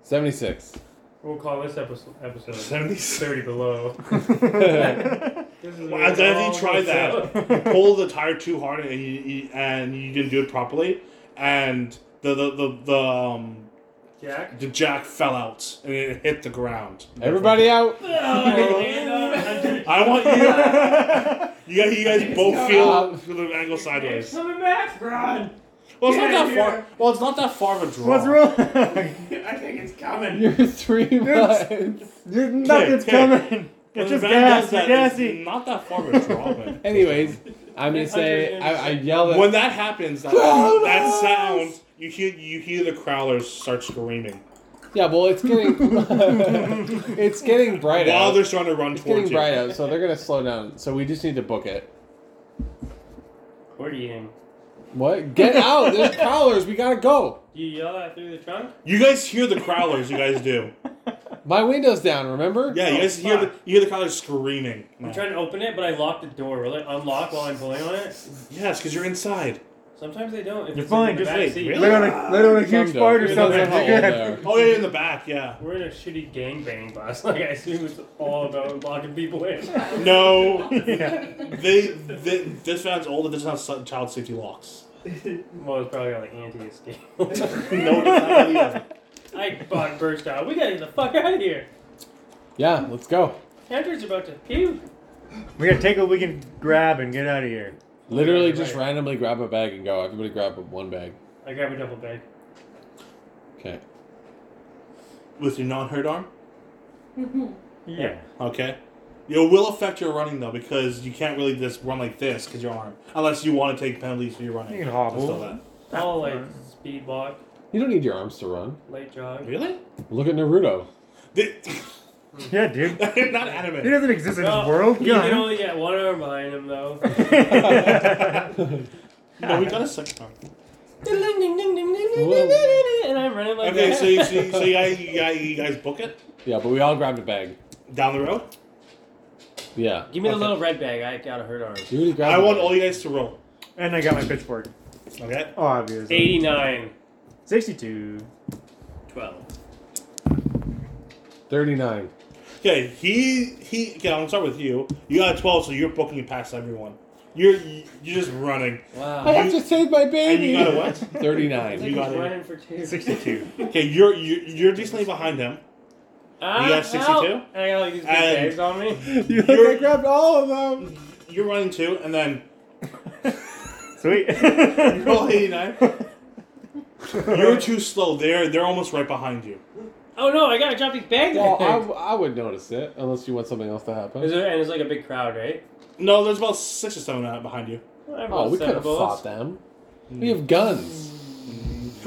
[SPEAKER 4] seventy-six.
[SPEAKER 2] We'll call this episode episode
[SPEAKER 1] 76.
[SPEAKER 2] thirty below. This is
[SPEAKER 1] Well,
[SPEAKER 2] where
[SPEAKER 1] I'm glad
[SPEAKER 2] it
[SPEAKER 1] you
[SPEAKER 2] all
[SPEAKER 1] tried
[SPEAKER 2] goes
[SPEAKER 1] that.
[SPEAKER 2] down.
[SPEAKER 1] You pulled the tire too hard and you, you- and you didn't do it properly, and the the the, the, um,
[SPEAKER 2] Jack.
[SPEAKER 1] the jack fell out and it hit the ground.
[SPEAKER 4] Everybody out.
[SPEAKER 2] Oh,
[SPEAKER 1] I want you. You guys, you guys both feel
[SPEAKER 4] out.
[SPEAKER 1] the angle sideways.
[SPEAKER 7] Coming back, Ron.
[SPEAKER 1] Well, it's not
[SPEAKER 7] Get
[SPEAKER 1] that
[SPEAKER 7] in
[SPEAKER 1] far.
[SPEAKER 7] here.
[SPEAKER 1] Well, it's not that far of a draw.
[SPEAKER 3] What's wrong?
[SPEAKER 7] I think it's coming.
[SPEAKER 4] You're three months.
[SPEAKER 3] There's nothing's
[SPEAKER 1] okay.
[SPEAKER 3] coming.
[SPEAKER 1] When the
[SPEAKER 3] It's just
[SPEAKER 1] van does
[SPEAKER 3] gas. You're
[SPEAKER 1] that, it's
[SPEAKER 3] gassy.
[SPEAKER 1] Not that far of a draw. man.
[SPEAKER 4] Anyways, I'm gonna say I, I yelled at
[SPEAKER 1] When that happens, that,
[SPEAKER 4] Crawlers!
[SPEAKER 1] that sound you hear you hear the crawlers start screaming
[SPEAKER 4] yeah. Well, it's getting it's getting bright
[SPEAKER 1] while
[SPEAKER 4] out.
[SPEAKER 1] they're trying to run
[SPEAKER 4] It's
[SPEAKER 1] towards
[SPEAKER 4] getting
[SPEAKER 1] you.
[SPEAKER 4] bright out, so they're gonna slow down. So we just need to book it.
[SPEAKER 2] What are you eating?
[SPEAKER 4] What? Get out! There's prowlers. We gotta go.
[SPEAKER 2] You yell that through the trunk?
[SPEAKER 1] You guys hear the crawlers. You guys do.
[SPEAKER 4] My window's down. Remember?
[SPEAKER 1] Yeah, you guys hear the you hear the crawlers screaming.
[SPEAKER 2] I'm trying to open it, but I lock the door. Will it unlock while I'm pulling on it?
[SPEAKER 1] Yes, because you're inside.
[SPEAKER 2] Sometimes they don't. If
[SPEAKER 3] You're
[SPEAKER 2] it's in
[SPEAKER 3] fine,
[SPEAKER 2] the
[SPEAKER 3] just
[SPEAKER 2] back
[SPEAKER 1] wait,
[SPEAKER 2] seat.
[SPEAKER 1] really?
[SPEAKER 3] Let on a, let on a huge
[SPEAKER 4] Some do.
[SPEAKER 3] fart or
[SPEAKER 4] It
[SPEAKER 3] something.
[SPEAKER 4] depends how old
[SPEAKER 3] You're
[SPEAKER 4] they
[SPEAKER 3] good.
[SPEAKER 4] are.
[SPEAKER 1] Oh yeah, you're in the back. Yeah.
[SPEAKER 2] We're in a shitty gangbang bus. Like I assume it's all about locking people in.
[SPEAKER 1] No,
[SPEAKER 3] Yeah.
[SPEAKER 1] they, they this van's older. This has some child safety locks.
[SPEAKER 2] Well, it's probably like anti-escape.
[SPEAKER 1] No, it doesn't have any of them.
[SPEAKER 2] I bought burst out. We gotta get the fuck out of here.
[SPEAKER 4] Yeah. Let's go.
[SPEAKER 2] Andrew's about to puke.
[SPEAKER 3] We gotta take what we can grab and get out of here.
[SPEAKER 4] Literally,
[SPEAKER 2] Right,
[SPEAKER 4] just
[SPEAKER 2] right.
[SPEAKER 4] randomly grab a bag and go. Everybody grab one bag.
[SPEAKER 2] I grab a double bag.
[SPEAKER 4] Okay.
[SPEAKER 1] with your non-hurt arm.
[SPEAKER 3] Yeah.
[SPEAKER 1] Okay. It will affect your running though because you can't really just run like this because your arm, unless you want to take penalties for your running.
[SPEAKER 3] You can
[SPEAKER 1] Just all
[SPEAKER 3] hobble.
[SPEAKER 1] that.
[SPEAKER 2] All like speed walk,
[SPEAKER 4] You don't need your arms to run.
[SPEAKER 2] late jog.
[SPEAKER 1] Really?
[SPEAKER 4] Look at Naruto.
[SPEAKER 1] They-
[SPEAKER 3] Yeah, dude.
[SPEAKER 1] They're not
[SPEAKER 3] He
[SPEAKER 1] anime.
[SPEAKER 3] doesn't exist in
[SPEAKER 2] Well,
[SPEAKER 3] this world.
[SPEAKER 2] You can only get one arm behind him though.
[SPEAKER 1] No, we got a second arm.
[SPEAKER 2] and I'm running like
[SPEAKER 1] Okay,
[SPEAKER 2] that.
[SPEAKER 1] so you, so, you, so you, guys, you, guys, you guys book it
[SPEAKER 4] Yeah, but we all grabbed a bag.
[SPEAKER 1] down the road.
[SPEAKER 4] Yeah.
[SPEAKER 2] Give me the
[SPEAKER 4] Okay.
[SPEAKER 2] little red bag. I got a hurt arm.
[SPEAKER 4] You already grabbed
[SPEAKER 1] I
[SPEAKER 4] a
[SPEAKER 1] want
[SPEAKER 4] bag.
[SPEAKER 1] all you guys to roll.
[SPEAKER 3] and I got my pitchfork.
[SPEAKER 1] Okay.
[SPEAKER 3] Obviously.
[SPEAKER 2] 89.
[SPEAKER 3] 62.
[SPEAKER 7] 12.
[SPEAKER 4] 39.
[SPEAKER 1] Okay. He he. Okay, I'm gonna start with you. You got a 12, so you're booking past everyone. You're you're just running.
[SPEAKER 4] I
[SPEAKER 2] Wow.
[SPEAKER 4] have to save my
[SPEAKER 1] And
[SPEAKER 4] baby.
[SPEAKER 1] you got a what?
[SPEAKER 4] 39.
[SPEAKER 1] You got
[SPEAKER 2] He's
[SPEAKER 1] it.
[SPEAKER 2] running for two. Uh,
[SPEAKER 3] 62.
[SPEAKER 1] Okay, you're you're, you're decently behind him.
[SPEAKER 2] Ah,
[SPEAKER 1] got 62?
[SPEAKER 2] help! And I got like these big
[SPEAKER 1] And-
[SPEAKER 2] bags on me.
[SPEAKER 4] You think
[SPEAKER 1] You're-
[SPEAKER 4] I grabbed all of them?
[SPEAKER 1] You're running too, and then
[SPEAKER 3] Sweet.
[SPEAKER 1] roll 89. You're too slow. They're they're almost right behind you.
[SPEAKER 2] Oh no! I gotta drop these bags. I
[SPEAKER 4] Well, I,
[SPEAKER 2] think.
[SPEAKER 4] w- I would notice it unless you want something else to happen.
[SPEAKER 2] Is there, and it's like a big crowd, right?
[SPEAKER 1] No, there's about six or seven out behind you.
[SPEAKER 4] oh, we could have fought them. We have guns.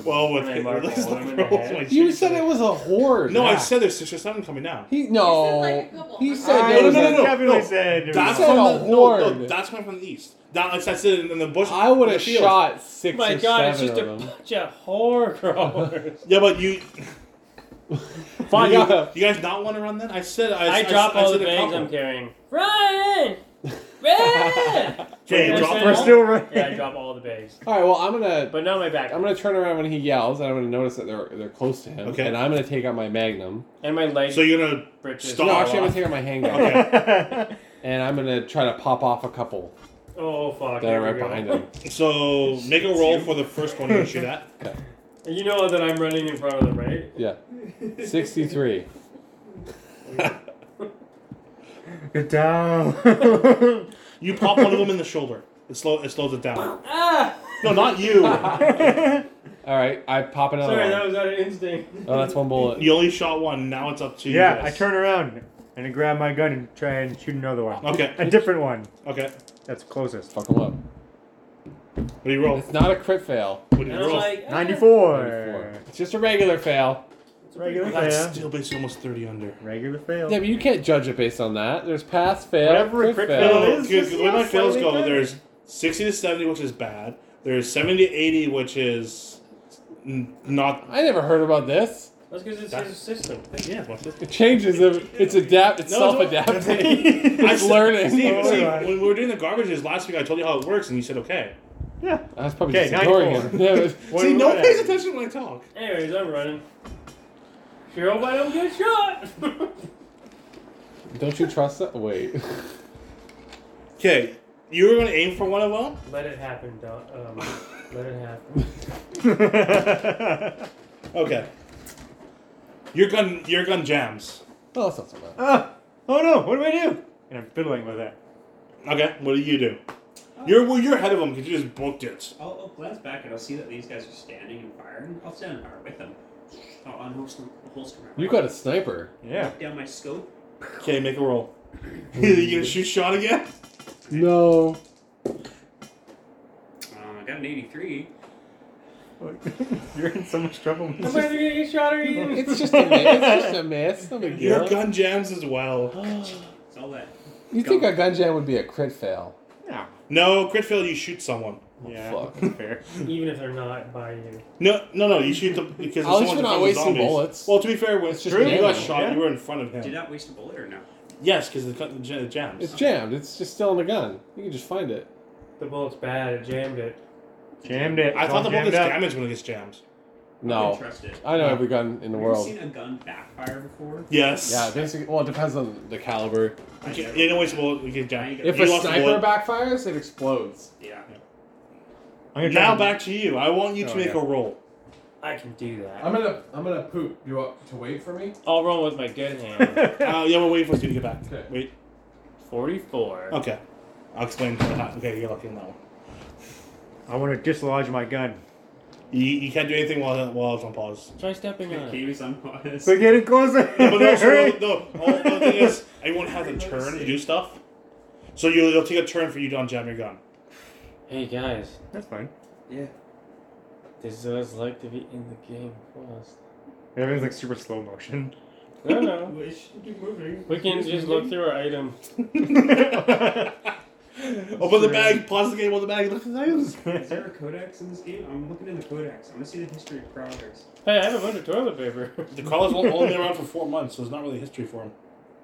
[SPEAKER 1] Well, with
[SPEAKER 2] Hey, Mark,
[SPEAKER 1] let's
[SPEAKER 2] hold
[SPEAKER 1] not
[SPEAKER 2] him in
[SPEAKER 1] roll
[SPEAKER 2] the head.
[SPEAKER 1] my
[SPEAKER 4] You
[SPEAKER 1] shit.
[SPEAKER 4] said it was a horde.
[SPEAKER 1] Mm. No, I
[SPEAKER 4] Yeah.
[SPEAKER 1] said there's six or seven coming down.
[SPEAKER 4] He no.
[SPEAKER 6] He said, like, a couple
[SPEAKER 4] he
[SPEAKER 6] hundred.
[SPEAKER 4] said
[SPEAKER 3] I
[SPEAKER 4] there was
[SPEAKER 1] no, no,
[SPEAKER 4] a-
[SPEAKER 1] no.
[SPEAKER 3] definitely said it
[SPEAKER 1] That's
[SPEAKER 3] was-
[SPEAKER 1] from
[SPEAKER 4] said
[SPEAKER 1] the
[SPEAKER 4] a
[SPEAKER 1] no, no,
[SPEAKER 4] horde.
[SPEAKER 1] that's coming from the east. That, that's, that's it in the bush.
[SPEAKER 4] I would
[SPEAKER 1] in the
[SPEAKER 4] have
[SPEAKER 1] field.
[SPEAKER 4] shot six
[SPEAKER 2] My
[SPEAKER 4] or
[SPEAKER 2] God! It's
[SPEAKER 4] seven
[SPEAKER 2] just a
[SPEAKER 4] of them.
[SPEAKER 2] bunch of horcruxes.
[SPEAKER 1] Yeah, but you,
[SPEAKER 4] Fine,
[SPEAKER 1] you,
[SPEAKER 4] yeah.
[SPEAKER 1] you guys not want to run then? I said I,
[SPEAKER 2] I
[SPEAKER 1] I
[SPEAKER 2] drop
[SPEAKER 1] I,
[SPEAKER 2] all
[SPEAKER 1] said
[SPEAKER 2] the
[SPEAKER 1] a
[SPEAKER 2] bags
[SPEAKER 1] couple.
[SPEAKER 2] I'm carrying. Run! Run!
[SPEAKER 1] Okay, you
[SPEAKER 2] I
[SPEAKER 1] drop
[SPEAKER 2] said-
[SPEAKER 3] We're still running.
[SPEAKER 2] yeah, I drop all the bags,
[SPEAKER 4] All right. Well, I'm gonna
[SPEAKER 2] but not my back
[SPEAKER 4] I'm gonna turn around when he yells, and I'm gonna notice that they're they're close to him.
[SPEAKER 1] Okay.
[SPEAKER 4] And I'm gonna take out my magnum.
[SPEAKER 2] and my leg
[SPEAKER 1] So you're gonna
[SPEAKER 2] britches.
[SPEAKER 1] stop.
[SPEAKER 4] no,
[SPEAKER 1] Fall
[SPEAKER 4] actually, I'm
[SPEAKER 1] off.
[SPEAKER 4] gonna take out my handgun,
[SPEAKER 1] Okay.
[SPEAKER 4] and I'm gonna try to pop off a couple
[SPEAKER 2] Oh fuck!
[SPEAKER 4] that are
[SPEAKER 2] There
[SPEAKER 4] right
[SPEAKER 2] we go.
[SPEAKER 4] behind him.
[SPEAKER 1] so make a roll for the first one you shoot at.
[SPEAKER 2] You know that I'm running in front of them, right?
[SPEAKER 4] Yeah, sixty-three.
[SPEAKER 3] Get down.
[SPEAKER 1] You pop one of them in the shoulder. It slow it slows it down.
[SPEAKER 2] Ah!
[SPEAKER 1] No, not you.
[SPEAKER 4] All right, I pop another
[SPEAKER 2] Sorry,
[SPEAKER 4] one.
[SPEAKER 2] that was out of instinct.
[SPEAKER 4] Oh, that's one bullet.
[SPEAKER 1] You only shot one. Now it's up to you.
[SPEAKER 3] yeah, I
[SPEAKER 1] guys.
[SPEAKER 3] turn around and I grab my gun and try and shoot another one.
[SPEAKER 1] Okay.
[SPEAKER 3] A different one.
[SPEAKER 1] Okay.
[SPEAKER 3] That's closest.
[SPEAKER 4] Fuck him up.
[SPEAKER 1] What do you roll?
[SPEAKER 4] It's not a crit fail.
[SPEAKER 1] What do
[SPEAKER 2] And
[SPEAKER 1] you
[SPEAKER 2] I was
[SPEAKER 1] roll?
[SPEAKER 2] like, ah.
[SPEAKER 3] 94.
[SPEAKER 4] It's just a regular fail.
[SPEAKER 3] Regular
[SPEAKER 1] That's
[SPEAKER 3] fail.
[SPEAKER 1] still basically almost thirty under.
[SPEAKER 3] Regular fail.
[SPEAKER 4] Yeah, but you can't judge it based on that. There's pass, fail,
[SPEAKER 3] Whatever a
[SPEAKER 4] crit,
[SPEAKER 3] crit
[SPEAKER 1] No,
[SPEAKER 4] fail.
[SPEAKER 3] fail
[SPEAKER 1] no, no,
[SPEAKER 3] is,
[SPEAKER 1] because
[SPEAKER 3] just,
[SPEAKER 1] when
[SPEAKER 3] yeah,
[SPEAKER 1] my fails
[SPEAKER 3] slightly
[SPEAKER 1] go,
[SPEAKER 3] better.
[SPEAKER 1] there's 60 to 70, which is bad. There's 70 to 80, which is n- not.
[SPEAKER 4] I never heard about this.
[SPEAKER 2] That's because it's
[SPEAKER 1] That's-
[SPEAKER 2] his system.
[SPEAKER 1] Yeah, what's this?
[SPEAKER 4] It changes. It, it's adapt. It's
[SPEAKER 1] No, it's-
[SPEAKER 4] self-adapting. it's
[SPEAKER 1] said-
[SPEAKER 4] learning.
[SPEAKER 1] Steve,
[SPEAKER 3] Oh,
[SPEAKER 1] Steve,
[SPEAKER 3] right.
[SPEAKER 1] when we were doing the garbages last week, I told you how it works, and you said okay.
[SPEAKER 3] Yeah.
[SPEAKER 4] I was probably
[SPEAKER 3] Okay,
[SPEAKER 4] just ignoring
[SPEAKER 3] 94.
[SPEAKER 4] him. Yeah, but-
[SPEAKER 3] What
[SPEAKER 1] See,
[SPEAKER 3] do we
[SPEAKER 1] no
[SPEAKER 3] want
[SPEAKER 1] one
[SPEAKER 3] at?
[SPEAKER 1] pays attention when I talk.
[SPEAKER 2] Anyways, I'm running. Sure hope I don't get shot.
[SPEAKER 4] Don't you trust that? Wait. Oh,
[SPEAKER 1] Okay, you were going to aim for one of them?
[SPEAKER 2] let it happen, Don. Um, let it happen.
[SPEAKER 1] Okay. Your gun, your gun jams.
[SPEAKER 4] Oh, that's not so bad.
[SPEAKER 3] Ah, oh no, what do I do? And I'm fiddling with it.
[SPEAKER 1] Okay, what do you do? You're well, you're ahead of them because you just booked it.
[SPEAKER 7] I'll, I'll glance back and I'll see that these guys are standing and firing. I'll stand and fire with them. I'll unholster holster my
[SPEAKER 4] You
[SPEAKER 7] rifle,
[SPEAKER 4] got a sniper.
[SPEAKER 3] Yeah.
[SPEAKER 7] look down my scope.
[SPEAKER 1] Okay, make a roll.
[SPEAKER 4] Mm.
[SPEAKER 1] you gonna shoot Sean again?
[SPEAKER 4] No.
[SPEAKER 7] Um, I got an 83.
[SPEAKER 3] You're in so much trouble.
[SPEAKER 2] I'm either gonna get shot or you.
[SPEAKER 4] It's just a miss. It's just a miss. No big
[SPEAKER 1] Your
[SPEAKER 4] deal.
[SPEAKER 1] gun jams as well.
[SPEAKER 7] It's all that.
[SPEAKER 4] you think a gun jam would be a crit fail?
[SPEAKER 3] Yeah.
[SPEAKER 1] No, crit fail. You shoot someone.
[SPEAKER 3] Yeah.
[SPEAKER 4] Oh, fuck.
[SPEAKER 3] Fair.
[SPEAKER 2] Even if they're not by you.
[SPEAKER 1] No, no, no. You shoot them because
[SPEAKER 4] At least
[SPEAKER 1] someone
[SPEAKER 4] we're
[SPEAKER 1] defends
[SPEAKER 4] not
[SPEAKER 1] the
[SPEAKER 4] wasting
[SPEAKER 1] zombies.
[SPEAKER 4] bullets.
[SPEAKER 1] Well, to be fair, when
[SPEAKER 4] It's just
[SPEAKER 1] when you got
[SPEAKER 4] damage.
[SPEAKER 1] shot,
[SPEAKER 3] Yeah.
[SPEAKER 1] you were in front of him.
[SPEAKER 7] Did I waste a bullet or no?
[SPEAKER 1] Yes, because the, cut- the ja- the jams.
[SPEAKER 4] It's jammed. It's just still in the gun. You can just find it.
[SPEAKER 2] The bullet's bad. It jammed it.
[SPEAKER 3] Jammed it.
[SPEAKER 1] I
[SPEAKER 3] It's
[SPEAKER 1] thought
[SPEAKER 3] all
[SPEAKER 1] the bullet
[SPEAKER 3] jammed
[SPEAKER 1] gets
[SPEAKER 3] up.
[SPEAKER 1] damaged when it gets jammed.
[SPEAKER 7] I
[SPEAKER 4] No.
[SPEAKER 7] can trust it.
[SPEAKER 4] I know every gun in the
[SPEAKER 7] Have
[SPEAKER 4] world.
[SPEAKER 7] you seen a gun backfire before?
[SPEAKER 1] Yes.
[SPEAKER 4] Yeah, basically. Well, it depends on the caliber.
[SPEAKER 7] I
[SPEAKER 1] Okay,
[SPEAKER 7] never-
[SPEAKER 1] You know which bullet gets jammed.
[SPEAKER 7] If
[SPEAKER 4] If
[SPEAKER 1] You
[SPEAKER 4] a
[SPEAKER 1] lost the
[SPEAKER 4] sniper
[SPEAKER 1] bullet.
[SPEAKER 4] backfires, it explodes.
[SPEAKER 7] Yeah.
[SPEAKER 3] I'm gonna try
[SPEAKER 1] Now
[SPEAKER 3] and-
[SPEAKER 1] back to you. I want you to
[SPEAKER 3] Oh,
[SPEAKER 1] make
[SPEAKER 3] yeah.
[SPEAKER 1] a roll.
[SPEAKER 2] I can do that.
[SPEAKER 4] I'm gonna, I'm gonna poop. You want to wait for me?
[SPEAKER 2] I'll roll with my good hand.
[SPEAKER 1] Uh, yeah, we'll wait for you to get back.
[SPEAKER 4] Okay.
[SPEAKER 1] Wait.
[SPEAKER 2] 44.
[SPEAKER 4] Oh.
[SPEAKER 1] Okay. I'll explain. Okay, you're lucky on that one.
[SPEAKER 3] I want to dislodge my gun.
[SPEAKER 1] You, you can't do anything while while it's on pause.
[SPEAKER 2] Try stepping on it.
[SPEAKER 7] Gave us on pause.
[SPEAKER 3] We're getting closer.
[SPEAKER 1] No, but no, so,
[SPEAKER 3] Hurry.
[SPEAKER 1] no, no. All the thing is, everyone has a turn to do stuff. So you'll, you'll take a turn for you to unjam your gun.
[SPEAKER 2] Hey guys,
[SPEAKER 3] That's fine.
[SPEAKER 7] Yeah.
[SPEAKER 2] this is what it's like to be in the game fast.
[SPEAKER 3] Everything's like super slow motion.
[SPEAKER 2] No, no.
[SPEAKER 7] We should be moving.
[SPEAKER 2] We can just look through our item.
[SPEAKER 1] Open the bag, pause the game, open the bag, look at the items.
[SPEAKER 7] Is there a codex in this game? I'm looking in the codex. I'm gonna see the history of progress.
[SPEAKER 2] Hey, I have a bunch of toilet paper.
[SPEAKER 1] The college won't only been around for four months, so there's not really history for him.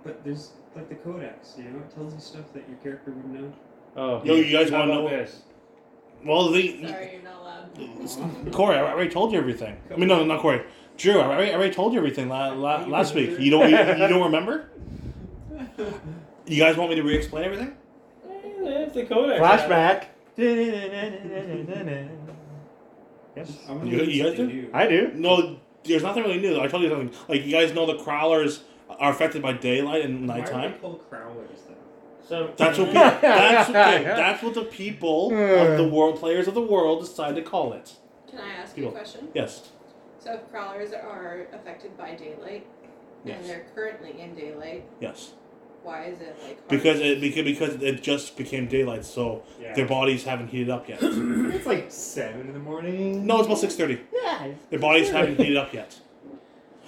[SPEAKER 7] But there's like the codex, you know, it tells you stuff that your character would know.
[SPEAKER 2] Oh,
[SPEAKER 1] Yo, you guys
[SPEAKER 2] how
[SPEAKER 1] wanna
[SPEAKER 2] about
[SPEAKER 1] know-
[SPEAKER 2] this?
[SPEAKER 1] Well, the,
[SPEAKER 6] Sorry, you're not allowed.
[SPEAKER 1] Corey, I already told you everything. I mean, no, not Corey. Drew, I already, I already told you everything la, la, last week. You don't, you, you don't remember? You guys want me to re-explain everything?
[SPEAKER 2] Eh, That's the codex.
[SPEAKER 3] Flashback. yes,
[SPEAKER 7] I wonder
[SPEAKER 1] You-
[SPEAKER 7] if it's
[SPEAKER 1] you guys
[SPEAKER 7] something
[SPEAKER 1] do?
[SPEAKER 7] new.
[SPEAKER 3] I do.
[SPEAKER 1] No, there's nothing really new. I told you something. Like you guys know, the crawlers are affected by daylight and
[SPEAKER 7] Why are
[SPEAKER 1] nighttime.
[SPEAKER 7] they called crowlers though?
[SPEAKER 2] So
[SPEAKER 1] That's what people, that's, okay, that's what the people of the world players of the world decide to call it.
[SPEAKER 6] Can I ask you a
[SPEAKER 1] Cool.
[SPEAKER 6] question?
[SPEAKER 1] Yes.
[SPEAKER 6] So if crawlers are affected by daylight,
[SPEAKER 1] Yes.
[SPEAKER 6] and they're currently in daylight,
[SPEAKER 1] Yes.
[SPEAKER 6] why is it like hard-
[SPEAKER 1] Because it because, because it just became daylight, so
[SPEAKER 7] Yeah.
[SPEAKER 1] their bodies haven't heated up yet.
[SPEAKER 9] It's like seven in the morning.
[SPEAKER 1] No, it's about six thirty.
[SPEAKER 9] Yeah.
[SPEAKER 1] Their bodies haven't heated up yet.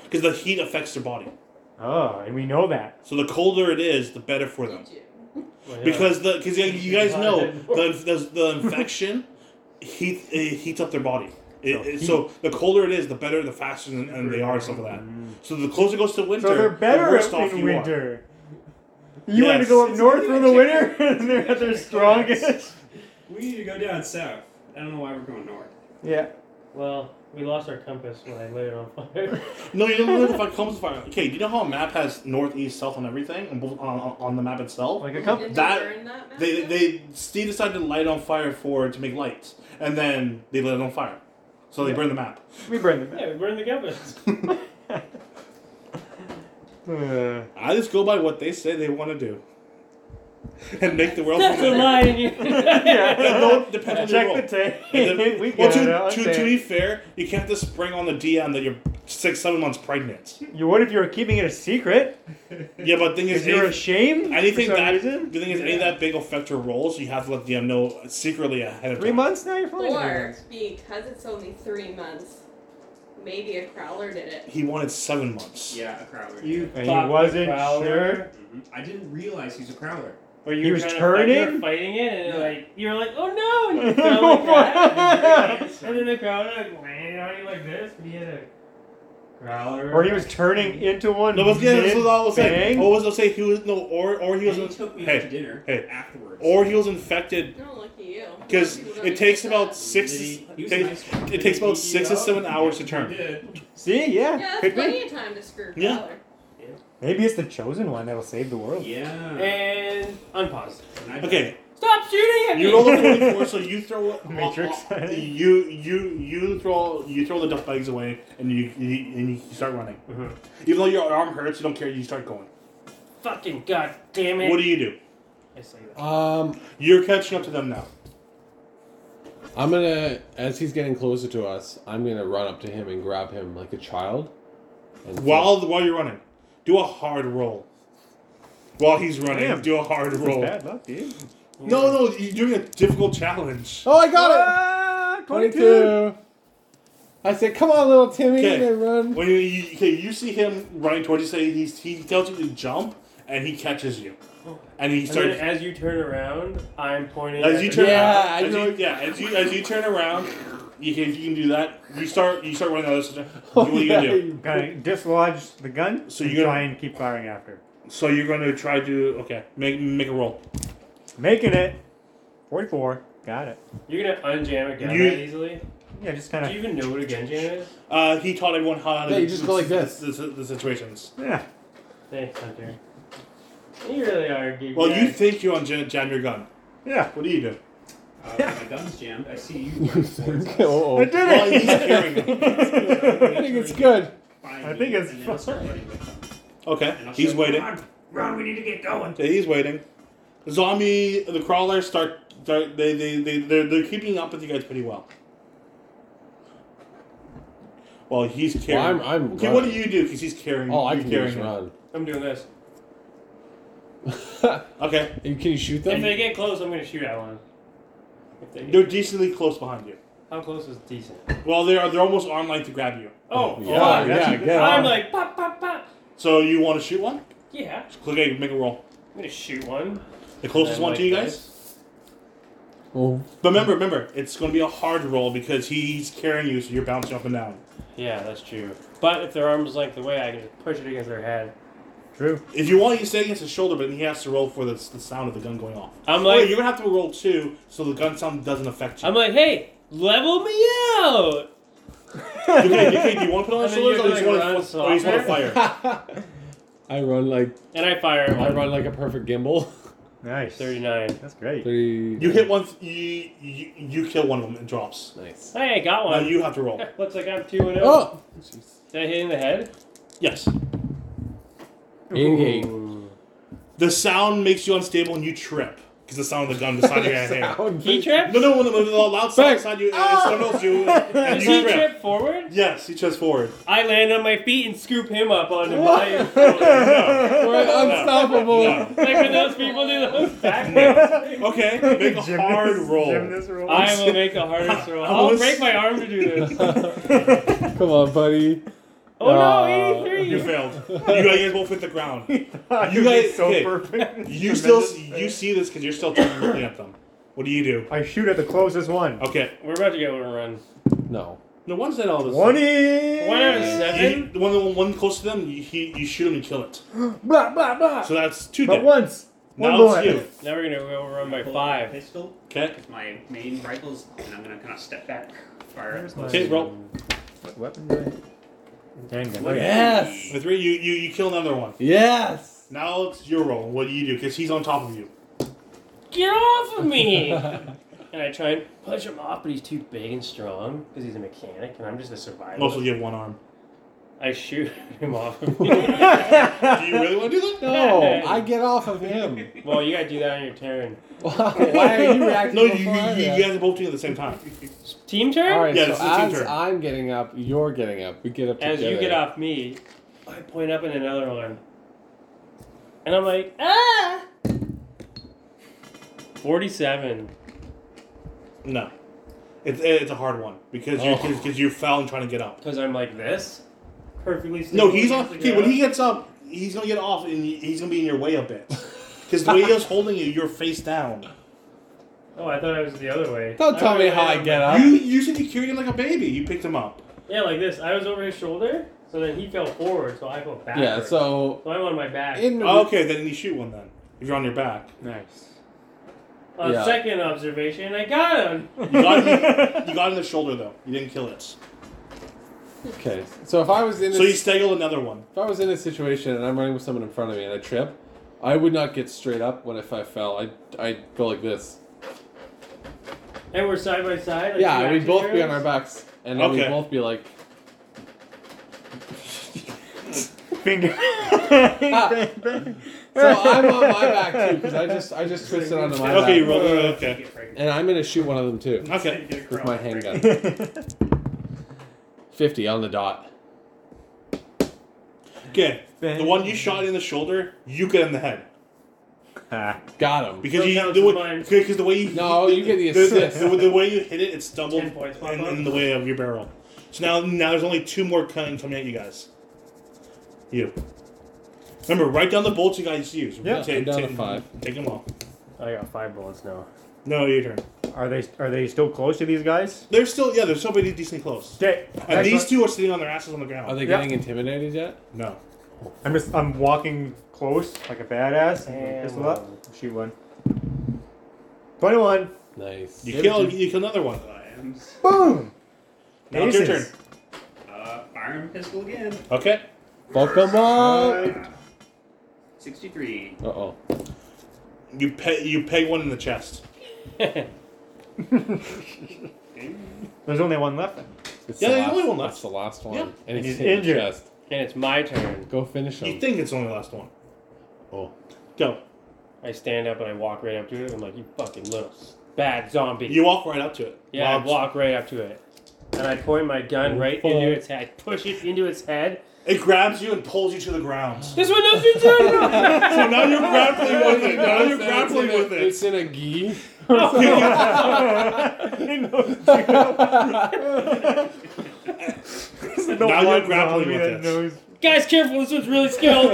[SPEAKER 1] Because the heat affects their body.
[SPEAKER 3] Oh, and we know that.
[SPEAKER 1] So the colder it is, the better for them.
[SPEAKER 6] Did you?
[SPEAKER 1] Because the because you guys know the the, the infection heat it heats up their body. It, it-
[SPEAKER 3] So
[SPEAKER 1] so the colder it is, the better, the faster, and, and they are and stuff like
[SPEAKER 3] Mm-hmm.
[SPEAKER 1] that.
[SPEAKER 3] Mm.
[SPEAKER 1] So the closer it goes to winter,
[SPEAKER 3] So they're
[SPEAKER 1] the
[SPEAKER 3] better
[SPEAKER 1] worse off
[SPEAKER 3] in
[SPEAKER 1] you are.
[SPEAKER 3] winter. You want to
[SPEAKER 1] Yes.
[SPEAKER 3] go up
[SPEAKER 7] It's
[SPEAKER 3] north
[SPEAKER 7] like
[SPEAKER 3] for the
[SPEAKER 7] a
[SPEAKER 3] winter,
[SPEAKER 7] chicken.
[SPEAKER 3] and they're at their
[SPEAKER 7] It's like a
[SPEAKER 3] strongest.
[SPEAKER 7] We need to go down south. I don't know why we're going north.
[SPEAKER 3] Yeah.
[SPEAKER 2] well, we lost our compass when I lit it on fire.
[SPEAKER 1] No, you don't know the fuck comes fire. Okay, do you know how a map has north, east, south, and everything, and both on, on, on the map itself?
[SPEAKER 3] Like a couple.
[SPEAKER 6] Did you
[SPEAKER 1] That-
[SPEAKER 6] burn that map
[SPEAKER 1] They
[SPEAKER 6] down?
[SPEAKER 1] they Steve decided to light on fire for to make lights, and then they lit it on fire, so they burned the map.
[SPEAKER 3] We burn them.
[SPEAKER 2] yeah, we burned the compass.
[SPEAKER 3] Uh,
[SPEAKER 1] I just go by what they say they want to do, and make the world.
[SPEAKER 2] That's a lie, and you.
[SPEAKER 1] Yeah, no, it depends on your
[SPEAKER 3] Check
[SPEAKER 1] role.
[SPEAKER 3] the tape.
[SPEAKER 1] And then-
[SPEAKER 3] we
[SPEAKER 1] well,
[SPEAKER 3] got it.
[SPEAKER 1] to,
[SPEAKER 3] I'll
[SPEAKER 1] to,
[SPEAKER 3] say
[SPEAKER 1] to
[SPEAKER 3] it.
[SPEAKER 1] be fair, you can't just spring on the DM that you're six, seven months pregnant.
[SPEAKER 3] You would if you were keeping it a secret.
[SPEAKER 1] Yeah, but the thing
[SPEAKER 3] If
[SPEAKER 1] is,
[SPEAKER 3] you're
[SPEAKER 1] any,
[SPEAKER 3] ashamed
[SPEAKER 1] anything
[SPEAKER 3] for some
[SPEAKER 1] that
[SPEAKER 3] reason.
[SPEAKER 1] the thing is, any of that big affect your roles, you have to let the DM know secretly ahead of
[SPEAKER 3] Three
[SPEAKER 1] time.
[SPEAKER 3] months now, you're fine.
[SPEAKER 6] Or because it's only three months, maybe a crowler did it.
[SPEAKER 1] He wanted seven months.
[SPEAKER 7] Yeah, a crowler.
[SPEAKER 2] you
[SPEAKER 3] And
[SPEAKER 2] thought
[SPEAKER 3] he
[SPEAKER 2] the
[SPEAKER 3] wasn't
[SPEAKER 2] crowler-
[SPEAKER 3] sure.
[SPEAKER 7] Mhm. I didn't realize he's a crowler.
[SPEAKER 2] Or you
[SPEAKER 3] He
[SPEAKER 2] were
[SPEAKER 3] was
[SPEAKER 2] trying to fight- you were
[SPEAKER 3] turning?
[SPEAKER 2] fighting it, and like you were like, "Oh no!" And, you fell like that. and then the crowd like landed on you like this, but he had a growler.
[SPEAKER 3] Or he was turning into one.
[SPEAKER 1] No, but yeah, that's what I was Oh. saying.
[SPEAKER 3] mid-bang.
[SPEAKER 1] What was I saying? He was no, or or he
[SPEAKER 7] And he
[SPEAKER 1] was,
[SPEAKER 7] took me
[SPEAKER 1] Hey,
[SPEAKER 7] out to dinner
[SPEAKER 1] hey.
[SPEAKER 7] afterwards.
[SPEAKER 1] or he was infected
[SPEAKER 6] No, lucky you.
[SPEAKER 1] because
[SPEAKER 6] People don't
[SPEAKER 1] it takes
[SPEAKER 6] do
[SPEAKER 1] about
[SPEAKER 6] that.
[SPEAKER 1] six.
[SPEAKER 7] He was a
[SPEAKER 1] Takes,
[SPEAKER 7] nice one.
[SPEAKER 1] it takes about
[SPEAKER 7] Did he beat
[SPEAKER 1] six
[SPEAKER 7] you
[SPEAKER 1] to seven
[SPEAKER 7] up?
[SPEAKER 1] hours to
[SPEAKER 7] He
[SPEAKER 1] turn.
[SPEAKER 7] did.
[SPEAKER 3] See, yeah,
[SPEAKER 6] Yeah, that's
[SPEAKER 3] could be.
[SPEAKER 6] plenty of time to screw
[SPEAKER 1] Yeah.
[SPEAKER 6] crawler.
[SPEAKER 3] Maybe it's the chosen one that'll save the world.
[SPEAKER 7] Yeah.
[SPEAKER 2] and unpause.
[SPEAKER 7] And I-
[SPEAKER 1] Okay,
[SPEAKER 2] Stop shooting at me!
[SPEAKER 1] you roll a forty-four, so you throw
[SPEAKER 3] Matrix.
[SPEAKER 1] you you you throw you throw the duff bags away, and you, you and you start running.
[SPEAKER 3] Mm-hmm.
[SPEAKER 2] Mhm.
[SPEAKER 1] Even though your arm hurts, you don't care. You start going.
[SPEAKER 2] Fucking goddamn it!
[SPEAKER 1] What do you do?
[SPEAKER 2] I say that.
[SPEAKER 4] Um,
[SPEAKER 1] You're catching up to them now.
[SPEAKER 4] I'm gonna, as he's getting closer to us, I'm gonna run up to him and grab him like a child. And
[SPEAKER 1] While while you're running, do a hard roll. While he's running,
[SPEAKER 3] Damn.
[SPEAKER 1] do a hard
[SPEAKER 3] That's
[SPEAKER 1] roll.
[SPEAKER 3] bad luck, dude.
[SPEAKER 1] No, no, you're doing a difficult challenge.
[SPEAKER 4] oh, I got
[SPEAKER 3] Ah,
[SPEAKER 4] it.
[SPEAKER 3] 22.
[SPEAKER 4] Twenty-two. I said, "Come on, little Timmy,
[SPEAKER 1] Okay.
[SPEAKER 4] and run."
[SPEAKER 1] When you, you, okay, you see him running towards you, say he's, he tells you to jump, and he catches you, and he
[SPEAKER 2] And
[SPEAKER 1] starts.
[SPEAKER 2] then as you turn around, I'm pointing.
[SPEAKER 1] As
[SPEAKER 2] at
[SPEAKER 1] you
[SPEAKER 2] the-
[SPEAKER 1] turn,
[SPEAKER 4] Yeah,
[SPEAKER 1] around,
[SPEAKER 4] I
[SPEAKER 1] as you,
[SPEAKER 4] know.
[SPEAKER 1] yeah, as you as you turn around, you can you can do that. You start you start running the other side.
[SPEAKER 4] Oh,
[SPEAKER 1] what are you
[SPEAKER 4] yeah,
[SPEAKER 1] gonna do?
[SPEAKER 4] you-
[SPEAKER 3] Gonna dislodge the gun.
[SPEAKER 1] So
[SPEAKER 3] and
[SPEAKER 1] you're gonna-
[SPEAKER 3] try and keep firing after.
[SPEAKER 1] So you're gonna try to okay make make a roll.
[SPEAKER 3] Making it. 44. Got it.
[SPEAKER 2] You're gonna unjam it down
[SPEAKER 1] You-
[SPEAKER 2] that easily.
[SPEAKER 3] Yeah, just
[SPEAKER 2] Do
[SPEAKER 3] kind
[SPEAKER 2] you
[SPEAKER 3] of.
[SPEAKER 2] even know what a genjam is?
[SPEAKER 1] Uh, he taught everyone how to
[SPEAKER 4] Yeah, you just go like this.
[SPEAKER 1] The, the, the situations.
[SPEAKER 3] Yeah.
[SPEAKER 2] Thanks, Hunter. You really are a geek.
[SPEAKER 1] Well,
[SPEAKER 2] guy.
[SPEAKER 1] you think you on jam your gun.
[SPEAKER 3] Yeah.
[SPEAKER 1] What do you do?
[SPEAKER 7] Uh, my gun's jammed. I see you. running towards us.
[SPEAKER 3] I
[SPEAKER 4] oh,
[SPEAKER 3] did
[SPEAKER 1] Well, he's
[SPEAKER 3] it.
[SPEAKER 1] carrying them.
[SPEAKER 4] I think it's good.
[SPEAKER 7] Find
[SPEAKER 3] I
[SPEAKER 7] me,
[SPEAKER 3] think it's
[SPEAKER 7] and then I'll start running with them.
[SPEAKER 1] Okay,
[SPEAKER 7] And I'll
[SPEAKER 1] he's
[SPEAKER 7] shout,
[SPEAKER 1] waiting.
[SPEAKER 7] Run, run, we need to get going.
[SPEAKER 1] Okay, he's waiting. Zombie, the crawlers start. start they they they they're, they're keeping up with you guys pretty well. Well, he's carrying.
[SPEAKER 4] Well, I'm- I'm
[SPEAKER 1] okay, what do
[SPEAKER 4] running.
[SPEAKER 1] you do? Because he's carrying.
[SPEAKER 4] Oh, I
[SPEAKER 1] you're
[SPEAKER 4] can
[SPEAKER 1] carrying
[SPEAKER 4] just
[SPEAKER 1] him.
[SPEAKER 4] run.
[SPEAKER 2] I'm doing this.
[SPEAKER 1] Okay,
[SPEAKER 4] and can you shoot
[SPEAKER 2] If
[SPEAKER 4] them?
[SPEAKER 2] they get close, I'm gonna shoot at one. If they
[SPEAKER 1] they're decently close behind you.
[SPEAKER 2] how close is decent?
[SPEAKER 1] Well, they're they're almost arm length to grab you.
[SPEAKER 2] Oh,
[SPEAKER 4] Yeah,
[SPEAKER 2] fuck, that's-
[SPEAKER 4] yeah, get
[SPEAKER 2] I'm
[SPEAKER 4] on.
[SPEAKER 2] like pop, pop, pop.
[SPEAKER 1] So you want to shoot one?
[SPEAKER 2] Yeah,
[SPEAKER 1] Click A, make a roll.
[SPEAKER 2] I'm gonna shoot one.
[SPEAKER 1] The closest
[SPEAKER 2] Then
[SPEAKER 1] one to
[SPEAKER 2] like
[SPEAKER 1] you guys.
[SPEAKER 4] Oh,
[SPEAKER 1] But remember, remember, it's going to be a hard roll because he's carrying you, so you're bouncing up and down.
[SPEAKER 2] Yeah, that's true. But if their arms length away, I can just push it against their head.
[SPEAKER 3] True.
[SPEAKER 1] If you want, you stay against his shoulder, but he has to roll for the, the sound of the gun going off.
[SPEAKER 2] I'm
[SPEAKER 1] Wait,
[SPEAKER 2] like,
[SPEAKER 1] you're gonna have to roll two, so the gun sound doesn't affect you.
[SPEAKER 2] I'm like, hey, level me out.
[SPEAKER 1] you can, you can, do you want to put on his
[SPEAKER 2] And then
[SPEAKER 1] shoulders, or
[SPEAKER 2] you're
[SPEAKER 1] you just
[SPEAKER 2] doing
[SPEAKER 1] want
[SPEAKER 2] rounds
[SPEAKER 1] to, or you just want to fire?
[SPEAKER 4] I run like
[SPEAKER 2] And I fire. at
[SPEAKER 4] I
[SPEAKER 2] one.
[SPEAKER 4] run like a perfect gimbal.
[SPEAKER 3] Nice.
[SPEAKER 2] 39.
[SPEAKER 3] That's great.
[SPEAKER 4] Three-
[SPEAKER 1] You hit one, you, you you kill one of them, it drops.
[SPEAKER 4] Nice.
[SPEAKER 2] Hey, I got
[SPEAKER 1] Now
[SPEAKER 2] one.
[SPEAKER 1] you have to roll.
[SPEAKER 2] Looks like I'm 2 and 0.
[SPEAKER 4] Oh,
[SPEAKER 2] Did I hit in the head?
[SPEAKER 1] Yes.
[SPEAKER 4] eighty-eight.
[SPEAKER 1] The sound makes you unstable and you trip because the sound of the gun beside your hand.
[SPEAKER 4] Sound.
[SPEAKER 2] He tripped?
[SPEAKER 1] No, no, no, no, the loud sound
[SPEAKER 4] Back.
[SPEAKER 1] beside you uh, startles you and
[SPEAKER 2] Does he
[SPEAKER 1] you trip.
[SPEAKER 2] trip forward?
[SPEAKER 1] Yes, he trips forward.
[SPEAKER 2] I land on my feet and scoop him up onto my
[SPEAKER 4] We're
[SPEAKER 1] No,
[SPEAKER 4] unstoppable.
[SPEAKER 1] no.
[SPEAKER 2] Like when those people do those backwards.
[SPEAKER 1] No. Okay, make a
[SPEAKER 3] Gymnast-
[SPEAKER 1] hard roll.
[SPEAKER 3] gymnast roll.
[SPEAKER 2] I will make a hardest roll. I'll break my arm to do this.
[SPEAKER 4] Come on, buddy.
[SPEAKER 2] Oh
[SPEAKER 4] Uh,
[SPEAKER 2] no,
[SPEAKER 1] You
[SPEAKER 2] 83.
[SPEAKER 1] failed. You guys both hit the ground. You
[SPEAKER 3] It'd be
[SPEAKER 1] guys-
[SPEAKER 3] so
[SPEAKER 1] okay.
[SPEAKER 3] perfect.
[SPEAKER 1] You
[SPEAKER 3] Tremendous
[SPEAKER 1] still you
[SPEAKER 3] thing.
[SPEAKER 1] see this because you're still trying to looking at them. What do you do?
[SPEAKER 3] I shoot at the closest one.
[SPEAKER 1] Okay.
[SPEAKER 2] We're about to get one run.
[SPEAKER 4] No.
[SPEAKER 1] No one's at all this.
[SPEAKER 3] One is.
[SPEAKER 2] One out of
[SPEAKER 1] You,
[SPEAKER 2] seven?
[SPEAKER 1] the one, the one close to them, you, he, you shoot him and kill it.
[SPEAKER 3] Blah blah blah.
[SPEAKER 1] So that's two
[SPEAKER 3] But
[SPEAKER 1] dead.
[SPEAKER 3] once. One
[SPEAKER 1] now
[SPEAKER 3] bullet.
[SPEAKER 1] it's you.
[SPEAKER 2] Now we're gonna go run by
[SPEAKER 7] Pull
[SPEAKER 2] five.
[SPEAKER 7] Pistol.
[SPEAKER 1] Okay.
[SPEAKER 7] My main rifles, and I'm gonna kind of step back, fire up as close.
[SPEAKER 1] Okay, roll.
[SPEAKER 3] What weapon do I- Handgun. Okay.
[SPEAKER 4] Yes.
[SPEAKER 1] With three, you, you, you kill another one.
[SPEAKER 4] Yes.
[SPEAKER 1] Now it's your roll. What do you do? Because he's on top of you.
[SPEAKER 2] Get off of me! and I try and push him off, but he's too big and strong because he's a mechanic, and I'm just a survivor.
[SPEAKER 1] Mostly you have one arm.
[SPEAKER 2] I shoot him off of me.
[SPEAKER 1] Do you really want to do that?
[SPEAKER 4] No, I get off of him.
[SPEAKER 2] well, you gotta do that on your turn.
[SPEAKER 4] Wow, Why are you reacting?
[SPEAKER 1] No, you,
[SPEAKER 4] before
[SPEAKER 1] you,
[SPEAKER 4] I
[SPEAKER 1] you,
[SPEAKER 4] react?
[SPEAKER 1] you guys are both doing it at the same time.
[SPEAKER 2] Team turn?
[SPEAKER 4] All right,
[SPEAKER 1] Yeah,
[SPEAKER 4] so
[SPEAKER 1] it's the team
[SPEAKER 4] as
[SPEAKER 1] turn.
[SPEAKER 4] I'm getting up, you're getting up. We get up
[SPEAKER 2] As
[SPEAKER 4] together.
[SPEAKER 2] you get off me, I point up in another one. And I'm like, ah! 47.
[SPEAKER 1] No. It's, it's a hard one because you
[SPEAKER 4] Oh.
[SPEAKER 1] because you fell and trying to get up.
[SPEAKER 2] Because I'm like this? Perfectly
[SPEAKER 1] No,
[SPEAKER 2] stable
[SPEAKER 1] he's on.
[SPEAKER 2] against the
[SPEAKER 1] Okay, when
[SPEAKER 2] ground.
[SPEAKER 1] he gets up, he's gonna get off, and he's gonna be in your way a bit. Because the way he was holding you, you're face down.
[SPEAKER 2] Oh, I thought it was the other way.
[SPEAKER 4] Don't
[SPEAKER 2] I
[SPEAKER 4] tell me
[SPEAKER 2] went
[SPEAKER 4] how I
[SPEAKER 2] down.
[SPEAKER 4] get
[SPEAKER 1] You
[SPEAKER 4] up.
[SPEAKER 1] you said you carried him like a baby. You picked him up.
[SPEAKER 2] Yeah, like this. I was over his shoulder, so then he fell forward, so I fell backward.
[SPEAKER 4] Yeah, so
[SPEAKER 2] So I'm on my back.
[SPEAKER 4] in the
[SPEAKER 1] Oh, okay, then you shoot one then. If you're on your back,
[SPEAKER 3] Nice.
[SPEAKER 2] on
[SPEAKER 4] yeah.
[SPEAKER 2] Uh, second observation, I got him.
[SPEAKER 1] you got you, you got in the shoulder though. You didn't kill it.
[SPEAKER 4] okay, so if I was in this,
[SPEAKER 1] So you staggled another one.
[SPEAKER 4] if I was in a situation and I'm running with someone in front of me and I trip, I would not get straight up. When if I fell, I I'd go like this.
[SPEAKER 2] And we're side by side. Like
[SPEAKER 4] yeah,
[SPEAKER 2] two
[SPEAKER 4] we'd
[SPEAKER 2] action
[SPEAKER 4] both be on our
[SPEAKER 2] heroes.
[SPEAKER 4] backs and then
[SPEAKER 1] Okay.
[SPEAKER 4] we'd both be like,
[SPEAKER 3] Finger. Bang, bang.
[SPEAKER 4] Ah. so I'm on my back too because I just I just twisted onto my Uh,
[SPEAKER 1] Okay, you
[SPEAKER 4] back,
[SPEAKER 1] roll. Okay,
[SPEAKER 4] and I'm gonna shoot one of them too
[SPEAKER 1] okay.
[SPEAKER 4] with my handgun. Fifty on the dot.
[SPEAKER 1] Okay, the one you shot in the shoulder, you get in the head
[SPEAKER 3] Ah,
[SPEAKER 4] Got him.
[SPEAKER 1] because
[SPEAKER 2] Don't
[SPEAKER 1] you
[SPEAKER 2] count
[SPEAKER 1] the
[SPEAKER 2] as
[SPEAKER 1] way,
[SPEAKER 2] mine.
[SPEAKER 1] because the way you
[SPEAKER 4] No, you get the
[SPEAKER 1] the, the,
[SPEAKER 4] assist.
[SPEAKER 1] the- the way you hit it, it's doubled
[SPEAKER 2] Ten points,
[SPEAKER 1] in,
[SPEAKER 2] Papa.
[SPEAKER 1] in the way of your barrel. So now, now there's only two more coming coming at you guys. You. Remember, write down the bolts you guys use.
[SPEAKER 3] Yeah,
[SPEAKER 1] Take-
[SPEAKER 4] I'm down
[SPEAKER 1] take-
[SPEAKER 4] to five.
[SPEAKER 1] Take them all.
[SPEAKER 2] I got five bullets now.
[SPEAKER 1] No, your turn.
[SPEAKER 3] are they are they still close to these guys?
[SPEAKER 1] They're still yeah. They're still pretty decently close.
[SPEAKER 3] Okay.
[SPEAKER 1] And these two are sitting on their asses on the ground.
[SPEAKER 4] Are they
[SPEAKER 3] Yeah.
[SPEAKER 4] getting intimidated yet?
[SPEAKER 1] no.
[SPEAKER 3] I'm just I'm walking close like a badass.
[SPEAKER 2] And
[SPEAKER 3] Pistol up. Shoot one. Twenty-one.
[SPEAKER 4] Nice.
[SPEAKER 1] You kill you kill another one.
[SPEAKER 3] Boom.
[SPEAKER 1] Now it's your turn.
[SPEAKER 3] Aces.
[SPEAKER 7] Uh, firing pistol again.
[SPEAKER 1] Okay.
[SPEAKER 4] Pokemon.
[SPEAKER 3] Alright.
[SPEAKER 7] Sixty-three.
[SPEAKER 4] Uh oh.
[SPEAKER 1] You peg you peg one in the chest.
[SPEAKER 3] There's only one left. then.
[SPEAKER 4] It's
[SPEAKER 1] Yeah,
[SPEAKER 4] the
[SPEAKER 1] there's
[SPEAKER 4] last,
[SPEAKER 1] only one left.
[SPEAKER 4] That's the last one.
[SPEAKER 1] Yeah.
[SPEAKER 4] And he's,
[SPEAKER 3] he's
[SPEAKER 4] hit in the
[SPEAKER 3] injured.
[SPEAKER 4] Chest.
[SPEAKER 2] And it's my turn.
[SPEAKER 4] Go finish him.
[SPEAKER 1] You think it's only the last one?
[SPEAKER 4] oh.
[SPEAKER 1] Go.
[SPEAKER 2] I stand up and I walk right up to it. I'm like, you fucking little s- bad zombie.
[SPEAKER 1] You walk right up to it.
[SPEAKER 2] yeah, I
[SPEAKER 1] Wow.
[SPEAKER 2] walk right up to it. and I point my gun right
[SPEAKER 3] Fuck.
[SPEAKER 2] into its head. I push it into its head.
[SPEAKER 1] It grabs you and pulls you to the ground.
[SPEAKER 2] This one knows you too.
[SPEAKER 1] So now you're grappling with it. Now you're
[SPEAKER 4] It's in
[SPEAKER 1] grappling
[SPEAKER 4] a-
[SPEAKER 1] with it.
[SPEAKER 4] It's in a gi.
[SPEAKER 1] Now you're grappling with it.
[SPEAKER 2] Guys, careful! This one's really skilled.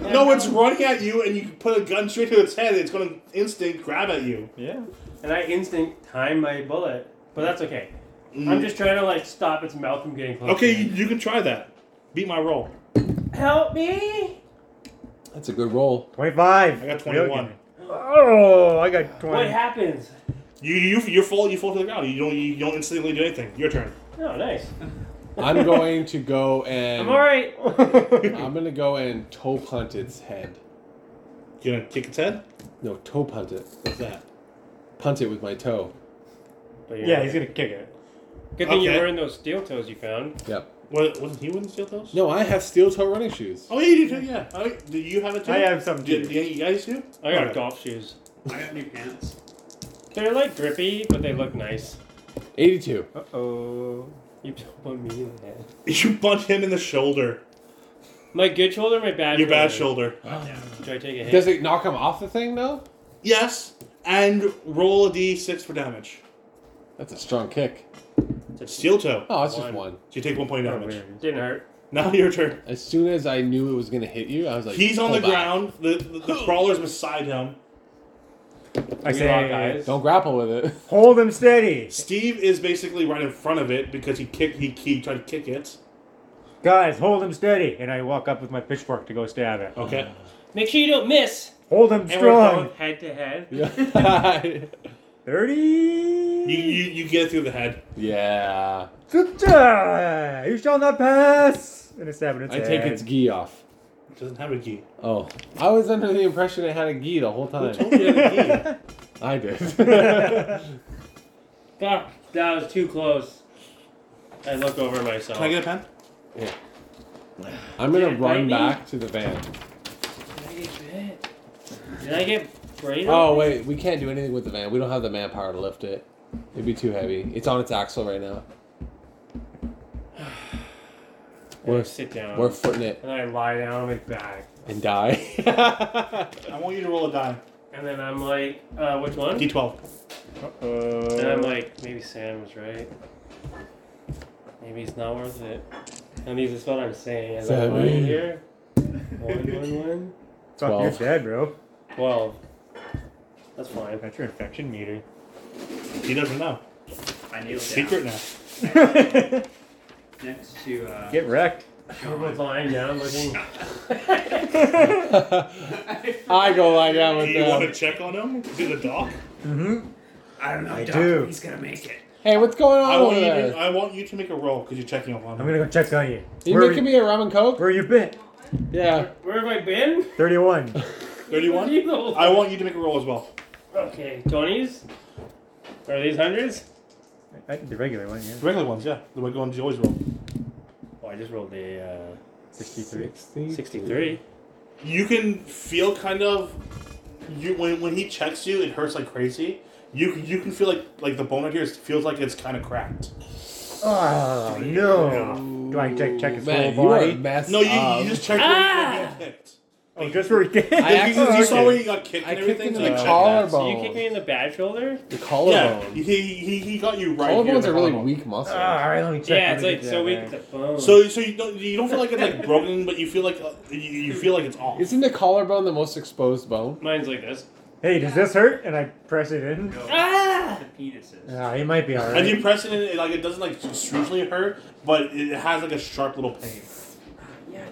[SPEAKER 1] No, it's running at you, and you put a gun straight to its head. It's gonna instinct grab at you.
[SPEAKER 3] Yeah.
[SPEAKER 2] and I instinct time my bullet, but that's okay. I'm just trying to like stop its mouth from getting close.
[SPEAKER 1] Mm. Okay, you, you can try that. Beat my roll.
[SPEAKER 2] help me!
[SPEAKER 4] That's a good roll.
[SPEAKER 3] 25.
[SPEAKER 1] I got 21.
[SPEAKER 3] Oh, I got 20.
[SPEAKER 2] What happens?
[SPEAKER 1] You you you fall you fall to the ground. You don't you don't instantly do anything. Your turn.
[SPEAKER 2] Oh, nice.
[SPEAKER 4] I'm going to go and
[SPEAKER 2] I'm all right.
[SPEAKER 4] I'm gonna go and toe punt its head.
[SPEAKER 1] You gonna kick its head?
[SPEAKER 4] No, toe punt it.
[SPEAKER 1] What's that?
[SPEAKER 4] Punt it with my toe.
[SPEAKER 2] But
[SPEAKER 3] yeah, he's gonna kick it.
[SPEAKER 2] Good thing you're
[SPEAKER 1] Okay.
[SPEAKER 2] wearing those steel toes you found.
[SPEAKER 4] Yep.
[SPEAKER 1] What, wasn't he wearing steel toes?
[SPEAKER 4] No, I have steel toe running shoes.
[SPEAKER 1] Oh yeah, you do. Yeah. Oh, do you have it too?
[SPEAKER 3] I have some
[SPEAKER 1] Do,
[SPEAKER 3] too.
[SPEAKER 1] do you guys do?
[SPEAKER 2] I got
[SPEAKER 1] Okay.
[SPEAKER 2] golf shoes.
[SPEAKER 7] I got new pants.
[SPEAKER 2] They're like grippy, but they look nice.
[SPEAKER 4] 82.
[SPEAKER 3] Uh oh.
[SPEAKER 2] You don't want me in the head.
[SPEAKER 1] You punch him in the shoulder.
[SPEAKER 2] My good shoulder, or my bad.
[SPEAKER 1] Your bad shoulder.
[SPEAKER 2] Should I take a hit?
[SPEAKER 4] Does it knock him off the thing though?
[SPEAKER 1] Yes, and roll a d6 for damage.
[SPEAKER 4] That's a strong kick.
[SPEAKER 1] Steel toe.
[SPEAKER 4] Oh, it's just
[SPEAKER 2] One.
[SPEAKER 4] one.
[SPEAKER 1] So you take one
[SPEAKER 2] Oh,
[SPEAKER 1] point of damage.
[SPEAKER 2] Didn't hurt.
[SPEAKER 1] Now your turn.
[SPEAKER 4] As soon as I knew it was gonna hit you, I was like,
[SPEAKER 1] He's on
[SPEAKER 4] pull
[SPEAKER 1] the
[SPEAKER 4] back.
[SPEAKER 1] ground. The, the, the crawler's beside him.
[SPEAKER 3] I
[SPEAKER 2] We
[SPEAKER 3] say,
[SPEAKER 2] lock eyes.
[SPEAKER 4] Don't grapple with it.
[SPEAKER 3] hold him steady.
[SPEAKER 1] Steve is basically right in front of it because he kicked. He, he tried to kick it.
[SPEAKER 3] Guys, hold him steady. And I walk up with my pitchfork to go stab it.
[SPEAKER 1] Okay.
[SPEAKER 4] Uh.
[SPEAKER 2] Make sure you don't miss.
[SPEAKER 3] Hold him
[SPEAKER 2] And we're
[SPEAKER 3] strong.
[SPEAKER 2] going head to head.
[SPEAKER 4] Yeah.
[SPEAKER 3] 30.
[SPEAKER 1] You, you you get it through the head.
[SPEAKER 4] yeah.
[SPEAKER 3] Tuta! You shall not pass! And it's stabbing its
[SPEAKER 4] I take its gi off.
[SPEAKER 1] It doesn't have a key.
[SPEAKER 4] Oh. I was under the impression it had a gi the whole time.
[SPEAKER 1] Yeah,
[SPEAKER 4] I did.
[SPEAKER 2] Fuck, that was too close. I look over myself.
[SPEAKER 1] Can I get a pen?
[SPEAKER 4] I'm gonna
[SPEAKER 2] Yeah,
[SPEAKER 4] run
[SPEAKER 2] baby.
[SPEAKER 4] back to the van.
[SPEAKER 2] Did I get bit? Did I get braided?
[SPEAKER 4] Oh wait, we can't do anything with the van. We don't have the manpower to lift it. It'd be too heavy. It's on its axle right now.
[SPEAKER 2] I
[SPEAKER 4] We're
[SPEAKER 2] sit down.
[SPEAKER 4] we're footing it
[SPEAKER 2] and I lie down on my back.
[SPEAKER 4] and die.
[SPEAKER 1] I want you to roll a die.
[SPEAKER 2] And then I'm like, uh, which one?
[SPEAKER 1] D12.
[SPEAKER 2] And I'm like, maybe Sam was right. Maybe it's not worth it. And these is what I'm saying. As I'm
[SPEAKER 4] Seven.
[SPEAKER 2] lying here. One, one, one.
[SPEAKER 3] Fuck, you're
[SPEAKER 4] Twelve.
[SPEAKER 3] dead, bro.
[SPEAKER 2] Twelve. That's fine.
[SPEAKER 3] That's your infection meter.
[SPEAKER 1] He doesn't know.
[SPEAKER 7] I nailed
[SPEAKER 1] Secret now.
[SPEAKER 3] Get
[SPEAKER 7] down next to uh,
[SPEAKER 3] wrecked.
[SPEAKER 2] We're both lying down looking.
[SPEAKER 4] I go lie down
[SPEAKER 1] Do
[SPEAKER 4] with
[SPEAKER 1] you want to
[SPEAKER 4] them.
[SPEAKER 1] check on him? Is it a dog?
[SPEAKER 3] Mm-hmm.
[SPEAKER 7] I don't know.
[SPEAKER 3] I
[SPEAKER 7] Doc,
[SPEAKER 3] do.
[SPEAKER 7] He's gonna make it.
[SPEAKER 4] Hey, what's going on
[SPEAKER 1] I want
[SPEAKER 4] over
[SPEAKER 1] you.
[SPEAKER 4] there?
[SPEAKER 1] To, I want you to make a roll because you're checking up on
[SPEAKER 3] I'm
[SPEAKER 1] him.
[SPEAKER 3] gonna go check on you.
[SPEAKER 4] you
[SPEAKER 3] where,
[SPEAKER 4] making
[SPEAKER 3] you
[SPEAKER 4] me a rum and coke?
[SPEAKER 3] where you been?
[SPEAKER 4] Yeah.
[SPEAKER 2] Where have I been?
[SPEAKER 3] 31.
[SPEAKER 1] Thirty-one.
[SPEAKER 2] You the whole-
[SPEAKER 1] I want you to make a roll as well.
[SPEAKER 2] Okay, twenties. Are these hundreds?
[SPEAKER 3] I- the regular one, yeah.
[SPEAKER 1] Regular ones, yeah. The regular ones you always roll.
[SPEAKER 2] Oh, I just rolled a
[SPEAKER 3] 63.
[SPEAKER 2] uh, 63.
[SPEAKER 1] you can feel kind of you when, when he checks you it hurts like crazy you can you can feel like like the bone out here feels like it's kind of cracked
[SPEAKER 3] Oh, no. Do I check, check his
[SPEAKER 4] Man,
[SPEAKER 3] whole
[SPEAKER 4] you are a
[SPEAKER 3] body?
[SPEAKER 4] mess.
[SPEAKER 1] no you,
[SPEAKER 4] up.
[SPEAKER 1] you just checked where
[SPEAKER 2] Ah!
[SPEAKER 1] you got kicked
[SPEAKER 3] Oh, just where he did.
[SPEAKER 4] Um, I
[SPEAKER 1] Like, you,
[SPEAKER 4] actually-
[SPEAKER 1] you saw where you got kicked
[SPEAKER 4] I
[SPEAKER 1] and
[SPEAKER 4] kicked
[SPEAKER 1] everything
[SPEAKER 4] into
[SPEAKER 1] so you
[SPEAKER 4] the
[SPEAKER 1] checked
[SPEAKER 4] collarbone.
[SPEAKER 2] So you kick me in the bad shoulder?
[SPEAKER 4] the
[SPEAKER 1] that. yeah
[SPEAKER 4] collarbone.
[SPEAKER 1] he, he, he got you right here in
[SPEAKER 4] Collarbones
[SPEAKER 1] the
[SPEAKER 4] are really
[SPEAKER 1] collarbone.
[SPEAKER 4] weak muscles.
[SPEAKER 3] Ah, all right, let me check.
[SPEAKER 2] yeah,
[SPEAKER 3] let
[SPEAKER 2] it's
[SPEAKER 3] me
[SPEAKER 2] like
[SPEAKER 3] get
[SPEAKER 2] so
[SPEAKER 3] that
[SPEAKER 2] weak
[SPEAKER 3] back.
[SPEAKER 2] at the bone.
[SPEAKER 1] so so you don't you don't feel like it's like broken but you feel like uh, you, you feel like it's off
[SPEAKER 4] Isn't the collarbone the most exposed bone?
[SPEAKER 2] mine's like this.
[SPEAKER 3] Hey, does this hurt? And I press it in.
[SPEAKER 7] No,
[SPEAKER 2] Ah!
[SPEAKER 7] the penises.
[SPEAKER 3] Ah, he might be all
[SPEAKER 1] and
[SPEAKER 3] right.
[SPEAKER 1] you press it in it, like it doesn't like extremely hurt but it has like a sharp little pain
[SPEAKER 2] Yeah,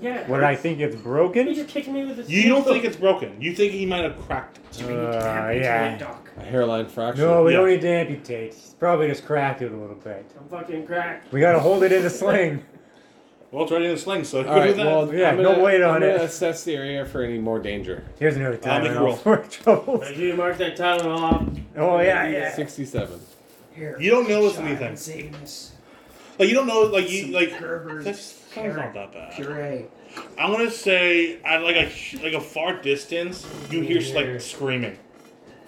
[SPEAKER 2] yeah.
[SPEAKER 3] What I think it's
[SPEAKER 2] You
[SPEAKER 3] broken?
[SPEAKER 2] just kicked me with the.
[SPEAKER 1] you don't think it's broken you think he might have cracked it
[SPEAKER 3] Uh,
[SPEAKER 7] We need to have it to
[SPEAKER 3] yeah.
[SPEAKER 7] the dock.
[SPEAKER 4] A hairline fracture.
[SPEAKER 3] No, we
[SPEAKER 1] Yeah.
[SPEAKER 3] don't need to amputate. He's probably just cracked it a little bit.
[SPEAKER 2] I'm fucking cracked.
[SPEAKER 3] We gotta hold it in a sling.
[SPEAKER 1] well it's already in a sling so
[SPEAKER 4] All right.
[SPEAKER 1] do that.
[SPEAKER 4] Well,
[SPEAKER 3] Yeah,
[SPEAKER 4] I'm
[SPEAKER 3] no
[SPEAKER 4] gonna,
[SPEAKER 3] weight on
[SPEAKER 4] I'm gonna
[SPEAKER 3] it.
[SPEAKER 4] assess the area for any more danger.
[SPEAKER 3] Here's another time.
[SPEAKER 1] make a
[SPEAKER 3] and all
[SPEAKER 1] roll.
[SPEAKER 3] four troubles.
[SPEAKER 2] I need to mark that Tylenol off.
[SPEAKER 3] Oh yeah, yeah.
[SPEAKER 4] Sixty-seven.
[SPEAKER 5] Here,
[SPEAKER 1] You don't notice
[SPEAKER 5] shot
[SPEAKER 1] anything.
[SPEAKER 5] and saving us
[SPEAKER 1] Like you don't know, like
[SPEAKER 5] some
[SPEAKER 1] you like.
[SPEAKER 5] Gerber's
[SPEAKER 1] That's that's not that bad.
[SPEAKER 5] puree.
[SPEAKER 1] I want to say at like a sh- like a far distance, you hear like screaming.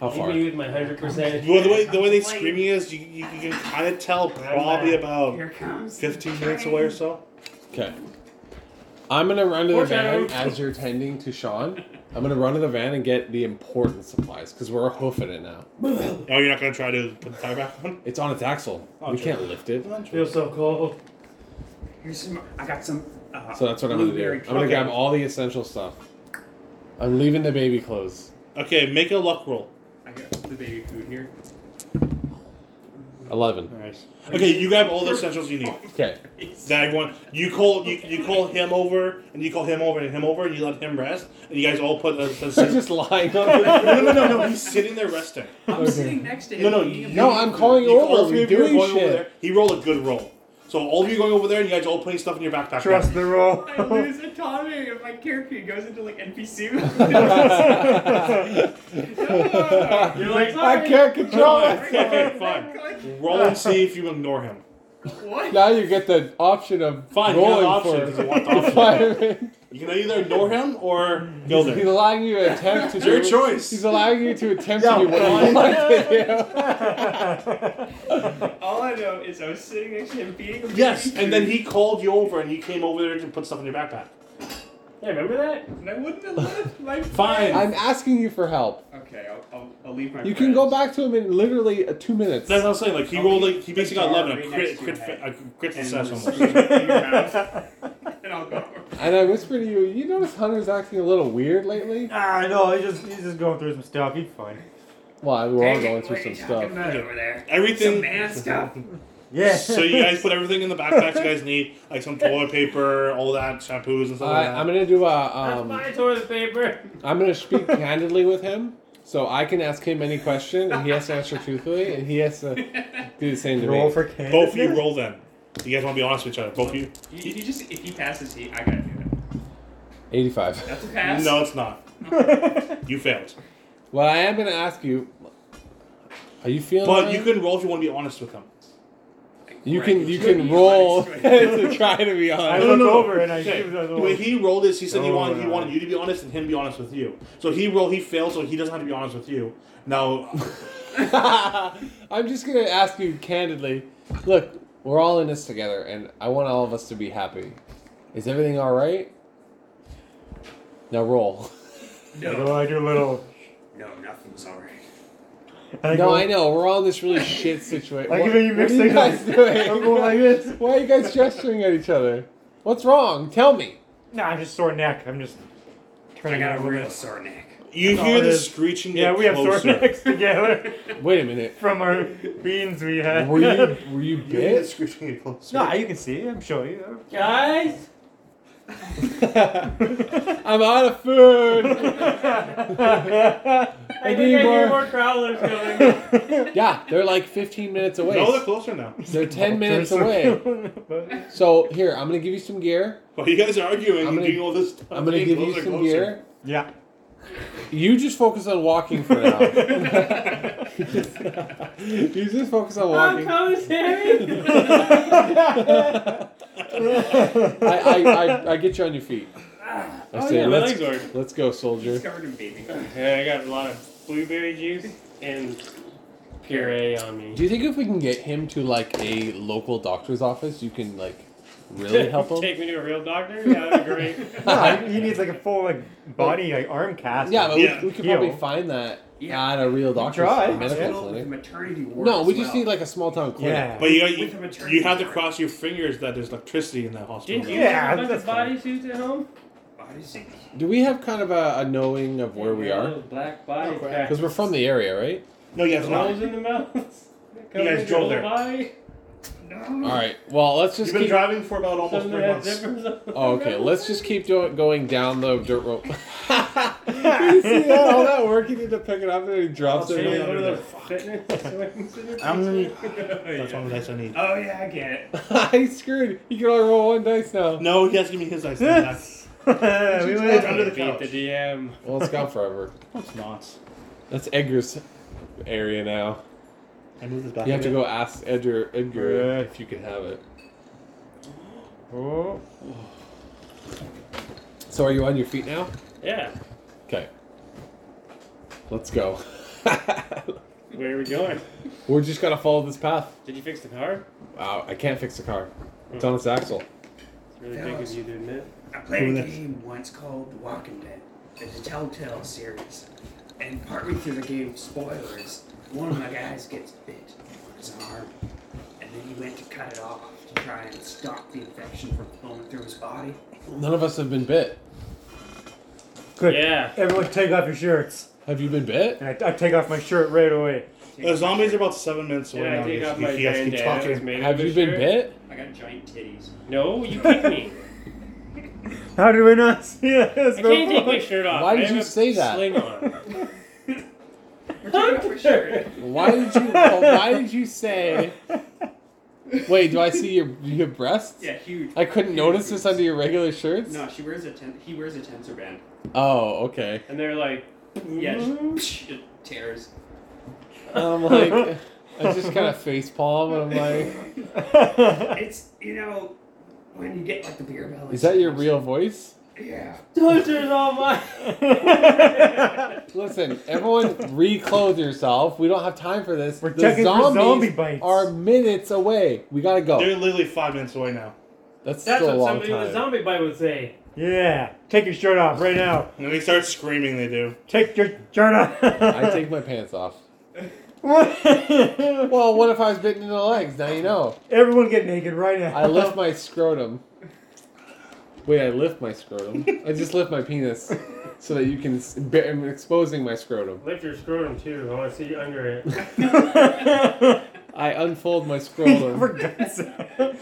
[SPEAKER 4] How
[SPEAKER 2] Leave
[SPEAKER 4] far?
[SPEAKER 2] me with my hundred percent.
[SPEAKER 1] Well, the way the way they
[SPEAKER 5] Wait.
[SPEAKER 1] screaming is, you, you, you can kind of tell probably about
[SPEAKER 5] Here comes. the
[SPEAKER 1] 15 minutes away
[SPEAKER 5] train.
[SPEAKER 1] or so.
[SPEAKER 4] Okay. I'm gonna run to the
[SPEAKER 2] Poor
[SPEAKER 4] van
[SPEAKER 2] Shadow.
[SPEAKER 4] as you're tending to Sean. I'm gonna run to the van and get the important supplies because we're hoofing it now.
[SPEAKER 1] Oh, you're not gonna try to put the tire back on?
[SPEAKER 4] It's on its axle.
[SPEAKER 1] Oh,
[SPEAKER 4] we
[SPEAKER 1] true.
[SPEAKER 4] can't lift it.
[SPEAKER 2] Feels so cold.
[SPEAKER 7] Here's some. I got some. Uh,
[SPEAKER 4] So that's what I'm gonna do.
[SPEAKER 7] blueberry
[SPEAKER 4] I'm gonna
[SPEAKER 7] truffle.
[SPEAKER 4] grab all the essential stuff. I'm leaving the baby clothes.
[SPEAKER 1] Okay, make a luck roll.
[SPEAKER 7] I got the baby food here.
[SPEAKER 4] Eleven.
[SPEAKER 3] Nice.
[SPEAKER 1] Okay, you grab all the essentials you need.
[SPEAKER 4] Okay.
[SPEAKER 1] That one, you call you, you call him over, and you call him over, and him over, and you let him rest, and you guys all put a. a-
[SPEAKER 4] I'm just lying.
[SPEAKER 1] no,
[SPEAKER 4] On
[SPEAKER 1] no, no, no. He's sitting there resting.
[SPEAKER 5] I'm sitting next to him.
[SPEAKER 1] No, no,
[SPEAKER 5] eating a
[SPEAKER 1] you-
[SPEAKER 4] no, I'm calling you
[SPEAKER 1] You- all
[SPEAKER 4] over.
[SPEAKER 1] three
[SPEAKER 4] We're
[SPEAKER 1] of you are
[SPEAKER 4] doing
[SPEAKER 1] going over
[SPEAKER 4] shit.
[SPEAKER 1] there. He rolled a good roll. So all of you going over there, and you guys all putting stuff in your backpack.
[SPEAKER 3] Trust the roll.
[SPEAKER 7] I lose autonomy if my character goes into like NPC.
[SPEAKER 2] You're like,
[SPEAKER 4] I can't control it.
[SPEAKER 1] okay, fine. Roll and see if you ignore him.
[SPEAKER 7] what?
[SPEAKER 4] Now you get the option of
[SPEAKER 1] Fine, you have
[SPEAKER 4] rolling
[SPEAKER 1] an option. Does
[SPEAKER 4] for
[SPEAKER 1] he want the option?
[SPEAKER 4] requirement.
[SPEAKER 1] You can either ignore him or go
[SPEAKER 4] He's
[SPEAKER 1] there.
[SPEAKER 4] allowing you to attempt to
[SPEAKER 1] It's your
[SPEAKER 4] do. He's
[SPEAKER 1] choice.
[SPEAKER 4] allowing you to attempt to do what you want to
[SPEAKER 7] All I know is I was sitting next to him beating him.
[SPEAKER 1] Yes, and then he called you over, and you came over there to put stuff in your backpack.
[SPEAKER 2] yeah, remember that?
[SPEAKER 7] And I wouldn't have left my.
[SPEAKER 4] do.
[SPEAKER 1] Fine.
[SPEAKER 4] I'm asking you for help.
[SPEAKER 7] Okay, I'll, I'll, I'll leave my.
[SPEAKER 4] You can go
[SPEAKER 7] friends.
[SPEAKER 4] back to him in literally uh, two minutes.
[SPEAKER 1] That's what I'm saying. Like he
[SPEAKER 7] I'll
[SPEAKER 1] rolled,
[SPEAKER 7] leave
[SPEAKER 1] like he basically
[SPEAKER 7] the
[SPEAKER 1] got
[SPEAKER 7] jar
[SPEAKER 1] eleven, a
[SPEAKER 7] right
[SPEAKER 1] crit,
[SPEAKER 7] next to
[SPEAKER 1] crit,
[SPEAKER 7] your
[SPEAKER 1] fa- a
[SPEAKER 7] head.
[SPEAKER 1] crit
[SPEAKER 7] And
[SPEAKER 1] success
[SPEAKER 7] just
[SPEAKER 1] almost.
[SPEAKER 7] leave it in your mouth, and I'll go.
[SPEAKER 4] And I whisper to you, you notice Hunter's acting a little weird lately?
[SPEAKER 3] Ah, no, he's just he's just going through some stuff. He's fine.
[SPEAKER 4] Well, we're all
[SPEAKER 5] Hey,
[SPEAKER 4] going
[SPEAKER 5] what
[SPEAKER 4] through
[SPEAKER 5] are you
[SPEAKER 4] some
[SPEAKER 5] talking
[SPEAKER 4] stuff.
[SPEAKER 5] about over there? Some
[SPEAKER 1] Everything.
[SPEAKER 5] man stuff.
[SPEAKER 3] Yeah.
[SPEAKER 1] so you guys put everything in the backpacks you guys need, like some toilet paper, all that, shampoos and stuff
[SPEAKER 4] I,
[SPEAKER 1] like
[SPEAKER 4] I'm
[SPEAKER 1] that.
[SPEAKER 4] gonna do a.
[SPEAKER 2] That's
[SPEAKER 4] Um,
[SPEAKER 2] my toilet paper.
[SPEAKER 4] I'm gonna speak candidly with him, so I can ask him any question, and he has to answer truthfully, and he has to do the same to
[SPEAKER 3] roll
[SPEAKER 4] me.
[SPEAKER 3] for candy.
[SPEAKER 1] Both of you roll then. You guys want to be honest with each other? Both of you?
[SPEAKER 7] You, you just if he passes, he I gotta do it.
[SPEAKER 4] 85.
[SPEAKER 7] That's a pass.
[SPEAKER 1] No, it's not. You failed.
[SPEAKER 4] Well, I am gonna ask you. Are you feeling?
[SPEAKER 1] But
[SPEAKER 4] alright?
[SPEAKER 1] you can roll if you want to be honest with them.
[SPEAKER 4] You
[SPEAKER 7] Right,
[SPEAKER 4] can.
[SPEAKER 7] it's
[SPEAKER 4] You
[SPEAKER 7] good
[SPEAKER 4] can
[SPEAKER 7] you
[SPEAKER 4] roll
[SPEAKER 7] honest with
[SPEAKER 4] to try to be
[SPEAKER 3] I
[SPEAKER 4] honest.
[SPEAKER 3] look
[SPEAKER 1] no, no.
[SPEAKER 3] over and I
[SPEAKER 1] Okay.
[SPEAKER 3] see another
[SPEAKER 1] When
[SPEAKER 3] one.
[SPEAKER 1] he rolled this, he said he
[SPEAKER 3] Oh,
[SPEAKER 1] wanted he
[SPEAKER 3] no.
[SPEAKER 1] wanted you to be honest and him be honest with you. So he rolled, he failed, so he doesn't have to be honest with you. Now,
[SPEAKER 4] I'm just gonna ask you candidly. Look, we're all in this together, and I want all of us to be happy. Is everything all right? Now roll.
[SPEAKER 3] I go, I do a little.
[SPEAKER 5] No, nothing's alright.
[SPEAKER 3] I
[SPEAKER 4] no,
[SPEAKER 3] go,
[SPEAKER 4] I know we're all in this really shit situation.
[SPEAKER 3] Like when you mix
[SPEAKER 4] what are you
[SPEAKER 3] things up.
[SPEAKER 4] guys doing?
[SPEAKER 3] I'm going like this.
[SPEAKER 4] Why are you guys gesturing at each other? What's wrong? Tell me.
[SPEAKER 3] Nah, I'm just sore neck. I'm just
[SPEAKER 5] I
[SPEAKER 3] turning
[SPEAKER 5] got
[SPEAKER 3] out
[SPEAKER 5] a
[SPEAKER 3] a little
[SPEAKER 5] real
[SPEAKER 3] bit.
[SPEAKER 5] sore neck.
[SPEAKER 1] you
[SPEAKER 3] Oh,
[SPEAKER 1] hear
[SPEAKER 3] it
[SPEAKER 1] the
[SPEAKER 3] is.
[SPEAKER 1] screeching.
[SPEAKER 3] Yeah,
[SPEAKER 1] get
[SPEAKER 3] we have
[SPEAKER 1] closer.
[SPEAKER 3] sore necks together
[SPEAKER 4] Wait a minute.
[SPEAKER 3] from our beans we had.
[SPEAKER 4] Were you were you
[SPEAKER 1] You hear the
[SPEAKER 4] bit?
[SPEAKER 1] screeching get closer.
[SPEAKER 3] Nah, you can see. I'm showing you.
[SPEAKER 2] Guys,
[SPEAKER 4] I'm out of food.
[SPEAKER 2] I
[SPEAKER 4] I
[SPEAKER 2] think
[SPEAKER 4] need
[SPEAKER 2] I
[SPEAKER 4] more.
[SPEAKER 2] hear more growlers coming.
[SPEAKER 4] Yeah, they're like 15 minutes away.
[SPEAKER 1] No, they're closer now.
[SPEAKER 4] They're 10 minutes
[SPEAKER 3] There's
[SPEAKER 4] away.
[SPEAKER 3] some-
[SPEAKER 4] So here, I'm gonna give you some gear.
[SPEAKER 1] Well, you guys are arguing
[SPEAKER 4] I'm
[SPEAKER 1] and
[SPEAKER 4] gonna-
[SPEAKER 1] doing all this stuff.
[SPEAKER 4] I'm gonna
[SPEAKER 1] getting
[SPEAKER 4] give you
[SPEAKER 1] closer,
[SPEAKER 4] some
[SPEAKER 1] closer.
[SPEAKER 4] gear.
[SPEAKER 3] yeah.
[SPEAKER 4] You just focus on walking for now. you just focus on
[SPEAKER 2] Oh,
[SPEAKER 4] walking.
[SPEAKER 2] commissary.
[SPEAKER 4] I, I, I, I get you on your feet. I say,
[SPEAKER 2] Ah. Oh, yeah, my
[SPEAKER 4] Oh, let's,
[SPEAKER 2] legs are-
[SPEAKER 4] let's go, soldier.
[SPEAKER 7] Discovered him baby.
[SPEAKER 2] yeah, I got a lot of blueberry juice and puree on me.
[SPEAKER 4] Do you think if we can get him to like a local doctor's office, you can like really help him?
[SPEAKER 2] Take me to a real doctor? Yeah, that'd be great.
[SPEAKER 3] Nah, he he needs like a full like body like arm cast.
[SPEAKER 4] Yeah, but
[SPEAKER 1] Yeah.
[SPEAKER 4] we, we could
[SPEAKER 3] Heal.
[SPEAKER 4] probably find that
[SPEAKER 7] Yeah.
[SPEAKER 4] at a real doctor's
[SPEAKER 3] try.
[SPEAKER 4] a medical
[SPEAKER 7] Hospital with a
[SPEAKER 4] clinic.
[SPEAKER 7] maternity ward.
[SPEAKER 4] No, we
[SPEAKER 7] as
[SPEAKER 4] just
[SPEAKER 7] well.
[SPEAKER 4] need like a small town clinic.
[SPEAKER 3] yeah.
[SPEAKER 1] But you,
[SPEAKER 7] With a
[SPEAKER 1] you,
[SPEAKER 7] maternity
[SPEAKER 1] you have to
[SPEAKER 7] ward.
[SPEAKER 1] cross your fingers that there's electricity in that hospital.
[SPEAKER 2] Didn't you
[SPEAKER 3] Yeah,
[SPEAKER 2] have a bunch
[SPEAKER 3] that's
[SPEAKER 2] of body suits at home?
[SPEAKER 7] Body suit.
[SPEAKER 4] Do we have kind of a, a knowing of where we
[SPEAKER 2] Yeah,
[SPEAKER 4] are?
[SPEAKER 2] little Black body.
[SPEAKER 4] Because we're from the area, right?
[SPEAKER 1] No, you guys not.
[SPEAKER 2] Nose in the mouth.
[SPEAKER 1] You guys drove there.
[SPEAKER 4] All right. Well, let's just
[SPEAKER 1] You've been
[SPEAKER 4] keep.
[SPEAKER 1] driving for about almost
[SPEAKER 2] Something
[SPEAKER 1] three
[SPEAKER 2] that had
[SPEAKER 1] months.
[SPEAKER 2] zippers on the
[SPEAKER 4] Oh, okay.
[SPEAKER 2] front.
[SPEAKER 4] Let's just keep do- going down the dirt road. you see that? All that work he did to pick it up, and then he drops
[SPEAKER 2] Hey,
[SPEAKER 4] it.
[SPEAKER 2] what are those fitness swings in the
[SPEAKER 1] I'm gonna- That's
[SPEAKER 7] That's
[SPEAKER 1] one
[SPEAKER 7] one.
[SPEAKER 1] of the dice I need.
[SPEAKER 7] Oh yeah, I get it.
[SPEAKER 4] I screwed. He can only roll one dice now.
[SPEAKER 1] No, he has to give me his dice. That's
[SPEAKER 3] we went
[SPEAKER 1] under the
[SPEAKER 2] Beat
[SPEAKER 1] couch.
[SPEAKER 2] the DM.
[SPEAKER 4] Well, it's gone forever.
[SPEAKER 1] It's not.
[SPEAKER 4] That's Edgar's area now.
[SPEAKER 1] I moved this back.
[SPEAKER 4] You have to
[SPEAKER 1] a bit.
[SPEAKER 4] go ask Edgar, Edgar
[SPEAKER 3] Yeah.
[SPEAKER 4] if you can have it.
[SPEAKER 3] Oh,
[SPEAKER 4] So, are you on your feet now?
[SPEAKER 2] Yeah.
[SPEAKER 4] Okay. Let's go.
[SPEAKER 9] Where are we going?
[SPEAKER 4] We're just gonna follow this path.
[SPEAKER 9] Did you fix the car?
[SPEAKER 4] Wow, I can't fix the car. It's on its axle.
[SPEAKER 9] It's really big of you to admit.
[SPEAKER 5] I played
[SPEAKER 1] Who
[SPEAKER 5] a
[SPEAKER 1] that?
[SPEAKER 5] game once called The Walking Dead. It's a Telltale series. And partway through the game, spoilers, one of my guys gets bit on his arm. And then he went to cut it off to try and stop the infection from flowing through his body.
[SPEAKER 4] None of us have been bit.
[SPEAKER 3] Good.
[SPEAKER 9] Yeah.
[SPEAKER 3] Everyone take off your shirts.
[SPEAKER 4] Have you been bit?
[SPEAKER 3] And I, I take off my shirt right away.
[SPEAKER 1] Uh, zombies are about seven minutes away.
[SPEAKER 9] Yeah,
[SPEAKER 1] now.
[SPEAKER 9] I take
[SPEAKER 1] You-
[SPEAKER 9] off
[SPEAKER 1] you-
[SPEAKER 9] my
[SPEAKER 1] you guys keep
[SPEAKER 9] bandana.
[SPEAKER 1] talking.
[SPEAKER 9] It's made
[SPEAKER 4] Have
[SPEAKER 9] of a
[SPEAKER 4] you been
[SPEAKER 9] shirt.
[SPEAKER 4] bit?
[SPEAKER 7] I got giant titties.
[SPEAKER 9] No, you kicked me.
[SPEAKER 3] How did we not see this
[SPEAKER 9] I can't take
[SPEAKER 3] before?
[SPEAKER 9] my shirt off.
[SPEAKER 4] Why
[SPEAKER 9] I
[SPEAKER 4] did
[SPEAKER 9] have
[SPEAKER 4] you
[SPEAKER 9] a
[SPEAKER 4] say that?
[SPEAKER 9] Sling on.
[SPEAKER 6] We're taking off our shirt.
[SPEAKER 4] Why did you? well, why did you say? Wait, do I see your your breasts?
[SPEAKER 7] Yeah, huge.
[SPEAKER 4] I couldn't
[SPEAKER 7] huge
[SPEAKER 4] notice this
[SPEAKER 7] boobs.
[SPEAKER 4] under your regular shirts.
[SPEAKER 7] No, she wears a ten- he wears a tensor band.
[SPEAKER 4] Oh, okay.
[SPEAKER 9] And they're like,
[SPEAKER 7] Yeah,
[SPEAKER 6] Mm-hmm.
[SPEAKER 7] just, just tears.
[SPEAKER 4] I'm like, I just kind of face palm, and I'm like,
[SPEAKER 5] It's, you know, when you get like the beer belly.
[SPEAKER 4] is that your real voice?
[SPEAKER 5] Yeah.
[SPEAKER 9] don't turn on my.
[SPEAKER 4] Listen, everyone, reclothe yourself. We don't have time for this.
[SPEAKER 3] We're checking for zombie bites.
[SPEAKER 4] are minutes away. We gotta go.
[SPEAKER 1] They're literally five minutes away now.
[SPEAKER 4] That's,
[SPEAKER 9] That's
[SPEAKER 4] still a
[SPEAKER 9] what
[SPEAKER 4] long
[SPEAKER 9] somebody with a
[SPEAKER 4] time.
[SPEAKER 9] zombie bite would say.
[SPEAKER 3] yeah. Take your shirt off right now.
[SPEAKER 1] And they start screaming. They do.
[SPEAKER 3] Take your shirt off.
[SPEAKER 4] I take my pants off.
[SPEAKER 3] What?
[SPEAKER 4] Well, what if I was bitten in the legs? Now you know.
[SPEAKER 3] Everyone get naked right now.
[SPEAKER 4] I lift my scrotum. Wait, I lift my scrotum. I just lift my penis so that you can. s- ba- I'm exposing my scrotum.
[SPEAKER 9] Lift your scrotum too. I want to see you under it.
[SPEAKER 4] I unfold my
[SPEAKER 3] For
[SPEAKER 4] scrotum.
[SPEAKER 3] God's sake.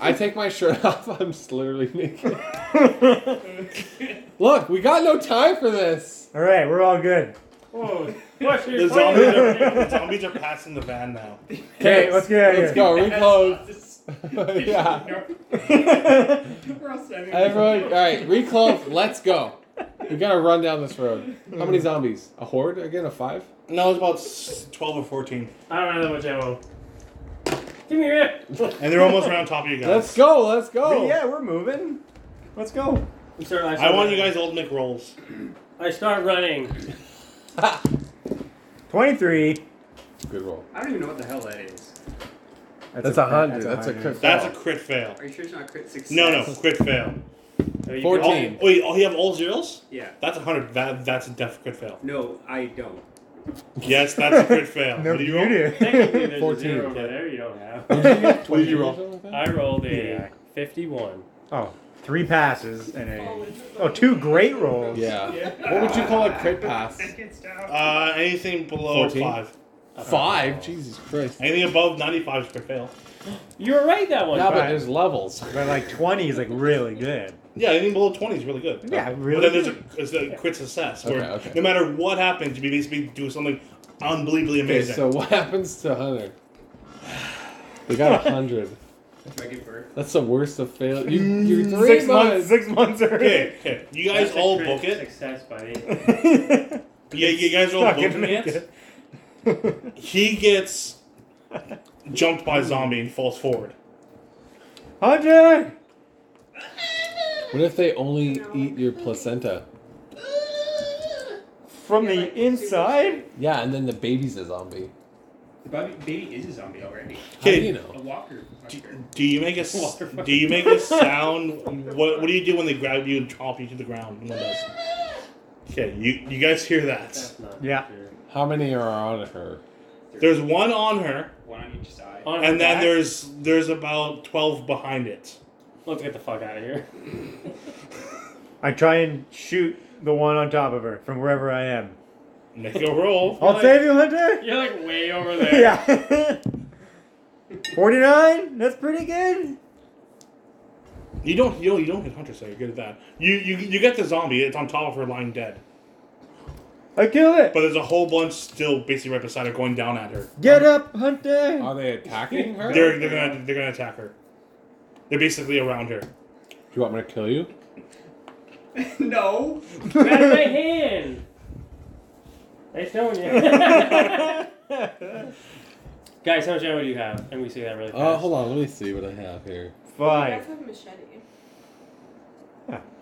[SPEAKER 4] I take my shirt off. I'm just literally naked. Look, we got no time for this.
[SPEAKER 3] All right, we're all good.
[SPEAKER 9] Whoa! Flush your
[SPEAKER 1] The
[SPEAKER 9] toilet.
[SPEAKER 1] zombies, are, the zombies are passing the van now.
[SPEAKER 3] Okay, let's get out of here.
[SPEAKER 4] Let's go. Reclothe.
[SPEAKER 7] That's-
[SPEAKER 4] yeah.
[SPEAKER 7] We're all standing there.
[SPEAKER 4] Everyone, all right. Reclothe. Let's go. We gotta run down this road. How many zombies? A horde again? A five?
[SPEAKER 1] Now it's about s- twelve or fourteen,
[SPEAKER 9] I don't have that much ammo. Give me your hip.
[SPEAKER 1] and they're almost right on top of you guys.
[SPEAKER 4] Let's go. Let's go.
[SPEAKER 3] Yeah, we're moving. Let's go.
[SPEAKER 9] I'm sorry, I,
[SPEAKER 1] I
[SPEAKER 9] start
[SPEAKER 1] want you
[SPEAKER 9] running.
[SPEAKER 1] guys all to make rolls.
[SPEAKER 9] I start running.
[SPEAKER 3] 23.
[SPEAKER 4] Good roll.
[SPEAKER 7] I don't even know what the hell that is.
[SPEAKER 4] That's a hundred. That's a crit.
[SPEAKER 1] That's a crit fail.
[SPEAKER 7] Are you sure it's not crit success?
[SPEAKER 1] No, no, crit fail.
[SPEAKER 9] Oh, you
[SPEAKER 4] Fourteen.
[SPEAKER 1] All, wait, all you have all zeros?
[SPEAKER 7] Yeah.
[SPEAKER 1] That's a hundred. That that's a def crit fail.
[SPEAKER 7] No, I don't.
[SPEAKER 1] Yes, that's a crit fail.
[SPEAKER 3] No,
[SPEAKER 1] What do you
[SPEAKER 3] you
[SPEAKER 1] roll?
[SPEAKER 3] do.
[SPEAKER 9] can- Technically, there's a
[SPEAKER 4] 14.
[SPEAKER 9] zero over there. You don't have.
[SPEAKER 4] What
[SPEAKER 1] did you roll?
[SPEAKER 9] I rolled a
[SPEAKER 3] Yeah.
[SPEAKER 9] 51.
[SPEAKER 3] Oh, three passes and a. Oh, two great rolls.
[SPEAKER 4] Yeah. What would you call a crit pass?
[SPEAKER 1] Uh, anything below
[SPEAKER 4] 14?
[SPEAKER 1] five.
[SPEAKER 4] Five. Jesus Christ.
[SPEAKER 1] Anything above ninety-five is crit fail.
[SPEAKER 9] You were right that one.
[SPEAKER 4] Yeah, but
[SPEAKER 9] time.
[SPEAKER 4] there's levels.
[SPEAKER 3] But like 20 is like really good.
[SPEAKER 1] Yeah, anything below twenty is really good.
[SPEAKER 3] Yeah,
[SPEAKER 1] But
[SPEAKER 3] really.
[SPEAKER 1] then there's
[SPEAKER 3] good.
[SPEAKER 1] a, is a crit success where
[SPEAKER 4] Okay, okay.
[SPEAKER 1] no matter what happens, you basically do something unbelievably
[SPEAKER 4] Okay,
[SPEAKER 1] amazing.
[SPEAKER 4] so what happens to Hunter? We got a hundred.
[SPEAKER 7] Do I give birth?
[SPEAKER 4] That's the worst of fail. You, you're three
[SPEAKER 3] Mm, six months.
[SPEAKER 4] months.
[SPEAKER 3] Six months early.
[SPEAKER 1] okay, okay. You guys
[SPEAKER 9] That's a
[SPEAKER 1] all
[SPEAKER 9] crit
[SPEAKER 1] book it.
[SPEAKER 9] Success, buddy.
[SPEAKER 1] Yeah, you guys all
[SPEAKER 3] Not
[SPEAKER 1] book
[SPEAKER 3] gonna
[SPEAKER 1] it.
[SPEAKER 3] make it.
[SPEAKER 1] He gets jumped by a zombie and falls forward.
[SPEAKER 3] Hunter!
[SPEAKER 4] What if they only eat your placenta?
[SPEAKER 3] From
[SPEAKER 6] Yeah,
[SPEAKER 3] the
[SPEAKER 6] like,
[SPEAKER 3] inside?
[SPEAKER 4] Yeah, and then the baby's a zombie.
[SPEAKER 7] The baby, baby is a zombie already.
[SPEAKER 4] How do
[SPEAKER 1] Okay.
[SPEAKER 4] you
[SPEAKER 7] A
[SPEAKER 4] know?
[SPEAKER 7] walker. fucker.
[SPEAKER 1] Do you make a s- do you make a sound? What what do you do when they grab you and chomp you to the ground? No one does. Okay, you you guys hear that?
[SPEAKER 9] That's not
[SPEAKER 3] Yeah.
[SPEAKER 9] true.
[SPEAKER 4] How many are on her?
[SPEAKER 1] There's one on her,
[SPEAKER 7] One on each side.
[SPEAKER 9] On her
[SPEAKER 1] and then
[SPEAKER 9] back?
[SPEAKER 1] there's there's about twelve behind it.
[SPEAKER 9] Let's get the fuck out of here.
[SPEAKER 3] I try and shoot the one on top of her from wherever I am.
[SPEAKER 1] Make a roll.
[SPEAKER 3] I'll save you, Hunter!
[SPEAKER 9] You're like way over there.
[SPEAKER 3] Yeah. 49? That's pretty good.
[SPEAKER 1] You don't you don't, you don't hit Hunter, so you're good at that. You you you get the zombie. It's on top of her, lying dead.
[SPEAKER 3] I killed it.
[SPEAKER 1] But there's a whole bunch still basically right beside her, going down at her.
[SPEAKER 3] Get up, Hunter.
[SPEAKER 4] Are they attacking her? Do
[SPEAKER 1] They're they're gonna they're gonna attack her. They're basically around her.
[SPEAKER 4] you want me to kill you?
[SPEAKER 7] no.
[SPEAKER 9] Grab my hand. Nice knowing you. Guys, how much ammo do you have? And we say that really fast.
[SPEAKER 4] Uh, hold on. Let me see what I have here.
[SPEAKER 6] You guys
[SPEAKER 3] Five. Ah,
[SPEAKER 6] have a machete.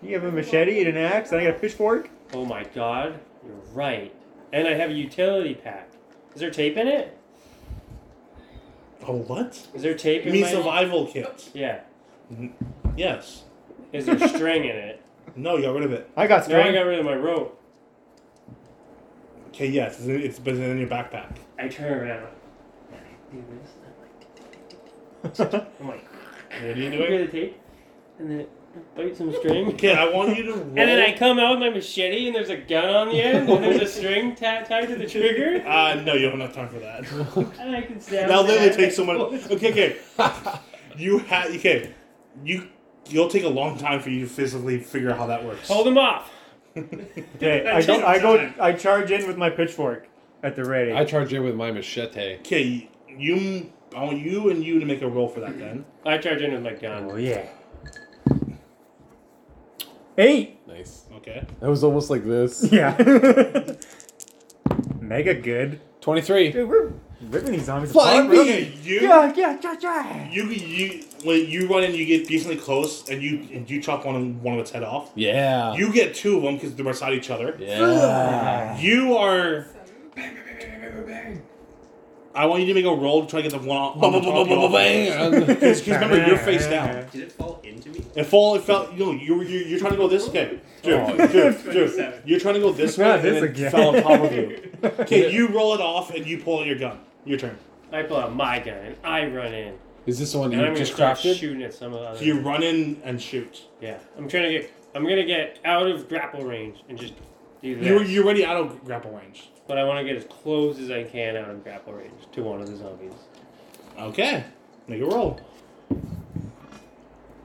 [SPEAKER 3] You have a machete and an axe, and I got a pitchfork.
[SPEAKER 9] Oh my god, you're right.
[SPEAKER 2] And I have a utility pack. Is there tape in it?
[SPEAKER 1] A what?
[SPEAKER 2] Is there tape
[SPEAKER 1] You
[SPEAKER 2] in
[SPEAKER 1] mean
[SPEAKER 2] my...
[SPEAKER 1] survival kit?
[SPEAKER 2] Yeah.
[SPEAKER 1] Yes.
[SPEAKER 2] Is there string in it?
[SPEAKER 1] No, you got rid of it.
[SPEAKER 3] I got
[SPEAKER 2] No, I
[SPEAKER 3] string.
[SPEAKER 2] got rid of my rope.
[SPEAKER 1] Okay, yes, it's, it's but it's in your backpack.
[SPEAKER 2] I turn around. Do this. I'm like,
[SPEAKER 1] What are you
[SPEAKER 2] you
[SPEAKER 1] doing?
[SPEAKER 2] get the tape, and then bite some string.
[SPEAKER 1] Okay, I want you to roll.
[SPEAKER 2] And then I come out with my machete, and there's a gun on the end, and there's a string ta- tied to the trigger,
[SPEAKER 1] Uh, no, you don't have time for that.
[SPEAKER 2] and I can stab.
[SPEAKER 1] That
[SPEAKER 2] the
[SPEAKER 1] literally
[SPEAKER 2] guy.
[SPEAKER 1] takes so much. Okay, okay. You have okay. You you'll take a long time for you to physically figure out how that works.
[SPEAKER 2] Hold him off.
[SPEAKER 3] Okay, I go, I go, I charge in with my pitchfork at the ready.
[SPEAKER 4] I charge in with my machete.
[SPEAKER 1] Okay, you. I want you and you to make a roll for that then.
[SPEAKER 2] I charge in with my gun.
[SPEAKER 3] Oh, yeah. Eight.
[SPEAKER 4] Nice.
[SPEAKER 1] Okay.
[SPEAKER 4] That was almost like this.
[SPEAKER 3] Yeah. Mega good.
[SPEAKER 4] Twenty-three.
[SPEAKER 3] Dude, we're ripping these zombies
[SPEAKER 4] Flying
[SPEAKER 3] apart.
[SPEAKER 1] Okay, you.
[SPEAKER 3] Oh, Yeah, yeah, yeah, yeah.
[SPEAKER 1] You you when you run in, you get decently close, and you and you chop one of one of its head off.
[SPEAKER 4] Yeah.
[SPEAKER 1] You get two of them because they're beside each other.
[SPEAKER 4] yeah.
[SPEAKER 1] You are.
[SPEAKER 6] Bang.
[SPEAKER 1] I want you to make a roll to try to get the one on, on the top. you off.
[SPEAKER 4] Bang.
[SPEAKER 1] Because remember, you're face down.
[SPEAKER 7] Did it fall into me?
[SPEAKER 1] It fall. It fell. You know, you you you're trying to go this. Okay, Drew, Drew, Drew, you're trying to go this way,
[SPEAKER 3] Oh. Yeah,
[SPEAKER 1] and
[SPEAKER 3] this
[SPEAKER 1] it
[SPEAKER 3] again.
[SPEAKER 1] fell on top of you. Okay, you roll it off, and you pull out your gun. Your turn.
[SPEAKER 2] I pull out my gun, and I run in,
[SPEAKER 4] Is this the one
[SPEAKER 2] and
[SPEAKER 4] you
[SPEAKER 2] I'm
[SPEAKER 4] just
[SPEAKER 2] gonna start
[SPEAKER 4] crafted?
[SPEAKER 2] shooting at some of the
[SPEAKER 1] So
[SPEAKER 2] other.
[SPEAKER 1] you run in and shoot.
[SPEAKER 2] Yeah, I'm trying to get. I'm gonna get out of grapple range and just do this.
[SPEAKER 1] You're you're already out of grapple range.
[SPEAKER 2] But I want to get as close as I can out of grapple range to one of the zombies.
[SPEAKER 1] Okay, make a roll.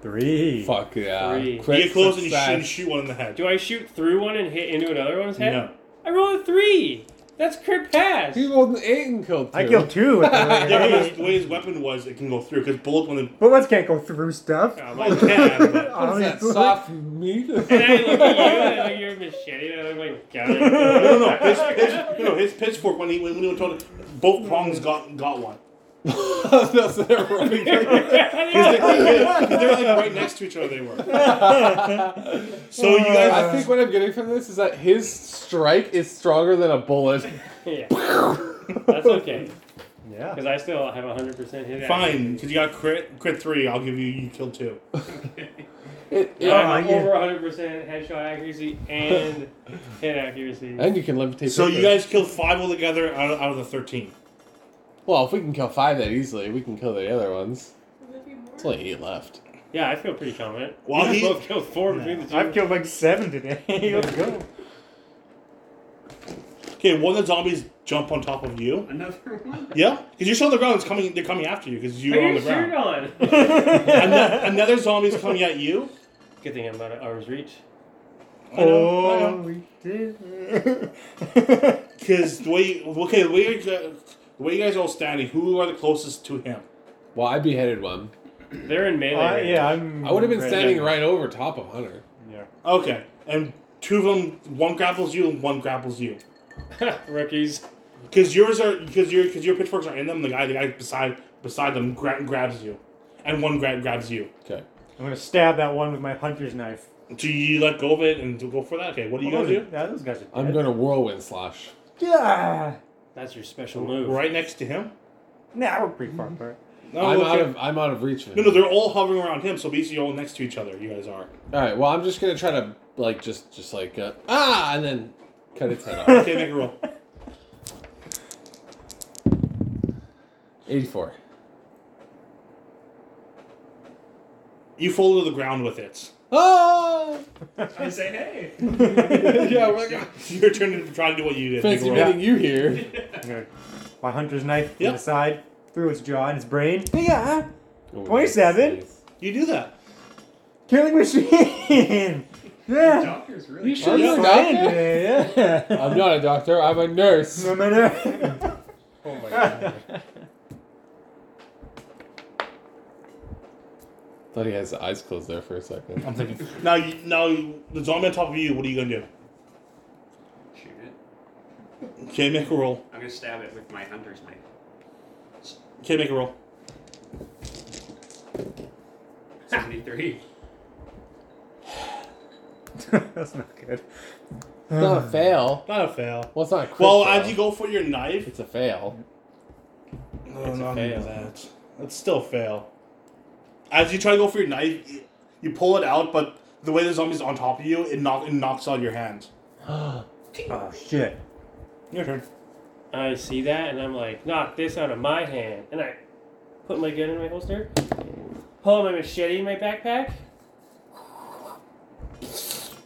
[SPEAKER 3] Three.
[SPEAKER 4] Fuck yeah.
[SPEAKER 2] Three.
[SPEAKER 4] Quick
[SPEAKER 1] you get close and you, shoot,
[SPEAKER 4] success.
[SPEAKER 1] and shoot one in the head.
[SPEAKER 2] Do I shoot through one and hit into another one's head?
[SPEAKER 1] No.
[SPEAKER 2] I rolled a three. That's crit pass.
[SPEAKER 4] He rolled an eight and killed two.
[SPEAKER 3] I killed two. At the
[SPEAKER 1] Yeah,
[SPEAKER 3] ready.
[SPEAKER 1] but his- the way his weapon was, it can go through because bullets when it
[SPEAKER 3] Bullets can't go through stuff.
[SPEAKER 1] well, it can, but
[SPEAKER 4] What's that
[SPEAKER 3] Obviously.
[SPEAKER 4] soft meat?
[SPEAKER 2] And I look at you, and I look at your machete, and I look like gun.
[SPEAKER 1] no, no, his, his, no, no, his pitchfork when he when he was told it, both prongs got got one.
[SPEAKER 4] That's their roaming.
[SPEAKER 1] Because they, they're like right next to each other. They were. So you
[SPEAKER 3] Oh,
[SPEAKER 1] guys,
[SPEAKER 4] I think what I'm getting from this is that his strike is stronger than a bullet.
[SPEAKER 2] yeah. That's okay,
[SPEAKER 3] Yeah.
[SPEAKER 2] because I still have 100% hit. accuracy.
[SPEAKER 1] fine because you got crit crit three. I'll give you you killed two.
[SPEAKER 4] It,
[SPEAKER 2] I
[SPEAKER 1] Ah,
[SPEAKER 2] have
[SPEAKER 3] Oh, yeah.
[SPEAKER 2] over 100% headshot accuracy and hit accuracy.
[SPEAKER 4] and you can levitate.
[SPEAKER 1] So
[SPEAKER 4] with
[SPEAKER 1] you
[SPEAKER 4] it.
[SPEAKER 1] guys killed five altogether out of, out of the thirteen.
[SPEAKER 4] Well, if we can kill five that easily, we can kill the other ones. It's only eight left.
[SPEAKER 2] Yeah, I feel pretty confident.
[SPEAKER 1] Well,
[SPEAKER 2] we
[SPEAKER 1] he-
[SPEAKER 2] both killed four between the two.
[SPEAKER 3] I've killed like seven today. Let's go.
[SPEAKER 1] Okay, one of the zombies jump on top of you.
[SPEAKER 7] Another one?
[SPEAKER 1] Yeah, because you're still on the ground. It's coming. They're coming after you because you
[SPEAKER 2] Put
[SPEAKER 1] were on
[SPEAKER 2] your
[SPEAKER 1] the
[SPEAKER 2] shirt
[SPEAKER 1] ground.
[SPEAKER 2] on.
[SPEAKER 1] Another, another zombie's coming at you.
[SPEAKER 2] Good thing I'm out of arm's reach.
[SPEAKER 1] I know, I know.
[SPEAKER 3] Holy
[SPEAKER 1] Because the way okay, the way you guys, the way you guys are all standing, who are the closest to him?
[SPEAKER 4] Well, I beheaded one.
[SPEAKER 2] They're in melee.
[SPEAKER 3] I,
[SPEAKER 2] range.
[SPEAKER 3] yeah, I'm.
[SPEAKER 4] I would have been
[SPEAKER 3] ready.
[SPEAKER 4] standing right over top of Hunter.
[SPEAKER 3] Yeah.
[SPEAKER 1] Okay, and two of them, one grapples you and one grapples you.
[SPEAKER 2] Rookies.
[SPEAKER 1] Because yours are because your because your pitchforks are in them. The guy the guy beside beside them gra- grabs you, and one grab grabs you.
[SPEAKER 4] Okay.
[SPEAKER 3] I'm gonna stab that one with my hunter's knife.
[SPEAKER 1] Do you let go of it and to go for that? Okay, what do you gonna do?
[SPEAKER 3] Yeah, those guys are. Dead.
[SPEAKER 4] I'm going to whirlwind slash.
[SPEAKER 3] Yeah.
[SPEAKER 2] That's your special move.
[SPEAKER 1] Right next to him.
[SPEAKER 3] Nah, we're pretty far apart.
[SPEAKER 1] No,
[SPEAKER 4] I'm
[SPEAKER 1] Oh, okay.
[SPEAKER 4] out of I'm out of reach. of
[SPEAKER 1] no,
[SPEAKER 4] him.
[SPEAKER 1] no, they're all hovering around him, so basically you're all next to each other. You guys are.
[SPEAKER 4] All right. Well, I'm just gonna try to like just just like uh, ah, and then cut its head off.
[SPEAKER 1] Okay, make a roll.
[SPEAKER 4] 84.
[SPEAKER 1] You fall to the ground with it.
[SPEAKER 4] Ah!
[SPEAKER 7] I say, hey!
[SPEAKER 4] yeah, we're like,
[SPEAKER 1] Your turn to try to do what you did. Make a
[SPEAKER 4] fancy
[SPEAKER 1] roll.
[SPEAKER 4] meeting you here.
[SPEAKER 3] I'm gonna- my hunter's knife to
[SPEAKER 1] Yeah.
[SPEAKER 3] the side, through its jaw and its brain. Yeah.
[SPEAKER 4] Oh
[SPEAKER 3] 27?
[SPEAKER 1] You do that.
[SPEAKER 3] Killing machine.
[SPEAKER 7] The
[SPEAKER 3] Yeah.
[SPEAKER 7] doctor's really
[SPEAKER 4] You should-
[SPEAKER 7] close.
[SPEAKER 4] You're a
[SPEAKER 3] I'm
[SPEAKER 4] doctor?
[SPEAKER 3] fine today, Yeah.
[SPEAKER 4] I'm not a doctor. I'm a nurse.
[SPEAKER 3] No matter.
[SPEAKER 2] Oh my god.
[SPEAKER 4] Thought he has his eyes closed there for a second.
[SPEAKER 1] I'm thinking. Now, you, now you- the zombie on top of you. What are you gonna do?
[SPEAKER 7] Shoot it.
[SPEAKER 1] Okay, make a roll.
[SPEAKER 7] I'm gonna stab it with my hunter's knife.
[SPEAKER 1] Okay, make a roll.
[SPEAKER 7] 73.
[SPEAKER 3] That's not good.
[SPEAKER 4] It's not a fail.
[SPEAKER 1] Not a fail.
[SPEAKER 4] Well, it's not a crit
[SPEAKER 1] Well,
[SPEAKER 4] fail.
[SPEAKER 1] as you go for your knife,
[SPEAKER 4] It's a fail.
[SPEAKER 1] No,
[SPEAKER 4] It's a
[SPEAKER 1] not
[SPEAKER 4] fail.
[SPEAKER 1] that. That's still a fail. As you try to go for your knife, y- you pull it out, but the way the zombie's on top of you, it, knock, it knocks out your hands.
[SPEAKER 3] Oh shit.
[SPEAKER 1] Your turn.
[SPEAKER 2] I see that and I'm like, knock this out of my hand. And I put my gun in my holster, pull out my machete in my backpack,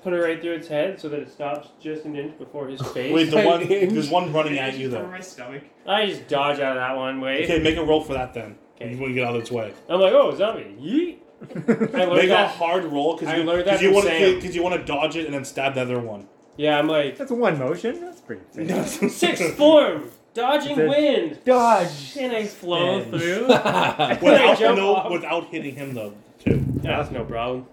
[SPEAKER 2] put it right through its head so that it stops just an inch before his face.
[SPEAKER 1] Wait, the one
[SPEAKER 4] Lightning.
[SPEAKER 1] there's one running at
[SPEAKER 7] Just
[SPEAKER 1] you
[SPEAKER 7] cover
[SPEAKER 1] though.
[SPEAKER 7] my stomach.
[SPEAKER 2] I just dodge out of that one way.
[SPEAKER 1] Okay, make a roll for that then.
[SPEAKER 2] Okay.
[SPEAKER 1] When you get out of its way,
[SPEAKER 2] I'm like, oh, zombie, yeet. I learned
[SPEAKER 1] make a
[SPEAKER 2] that.
[SPEAKER 1] hard roll because
[SPEAKER 2] I
[SPEAKER 1] you
[SPEAKER 2] learned that
[SPEAKER 1] because you
[SPEAKER 2] from
[SPEAKER 1] want
[SPEAKER 2] Sam.
[SPEAKER 1] because you want to dodge it and then stab the other one.
[SPEAKER 2] Yeah, I'm like,
[SPEAKER 3] That's one motion. That's pretty. Fair.
[SPEAKER 2] sixth form, dodging
[SPEAKER 3] It's a-
[SPEAKER 2] wind.
[SPEAKER 3] Dodge.
[SPEAKER 2] And I flow
[SPEAKER 3] Spin.
[SPEAKER 2] through. I
[SPEAKER 1] without
[SPEAKER 2] jump
[SPEAKER 1] no,
[SPEAKER 2] off.
[SPEAKER 1] without hitting him though. Too.
[SPEAKER 2] Yeah, that's no problem.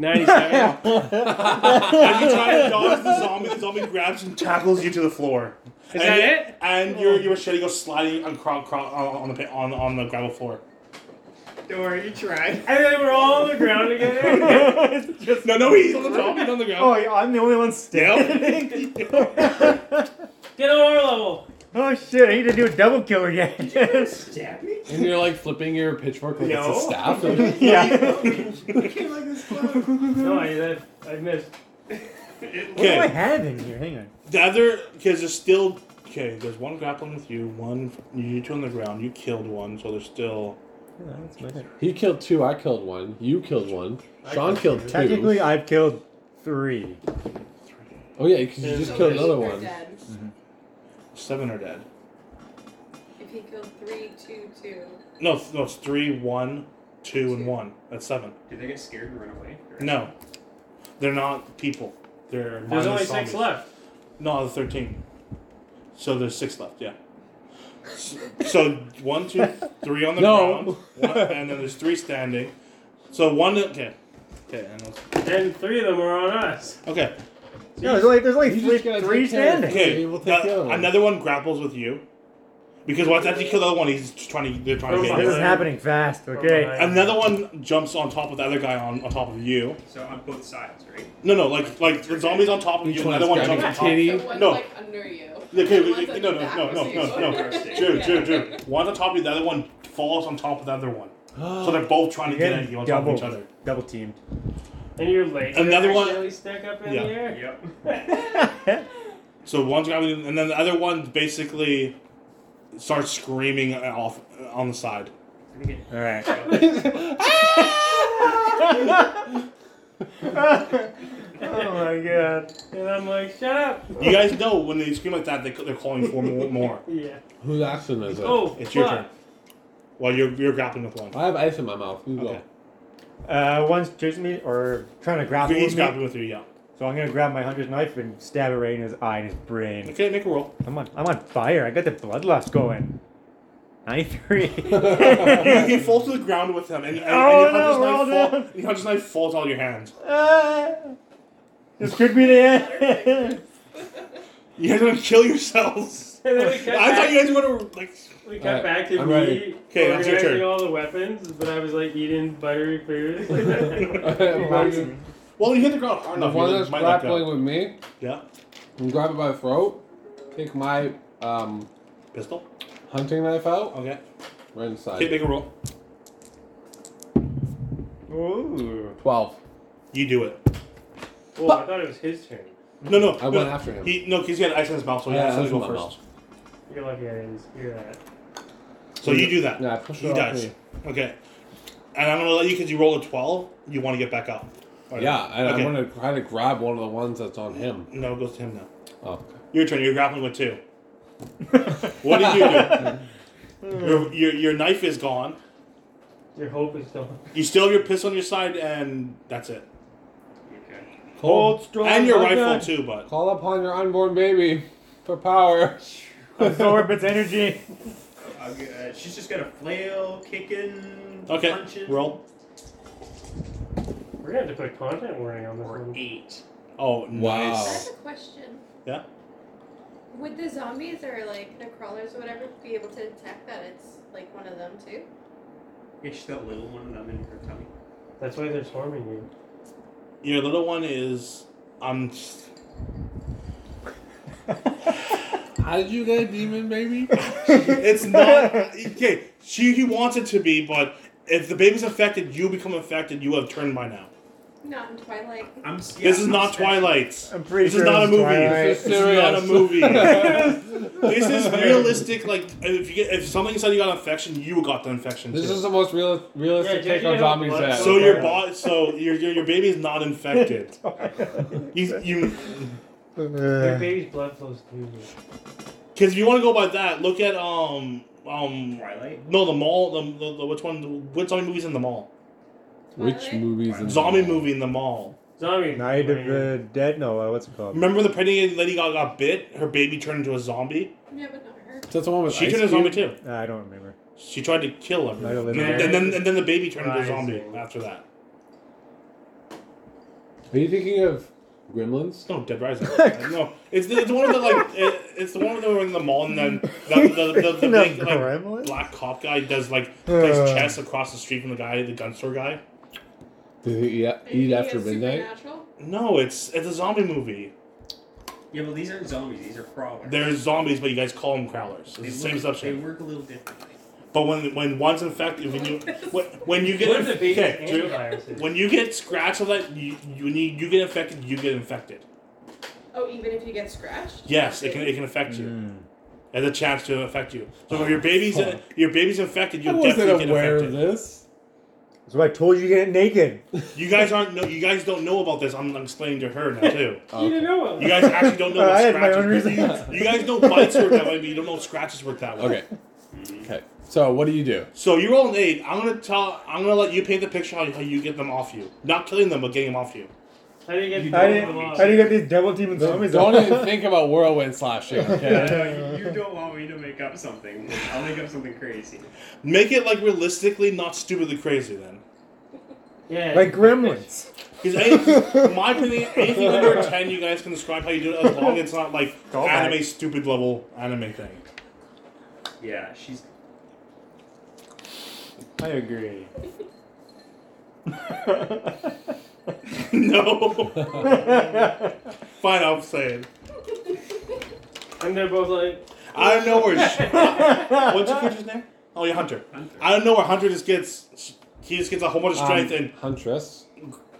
[SPEAKER 2] 97.
[SPEAKER 1] As you try to dodge the zombie, the zombie grabs and tackles you to the floor. and
[SPEAKER 2] Is that it? Oh.
[SPEAKER 1] And your your machete goes sliding on cro- cro- on the pa- on on the gravel floor.
[SPEAKER 7] Don't worry, you tried.
[SPEAKER 2] and then we're all on the ground together.
[SPEAKER 3] It's just-
[SPEAKER 1] No, no, he's on the top. He's on the
[SPEAKER 3] Oh,
[SPEAKER 1] ground.
[SPEAKER 3] yeah, I'm the only one standing.
[SPEAKER 2] Get on our level.
[SPEAKER 3] oh shit! I need to do a double kill again.
[SPEAKER 5] Stab me?
[SPEAKER 4] And you're like flipping your pitchfork like it's a
[SPEAKER 7] No.
[SPEAKER 4] staff.
[SPEAKER 3] yeah.
[SPEAKER 7] Came like this close.
[SPEAKER 2] No, I, I, I missed.
[SPEAKER 3] What do I
[SPEAKER 1] Okay,
[SPEAKER 3] have in here? Hang on.
[SPEAKER 1] the other because there's still okay. There's one grappling with you. One you two on the ground. You killed one, so there's still.
[SPEAKER 3] Yeah, that's my thing.
[SPEAKER 4] He killed two. I killed one. You killed one. Sean killed two.
[SPEAKER 3] Technically, I've killed three.
[SPEAKER 4] Oh yeah, because you just
[SPEAKER 6] So
[SPEAKER 4] killed
[SPEAKER 6] those
[SPEAKER 4] another
[SPEAKER 6] are
[SPEAKER 4] one.
[SPEAKER 6] dead.
[SPEAKER 1] Seven are dead.
[SPEAKER 6] If he killed three, two, two.
[SPEAKER 1] No, it's- no, it's three, one, two, and one. That's seven.
[SPEAKER 7] Did they get scared and run away?
[SPEAKER 1] No, they're not people. They're
[SPEAKER 2] There's
[SPEAKER 1] mindless
[SPEAKER 2] only
[SPEAKER 1] zombies.
[SPEAKER 2] six left.
[SPEAKER 1] No, the 13. So there's six left, yeah. So, so one, two, three on the
[SPEAKER 4] No.
[SPEAKER 1] ground. One, and then there's three standing. So one, okay. Okay, and let's-
[SPEAKER 2] And three of them are on us.
[SPEAKER 1] okay.
[SPEAKER 3] No, there's only there's only
[SPEAKER 4] You
[SPEAKER 3] three,
[SPEAKER 4] just gotta
[SPEAKER 3] three
[SPEAKER 4] take care of
[SPEAKER 3] standing.
[SPEAKER 4] it.
[SPEAKER 1] Okay,
[SPEAKER 4] Yeah, we'll take
[SPEAKER 1] uh,
[SPEAKER 4] the other one.
[SPEAKER 1] another one grapples with you. Because once after you kill the other one, he's just trying to, they're trying to get
[SPEAKER 2] Okay.
[SPEAKER 3] This is
[SPEAKER 1] you.
[SPEAKER 3] happening fast. Okay.
[SPEAKER 1] Another one jumps on top of the other guy on, on top of you.
[SPEAKER 7] So on both sides, right?
[SPEAKER 1] No, no, like like the zombie's on top of
[SPEAKER 4] Each
[SPEAKER 1] you.
[SPEAKER 4] one's
[SPEAKER 1] Another one
[SPEAKER 4] grabbing
[SPEAKER 1] jumps on
[SPEAKER 4] a
[SPEAKER 1] top.
[SPEAKER 4] titty.
[SPEAKER 6] So one's
[SPEAKER 1] No.
[SPEAKER 6] like under you.
[SPEAKER 1] Okay,
[SPEAKER 6] and
[SPEAKER 1] we-
[SPEAKER 6] one's, like,
[SPEAKER 1] no, no,
[SPEAKER 6] back
[SPEAKER 1] no, no,
[SPEAKER 6] with you.
[SPEAKER 1] no, no. Drew, Drew, Drew. One on top of you, the other one falls on top of the other one. So they're both trying to
[SPEAKER 3] You're
[SPEAKER 1] get at you
[SPEAKER 3] getting
[SPEAKER 1] on top of each
[SPEAKER 3] double
[SPEAKER 1] other.
[SPEAKER 3] double teamed.
[SPEAKER 2] And you're late.
[SPEAKER 1] Another one-
[SPEAKER 2] Really stuck up in
[SPEAKER 1] Yeah.
[SPEAKER 2] the air.
[SPEAKER 7] Yep.
[SPEAKER 1] So one's grabbing, and then the other one basically starts screaming off on the side.
[SPEAKER 3] All right. oh my god.
[SPEAKER 2] And I'm like, shut up.
[SPEAKER 1] You guys know when they scream like that, they, they're calling for more. more.
[SPEAKER 2] Yeah.
[SPEAKER 4] Whose action is it?
[SPEAKER 2] Oh,
[SPEAKER 1] It's your
[SPEAKER 2] fuck.
[SPEAKER 1] turn. Well, you're, you're grappling with one.
[SPEAKER 4] I have ice in my mouth. You go.
[SPEAKER 1] Okay.
[SPEAKER 3] Uh, one's chasing me or trying to grapple
[SPEAKER 1] He's
[SPEAKER 3] with me.
[SPEAKER 1] grappling with you, yeah.
[SPEAKER 3] So I'm gonna grab my hunter's knife and stab it right in his eye and his brain.
[SPEAKER 1] Okay, make a roll.
[SPEAKER 3] I'm on, I'm on fire. I got the bloodlust going. 93.
[SPEAKER 1] You, you fall to the ground with him, and, and,
[SPEAKER 3] Oh,
[SPEAKER 1] and your hunter's
[SPEAKER 3] no, we're all
[SPEAKER 1] knife fall,
[SPEAKER 3] down.
[SPEAKER 1] your hunter's knife falls out of your hands.
[SPEAKER 3] Ah, this could be the end.
[SPEAKER 1] You guys are gonna kill yourselves.
[SPEAKER 2] And then we cut
[SPEAKER 1] I thought
[SPEAKER 2] back,
[SPEAKER 1] you guys were gonna like.
[SPEAKER 2] we
[SPEAKER 4] All
[SPEAKER 2] cut
[SPEAKER 4] right,
[SPEAKER 2] back to
[SPEAKER 4] I'm
[SPEAKER 2] me
[SPEAKER 4] ready.
[SPEAKER 1] Okay, that's your
[SPEAKER 2] organizing
[SPEAKER 1] turn.
[SPEAKER 2] all the weapons, but I was like eating buttery foods. All
[SPEAKER 1] Well, you hit the ground hard
[SPEAKER 4] the
[SPEAKER 1] enough.
[SPEAKER 4] one
[SPEAKER 1] you
[SPEAKER 4] that's
[SPEAKER 1] might not
[SPEAKER 4] grappling
[SPEAKER 1] go.
[SPEAKER 4] with me,
[SPEAKER 1] Yeah,
[SPEAKER 4] you grab it by the throat, take my um,
[SPEAKER 1] pistol.
[SPEAKER 4] hunting knife out,
[SPEAKER 1] Okay.
[SPEAKER 4] right
[SPEAKER 1] Okay,
[SPEAKER 4] inside.
[SPEAKER 1] make a roll.
[SPEAKER 3] Ooh.
[SPEAKER 4] Twelve.
[SPEAKER 1] You do it.
[SPEAKER 2] well, Oh, I thought it was his turn.
[SPEAKER 1] No, no.
[SPEAKER 4] I
[SPEAKER 1] no,
[SPEAKER 4] went after him.
[SPEAKER 1] He, no, because he had ice in his mouth, so he
[SPEAKER 4] Yeah,
[SPEAKER 1] has to
[SPEAKER 4] that was
[SPEAKER 1] go
[SPEAKER 4] my
[SPEAKER 1] first.
[SPEAKER 4] mouth.
[SPEAKER 2] You're lucky I didn't hear that.
[SPEAKER 1] So you do that.
[SPEAKER 4] Yeah, I pushed
[SPEAKER 1] he
[SPEAKER 4] it off
[SPEAKER 1] dies.
[SPEAKER 4] me.
[SPEAKER 1] Okay. And I'm gonna let you because you rolled a twelve. You want to get back up. All right.
[SPEAKER 4] Yeah, and
[SPEAKER 1] Okay.
[SPEAKER 4] I want to try to grab one of the ones that's on him.
[SPEAKER 1] No, it goes to him now.
[SPEAKER 4] Oh,
[SPEAKER 1] Your turn. You're grappling with two. what did you do? your, your your knife is gone.
[SPEAKER 2] Your hope is still.
[SPEAKER 1] You still have your pistol on your side, and that's it.
[SPEAKER 7] Okay.
[SPEAKER 4] Cold.
[SPEAKER 3] strong.
[SPEAKER 1] and your
[SPEAKER 3] Oh my
[SPEAKER 1] rifle
[SPEAKER 3] God.
[SPEAKER 1] too, but
[SPEAKER 4] Call upon your unborn baby for power.
[SPEAKER 3] Absorb its energy.
[SPEAKER 7] I'll get- uh, she's just got a flail kicking,
[SPEAKER 1] okay.
[SPEAKER 7] punching.
[SPEAKER 1] Roll.
[SPEAKER 2] We're gonna have to put content warning on this
[SPEAKER 7] Or
[SPEAKER 2] one.
[SPEAKER 7] eight.
[SPEAKER 1] Oh,
[SPEAKER 4] Wow.
[SPEAKER 6] I
[SPEAKER 1] nice.
[SPEAKER 6] have a question.
[SPEAKER 1] Yeah?
[SPEAKER 6] Would the zombies or like the crawlers or whatever be able to detect that it's like one of them too?
[SPEAKER 7] Yeah, she's got a little one of them in her tummy.
[SPEAKER 2] That's why they're swarming you.
[SPEAKER 1] Your little one is um
[SPEAKER 4] How did you get a demon baby?
[SPEAKER 1] It's not okay. She he wants it to be, but if the baby's affected, you become affected. You have turned by now.
[SPEAKER 6] Not in Twilight.
[SPEAKER 7] I'm s- yeah,
[SPEAKER 1] This is
[SPEAKER 7] I'm
[SPEAKER 1] not
[SPEAKER 7] special.
[SPEAKER 1] Twilight.
[SPEAKER 3] I'm pretty
[SPEAKER 1] This is
[SPEAKER 3] sure
[SPEAKER 1] not a
[SPEAKER 3] it's
[SPEAKER 1] movie.
[SPEAKER 3] Twilight.
[SPEAKER 1] This is not a movie. this is realistic. Like if you get if something said you got an infection, you got the infection.
[SPEAKER 4] This
[SPEAKER 1] too.
[SPEAKER 4] is the most real, realistic
[SPEAKER 2] Yeah,
[SPEAKER 4] take
[SPEAKER 2] did
[SPEAKER 4] on
[SPEAKER 2] you
[SPEAKER 4] zombies
[SPEAKER 2] have blood?
[SPEAKER 4] that.
[SPEAKER 1] so your body, so your your, your baby is not infected. You you
[SPEAKER 3] Uh.
[SPEAKER 2] Their baby's blood flows through you.
[SPEAKER 1] because if you want to go by that, look at um um
[SPEAKER 7] Twilight.
[SPEAKER 1] no the mall the, the, the which one which zombie movies in the mall
[SPEAKER 4] Which movies? in-
[SPEAKER 1] zombie movie in the mall.
[SPEAKER 2] Zombie.
[SPEAKER 3] Uh, Night of
[SPEAKER 2] brain.
[SPEAKER 3] the Dead? No, uh, what's it called?
[SPEAKER 1] Remember the pregnant lady got, got bit? Her baby turned into a zombie.
[SPEAKER 6] Yeah, but not her.
[SPEAKER 4] Is that the one with
[SPEAKER 1] She
[SPEAKER 4] Ice
[SPEAKER 1] turned into a
[SPEAKER 4] Cube?
[SPEAKER 1] zombie too.
[SPEAKER 3] I don't remember.
[SPEAKER 1] She tried to kill him,
[SPEAKER 3] Night of the
[SPEAKER 1] and,
[SPEAKER 3] Living
[SPEAKER 1] and then and then the baby turned into a zombie
[SPEAKER 2] Rising.
[SPEAKER 1] after that.
[SPEAKER 4] Are you thinking of Gremlins?
[SPEAKER 1] No, Oh, Dead Rising. no, it's the, it's the one of the like it, it's the one where they're in the mall and then the the, the, the,
[SPEAKER 3] Thinking of
[SPEAKER 1] big like
[SPEAKER 3] Gremlins?
[SPEAKER 1] black cop guy does like plays
[SPEAKER 3] Uh.
[SPEAKER 1] chess across the street from the guy the gun store guy.
[SPEAKER 4] Do they eat,
[SPEAKER 6] Are you
[SPEAKER 4] eat
[SPEAKER 6] thinking
[SPEAKER 4] after
[SPEAKER 6] of
[SPEAKER 4] midnight?
[SPEAKER 6] Supernatural?
[SPEAKER 1] No, it's it's a zombie movie.
[SPEAKER 7] Yeah, but these aren't zombies. These are crawlers.
[SPEAKER 1] There's zombies, but you guys call them crowlers. It's the same
[SPEAKER 7] look- They
[SPEAKER 1] subject.
[SPEAKER 7] work a little differently.
[SPEAKER 1] But when when one's infected, when you when, when you get
[SPEAKER 2] What if the baby's
[SPEAKER 1] okay, Drew,
[SPEAKER 2] antiviruses?
[SPEAKER 1] When you get scratched on that, you, you when you, you get infected. You get infected.
[SPEAKER 6] Oh, even if you get scratched?
[SPEAKER 1] Yes, it can it can affect you. It has a chance to affect you. So if your baby's
[SPEAKER 4] Mm. Oh, fuck.
[SPEAKER 1] your baby's infected,
[SPEAKER 4] I
[SPEAKER 1] you
[SPEAKER 4] wasn't
[SPEAKER 1] definitely get
[SPEAKER 4] aware of
[SPEAKER 1] infected.
[SPEAKER 4] this.
[SPEAKER 3] So I told you to get naked.
[SPEAKER 1] You guys aren't no, you guys don't know about this. I'm, I'm explaining to her now too.
[SPEAKER 2] You didn't know it.
[SPEAKER 1] You guys actually don't know
[SPEAKER 3] I
[SPEAKER 1] what
[SPEAKER 3] had my
[SPEAKER 1] scratches
[SPEAKER 3] own
[SPEAKER 1] work.
[SPEAKER 3] reasons.
[SPEAKER 1] You guys know bites work that way, but you don't know scratches work that way.
[SPEAKER 4] Okay. Okay. So what do you do?
[SPEAKER 1] So you roll an eight. I'm gonna tell. I'm gonna let you paint the picture how, how you get them off you. Not killing them, but getting them off you.
[SPEAKER 2] How do you get
[SPEAKER 7] You
[SPEAKER 3] I
[SPEAKER 7] don't
[SPEAKER 3] didn't.
[SPEAKER 7] want me
[SPEAKER 3] How do you get these devil demon zombies?
[SPEAKER 4] Don't
[SPEAKER 3] off?
[SPEAKER 4] even think about whirlwind slashing. Okay.
[SPEAKER 7] No, you, you don't want me to make up something. I'll make up something crazy.
[SPEAKER 1] Make it like realistically, not stupidly crazy then.
[SPEAKER 2] Yeah.
[SPEAKER 3] like gremlins.
[SPEAKER 1] Because anything, my opinion, anything under ten, you guys can describe how you do it as long as it's not like
[SPEAKER 3] Go
[SPEAKER 1] anime
[SPEAKER 3] back.
[SPEAKER 1] stupid level anime thing.
[SPEAKER 7] Yeah, she's.
[SPEAKER 3] I agree.
[SPEAKER 1] no, fine, I'll say it.
[SPEAKER 2] And they're both like,
[SPEAKER 1] I don't know where. Sh- What's your character's name? Oh, yeah, Hunter.
[SPEAKER 7] Hunter.
[SPEAKER 1] I don't know where Hunter just gets. He just gets a whole bunch of
[SPEAKER 3] Um,
[SPEAKER 1] strength and
[SPEAKER 4] Huntress.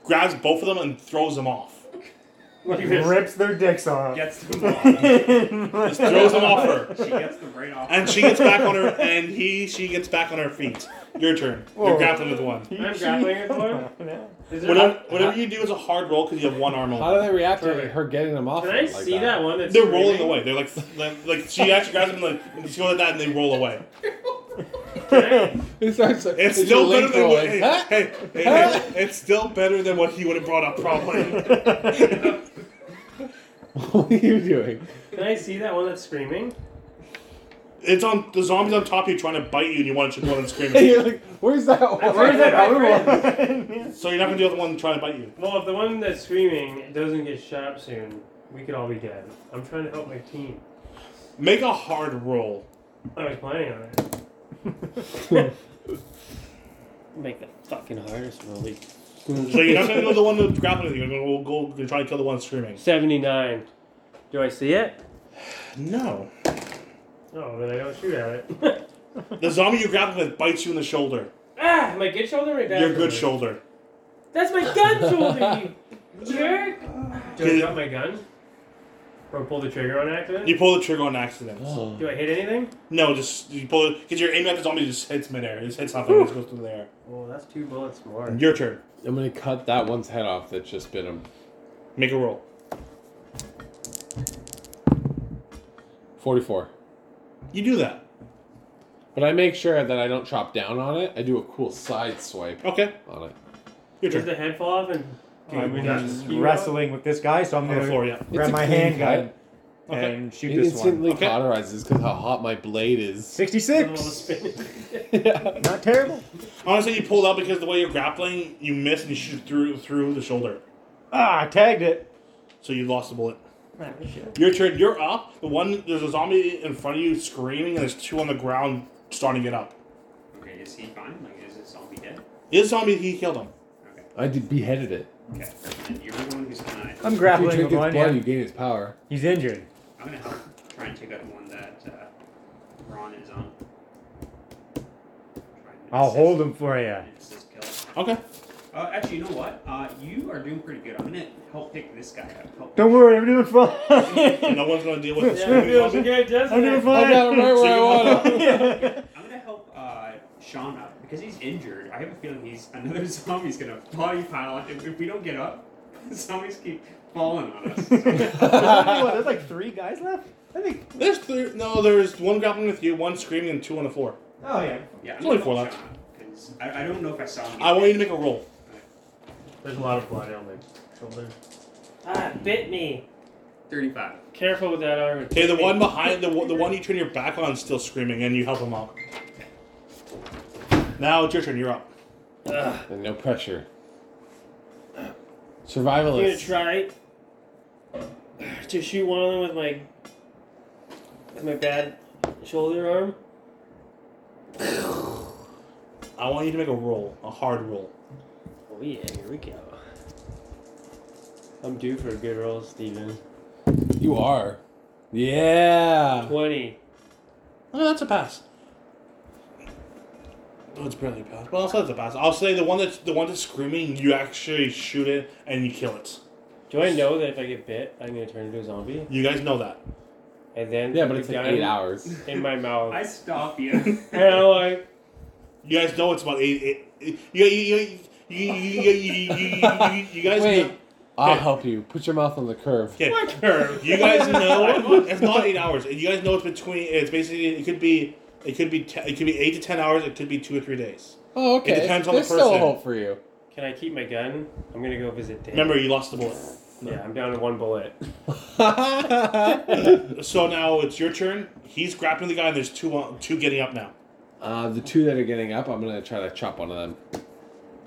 [SPEAKER 1] grabs both of them and throws them off.
[SPEAKER 2] look at this.
[SPEAKER 3] Rips their dicks off.
[SPEAKER 7] Gets them off.
[SPEAKER 1] Just throws them off her,
[SPEAKER 7] She gets them right off.
[SPEAKER 1] and she gets back on her, and he she gets back on her feet. Your turn. You're
[SPEAKER 3] Whoa.
[SPEAKER 1] grappling with one.
[SPEAKER 2] I'm grappling it for
[SPEAKER 3] Yeah.
[SPEAKER 2] Is there,
[SPEAKER 1] Whatever, whatever you do is a hard roll because you have one arm.
[SPEAKER 4] How
[SPEAKER 1] Only.
[SPEAKER 4] do they react to
[SPEAKER 2] Perfect.
[SPEAKER 4] her getting them off?
[SPEAKER 2] Can
[SPEAKER 4] it
[SPEAKER 2] I
[SPEAKER 4] like
[SPEAKER 2] see that, one? That's
[SPEAKER 1] They're rolling
[SPEAKER 2] screaming?
[SPEAKER 1] away. They're like, like, like she actually grabs them and like and she goes like that, and they roll away.
[SPEAKER 4] It starts like,
[SPEAKER 1] It's
[SPEAKER 4] your
[SPEAKER 1] still better
[SPEAKER 4] leg
[SPEAKER 1] than what. Hey,
[SPEAKER 4] going, "Huh?"
[SPEAKER 1] hey, hey,
[SPEAKER 4] Huh?
[SPEAKER 1] hey, it's still better than what he would have brought up probably.
[SPEAKER 4] What are you doing?
[SPEAKER 2] Can I see that one that's screaming?
[SPEAKER 1] It's on the zombies on top of you trying to bite you, and you want it to go and scream.
[SPEAKER 4] Hey, you're like, where's that one?
[SPEAKER 2] Where's that
[SPEAKER 4] other
[SPEAKER 2] my friend?
[SPEAKER 1] So you're not gonna deal with the one trying to bite you.
[SPEAKER 2] Well, if the one that's screaming doesn't get shot up soon, we could all be dead. I'm trying to help my team.
[SPEAKER 1] Make a hard roll.
[SPEAKER 2] I was planning on it.
[SPEAKER 9] Make the fucking hardest really.
[SPEAKER 1] So you're not gonna go the one that's grappling with you. You're gonna go, go and try to kill the one screaming.
[SPEAKER 9] 79. Do I see it?
[SPEAKER 1] No.
[SPEAKER 2] Oh, then I don't shoot at it.
[SPEAKER 1] The zombie you're grappling with bites you in the shoulder.
[SPEAKER 2] ah, my good shoulder or my bad
[SPEAKER 1] Your good
[SPEAKER 2] shoulder?
[SPEAKER 1] shoulder.
[SPEAKER 2] That's my gun shoulder, you jerk! Do I drop my gun? Or pull the trigger on accident?
[SPEAKER 1] You pull the trigger on accident.
[SPEAKER 2] Do I hit anything?
[SPEAKER 1] No, just you pull it because you're aiming at the zombie. It just hits midair. It just hits something. It just goes through the air.
[SPEAKER 2] Well, that's two bullets more.
[SPEAKER 1] Your turn.
[SPEAKER 4] I'm gonna cut that one's head off that's just bit him.
[SPEAKER 1] Make a roll.
[SPEAKER 4] 44.
[SPEAKER 1] You do that.
[SPEAKER 4] But I make sure that I don't chop down on it. I do a cool side swipe
[SPEAKER 1] Okay.
[SPEAKER 4] on it.
[SPEAKER 1] Your
[SPEAKER 2] Does
[SPEAKER 1] turn.
[SPEAKER 2] the head fall off and
[SPEAKER 3] I've been
[SPEAKER 2] Yeah.
[SPEAKER 3] just wrestling with this guy, so I'm
[SPEAKER 1] On the
[SPEAKER 3] gonna
[SPEAKER 1] floor, yeah.
[SPEAKER 4] It's
[SPEAKER 3] grab
[SPEAKER 4] a
[SPEAKER 3] my
[SPEAKER 4] clean
[SPEAKER 3] handgun
[SPEAKER 1] cut. Okay.
[SPEAKER 3] and shoot
[SPEAKER 4] It
[SPEAKER 3] this one.
[SPEAKER 4] instantly
[SPEAKER 1] Okay.
[SPEAKER 4] cauterizes because how hot my blade is.
[SPEAKER 2] Well, the
[SPEAKER 3] 66.
[SPEAKER 2] spin-
[SPEAKER 3] Not terrible.
[SPEAKER 1] Honestly, you pulled out because the way you're grappling, you miss and you shoot through through the shoulder.
[SPEAKER 3] Ah, I tagged it.
[SPEAKER 1] So you lost the bullet. Your turn. You're up. The one there's a zombie in front of you screaming, and there's two on the ground starting to get up.
[SPEAKER 7] Okay, is he fine? Like, is this zombie dead?
[SPEAKER 1] His zombie, he killed him.
[SPEAKER 7] Okay.
[SPEAKER 4] I did beheaded it.
[SPEAKER 7] Okay. And you're the one who's fine.
[SPEAKER 3] I'm
[SPEAKER 4] If you
[SPEAKER 3] grappling
[SPEAKER 4] drink
[SPEAKER 3] with
[SPEAKER 4] its
[SPEAKER 3] one.
[SPEAKER 4] blood,
[SPEAKER 3] yeah.
[SPEAKER 4] you gain its power.
[SPEAKER 3] He's injured.
[SPEAKER 7] Oh, I'm gonna help try and take out the one that uh, Ron is on. Try and
[SPEAKER 3] I'll
[SPEAKER 7] assist-
[SPEAKER 3] hold him for you.
[SPEAKER 7] assist kill.
[SPEAKER 1] Okay.
[SPEAKER 7] Uh, actually, you know what? Uh, you are doing pretty good. I'm gonna help pick this guy up. Help
[SPEAKER 3] Don't worry, I'm doing fine.
[SPEAKER 1] No one's gonna deal with this.
[SPEAKER 2] Yeah, it feels
[SPEAKER 1] Yeah,
[SPEAKER 2] good,
[SPEAKER 3] I'm
[SPEAKER 2] doesn't
[SPEAKER 3] doing
[SPEAKER 2] it?
[SPEAKER 3] fine.
[SPEAKER 4] I got it right where I want it.
[SPEAKER 7] I'm gonna help uh, Sean up because he's injured. I have a feeling he's another zombie's gonna body pile. If, if we don't get up, zombies keep falling on us. So-
[SPEAKER 9] what, there's like three guys left? I think.
[SPEAKER 1] There's three. No, there's one grappling with you, one screaming, and two on the floor.
[SPEAKER 9] Oh, yeah.
[SPEAKER 7] yeah, I'm
[SPEAKER 1] It's only
[SPEAKER 7] gonna
[SPEAKER 1] four
[SPEAKER 7] help
[SPEAKER 1] left.
[SPEAKER 7] Sean up, 'cause I, I don't know if I saw him.
[SPEAKER 1] I want you to make a roll.
[SPEAKER 2] There's a lot of blood on my shoulder.
[SPEAKER 9] Ah, it bit me.
[SPEAKER 7] Thirty-five.
[SPEAKER 9] Careful with that arm.
[SPEAKER 1] Okay, the one behind the one- the one you turn your back on is still screaming, and you help him out. Now it's your turn. You're up.
[SPEAKER 4] And no pressure.
[SPEAKER 9] I'm gonna
[SPEAKER 4] Survivalist.
[SPEAKER 9] try to shoot one of them with my with my bad shoulder arm.
[SPEAKER 1] I want you to make a roll, a hard roll.
[SPEAKER 9] Oh yeah, here we go. I'm due for a good roll, Steven.
[SPEAKER 4] You are. Yeah.
[SPEAKER 9] Twenty.
[SPEAKER 1] Oh, that's a pass. Oh, it's barely a pass. Well, also that's a pass. I'll say the one that's the one that's screaming. You actually shoot it and you kill it.
[SPEAKER 9] Do I know that if I get bit, I'm gonna turn into a zombie?
[SPEAKER 1] You guys know that.
[SPEAKER 9] And then
[SPEAKER 4] Yeah, but
[SPEAKER 9] the
[SPEAKER 4] it's like
[SPEAKER 9] gun
[SPEAKER 4] eight hours.
[SPEAKER 9] in my mouth.
[SPEAKER 7] I stop you.
[SPEAKER 9] and I'm like,
[SPEAKER 1] You guys know it's about eight. eight, eight you, you, you, you, you, you, you, you, you guys
[SPEAKER 4] Wait,
[SPEAKER 1] know.
[SPEAKER 4] I'll
[SPEAKER 1] Okay.
[SPEAKER 4] help you. Put your mouth on the curve.
[SPEAKER 1] Okay.
[SPEAKER 9] my curve.
[SPEAKER 1] You guys know it's not eight hours. And You guys know it's between. It's basically it could be it could be te- it could be eight to ten hours. It could be two or three days.
[SPEAKER 4] Oh, okay.
[SPEAKER 1] depends on the
[SPEAKER 4] There's still
[SPEAKER 1] person.
[SPEAKER 4] a hope for you.
[SPEAKER 9] Can I keep my gun? I'm gonna go visit Dan.
[SPEAKER 1] Remember, you lost the bullet.
[SPEAKER 9] Yeah, I'm down to one bullet.
[SPEAKER 4] uh,
[SPEAKER 1] So now it's your turn. He's grappling the guy, and there's two on, two getting up now.
[SPEAKER 4] Uh, the two that are getting up, I'm gonna try to chop one of them.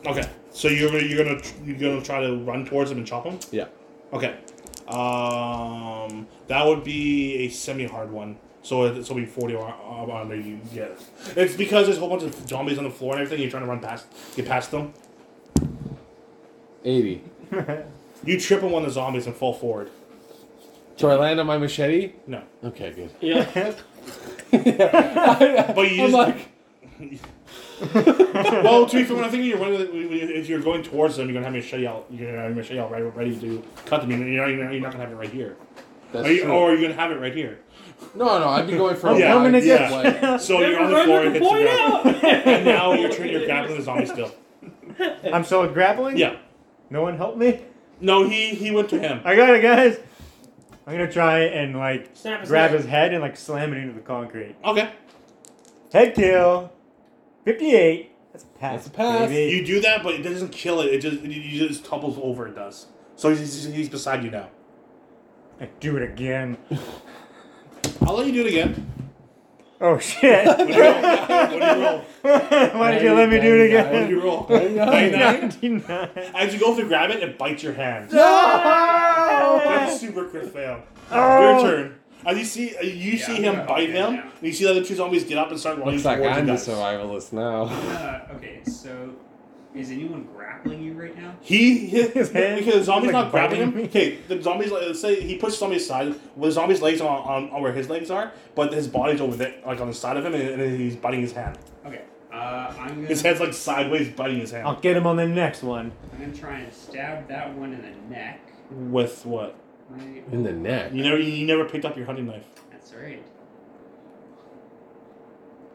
[SPEAKER 1] Okay. So you're gonna- you're gonna you're gonna try to run towards him and chop him.
[SPEAKER 4] Yeah.
[SPEAKER 1] Okay. Um, that would be a semi-hard one. So it- so it'll be forty or or under you. Yeah. It's because there's a whole bunch of zombies on the floor and everything. You're trying to run past, get past them.
[SPEAKER 4] Eighty.
[SPEAKER 1] You trip on one of the zombies and fall forward.
[SPEAKER 4] Do I land on my machete?
[SPEAKER 1] No.
[SPEAKER 4] Okay, good.
[SPEAKER 9] Yeah.
[SPEAKER 1] But you
[SPEAKER 4] I'm
[SPEAKER 1] just
[SPEAKER 4] like,
[SPEAKER 1] well, to be fair, when I'm thinking you're running, if you're going towards them, you're gonna have your machete out. You're gonna have your machete out right, ready to cut them. You're not, you're not- you're not gonna have it right here.
[SPEAKER 4] that's
[SPEAKER 1] Are you,
[SPEAKER 4] true.
[SPEAKER 1] or you're gonna have it right here.
[SPEAKER 4] no, no, I'd be going for a
[SPEAKER 1] Yeah,
[SPEAKER 4] wide
[SPEAKER 1] yeah.
[SPEAKER 4] display.
[SPEAKER 1] So you're on the floor and it hits you.
[SPEAKER 9] point
[SPEAKER 1] ground.
[SPEAKER 9] out.
[SPEAKER 1] And now you're turning your grappling the zombie still.
[SPEAKER 3] I'm still grappling?
[SPEAKER 1] Yeah.
[SPEAKER 3] No one helped me?
[SPEAKER 1] No, he he went to him.
[SPEAKER 3] I got it, guys. I'm gonna try and like
[SPEAKER 9] Snap his
[SPEAKER 3] grab
[SPEAKER 9] neck.
[SPEAKER 3] his head and like slam it into the concrete.
[SPEAKER 1] Okay.
[SPEAKER 3] Head kill. 58. That's a pass.
[SPEAKER 4] That's a pass.
[SPEAKER 3] baby.
[SPEAKER 1] You do that, but it doesn't kill it. It just it- you just topples over. It does. So he's, he's- he's beside you now.
[SPEAKER 3] I do it again.
[SPEAKER 1] I'll let you do it again.
[SPEAKER 3] Oh shit.
[SPEAKER 1] What do you roll? What do you roll?
[SPEAKER 3] Why did you let me do it
[SPEAKER 1] What do
[SPEAKER 3] again?
[SPEAKER 1] you roll?
[SPEAKER 4] Ninety-nine.
[SPEAKER 1] 99.
[SPEAKER 3] 99.
[SPEAKER 1] As you go to grab it, it bites your hand. That's a
[SPEAKER 3] No!
[SPEAKER 1] super crit fail. Your
[SPEAKER 3] Oh.
[SPEAKER 1] turn. As you see, uh, you
[SPEAKER 7] Yeah,
[SPEAKER 1] see
[SPEAKER 7] I'm
[SPEAKER 1] him
[SPEAKER 7] gonna-
[SPEAKER 1] bite
[SPEAKER 7] okay,
[SPEAKER 1] him,
[SPEAKER 7] yeah.
[SPEAKER 1] and you see the other two zombies get up and start running
[SPEAKER 4] Looks like
[SPEAKER 1] towards
[SPEAKER 4] I'm the
[SPEAKER 1] you guys.
[SPEAKER 4] survivalist now.
[SPEAKER 7] Uh, okay, so is anyone grappling you right now?
[SPEAKER 1] He his
[SPEAKER 3] hand
[SPEAKER 1] because the zombie's
[SPEAKER 3] is, like,
[SPEAKER 1] not grabbing
[SPEAKER 3] biting
[SPEAKER 1] him.
[SPEAKER 3] me.
[SPEAKER 1] Okay, the zombies like, let's say he pushed somebody aside. Well, the zombie's legs are on, on where his legs are, but his body's over there, like on the side of him, and, and he's biting his hand.
[SPEAKER 7] Okay, uh, I'm gonna
[SPEAKER 1] His head's like sideways, biting his hand.
[SPEAKER 3] I'll get him on the next one.
[SPEAKER 7] I'm gonna try and stab that one in the neck.
[SPEAKER 1] With what?
[SPEAKER 7] Right,
[SPEAKER 4] In the neck.
[SPEAKER 1] You never you never picked up your hunting knife.
[SPEAKER 7] that's right.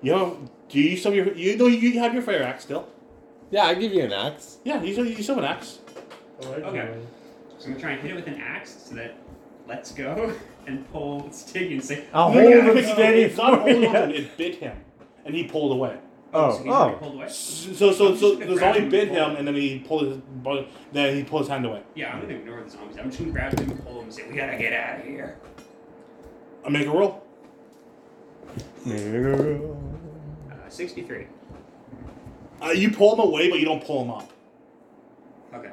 [SPEAKER 1] You know, do you still have your you know you have your fire axe still?
[SPEAKER 4] Yeah, I give you an axe.
[SPEAKER 1] Yeah, you still you still have an axe.
[SPEAKER 7] Okay. So I'm gonna try and hit it with an axe so that let's go and pull its tig and say,
[SPEAKER 3] I'll
[SPEAKER 1] No,
[SPEAKER 3] hold
[SPEAKER 1] no,
[SPEAKER 3] him
[SPEAKER 1] no, no,
[SPEAKER 3] steady
[SPEAKER 1] it's not
[SPEAKER 3] for you.
[SPEAKER 1] holding on to him, it bit him, and he pulled away.
[SPEAKER 7] so he's
[SPEAKER 3] Oh,
[SPEAKER 7] already
[SPEAKER 3] oh.
[SPEAKER 7] pulled away.
[SPEAKER 1] So so so the
[SPEAKER 7] Grab
[SPEAKER 1] zombie
[SPEAKER 7] him,
[SPEAKER 1] bit
[SPEAKER 7] pull
[SPEAKER 1] him,
[SPEAKER 7] him.
[SPEAKER 1] and then he pulled his bu- then he pulled his hand away.
[SPEAKER 7] Yeah, I'm gonna ignore the zombies. I'm just gonna grab him, pull him, and say, we gotta get out of here.
[SPEAKER 1] I make a roll.
[SPEAKER 7] Uh, 63.
[SPEAKER 1] Uh, you pull him away, but you don't pull him up.
[SPEAKER 7] Okay.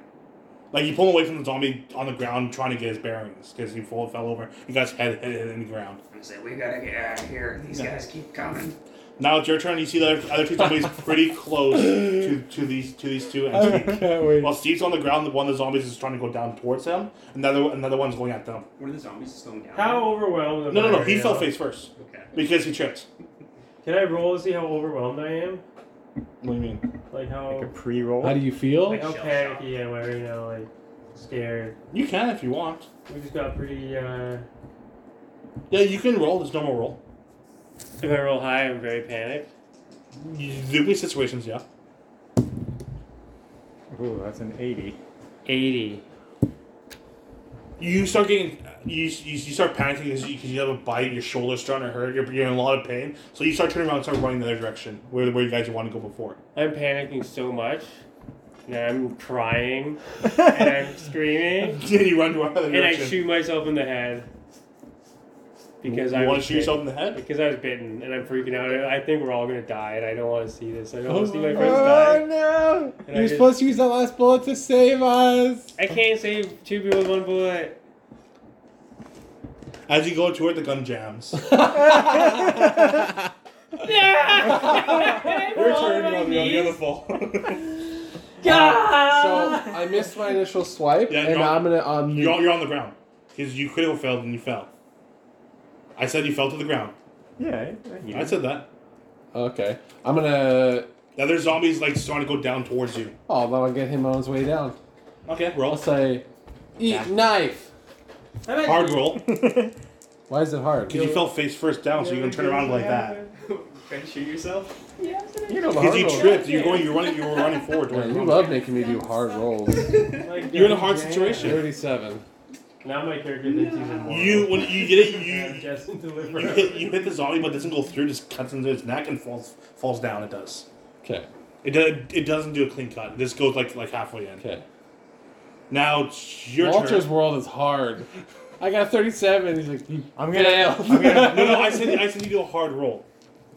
[SPEAKER 1] Like you pull him away from the zombie on the ground, trying to get his bearings because he fall, fell over. You guys head hit, hit in the ground.
[SPEAKER 7] I'm gonna say, we gotta get out of here. These
[SPEAKER 1] Yeah.
[SPEAKER 7] guys keep coming.
[SPEAKER 1] Now it's your turn. You see the other- other two zombies pretty close to, to these to these two.
[SPEAKER 3] I
[SPEAKER 1] And Steve.
[SPEAKER 3] can't wait.
[SPEAKER 1] While Steve's on the ground, the one of the zombies is trying to go down towards him. Another another one's going at them.
[SPEAKER 7] One of the zombies is going down.
[SPEAKER 2] How overwhelmed am
[SPEAKER 1] No,
[SPEAKER 2] I?
[SPEAKER 1] no, no.
[SPEAKER 2] right
[SPEAKER 1] He
[SPEAKER 2] now?
[SPEAKER 1] fell face first
[SPEAKER 7] Okay.
[SPEAKER 1] because he tripped.
[SPEAKER 2] Can I roll to see how overwhelmed I am?
[SPEAKER 1] What do you mean?
[SPEAKER 2] Like
[SPEAKER 3] Like a
[SPEAKER 2] how
[SPEAKER 3] pre-roll.
[SPEAKER 4] How do you feel?
[SPEAKER 7] Like-
[SPEAKER 2] how
[SPEAKER 7] Shell
[SPEAKER 2] panicky am I right now? Like scared.
[SPEAKER 1] You can if you want.
[SPEAKER 2] We just got pretty. uh...
[SPEAKER 1] Yeah, you can roll. There's normal roll.
[SPEAKER 9] If I roll high, I'm very panicked.
[SPEAKER 1] You- There'll be situations, yeah.
[SPEAKER 3] Ooh, that's an 80.
[SPEAKER 9] 80.
[SPEAKER 1] You start getting, you, you, you start panicking because you, 'cause you have a bite, your shoulder's starting to hurt, you're, you're in a lot of pain. So you start turning around and start running the other direction, where, where you guys want to go before.
[SPEAKER 9] I'm panicking so much that I'm crying and I'm screaming
[SPEAKER 1] Yeah, you run to another
[SPEAKER 9] and I
[SPEAKER 1] direction.
[SPEAKER 9] shoot myself in the head because
[SPEAKER 1] you
[SPEAKER 9] I
[SPEAKER 1] want
[SPEAKER 9] was
[SPEAKER 1] to shoot
[SPEAKER 9] bit-
[SPEAKER 1] yourself in the head?
[SPEAKER 9] because I was bitten and I'm freaking out. I think we're all gonna die and I don't want to see this. I don't want to see my friends die.
[SPEAKER 4] Oh no!
[SPEAKER 9] And I
[SPEAKER 4] You're
[SPEAKER 9] just-
[SPEAKER 4] supposed to use that last bullet to save us.
[SPEAKER 9] I can't save two people with one bullet.
[SPEAKER 1] As you go toward the gun jams. Your turn, you're on the beautiful.
[SPEAKER 4] So I missed my initial swipe,
[SPEAKER 1] Yeah,
[SPEAKER 4] and
[SPEAKER 1] no.
[SPEAKER 4] I'm gonna um.
[SPEAKER 1] you're, on- you're on the ground. Because you critical failed and you fell. I said you fell to the ground.
[SPEAKER 3] Yeah, I, I knew.
[SPEAKER 1] I said that.
[SPEAKER 4] Okay, I'm gonna.
[SPEAKER 1] The other zombie's like starting to go down towards you.
[SPEAKER 4] Oh, then I'll get him on his way down.
[SPEAKER 1] Okay,
[SPEAKER 4] I'll
[SPEAKER 1] roll.
[SPEAKER 4] say, eat
[SPEAKER 1] Yeah.
[SPEAKER 4] knife.
[SPEAKER 1] Hard roll.
[SPEAKER 4] Why is it hard?
[SPEAKER 1] Because you fell face first down, so you're going to turn around like that.
[SPEAKER 7] Trying to shoot yourself?
[SPEAKER 3] you know the
[SPEAKER 1] Because
[SPEAKER 3] hard
[SPEAKER 1] you
[SPEAKER 3] roll.
[SPEAKER 1] tripped, you're going, you're running, you were running forward.
[SPEAKER 4] Yeah,
[SPEAKER 1] towards the
[SPEAKER 4] you
[SPEAKER 1] wrong
[SPEAKER 4] love
[SPEAKER 1] way.
[SPEAKER 4] making me do hard rolls.
[SPEAKER 2] Like,
[SPEAKER 1] You're in a hard
[SPEAKER 2] yeah.
[SPEAKER 1] situation.
[SPEAKER 4] Thirty-seven.
[SPEAKER 2] Now my character thinks he's in
[SPEAKER 1] You when you get it,
[SPEAKER 2] Yeah,
[SPEAKER 1] you
[SPEAKER 2] Justin
[SPEAKER 1] you
[SPEAKER 2] deliver.
[SPEAKER 1] hit, you hit the zombie, but it doesn't go through. Just cuts into its neck and falls falls down. It does.
[SPEAKER 4] Okay.
[SPEAKER 1] It does. It doesn't do a clean cut. This goes like like halfway in.
[SPEAKER 4] Okay.
[SPEAKER 1] Now it's your
[SPEAKER 4] Walter's
[SPEAKER 1] turn.
[SPEAKER 4] world is hard. I got thirty-seven. He's like, you
[SPEAKER 3] I'm gonna.
[SPEAKER 4] fail.
[SPEAKER 1] No, no, I said I said you do a hard roll.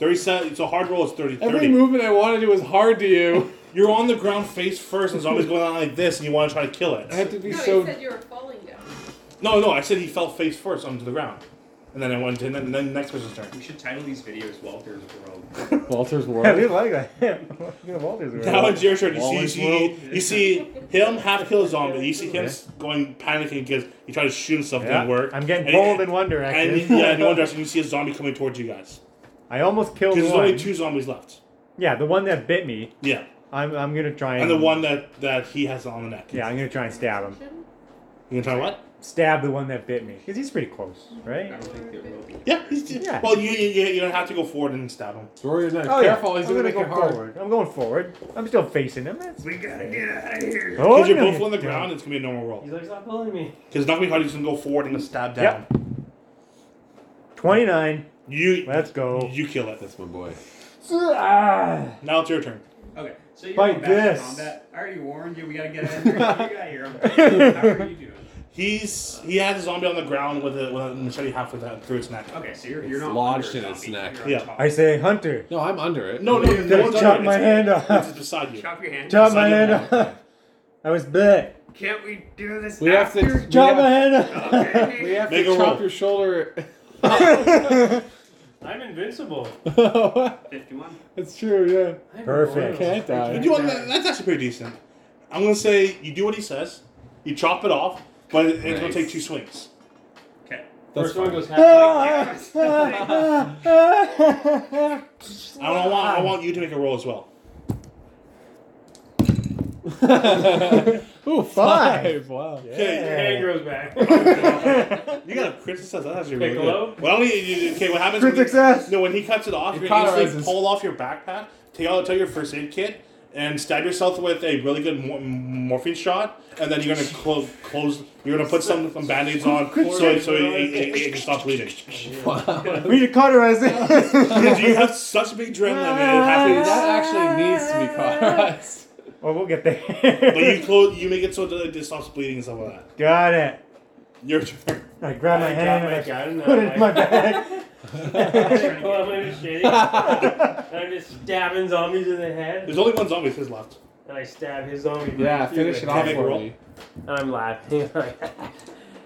[SPEAKER 1] Thirty-seven. It's a hard roll. It's 30,
[SPEAKER 4] Every
[SPEAKER 1] 30.
[SPEAKER 4] movement I want to do is hard to you.
[SPEAKER 1] You're on the ground face first, and zombie's going on like this, and you want to try to kill it.
[SPEAKER 4] I have to be
[SPEAKER 6] no,
[SPEAKER 4] so.
[SPEAKER 6] you said you were falling down.
[SPEAKER 1] No, no, I said he fell face first onto the ground, and then I went to and then, then next person's turn.
[SPEAKER 7] We should title these videos Walter's World.
[SPEAKER 4] Walter's
[SPEAKER 3] Yeah, we
[SPEAKER 4] world.
[SPEAKER 3] like that. Yeah, Walter's world.
[SPEAKER 1] Now it's your turn. You see, you
[SPEAKER 4] Wallace
[SPEAKER 1] see, you see him half kill a zombie. You see him
[SPEAKER 3] Yeah.
[SPEAKER 1] going panicking because he tried to shoot himself.
[SPEAKER 3] yeah.
[SPEAKER 1] Didn't work.
[SPEAKER 3] I'm getting
[SPEAKER 1] And-
[SPEAKER 3] pulled in one
[SPEAKER 1] And
[SPEAKER 3] direction.
[SPEAKER 1] yeah, in one direction you see a zombie coming towards you guys.
[SPEAKER 3] I almost killed
[SPEAKER 1] Because there's
[SPEAKER 3] one.
[SPEAKER 1] only two zombies left.
[SPEAKER 3] Yeah, the one that bit me.
[SPEAKER 1] Yeah,
[SPEAKER 3] I'm, I'm gonna try and.
[SPEAKER 1] and the one that that he has on the neck.
[SPEAKER 3] Yeah, I'm gonna try and stab him.
[SPEAKER 1] You gonna try what?
[SPEAKER 3] Stab the one that bit me, cause he's pretty close, right?
[SPEAKER 7] I don't think they will.
[SPEAKER 1] Yeah. He's,
[SPEAKER 3] Yeah.
[SPEAKER 1] Well, you you you- you don't have to go forward and stab him.
[SPEAKER 4] Throw your knife.
[SPEAKER 3] Oh
[SPEAKER 4] Careful,
[SPEAKER 3] yeah,
[SPEAKER 4] he's
[SPEAKER 3] I'm
[SPEAKER 4] gonna,
[SPEAKER 3] gonna
[SPEAKER 4] make
[SPEAKER 3] go
[SPEAKER 4] it hard.
[SPEAKER 3] forward. I'm going forward. I'm still facing him. That's
[SPEAKER 7] We gotta get out of here.
[SPEAKER 3] oh,
[SPEAKER 1] Because you're
[SPEAKER 3] no,
[SPEAKER 1] both on the
[SPEAKER 3] don't.
[SPEAKER 1] ground, it's gonna be a normal roll.
[SPEAKER 2] He's like, stop pulling me.
[SPEAKER 1] Because it's not gonna be hard. He's gonna go forward and stab down.
[SPEAKER 3] Yep. Twenty-nine.
[SPEAKER 1] You
[SPEAKER 3] Let's go.
[SPEAKER 1] you kill it.
[SPEAKER 4] That's my boy.
[SPEAKER 3] Ah.
[SPEAKER 1] Now it's your turn.
[SPEAKER 7] Okay, so you're
[SPEAKER 3] Fight
[SPEAKER 7] going back to
[SPEAKER 3] this.
[SPEAKER 7] combat. I already warned you. We gotta get out of here. You got here. I'm- How are you doing?
[SPEAKER 1] He's he has a zombie on the ground with a, with a machete halfway down through its neck.
[SPEAKER 7] Okay, so you're, you're
[SPEAKER 4] It's
[SPEAKER 7] not
[SPEAKER 4] lodged
[SPEAKER 7] under a
[SPEAKER 4] in its
[SPEAKER 7] zombie,
[SPEAKER 4] neck.
[SPEAKER 7] you're on
[SPEAKER 1] Yeah.
[SPEAKER 7] top.
[SPEAKER 3] I say, Hunter,
[SPEAKER 4] No, I'm under it.
[SPEAKER 1] No, no, no, no
[SPEAKER 3] Gotta
[SPEAKER 1] one's
[SPEAKER 3] chop
[SPEAKER 1] under it.
[SPEAKER 3] my
[SPEAKER 1] It's-
[SPEAKER 3] hand off.
[SPEAKER 1] It's beside you.
[SPEAKER 7] Chop your hand.
[SPEAKER 3] chop my
[SPEAKER 1] Son
[SPEAKER 3] hand
[SPEAKER 1] of
[SPEAKER 3] off. I was bit.
[SPEAKER 7] Can't we do this?
[SPEAKER 4] We have to.
[SPEAKER 7] after?
[SPEAKER 4] we
[SPEAKER 3] Chop
[SPEAKER 4] have-
[SPEAKER 3] my hand off.
[SPEAKER 7] Okay.
[SPEAKER 4] We have
[SPEAKER 1] Make
[SPEAKER 4] to
[SPEAKER 1] a
[SPEAKER 4] chop
[SPEAKER 1] roll.
[SPEAKER 4] your shoulder.
[SPEAKER 2] I'm invincible.
[SPEAKER 7] Fifty-one.
[SPEAKER 4] It's true, yeah.
[SPEAKER 2] I'm
[SPEAKER 3] Perfect.
[SPEAKER 2] royal.
[SPEAKER 4] Can't die.
[SPEAKER 1] You do what, that- that's actually pretty decent. I'm gonna say you do what he says. You chop it off, but it's gonna
[SPEAKER 4] Nice.
[SPEAKER 1] take two swings.
[SPEAKER 7] Okay.
[SPEAKER 4] That's
[SPEAKER 2] First one
[SPEAKER 4] fine.
[SPEAKER 2] goes halfway.
[SPEAKER 3] Ah, ah, ah, ah.
[SPEAKER 1] I don't want. I want you to make a roll as well.
[SPEAKER 4] Ooh,
[SPEAKER 3] five.
[SPEAKER 4] Wow.
[SPEAKER 1] Okay.
[SPEAKER 2] Hand grows back.
[SPEAKER 1] You got a crit success. That's actually really
[SPEAKER 2] Piccolo?
[SPEAKER 1] good. Well, you, you, okay. What happens?
[SPEAKER 3] Crit
[SPEAKER 1] when you-
[SPEAKER 3] success.
[SPEAKER 1] no, when he cuts it off,
[SPEAKER 4] It
[SPEAKER 1] you instantly
[SPEAKER 4] cauterizes.
[SPEAKER 1] pull off your backpack, take out, take out your first aid kit, and stab yourself with a really good mor- morphine shot, and then you're gonna close. close you're gonna put some, some band-aids on so it, so it, it, it, it can stop bleeding.
[SPEAKER 3] We need to cauterize it.
[SPEAKER 1] Because you have such big adrenaline, and it happens.
[SPEAKER 4] That actually needs to be cauterized.
[SPEAKER 3] oh, we'll get
[SPEAKER 1] But
[SPEAKER 3] there.
[SPEAKER 1] you close, you make it so that it stops bleeding and stuff like that.
[SPEAKER 3] Got it.
[SPEAKER 1] Your turn.
[SPEAKER 3] I grabbed my
[SPEAKER 2] I got
[SPEAKER 3] hand
[SPEAKER 2] my
[SPEAKER 3] and I
[SPEAKER 2] gun.
[SPEAKER 3] put it in my bag.
[SPEAKER 2] I pull out my machete. and I'm just stabbing zombies in the head.
[SPEAKER 1] There's only one zombie his left.
[SPEAKER 2] And I stab his zombie. right
[SPEAKER 4] Yeah,
[SPEAKER 2] through
[SPEAKER 4] finish
[SPEAKER 2] the
[SPEAKER 4] it
[SPEAKER 2] head.
[SPEAKER 4] off
[SPEAKER 1] Make a
[SPEAKER 4] for
[SPEAKER 1] roll.
[SPEAKER 4] me.
[SPEAKER 2] And I'm laughing. like,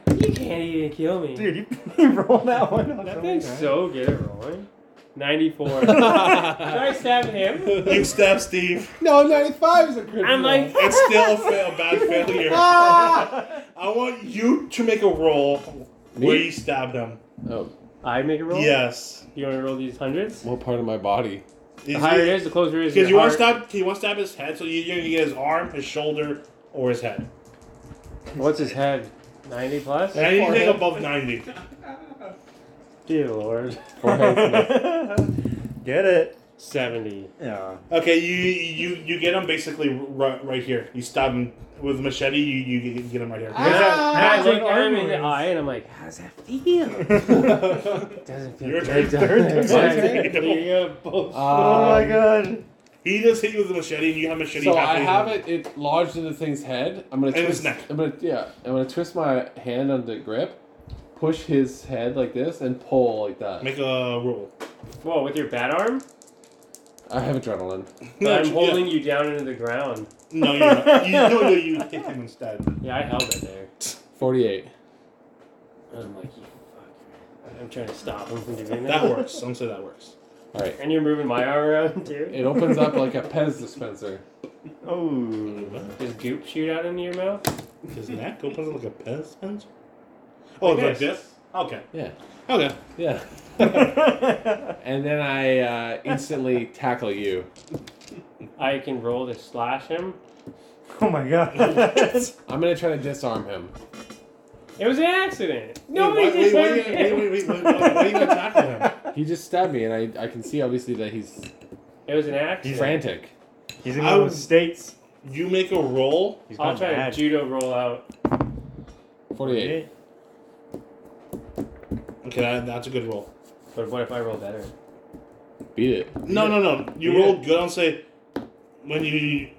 [SPEAKER 2] you can't even kill me.
[SPEAKER 3] Dude, you, you rolled that one.
[SPEAKER 9] That thing's so good at rolling.
[SPEAKER 2] 94. so I stab him.
[SPEAKER 1] You stab Steve.
[SPEAKER 4] No, 95 is a critical.
[SPEAKER 2] I'm like,
[SPEAKER 1] It's still a, fa- a bad failure.
[SPEAKER 4] Ah!
[SPEAKER 1] I want you to make a roll where
[SPEAKER 4] Me?
[SPEAKER 1] you stabbed him.
[SPEAKER 4] Oh,
[SPEAKER 2] I make a roll?
[SPEAKER 1] Yes.
[SPEAKER 2] You want to roll these hundreds?
[SPEAKER 4] what part of my body?
[SPEAKER 2] The higher it is, the closer it is. to
[SPEAKER 1] Because
[SPEAKER 2] the
[SPEAKER 1] you want to
[SPEAKER 2] heart.
[SPEAKER 1] stab, you want to stab his head, so you- you're gonna get his arm, his shoulder, or his head.
[SPEAKER 2] What's his head? 90 plus?
[SPEAKER 1] And anything
[SPEAKER 4] Forehead.
[SPEAKER 1] above ninety.
[SPEAKER 2] Dear Lord.
[SPEAKER 3] Get it?
[SPEAKER 2] 70.
[SPEAKER 3] Yeah.
[SPEAKER 1] Okay, you you you get him basically right, right here. You stab him with a machete. You you get- get him right here.
[SPEAKER 2] And I
[SPEAKER 3] Ah,
[SPEAKER 2] look
[SPEAKER 3] like
[SPEAKER 2] at him in the
[SPEAKER 3] armor.
[SPEAKER 2] eye and I'm like, how does that feel? doesn't feel
[SPEAKER 1] Your
[SPEAKER 2] good.
[SPEAKER 1] turn.
[SPEAKER 2] does it?
[SPEAKER 1] Exactly.
[SPEAKER 2] Yeah, bullshit.
[SPEAKER 3] oh my
[SPEAKER 4] Um,
[SPEAKER 3] god.
[SPEAKER 1] He just hit you with a machete, and you have machete.
[SPEAKER 4] So I
[SPEAKER 1] halfway
[SPEAKER 4] have
[SPEAKER 1] through.
[SPEAKER 4] it. It lodged in the thing's head. I'm gonna
[SPEAKER 1] And his
[SPEAKER 4] twist.
[SPEAKER 1] neck.
[SPEAKER 4] I'm gonna yeah. I'm gonna twist my hand on the grip, push his head like this, and pull like that.
[SPEAKER 1] Make a roll.
[SPEAKER 2] Whoa, with your bat arm?
[SPEAKER 4] I have adrenaline.
[SPEAKER 2] But I'm holding you down into the ground.
[SPEAKER 1] No, you're not. You, no, no, you hit him instead.
[SPEAKER 2] Yeah, I held it there.
[SPEAKER 4] Forty-eight.
[SPEAKER 2] And I'm like, you fucker. I'm trying to stop him from doing that.
[SPEAKER 1] That works. Some say that works.
[SPEAKER 4] All right.
[SPEAKER 2] And you're moving my arm around too?
[SPEAKER 4] It opens up like a Pez dispenser.
[SPEAKER 3] Oh.
[SPEAKER 2] Does goop shoot out into your mouth?
[SPEAKER 1] His neck opens like a pen Spencer? Oh, it's like this. Okay.
[SPEAKER 4] Yeah.
[SPEAKER 1] Okay.
[SPEAKER 4] Yeah. and then I uh, instantly tackle you.
[SPEAKER 2] I can roll to slash him.
[SPEAKER 3] Oh my god.
[SPEAKER 4] I'm gonna try to disarm him.
[SPEAKER 2] It was an accident.
[SPEAKER 1] Wait,
[SPEAKER 2] Nobody
[SPEAKER 1] why- wait, wait,
[SPEAKER 2] did
[SPEAKER 1] wait, wait, wait, wait, wait, Why are you gonna tackle him?
[SPEAKER 4] He just stabbed me, and I, I can see obviously that he's
[SPEAKER 2] It was an accident.
[SPEAKER 4] frantic.
[SPEAKER 3] He's in
[SPEAKER 1] I
[SPEAKER 3] those
[SPEAKER 1] was-
[SPEAKER 3] states.
[SPEAKER 1] You make a roll.
[SPEAKER 3] He's
[SPEAKER 2] I'll
[SPEAKER 3] gone
[SPEAKER 2] try
[SPEAKER 3] mad.
[SPEAKER 2] to judo roll out.
[SPEAKER 4] Forty-eight.
[SPEAKER 1] Okay, that, that's a good roll.
[SPEAKER 2] But what if I roll better?
[SPEAKER 4] Beat it.
[SPEAKER 1] No, no, no. You
[SPEAKER 2] Yeah.
[SPEAKER 1] rolled good. I'll say when you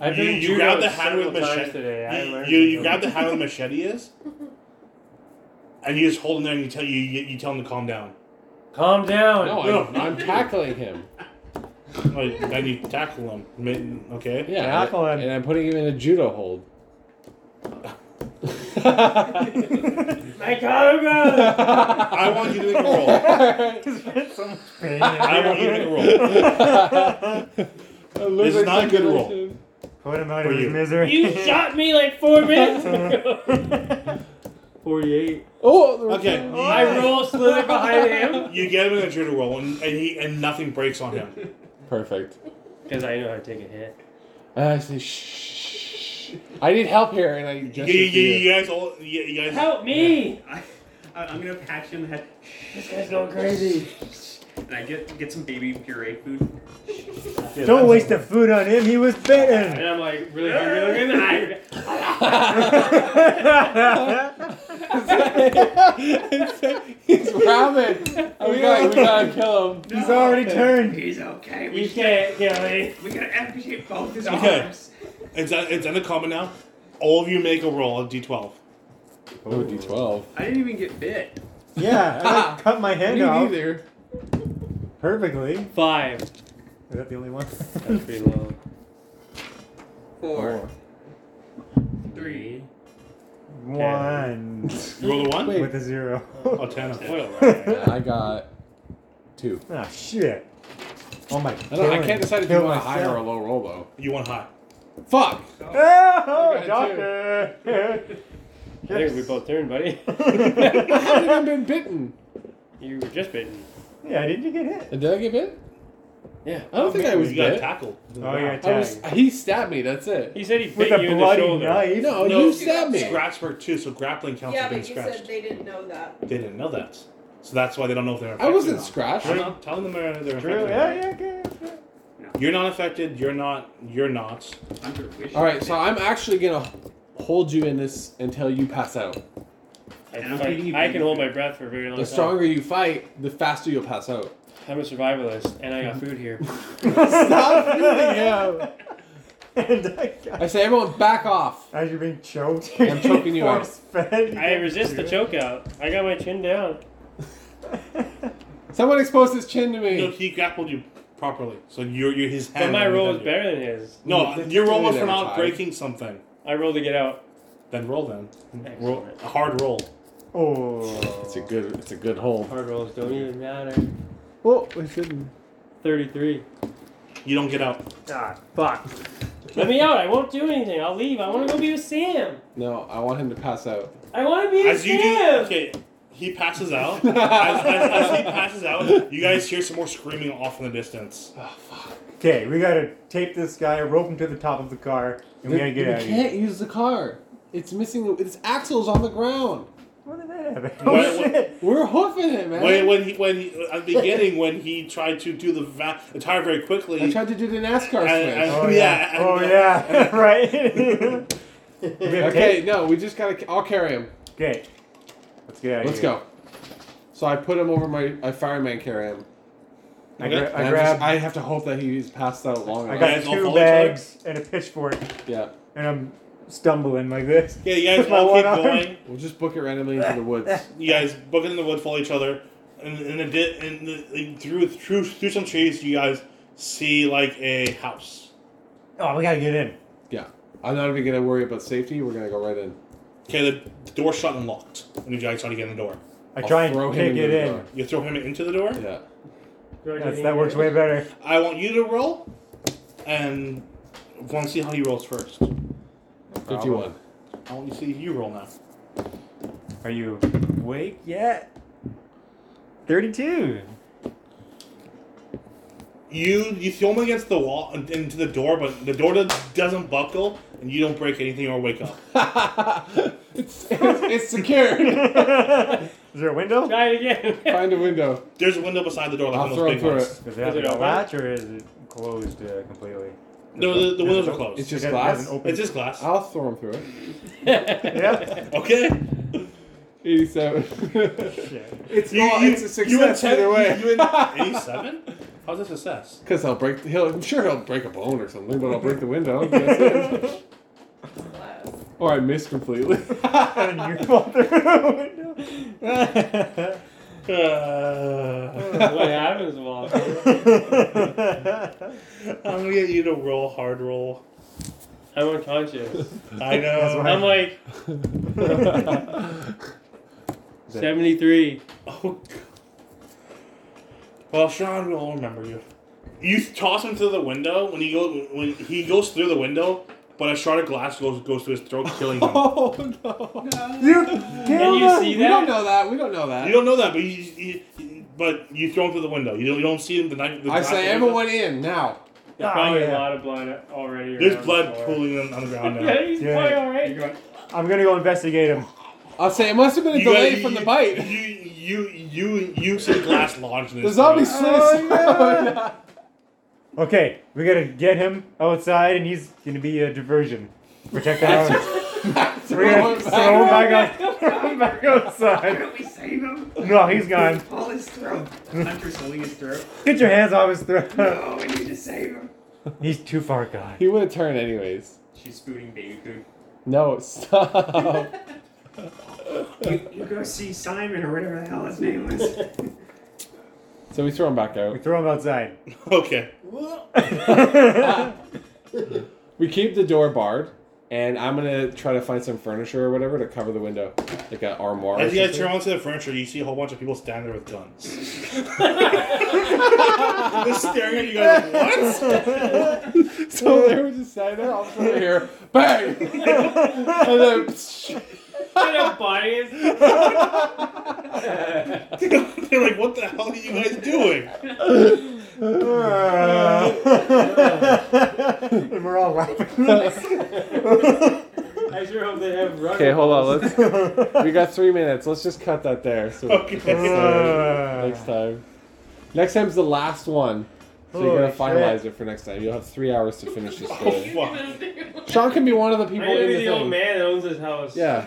[SPEAKER 2] I've
[SPEAKER 1] you,
[SPEAKER 2] been
[SPEAKER 1] you
[SPEAKER 2] judo
[SPEAKER 1] grab the hand with
[SPEAKER 2] several times
[SPEAKER 1] machete.
[SPEAKER 2] today. I
[SPEAKER 1] you-
[SPEAKER 2] learned
[SPEAKER 1] You, you
[SPEAKER 2] judo.
[SPEAKER 1] grab the hand with machete is, and you just hold him there and you tell you you, you tell him to calm down.
[SPEAKER 2] Calm down.
[SPEAKER 4] No, I'm, I'm tackling him.
[SPEAKER 1] Like, then you tackle him. Mid- Okay.
[SPEAKER 4] Yeah,
[SPEAKER 3] Tackle him.
[SPEAKER 4] and I'm putting him in a judo hold.
[SPEAKER 2] My karma.
[SPEAKER 1] I want you to make a roll. I want you to make a roll.
[SPEAKER 4] this
[SPEAKER 1] is not a good roll.
[SPEAKER 3] Put him out
[SPEAKER 1] For
[SPEAKER 3] of
[SPEAKER 1] you.
[SPEAKER 3] his misery.
[SPEAKER 2] you shot me like four minutes ago. Forty-eight.
[SPEAKER 4] Oh,
[SPEAKER 1] Okay. you-
[SPEAKER 2] I roll slither behind him
[SPEAKER 1] You get him in a judo roll, and, and he and nothing breaks on him.
[SPEAKER 4] perfect.
[SPEAKER 2] because I know how to take a hit.
[SPEAKER 4] And I say, shh. I need help here, and I
[SPEAKER 1] You,
[SPEAKER 4] just.
[SPEAKER 1] you, you, you guys all, you, you guys.
[SPEAKER 2] Help me!
[SPEAKER 7] I, I, I'm gonna pat you on the head,
[SPEAKER 2] This guy's going crazy.
[SPEAKER 7] and I get get some baby puree food.
[SPEAKER 3] Don't waste the food on him. He was bitten.
[SPEAKER 2] And I'm like really hungry looking. and I-
[SPEAKER 4] He's ramen. Oh, we, gotta, we gotta kill him.
[SPEAKER 3] He's already turned.
[SPEAKER 10] He's okay.
[SPEAKER 2] You
[SPEAKER 10] We,
[SPEAKER 2] can't kill me.
[SPEAKER 10] we gotta amputate both his
[SPEAKER 1] Okay.
[SPEAKER 10] arms.
[SPEAKER 1] It's it's in the comment now. All of you make a roll of d12.
[SPEAKER 4] Oh, D12.
[SPEAKER 7] I didn't even get bit.
[SPEAKER 3] Yeah, I like, cut my hand off
[SPEAKER 4] neither.
[SPEAKER 3] perfectly. Is
[SPEAKER 2] Five.
[SPEAKER 3] that the only one?
[SPEAKER 2] That's pretty low.
[SPEAKER 7] Four, three.
[SPEAKER 3] one
[SPEAKER 1] You roll a one.
[SPEAKER 4] Wait.
[SPEAKER 3] with a zero.
[SPEAKER 1] Oh, ten.
[SPEAKER 2] What a liar.
[SPEAKER 4] I got two.
[SPEAKER 3] Ah, shit. Oh my
[SPEAKER 4] I,
[SPEAKER 3] god.
[SPEAKER 4] don't, I can't decide if you
[SPEAKER 3] Kill
[SPEAKER 4] want a high or
[SPEAKER 3] myself.
[SPEAKER 4] a low roll though.
[SPEAKER 1] You want high.
[SPEAKER 4] Fuck.
[SPEAKER 3] Oh,
[SPEAKER 4] I got
[SPEAKER 3] doctor.
[SPEAKER 2] I think we both turned, buddy.
[SPEAKER 4] I haven't even been bitten.
[SPEAKER 2] you were just bitten.
[SPEAKER 3] yeah, did you get hit?
[SPEAKER 4] Did I get bit?
[SPEAKER 2] Yeah.
[SPEAKER 4] I don't think I was
[SPEAKER 1] you got
[SPEAKER 4] bit.
[SPEAKER 1] tackled.
[SPEAKER 3] Oh, you got
[SPEAKER 4] I was,
[SPEAKER 3] tagged.
[SPEAKER 4] he stabbed me. That's it.
[SPEAKER 2] He said he
[SPEAKER 3] With
[SPEAKER 2] bit
[SPEAKER 3] a
[SPEAKER 2] you in the
[SPEAKER 3] bloody
[SPEAKER 2] shoulder.
[SPEAKER 3] knife.
[SPEAKER 4] No,
[SPEAKER 1] No,
[SPEAKER 4] Oh, you stabbed me.
[SPEAKER 1] Scratch work too, so grappling counts
[SPEAKER 6] yeah,
[SPEAKER 1] for being
[SPEAKER 6] but you
[SPEAKER 1] scratched.
[SPEAKER 6] said they didn't know that.
[SPEAKER 1] they didn't know that, so that's why they don't know if they're.
[SPEAKER 4] I
[SPEAKER 1] Affected or
[SPEAKER 4] wasn't
[SPEAKER 1] not.
[SPEAKER 4] scratched.
[SPEAKER 1] I'm not telling them they're, they're
[SPEAKER 3] True.
[SPEAKER 1] affected.
[SPEAKER 3] Yeah, yeah, okay. okay.
[SPEAKER 1] You're not affected. You're not. You're not.
[SPEAKER 7] Hunter wishes.
[SPEAKER 4] All right, so I'm actually gonna hold you in this until you pass out.
[SPEAKER 2] I,
[SPEAKER 7] And I'm
[SPEAKER 2] fight-
[SPEAKER 7] thinking you
[SPEAKER 2] I
[SPEAKER 7] bit
[SPEAKER 2] can
[SPEAKER 7] you.
[SPEAKER 2] hold my breath for a very long
[SPEAKER 4] The
[SPEAKER 2] time.
[SPEAKER 4] stronger you fight, the faster you'll pass out.
[SPEAKER 2] I'm a survivalist, and I got food here.
[SPEAKER 4] Stop feeling him.
[SPEAKER 3] And I got.
[SPEAKER 4] I say, everyone, back off.
[SPEAKER 3] As you're being choked,
[SPEAKER 4] I'm choking you out.
[SPEAKER 3] Fed,
[SPEAKER 2] I resist the choke out. I got my chin down.
[SPEAKER 4] Someone expose his chin to
[SPEAKER 1] No,
[SPEAKER 4] me.
[SPEAKER 1] he grappled you properly, so your your his hand.
[SPEAKER 2] But my
[SPEAKER 1] never
[SPEAKER 2] roll
[SPEAKER 1] done
[SPEAKER 2] is
[SPEAKER 1] you.
[SPEAKER 2] better than his.
[SPEAKER 1] No, your roll was for
[SPEAKER 4] Never
[SPEAKER 1] not
[SPEAKER 4] tied.
[SPEAKER 1] breaking something.
[SPEAKER 2] I rolled to get out.
[SPEAKER 1] Then roll then. Roll
[SPEAKER 2] Excellent.
[SPEAKER 1] a hard roll.
[SPEAKER 3] Oh.
[SPEAKER 4] It's a good. It's a good hold.
[SPEAKER 2] Hard rolls don't even matter.
[SPEAKER 3] Oh, I shouldn't.
[SPEAKER 9] 33.
[SPEAKER 1] You don't get out.
[SPEAKER 2] Ah, fuck.
[SPEAKER 9] Let me out. I won't do anything. I'll leave. I want to go be with Sam.
[SPEAKER 4] No, I want him to pass out.
[SPEAKER 9] I want to be with
[SPEAKER 1] As you do,
[SPEAKER 9] Sam.
[SPEAKER 1] okay, he passes out. as, as, as he passes out, you guys hear some more screaming off in the distance.
[SPEAKER 3] Okay, we gotta tape this guy, rope him to the top of the car, and we gotta get
[SPEAKER 4] we
[SPEAKER 3] out of here.
[SPEAKER 4] can't use the car. It's missing. Its axle's on the ground.
[SPEAKER 3] What did that happen? Oh
[SPEAKER 1] What- what-
[SPEAKER 3] shit!
[SPEAKER 4] We're hoofing it, man.
[SPEAKER 1] When, when he, when he, at the beginning, when he tried to do the, va- the tire very quickly,
[SPEAKER 4] I tried to do the NASCAR switch.
[SPEAKER 1] And- and-
[SPEAKER 3] Oh
[SPEAKER 1] yeah,
[SPEAKER 3] yeah!
[SPEAKER 1] and-
[SPEAKER 3] Oh yeah! right. We have
[SPEAKER 4] okay,
[SPEAKER 3] tape.
[SPEAKER 4] no, we just gotta. I'll carry him.
[SPEAKER 3] Okay. Let's get out.
[SPEAKER 4] Let's go. So I put him over my. I fireman carry him.
[SPEAKER 3] I,
[SPEAKER 1] Okay.
[SPEAKER 3] gra-
[SPEAKER 4] And
[SPEAKER 3] I
[SPEAKER 4] I'm
[SPEAKER 3] grab.
[SPEAKER 4] just- I have to hope that he's passed out long
[SPEAKER 3] I
[SPEAKER 1] You
[SPEAKER 4] enough.
[SPEAKER 3] got
[SPEAKER 1] guys all follow
[SPEAKER 3] two
[SPEAKER 1] each other?
[SPEAKER 3] bags and a pitchfork,
[SPEAKER 4] yeah.
[SPEAKER 3] and I'm stumbling like this.
[SPEAKER 1] okay, you guys
[SPEAKER 3] With my
[SPEAKER 1] all
[SPEAKER 3] one
[SPEAKER 1] keep
[SPEAKER 3] arm.
[SPEAKER 1] going.
[SPEAKER 4] We'll just book it randomly into the woods.
[SPEAKER 1] You guys book it in the wood, follow each other, and in the di- in the, like, through through through some trees, you guys see like a house.
[SPEAKER 3] Oh, we gotta get in.
[SPEAKER 4] Yeah. I'm not even gonna worry about safety. We're gonna go right in.
[SPEAKER 1] Okay, the, the door's shut and locked, and you guys try to get in the door.
[SPEAKER 3] I
[SPEAKER 4] I'll
[SPEAKER 3] try and
[SPEAKER 4] throw him
[SPEAKER 3] kick
[SPEAKER 4] into
[SPEAKER 3] it
[SPEAKER 4] the
[SPEAKER 3] in.
[SPEAKER 4] door.
[SPEAKER 1] You throw him into the door.
[SPEAKER 4] Yeah.
[SPEAKER 3] That's, that works way better.
[SPEAKER 1] I want you to roll, and I want to see how he rolls first.
[SPEAKER 3] Oh,
[SPEAKER 4] Fifty-one.
[SPEAKER 1] I want you to see you roll now.
[SPEAKER 3] Are you awake yet? Thirty-two.
[SPEAKER 1] You you throw him against the wall and into the door, but the door do- doesn't buckle, and you don't break anything or wake up.
[SPEAKER 4] it's, it's it's secured.
[SPEAKER 3] Is there a window?
[SPEAKER 9] Try it again.
[SPEAKER 4] Find a window.
[SPEAKER 1] There's a window beside the door, like
[SPEAKER 4] I'll
[SPEAKER 1] one
[SPEAKER 4] throw him
[SPEAKER 1] of those big
[SPEAKER 4] through
[SPEAKER 1] ones.
[SPEAKER 4] it.
[SPEAKER 3] Does it
[SPEAKER 9] Is
[SPEAKER 3] have
[SPEAKER 9] it
[SPEAKER 3] a
[SPEAKER 9] open?
[SPEAKER 3] latch or is it closed uh, completely?
[SPEAKER 1] No, the, the windows are
[SPEAKER 4] It's
[SPEAKER 1] closed.
[SPEAKER 4] just
[SPEAKER 3] It has- it
[SPEAKER 4] glass.
[SPEAKER 3] has an open-
[SPEAKER 1] It's just glass.
[SPEAKER 4] I'll throw him through it.
[SPEAKER 3] yeah.
[SPEAKER 1] Okay.
[SPEAKER 4] Eighty-seven.
[SPEAKER 3] Shit.
[SPEAKER 4] it's not. It's a success either way.
[SPEAKER 1] Eighty-seven. How's a success?
[SPEAKER 4] Because I'll break. He'll, I'm sure he'll break a bone or something, but I'll break the window. That's it. Or Oh, I miss completely.
[SPEAKER 3] And you fall through the window.
[SPEAKER 1] Uh,
[SPEAKER 9] what happens, Walter?
[SPEAKER 1] I'm gonna get you to roll hard roll.
[SPEAKER 9] I'm unconscious.
[SPEAKER 1] I know.
[SPEAKER 3] why-
[SPEAKER 9] I'm like
[SPEAKER 4] That-
[SPEAKER 9] 73.
[SPEAKER 1] Oh, God. Well, Sean will remember you. You toss him through the window when he go when he goes through the window, but a shard of glass goes goes to his throat, killing him.
[SPEAKER 4] oh no!
[SPEAKER 3] you killed
[SPEAKER 9] And you
[SPEAKER 3] him.
[SPEAKER 9] see
[SPEAKER 4] We don't
[SPEAKER 9] that?
[SPEAKER 4] know that. We don't know that.
[SPEAKER 1] You don't know that, but you, you but you throw him through the window. You don't, you don't see him the night. The
[SPEAKER 4] I
[SPEAKER 1] glass
[SPEAKER 4] say
[SPEAKER 1] window.
[SPEAKER 4] everyone in now.
[SPEAKER 9] There's probably
[SPEAKER 3] Oh, yeah.
[SPEAKER 9] a lot of blood already.
[SPEAKER 1] There's
[SPEAKER 9] around
[SPEAKER 1] blood
[SPEAKER 9] the floor.
[SPEAKER 1] pooling on, on the ground now.
[SPEAKER 9] Yeah, he's
[SPEAKER 3] Yeah.
[SPEAKER 9] probably alright.
[SPEAKER 7] You're going,
[SPEAKER 3] I'm gonna go investigate him.
[SPEAKER 4] I'll say it must have been a
[SPEAKER 1] You
[SPEAKER 4] delay
[SPEAKER 1] guys-
[SPEAKER 4] from the
[SPEAKER 1] you-
[SPEAKER 4] bite.
[SPEAKER 1] You you you you see the glass launched. in
[SPEAKER 4] The
[SPEAKER 1] his
[SPEAKER 4] zombie
[SPEAKER 1] throat.
[SPEAKER 4] slips. Oh,
[SPEAKER 3] Okay, we gotta get him outside, and he's gonna be a diversion. Protect the house. We're
[SPEAKER 4] Throw
[SPEAKER 3] gonna
[SPEAKER 4] it
[SPEAKER 3] throw him
[SPEAKER 4] back.
[SPEAKER 3] back, out, throw him back
[SPEAKER 7] Why
[SPEAKER 3] outside.
[SPEAKER 7] don't we save him?
[SPEAKER 3] No, he's gone.
[SPEAKER 7] Pull his throat. Hunter's holding his throat.
[SPEAKER 3] Get your hands off his throat.
[SPEAKER 7] No, we need to save him.
[SPEAKER 3] He's too far gone.
[SPEAKER 4] He would have turned anyways.
[SPEAKER 7] She's spooting baby food.
[SPEAKER 4] No, stop.
[SPEAKER 7] You, you go see Simon or whatever the hell his name was.
[SPEAKER 4] so we throw him back
[SPEAKER 3] We
[SPEAKER 4] out.
[SPEAKER 3] throw him outside.
[SPEAKER 1] Okay.
[SPEAKER 4] We keep the door barred, and I'm gonna try to find some furniture or whatever to cover the window, like an armoire. or
[SPEAKER 1] As you guys
[SPEAKER 4] something.
[SPEAKER 1] turn onto the furniture, you see a whole bunch of people standing there with guns. They're staring at you guys like, what?
[SPEAKER 4] So they were just standing there, all of a sudden I hear bang, and then psh,
[SPEAKER 9] What a body is-
[SPEAKER 1] They're like, what the hell are you guys doing?
[SPEAKER 3] and we're all laughing.
[SPEAKER 9] I sure hope they have rug.
[SPEAKER 4] okay, hold on, let's. We got three minutes. Let's just cut that there. So
[SPEAKER 1] Okay.
[SPEAKER 4] Uh. so next time, next time's the last one. So you're gonna
[SPEAKER 3] Holy
[SPEAKER 4] finalize
[SPEAKER 3] shit.
[SPEAKER 4] it for next time. You'll have three hours to finish this
[SPEAKER 1] Oh,
[SPEAKER 4] story.
[SPEAKER 1] fuck.
[SPEAKER 4] Sean can be one of the
[SPEAKER 9] I'm
[SPEAKER 4] people
[SPEAKER 9] gonna
[SPEAKER 4] in
[SPEAKER 9] be
[SPEAKER 4] the
[SPEAKER 9] the old
[SPEAKER 4] thing.
[SPEAKER 9] man that owns this house.
[SPEAKER 4] Yeah,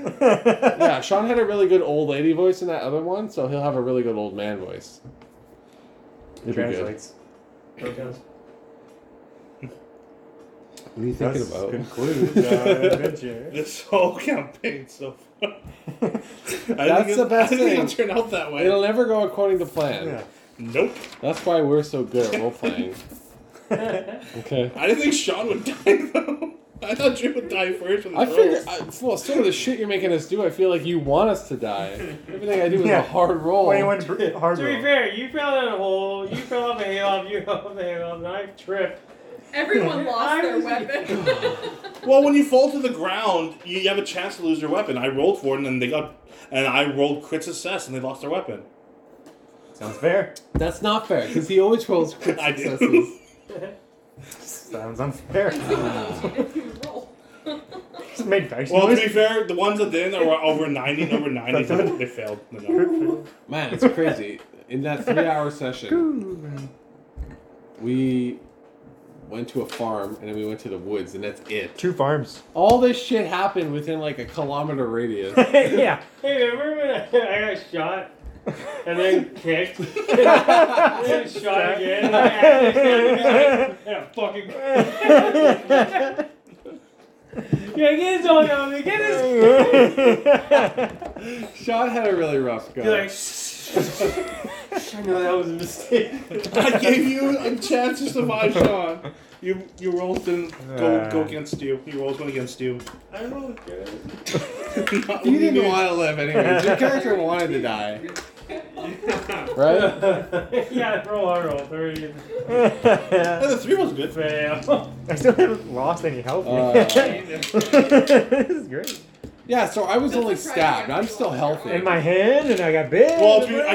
[SPEAKER 4] yeah. Sean had a really good old lady voice in that other one, so he'll have a really good old man voice. It'd be good.
[SPEAKER 3] Translates.
[SPEAKER 4] What are you thinking
[SPEAKER 3] That's
[SPEAKER 4] about?
[SPEAKER 3] concludes our adventure.
[SPEAKER 1] This whole campaign so far. I didn't
[SPEAKER 4] That's
[SPEAKER 1] think-
[SPEAKER 4] the best
[SPEAKER 1] I didn't
[SPEAKER 4] thing.
[SPEAKER 1] think it'll turn out that way.
[SPEAKER 4] It'll never go according to plan.
[SPEAKER 3] Yeah.
[SPEAKER 1] Nope.
[SPEAKER 4] That's why we're so good at role playing. okay.
[SPEAKER 1] I didn't think Sean would die, though. I I thought Jim would die first. and
[SPEAKER 4] I
[SPEAKER 1] the
[SPEAKER 4] figure,
[SPEAKER 1] girls.
[SPEAKER 4] I, well, some of the shit you're making us do, I feel like you want us to die. Everything I do is
[SPEAKER 3] Yeah.
[SPEAKER 4] a hard roll.
[SPEAKER 3] Well, you went br- hard
[SPEAKER 2] To be
[SPEAKER 3] roll.
[SPEAKER 2] fair, you fell in a hole, you fell off a hayloft, you fell off a hayloft, and I tripped.
[SPEAKER 6] Everyone
[SPEAKER 2] I
[SPEAKER 6] lost their
[SPEAKER 2] was-
[SPEAKER 6] weapon.
[SPEAKER 1] Well, when you fall to the ground, you, you have a chance to lose your weapon. I rolled for it, and then they got, and I rolled crit success, and they lost their weapon.
[SPEAKER 3] Sounds fair.
[SPEAKER 4] That's not fair, because he always rolls crit
[SPEAKER 1] I do.
[SPEAKER 4] successes.
[SPEAKER 3] Sounds unfair.
[SPEAKER 6] And some of those you didn't even roll.
[SPEAKER 3] Just made dice
[SPEAKER 1] Well, to
[SPEAKER 3] noise.
[SPEAKER 1] be fair, the ones that didn't were over ninety, and over ninety, they, they failed. the number.
[SPEAKER 4] Man, it's crazy. In that three hour session, we went to a farm and then we went to the woods, and that's it.
[SPEAKER 3] Two farms.
[SPEAKER 4] All this shit happened within like a kilometer radius.
[SPEAKER 3] yeah.
[SPEAKER 2] Hey, remember when I, I got shot and then kicked? and then shot again? And I actually yeah, fucking. yeah, get his all on me, get his.
[SPEAKER 4] Sean had a really rough go.
[SPEAKER 2] You're like, I know that was a mistake.
[SPEAKER 1] I gave you a chance to survive, Sean. You you rolled didn't go, go against you. He rolls one against you.
[SPEAKER 2] I rolled good.
[SPEAKER 1] Not
[SPEAKER 4] you
[SPEAKER 1] with me.
[SPEAKER 4] didn't want to live anyways. Your character wanted to die. Right?
[SPEAKER 2] yeah, roll hard, roll 30.
[SPEAKER 1] Yeah, the three was good.
[SPEAKER 2] Fail.
[SPEAKER 3] I still haven't lost any health.
[SPEAKER 4] Uh,
[SPEAKER 3] this is great.
[SPEAKER 4] Yeah, so I was
[SPEAKER 6] That's
[SPEAKER 4] only
[SPEAKER 6] a priority
[SPEAKER 4] stabbed.
[SPEAKER 6] on
[SPEAKER 4] I'm
[SPEAKER 6] people.
[SPEAKER 4] still healthy.
[SPEAKER 3] In my hand, and I got bit.
[SPEAKER 1] Well, dude, I, I,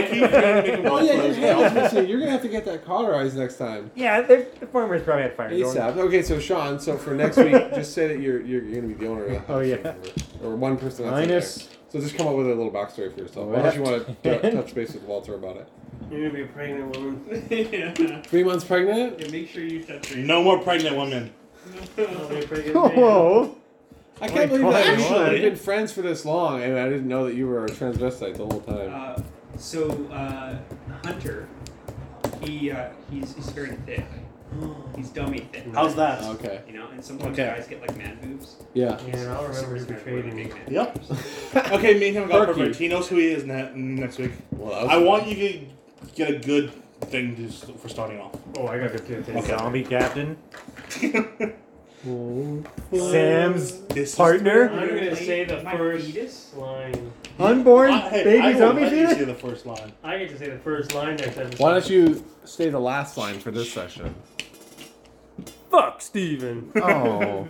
[SPEAKER 1] I, I, keep trying to make a
[SPEAKER 4] Oh
[SPEAKER 1] roll
[SPEAKER 4] yeah,
[SPEAKER 1] for
[SPEAKER 4] your
[SPEAKER 1] those
[SPEAKER 4] hand. I
[SPEAKER 1] guys.
[SPEAKER 4] was gonna say, you're gonna have to get that cauterized next time.
[SPEAKER 3] yeah, the, the farmers probably had fire. going.
[SPEAKER 4] ASAP. Okay, so Sean, so for next week, just say that you're you're, you're gonna be the owner of the house.
[SPEAKER 3] Oh, yeah.
[SPEAKER 4] Or one person that's in
[SPEAKER 3] Minus-
[SPEAKER 4] there. So just come up with a little backstory for yourself. Why don't you want to
[SPEAKER 3] Left.
[SPEAKER 4] touch base with Walter about it?
[SPEAKER 2] You're gonna be a pregnant woman.
[SPEAKER 7] yeah.
[SPEAKER 4] Three months pregnant?
[SPEAKER 7] Yeah, make sure you touch me.
[SPEAKER 1] No more pregnant women.
[SPEAKER 2] I'll be a pregnant man.
[SPEAKER 3] Whoa.
[SPEAKER 4] I can't
[SPEAKER 3] Only
[SPEAKER 4] believe that we
[SPEAKER 3] twice.
[SPEAKER 4] have been friends for this long, and I didn't know that you were a transvestite the whole time.
[SPEAKER 7] Uh, so uh, Hunter, he uh, he's he's very thick. He's dummy thick.
[SPEAKER 1] How's that?
[SPEAKER 4] Okay.
[SPEAKER 7] You know, and sometimes
[SPEAKER 1] Okay.
[SPEAKER 7] guys get like mad boobs.
[SPEAKER 4] Yeah.
[SPEAKER 2] Yeah, I'll remember
[SPEAKER 7] Somebody's
[SPEAKER 2] you
[SPEAKER 7] got really
[SPEAKER 2] betrayed me.
[SPEAKER 7] big man
[SPEAKER 1] Yep.
[SPEAKER 7] boobs.
[SPEAKER 1] Okay, me and him got
[SPEAKER 4] Fuck
[SPEAKER 1] perfect.
[SPEAKER 4] you.
[SPEAKER 1] He knows who he is ne- next week.
[SPEAKER 4] Well, that was-
[SPEAKER 1] I want you to get a good thing to, s- for starting off.
[SPEAKER 3] Oh, I got bit too.
[SPEAKER 1] Okay.
[SPEAKER 3] Zombie captain. Sam's
[SPEAKER 1] This
[SPEAKER 3] partner.
[SPEAKER 2] I'm gonna say the
[SPEAKER 7] My
[SPEAKER 2] first
[SPEAKER 7] fetus?
[SPEAKER 2] line.
[SPEAKER 3] Unborn
[SPEAKER 1] I, Ah, hey, I
[SPEAKER 3] baby
[SPEAKER 1] will
[SPEAKER 3] zombie
[SPEAKER 1] let you
[SPEAKER 3] fetus.
[SPEAKER 1] see the first line.
[SPEAKER 2] I get to say the first line next episode.
[SPEAKER 4] Why don't you stay the last line for this session?
[SPEAKER 2] Fuck Steven.
[SPEAKER 4] Oh.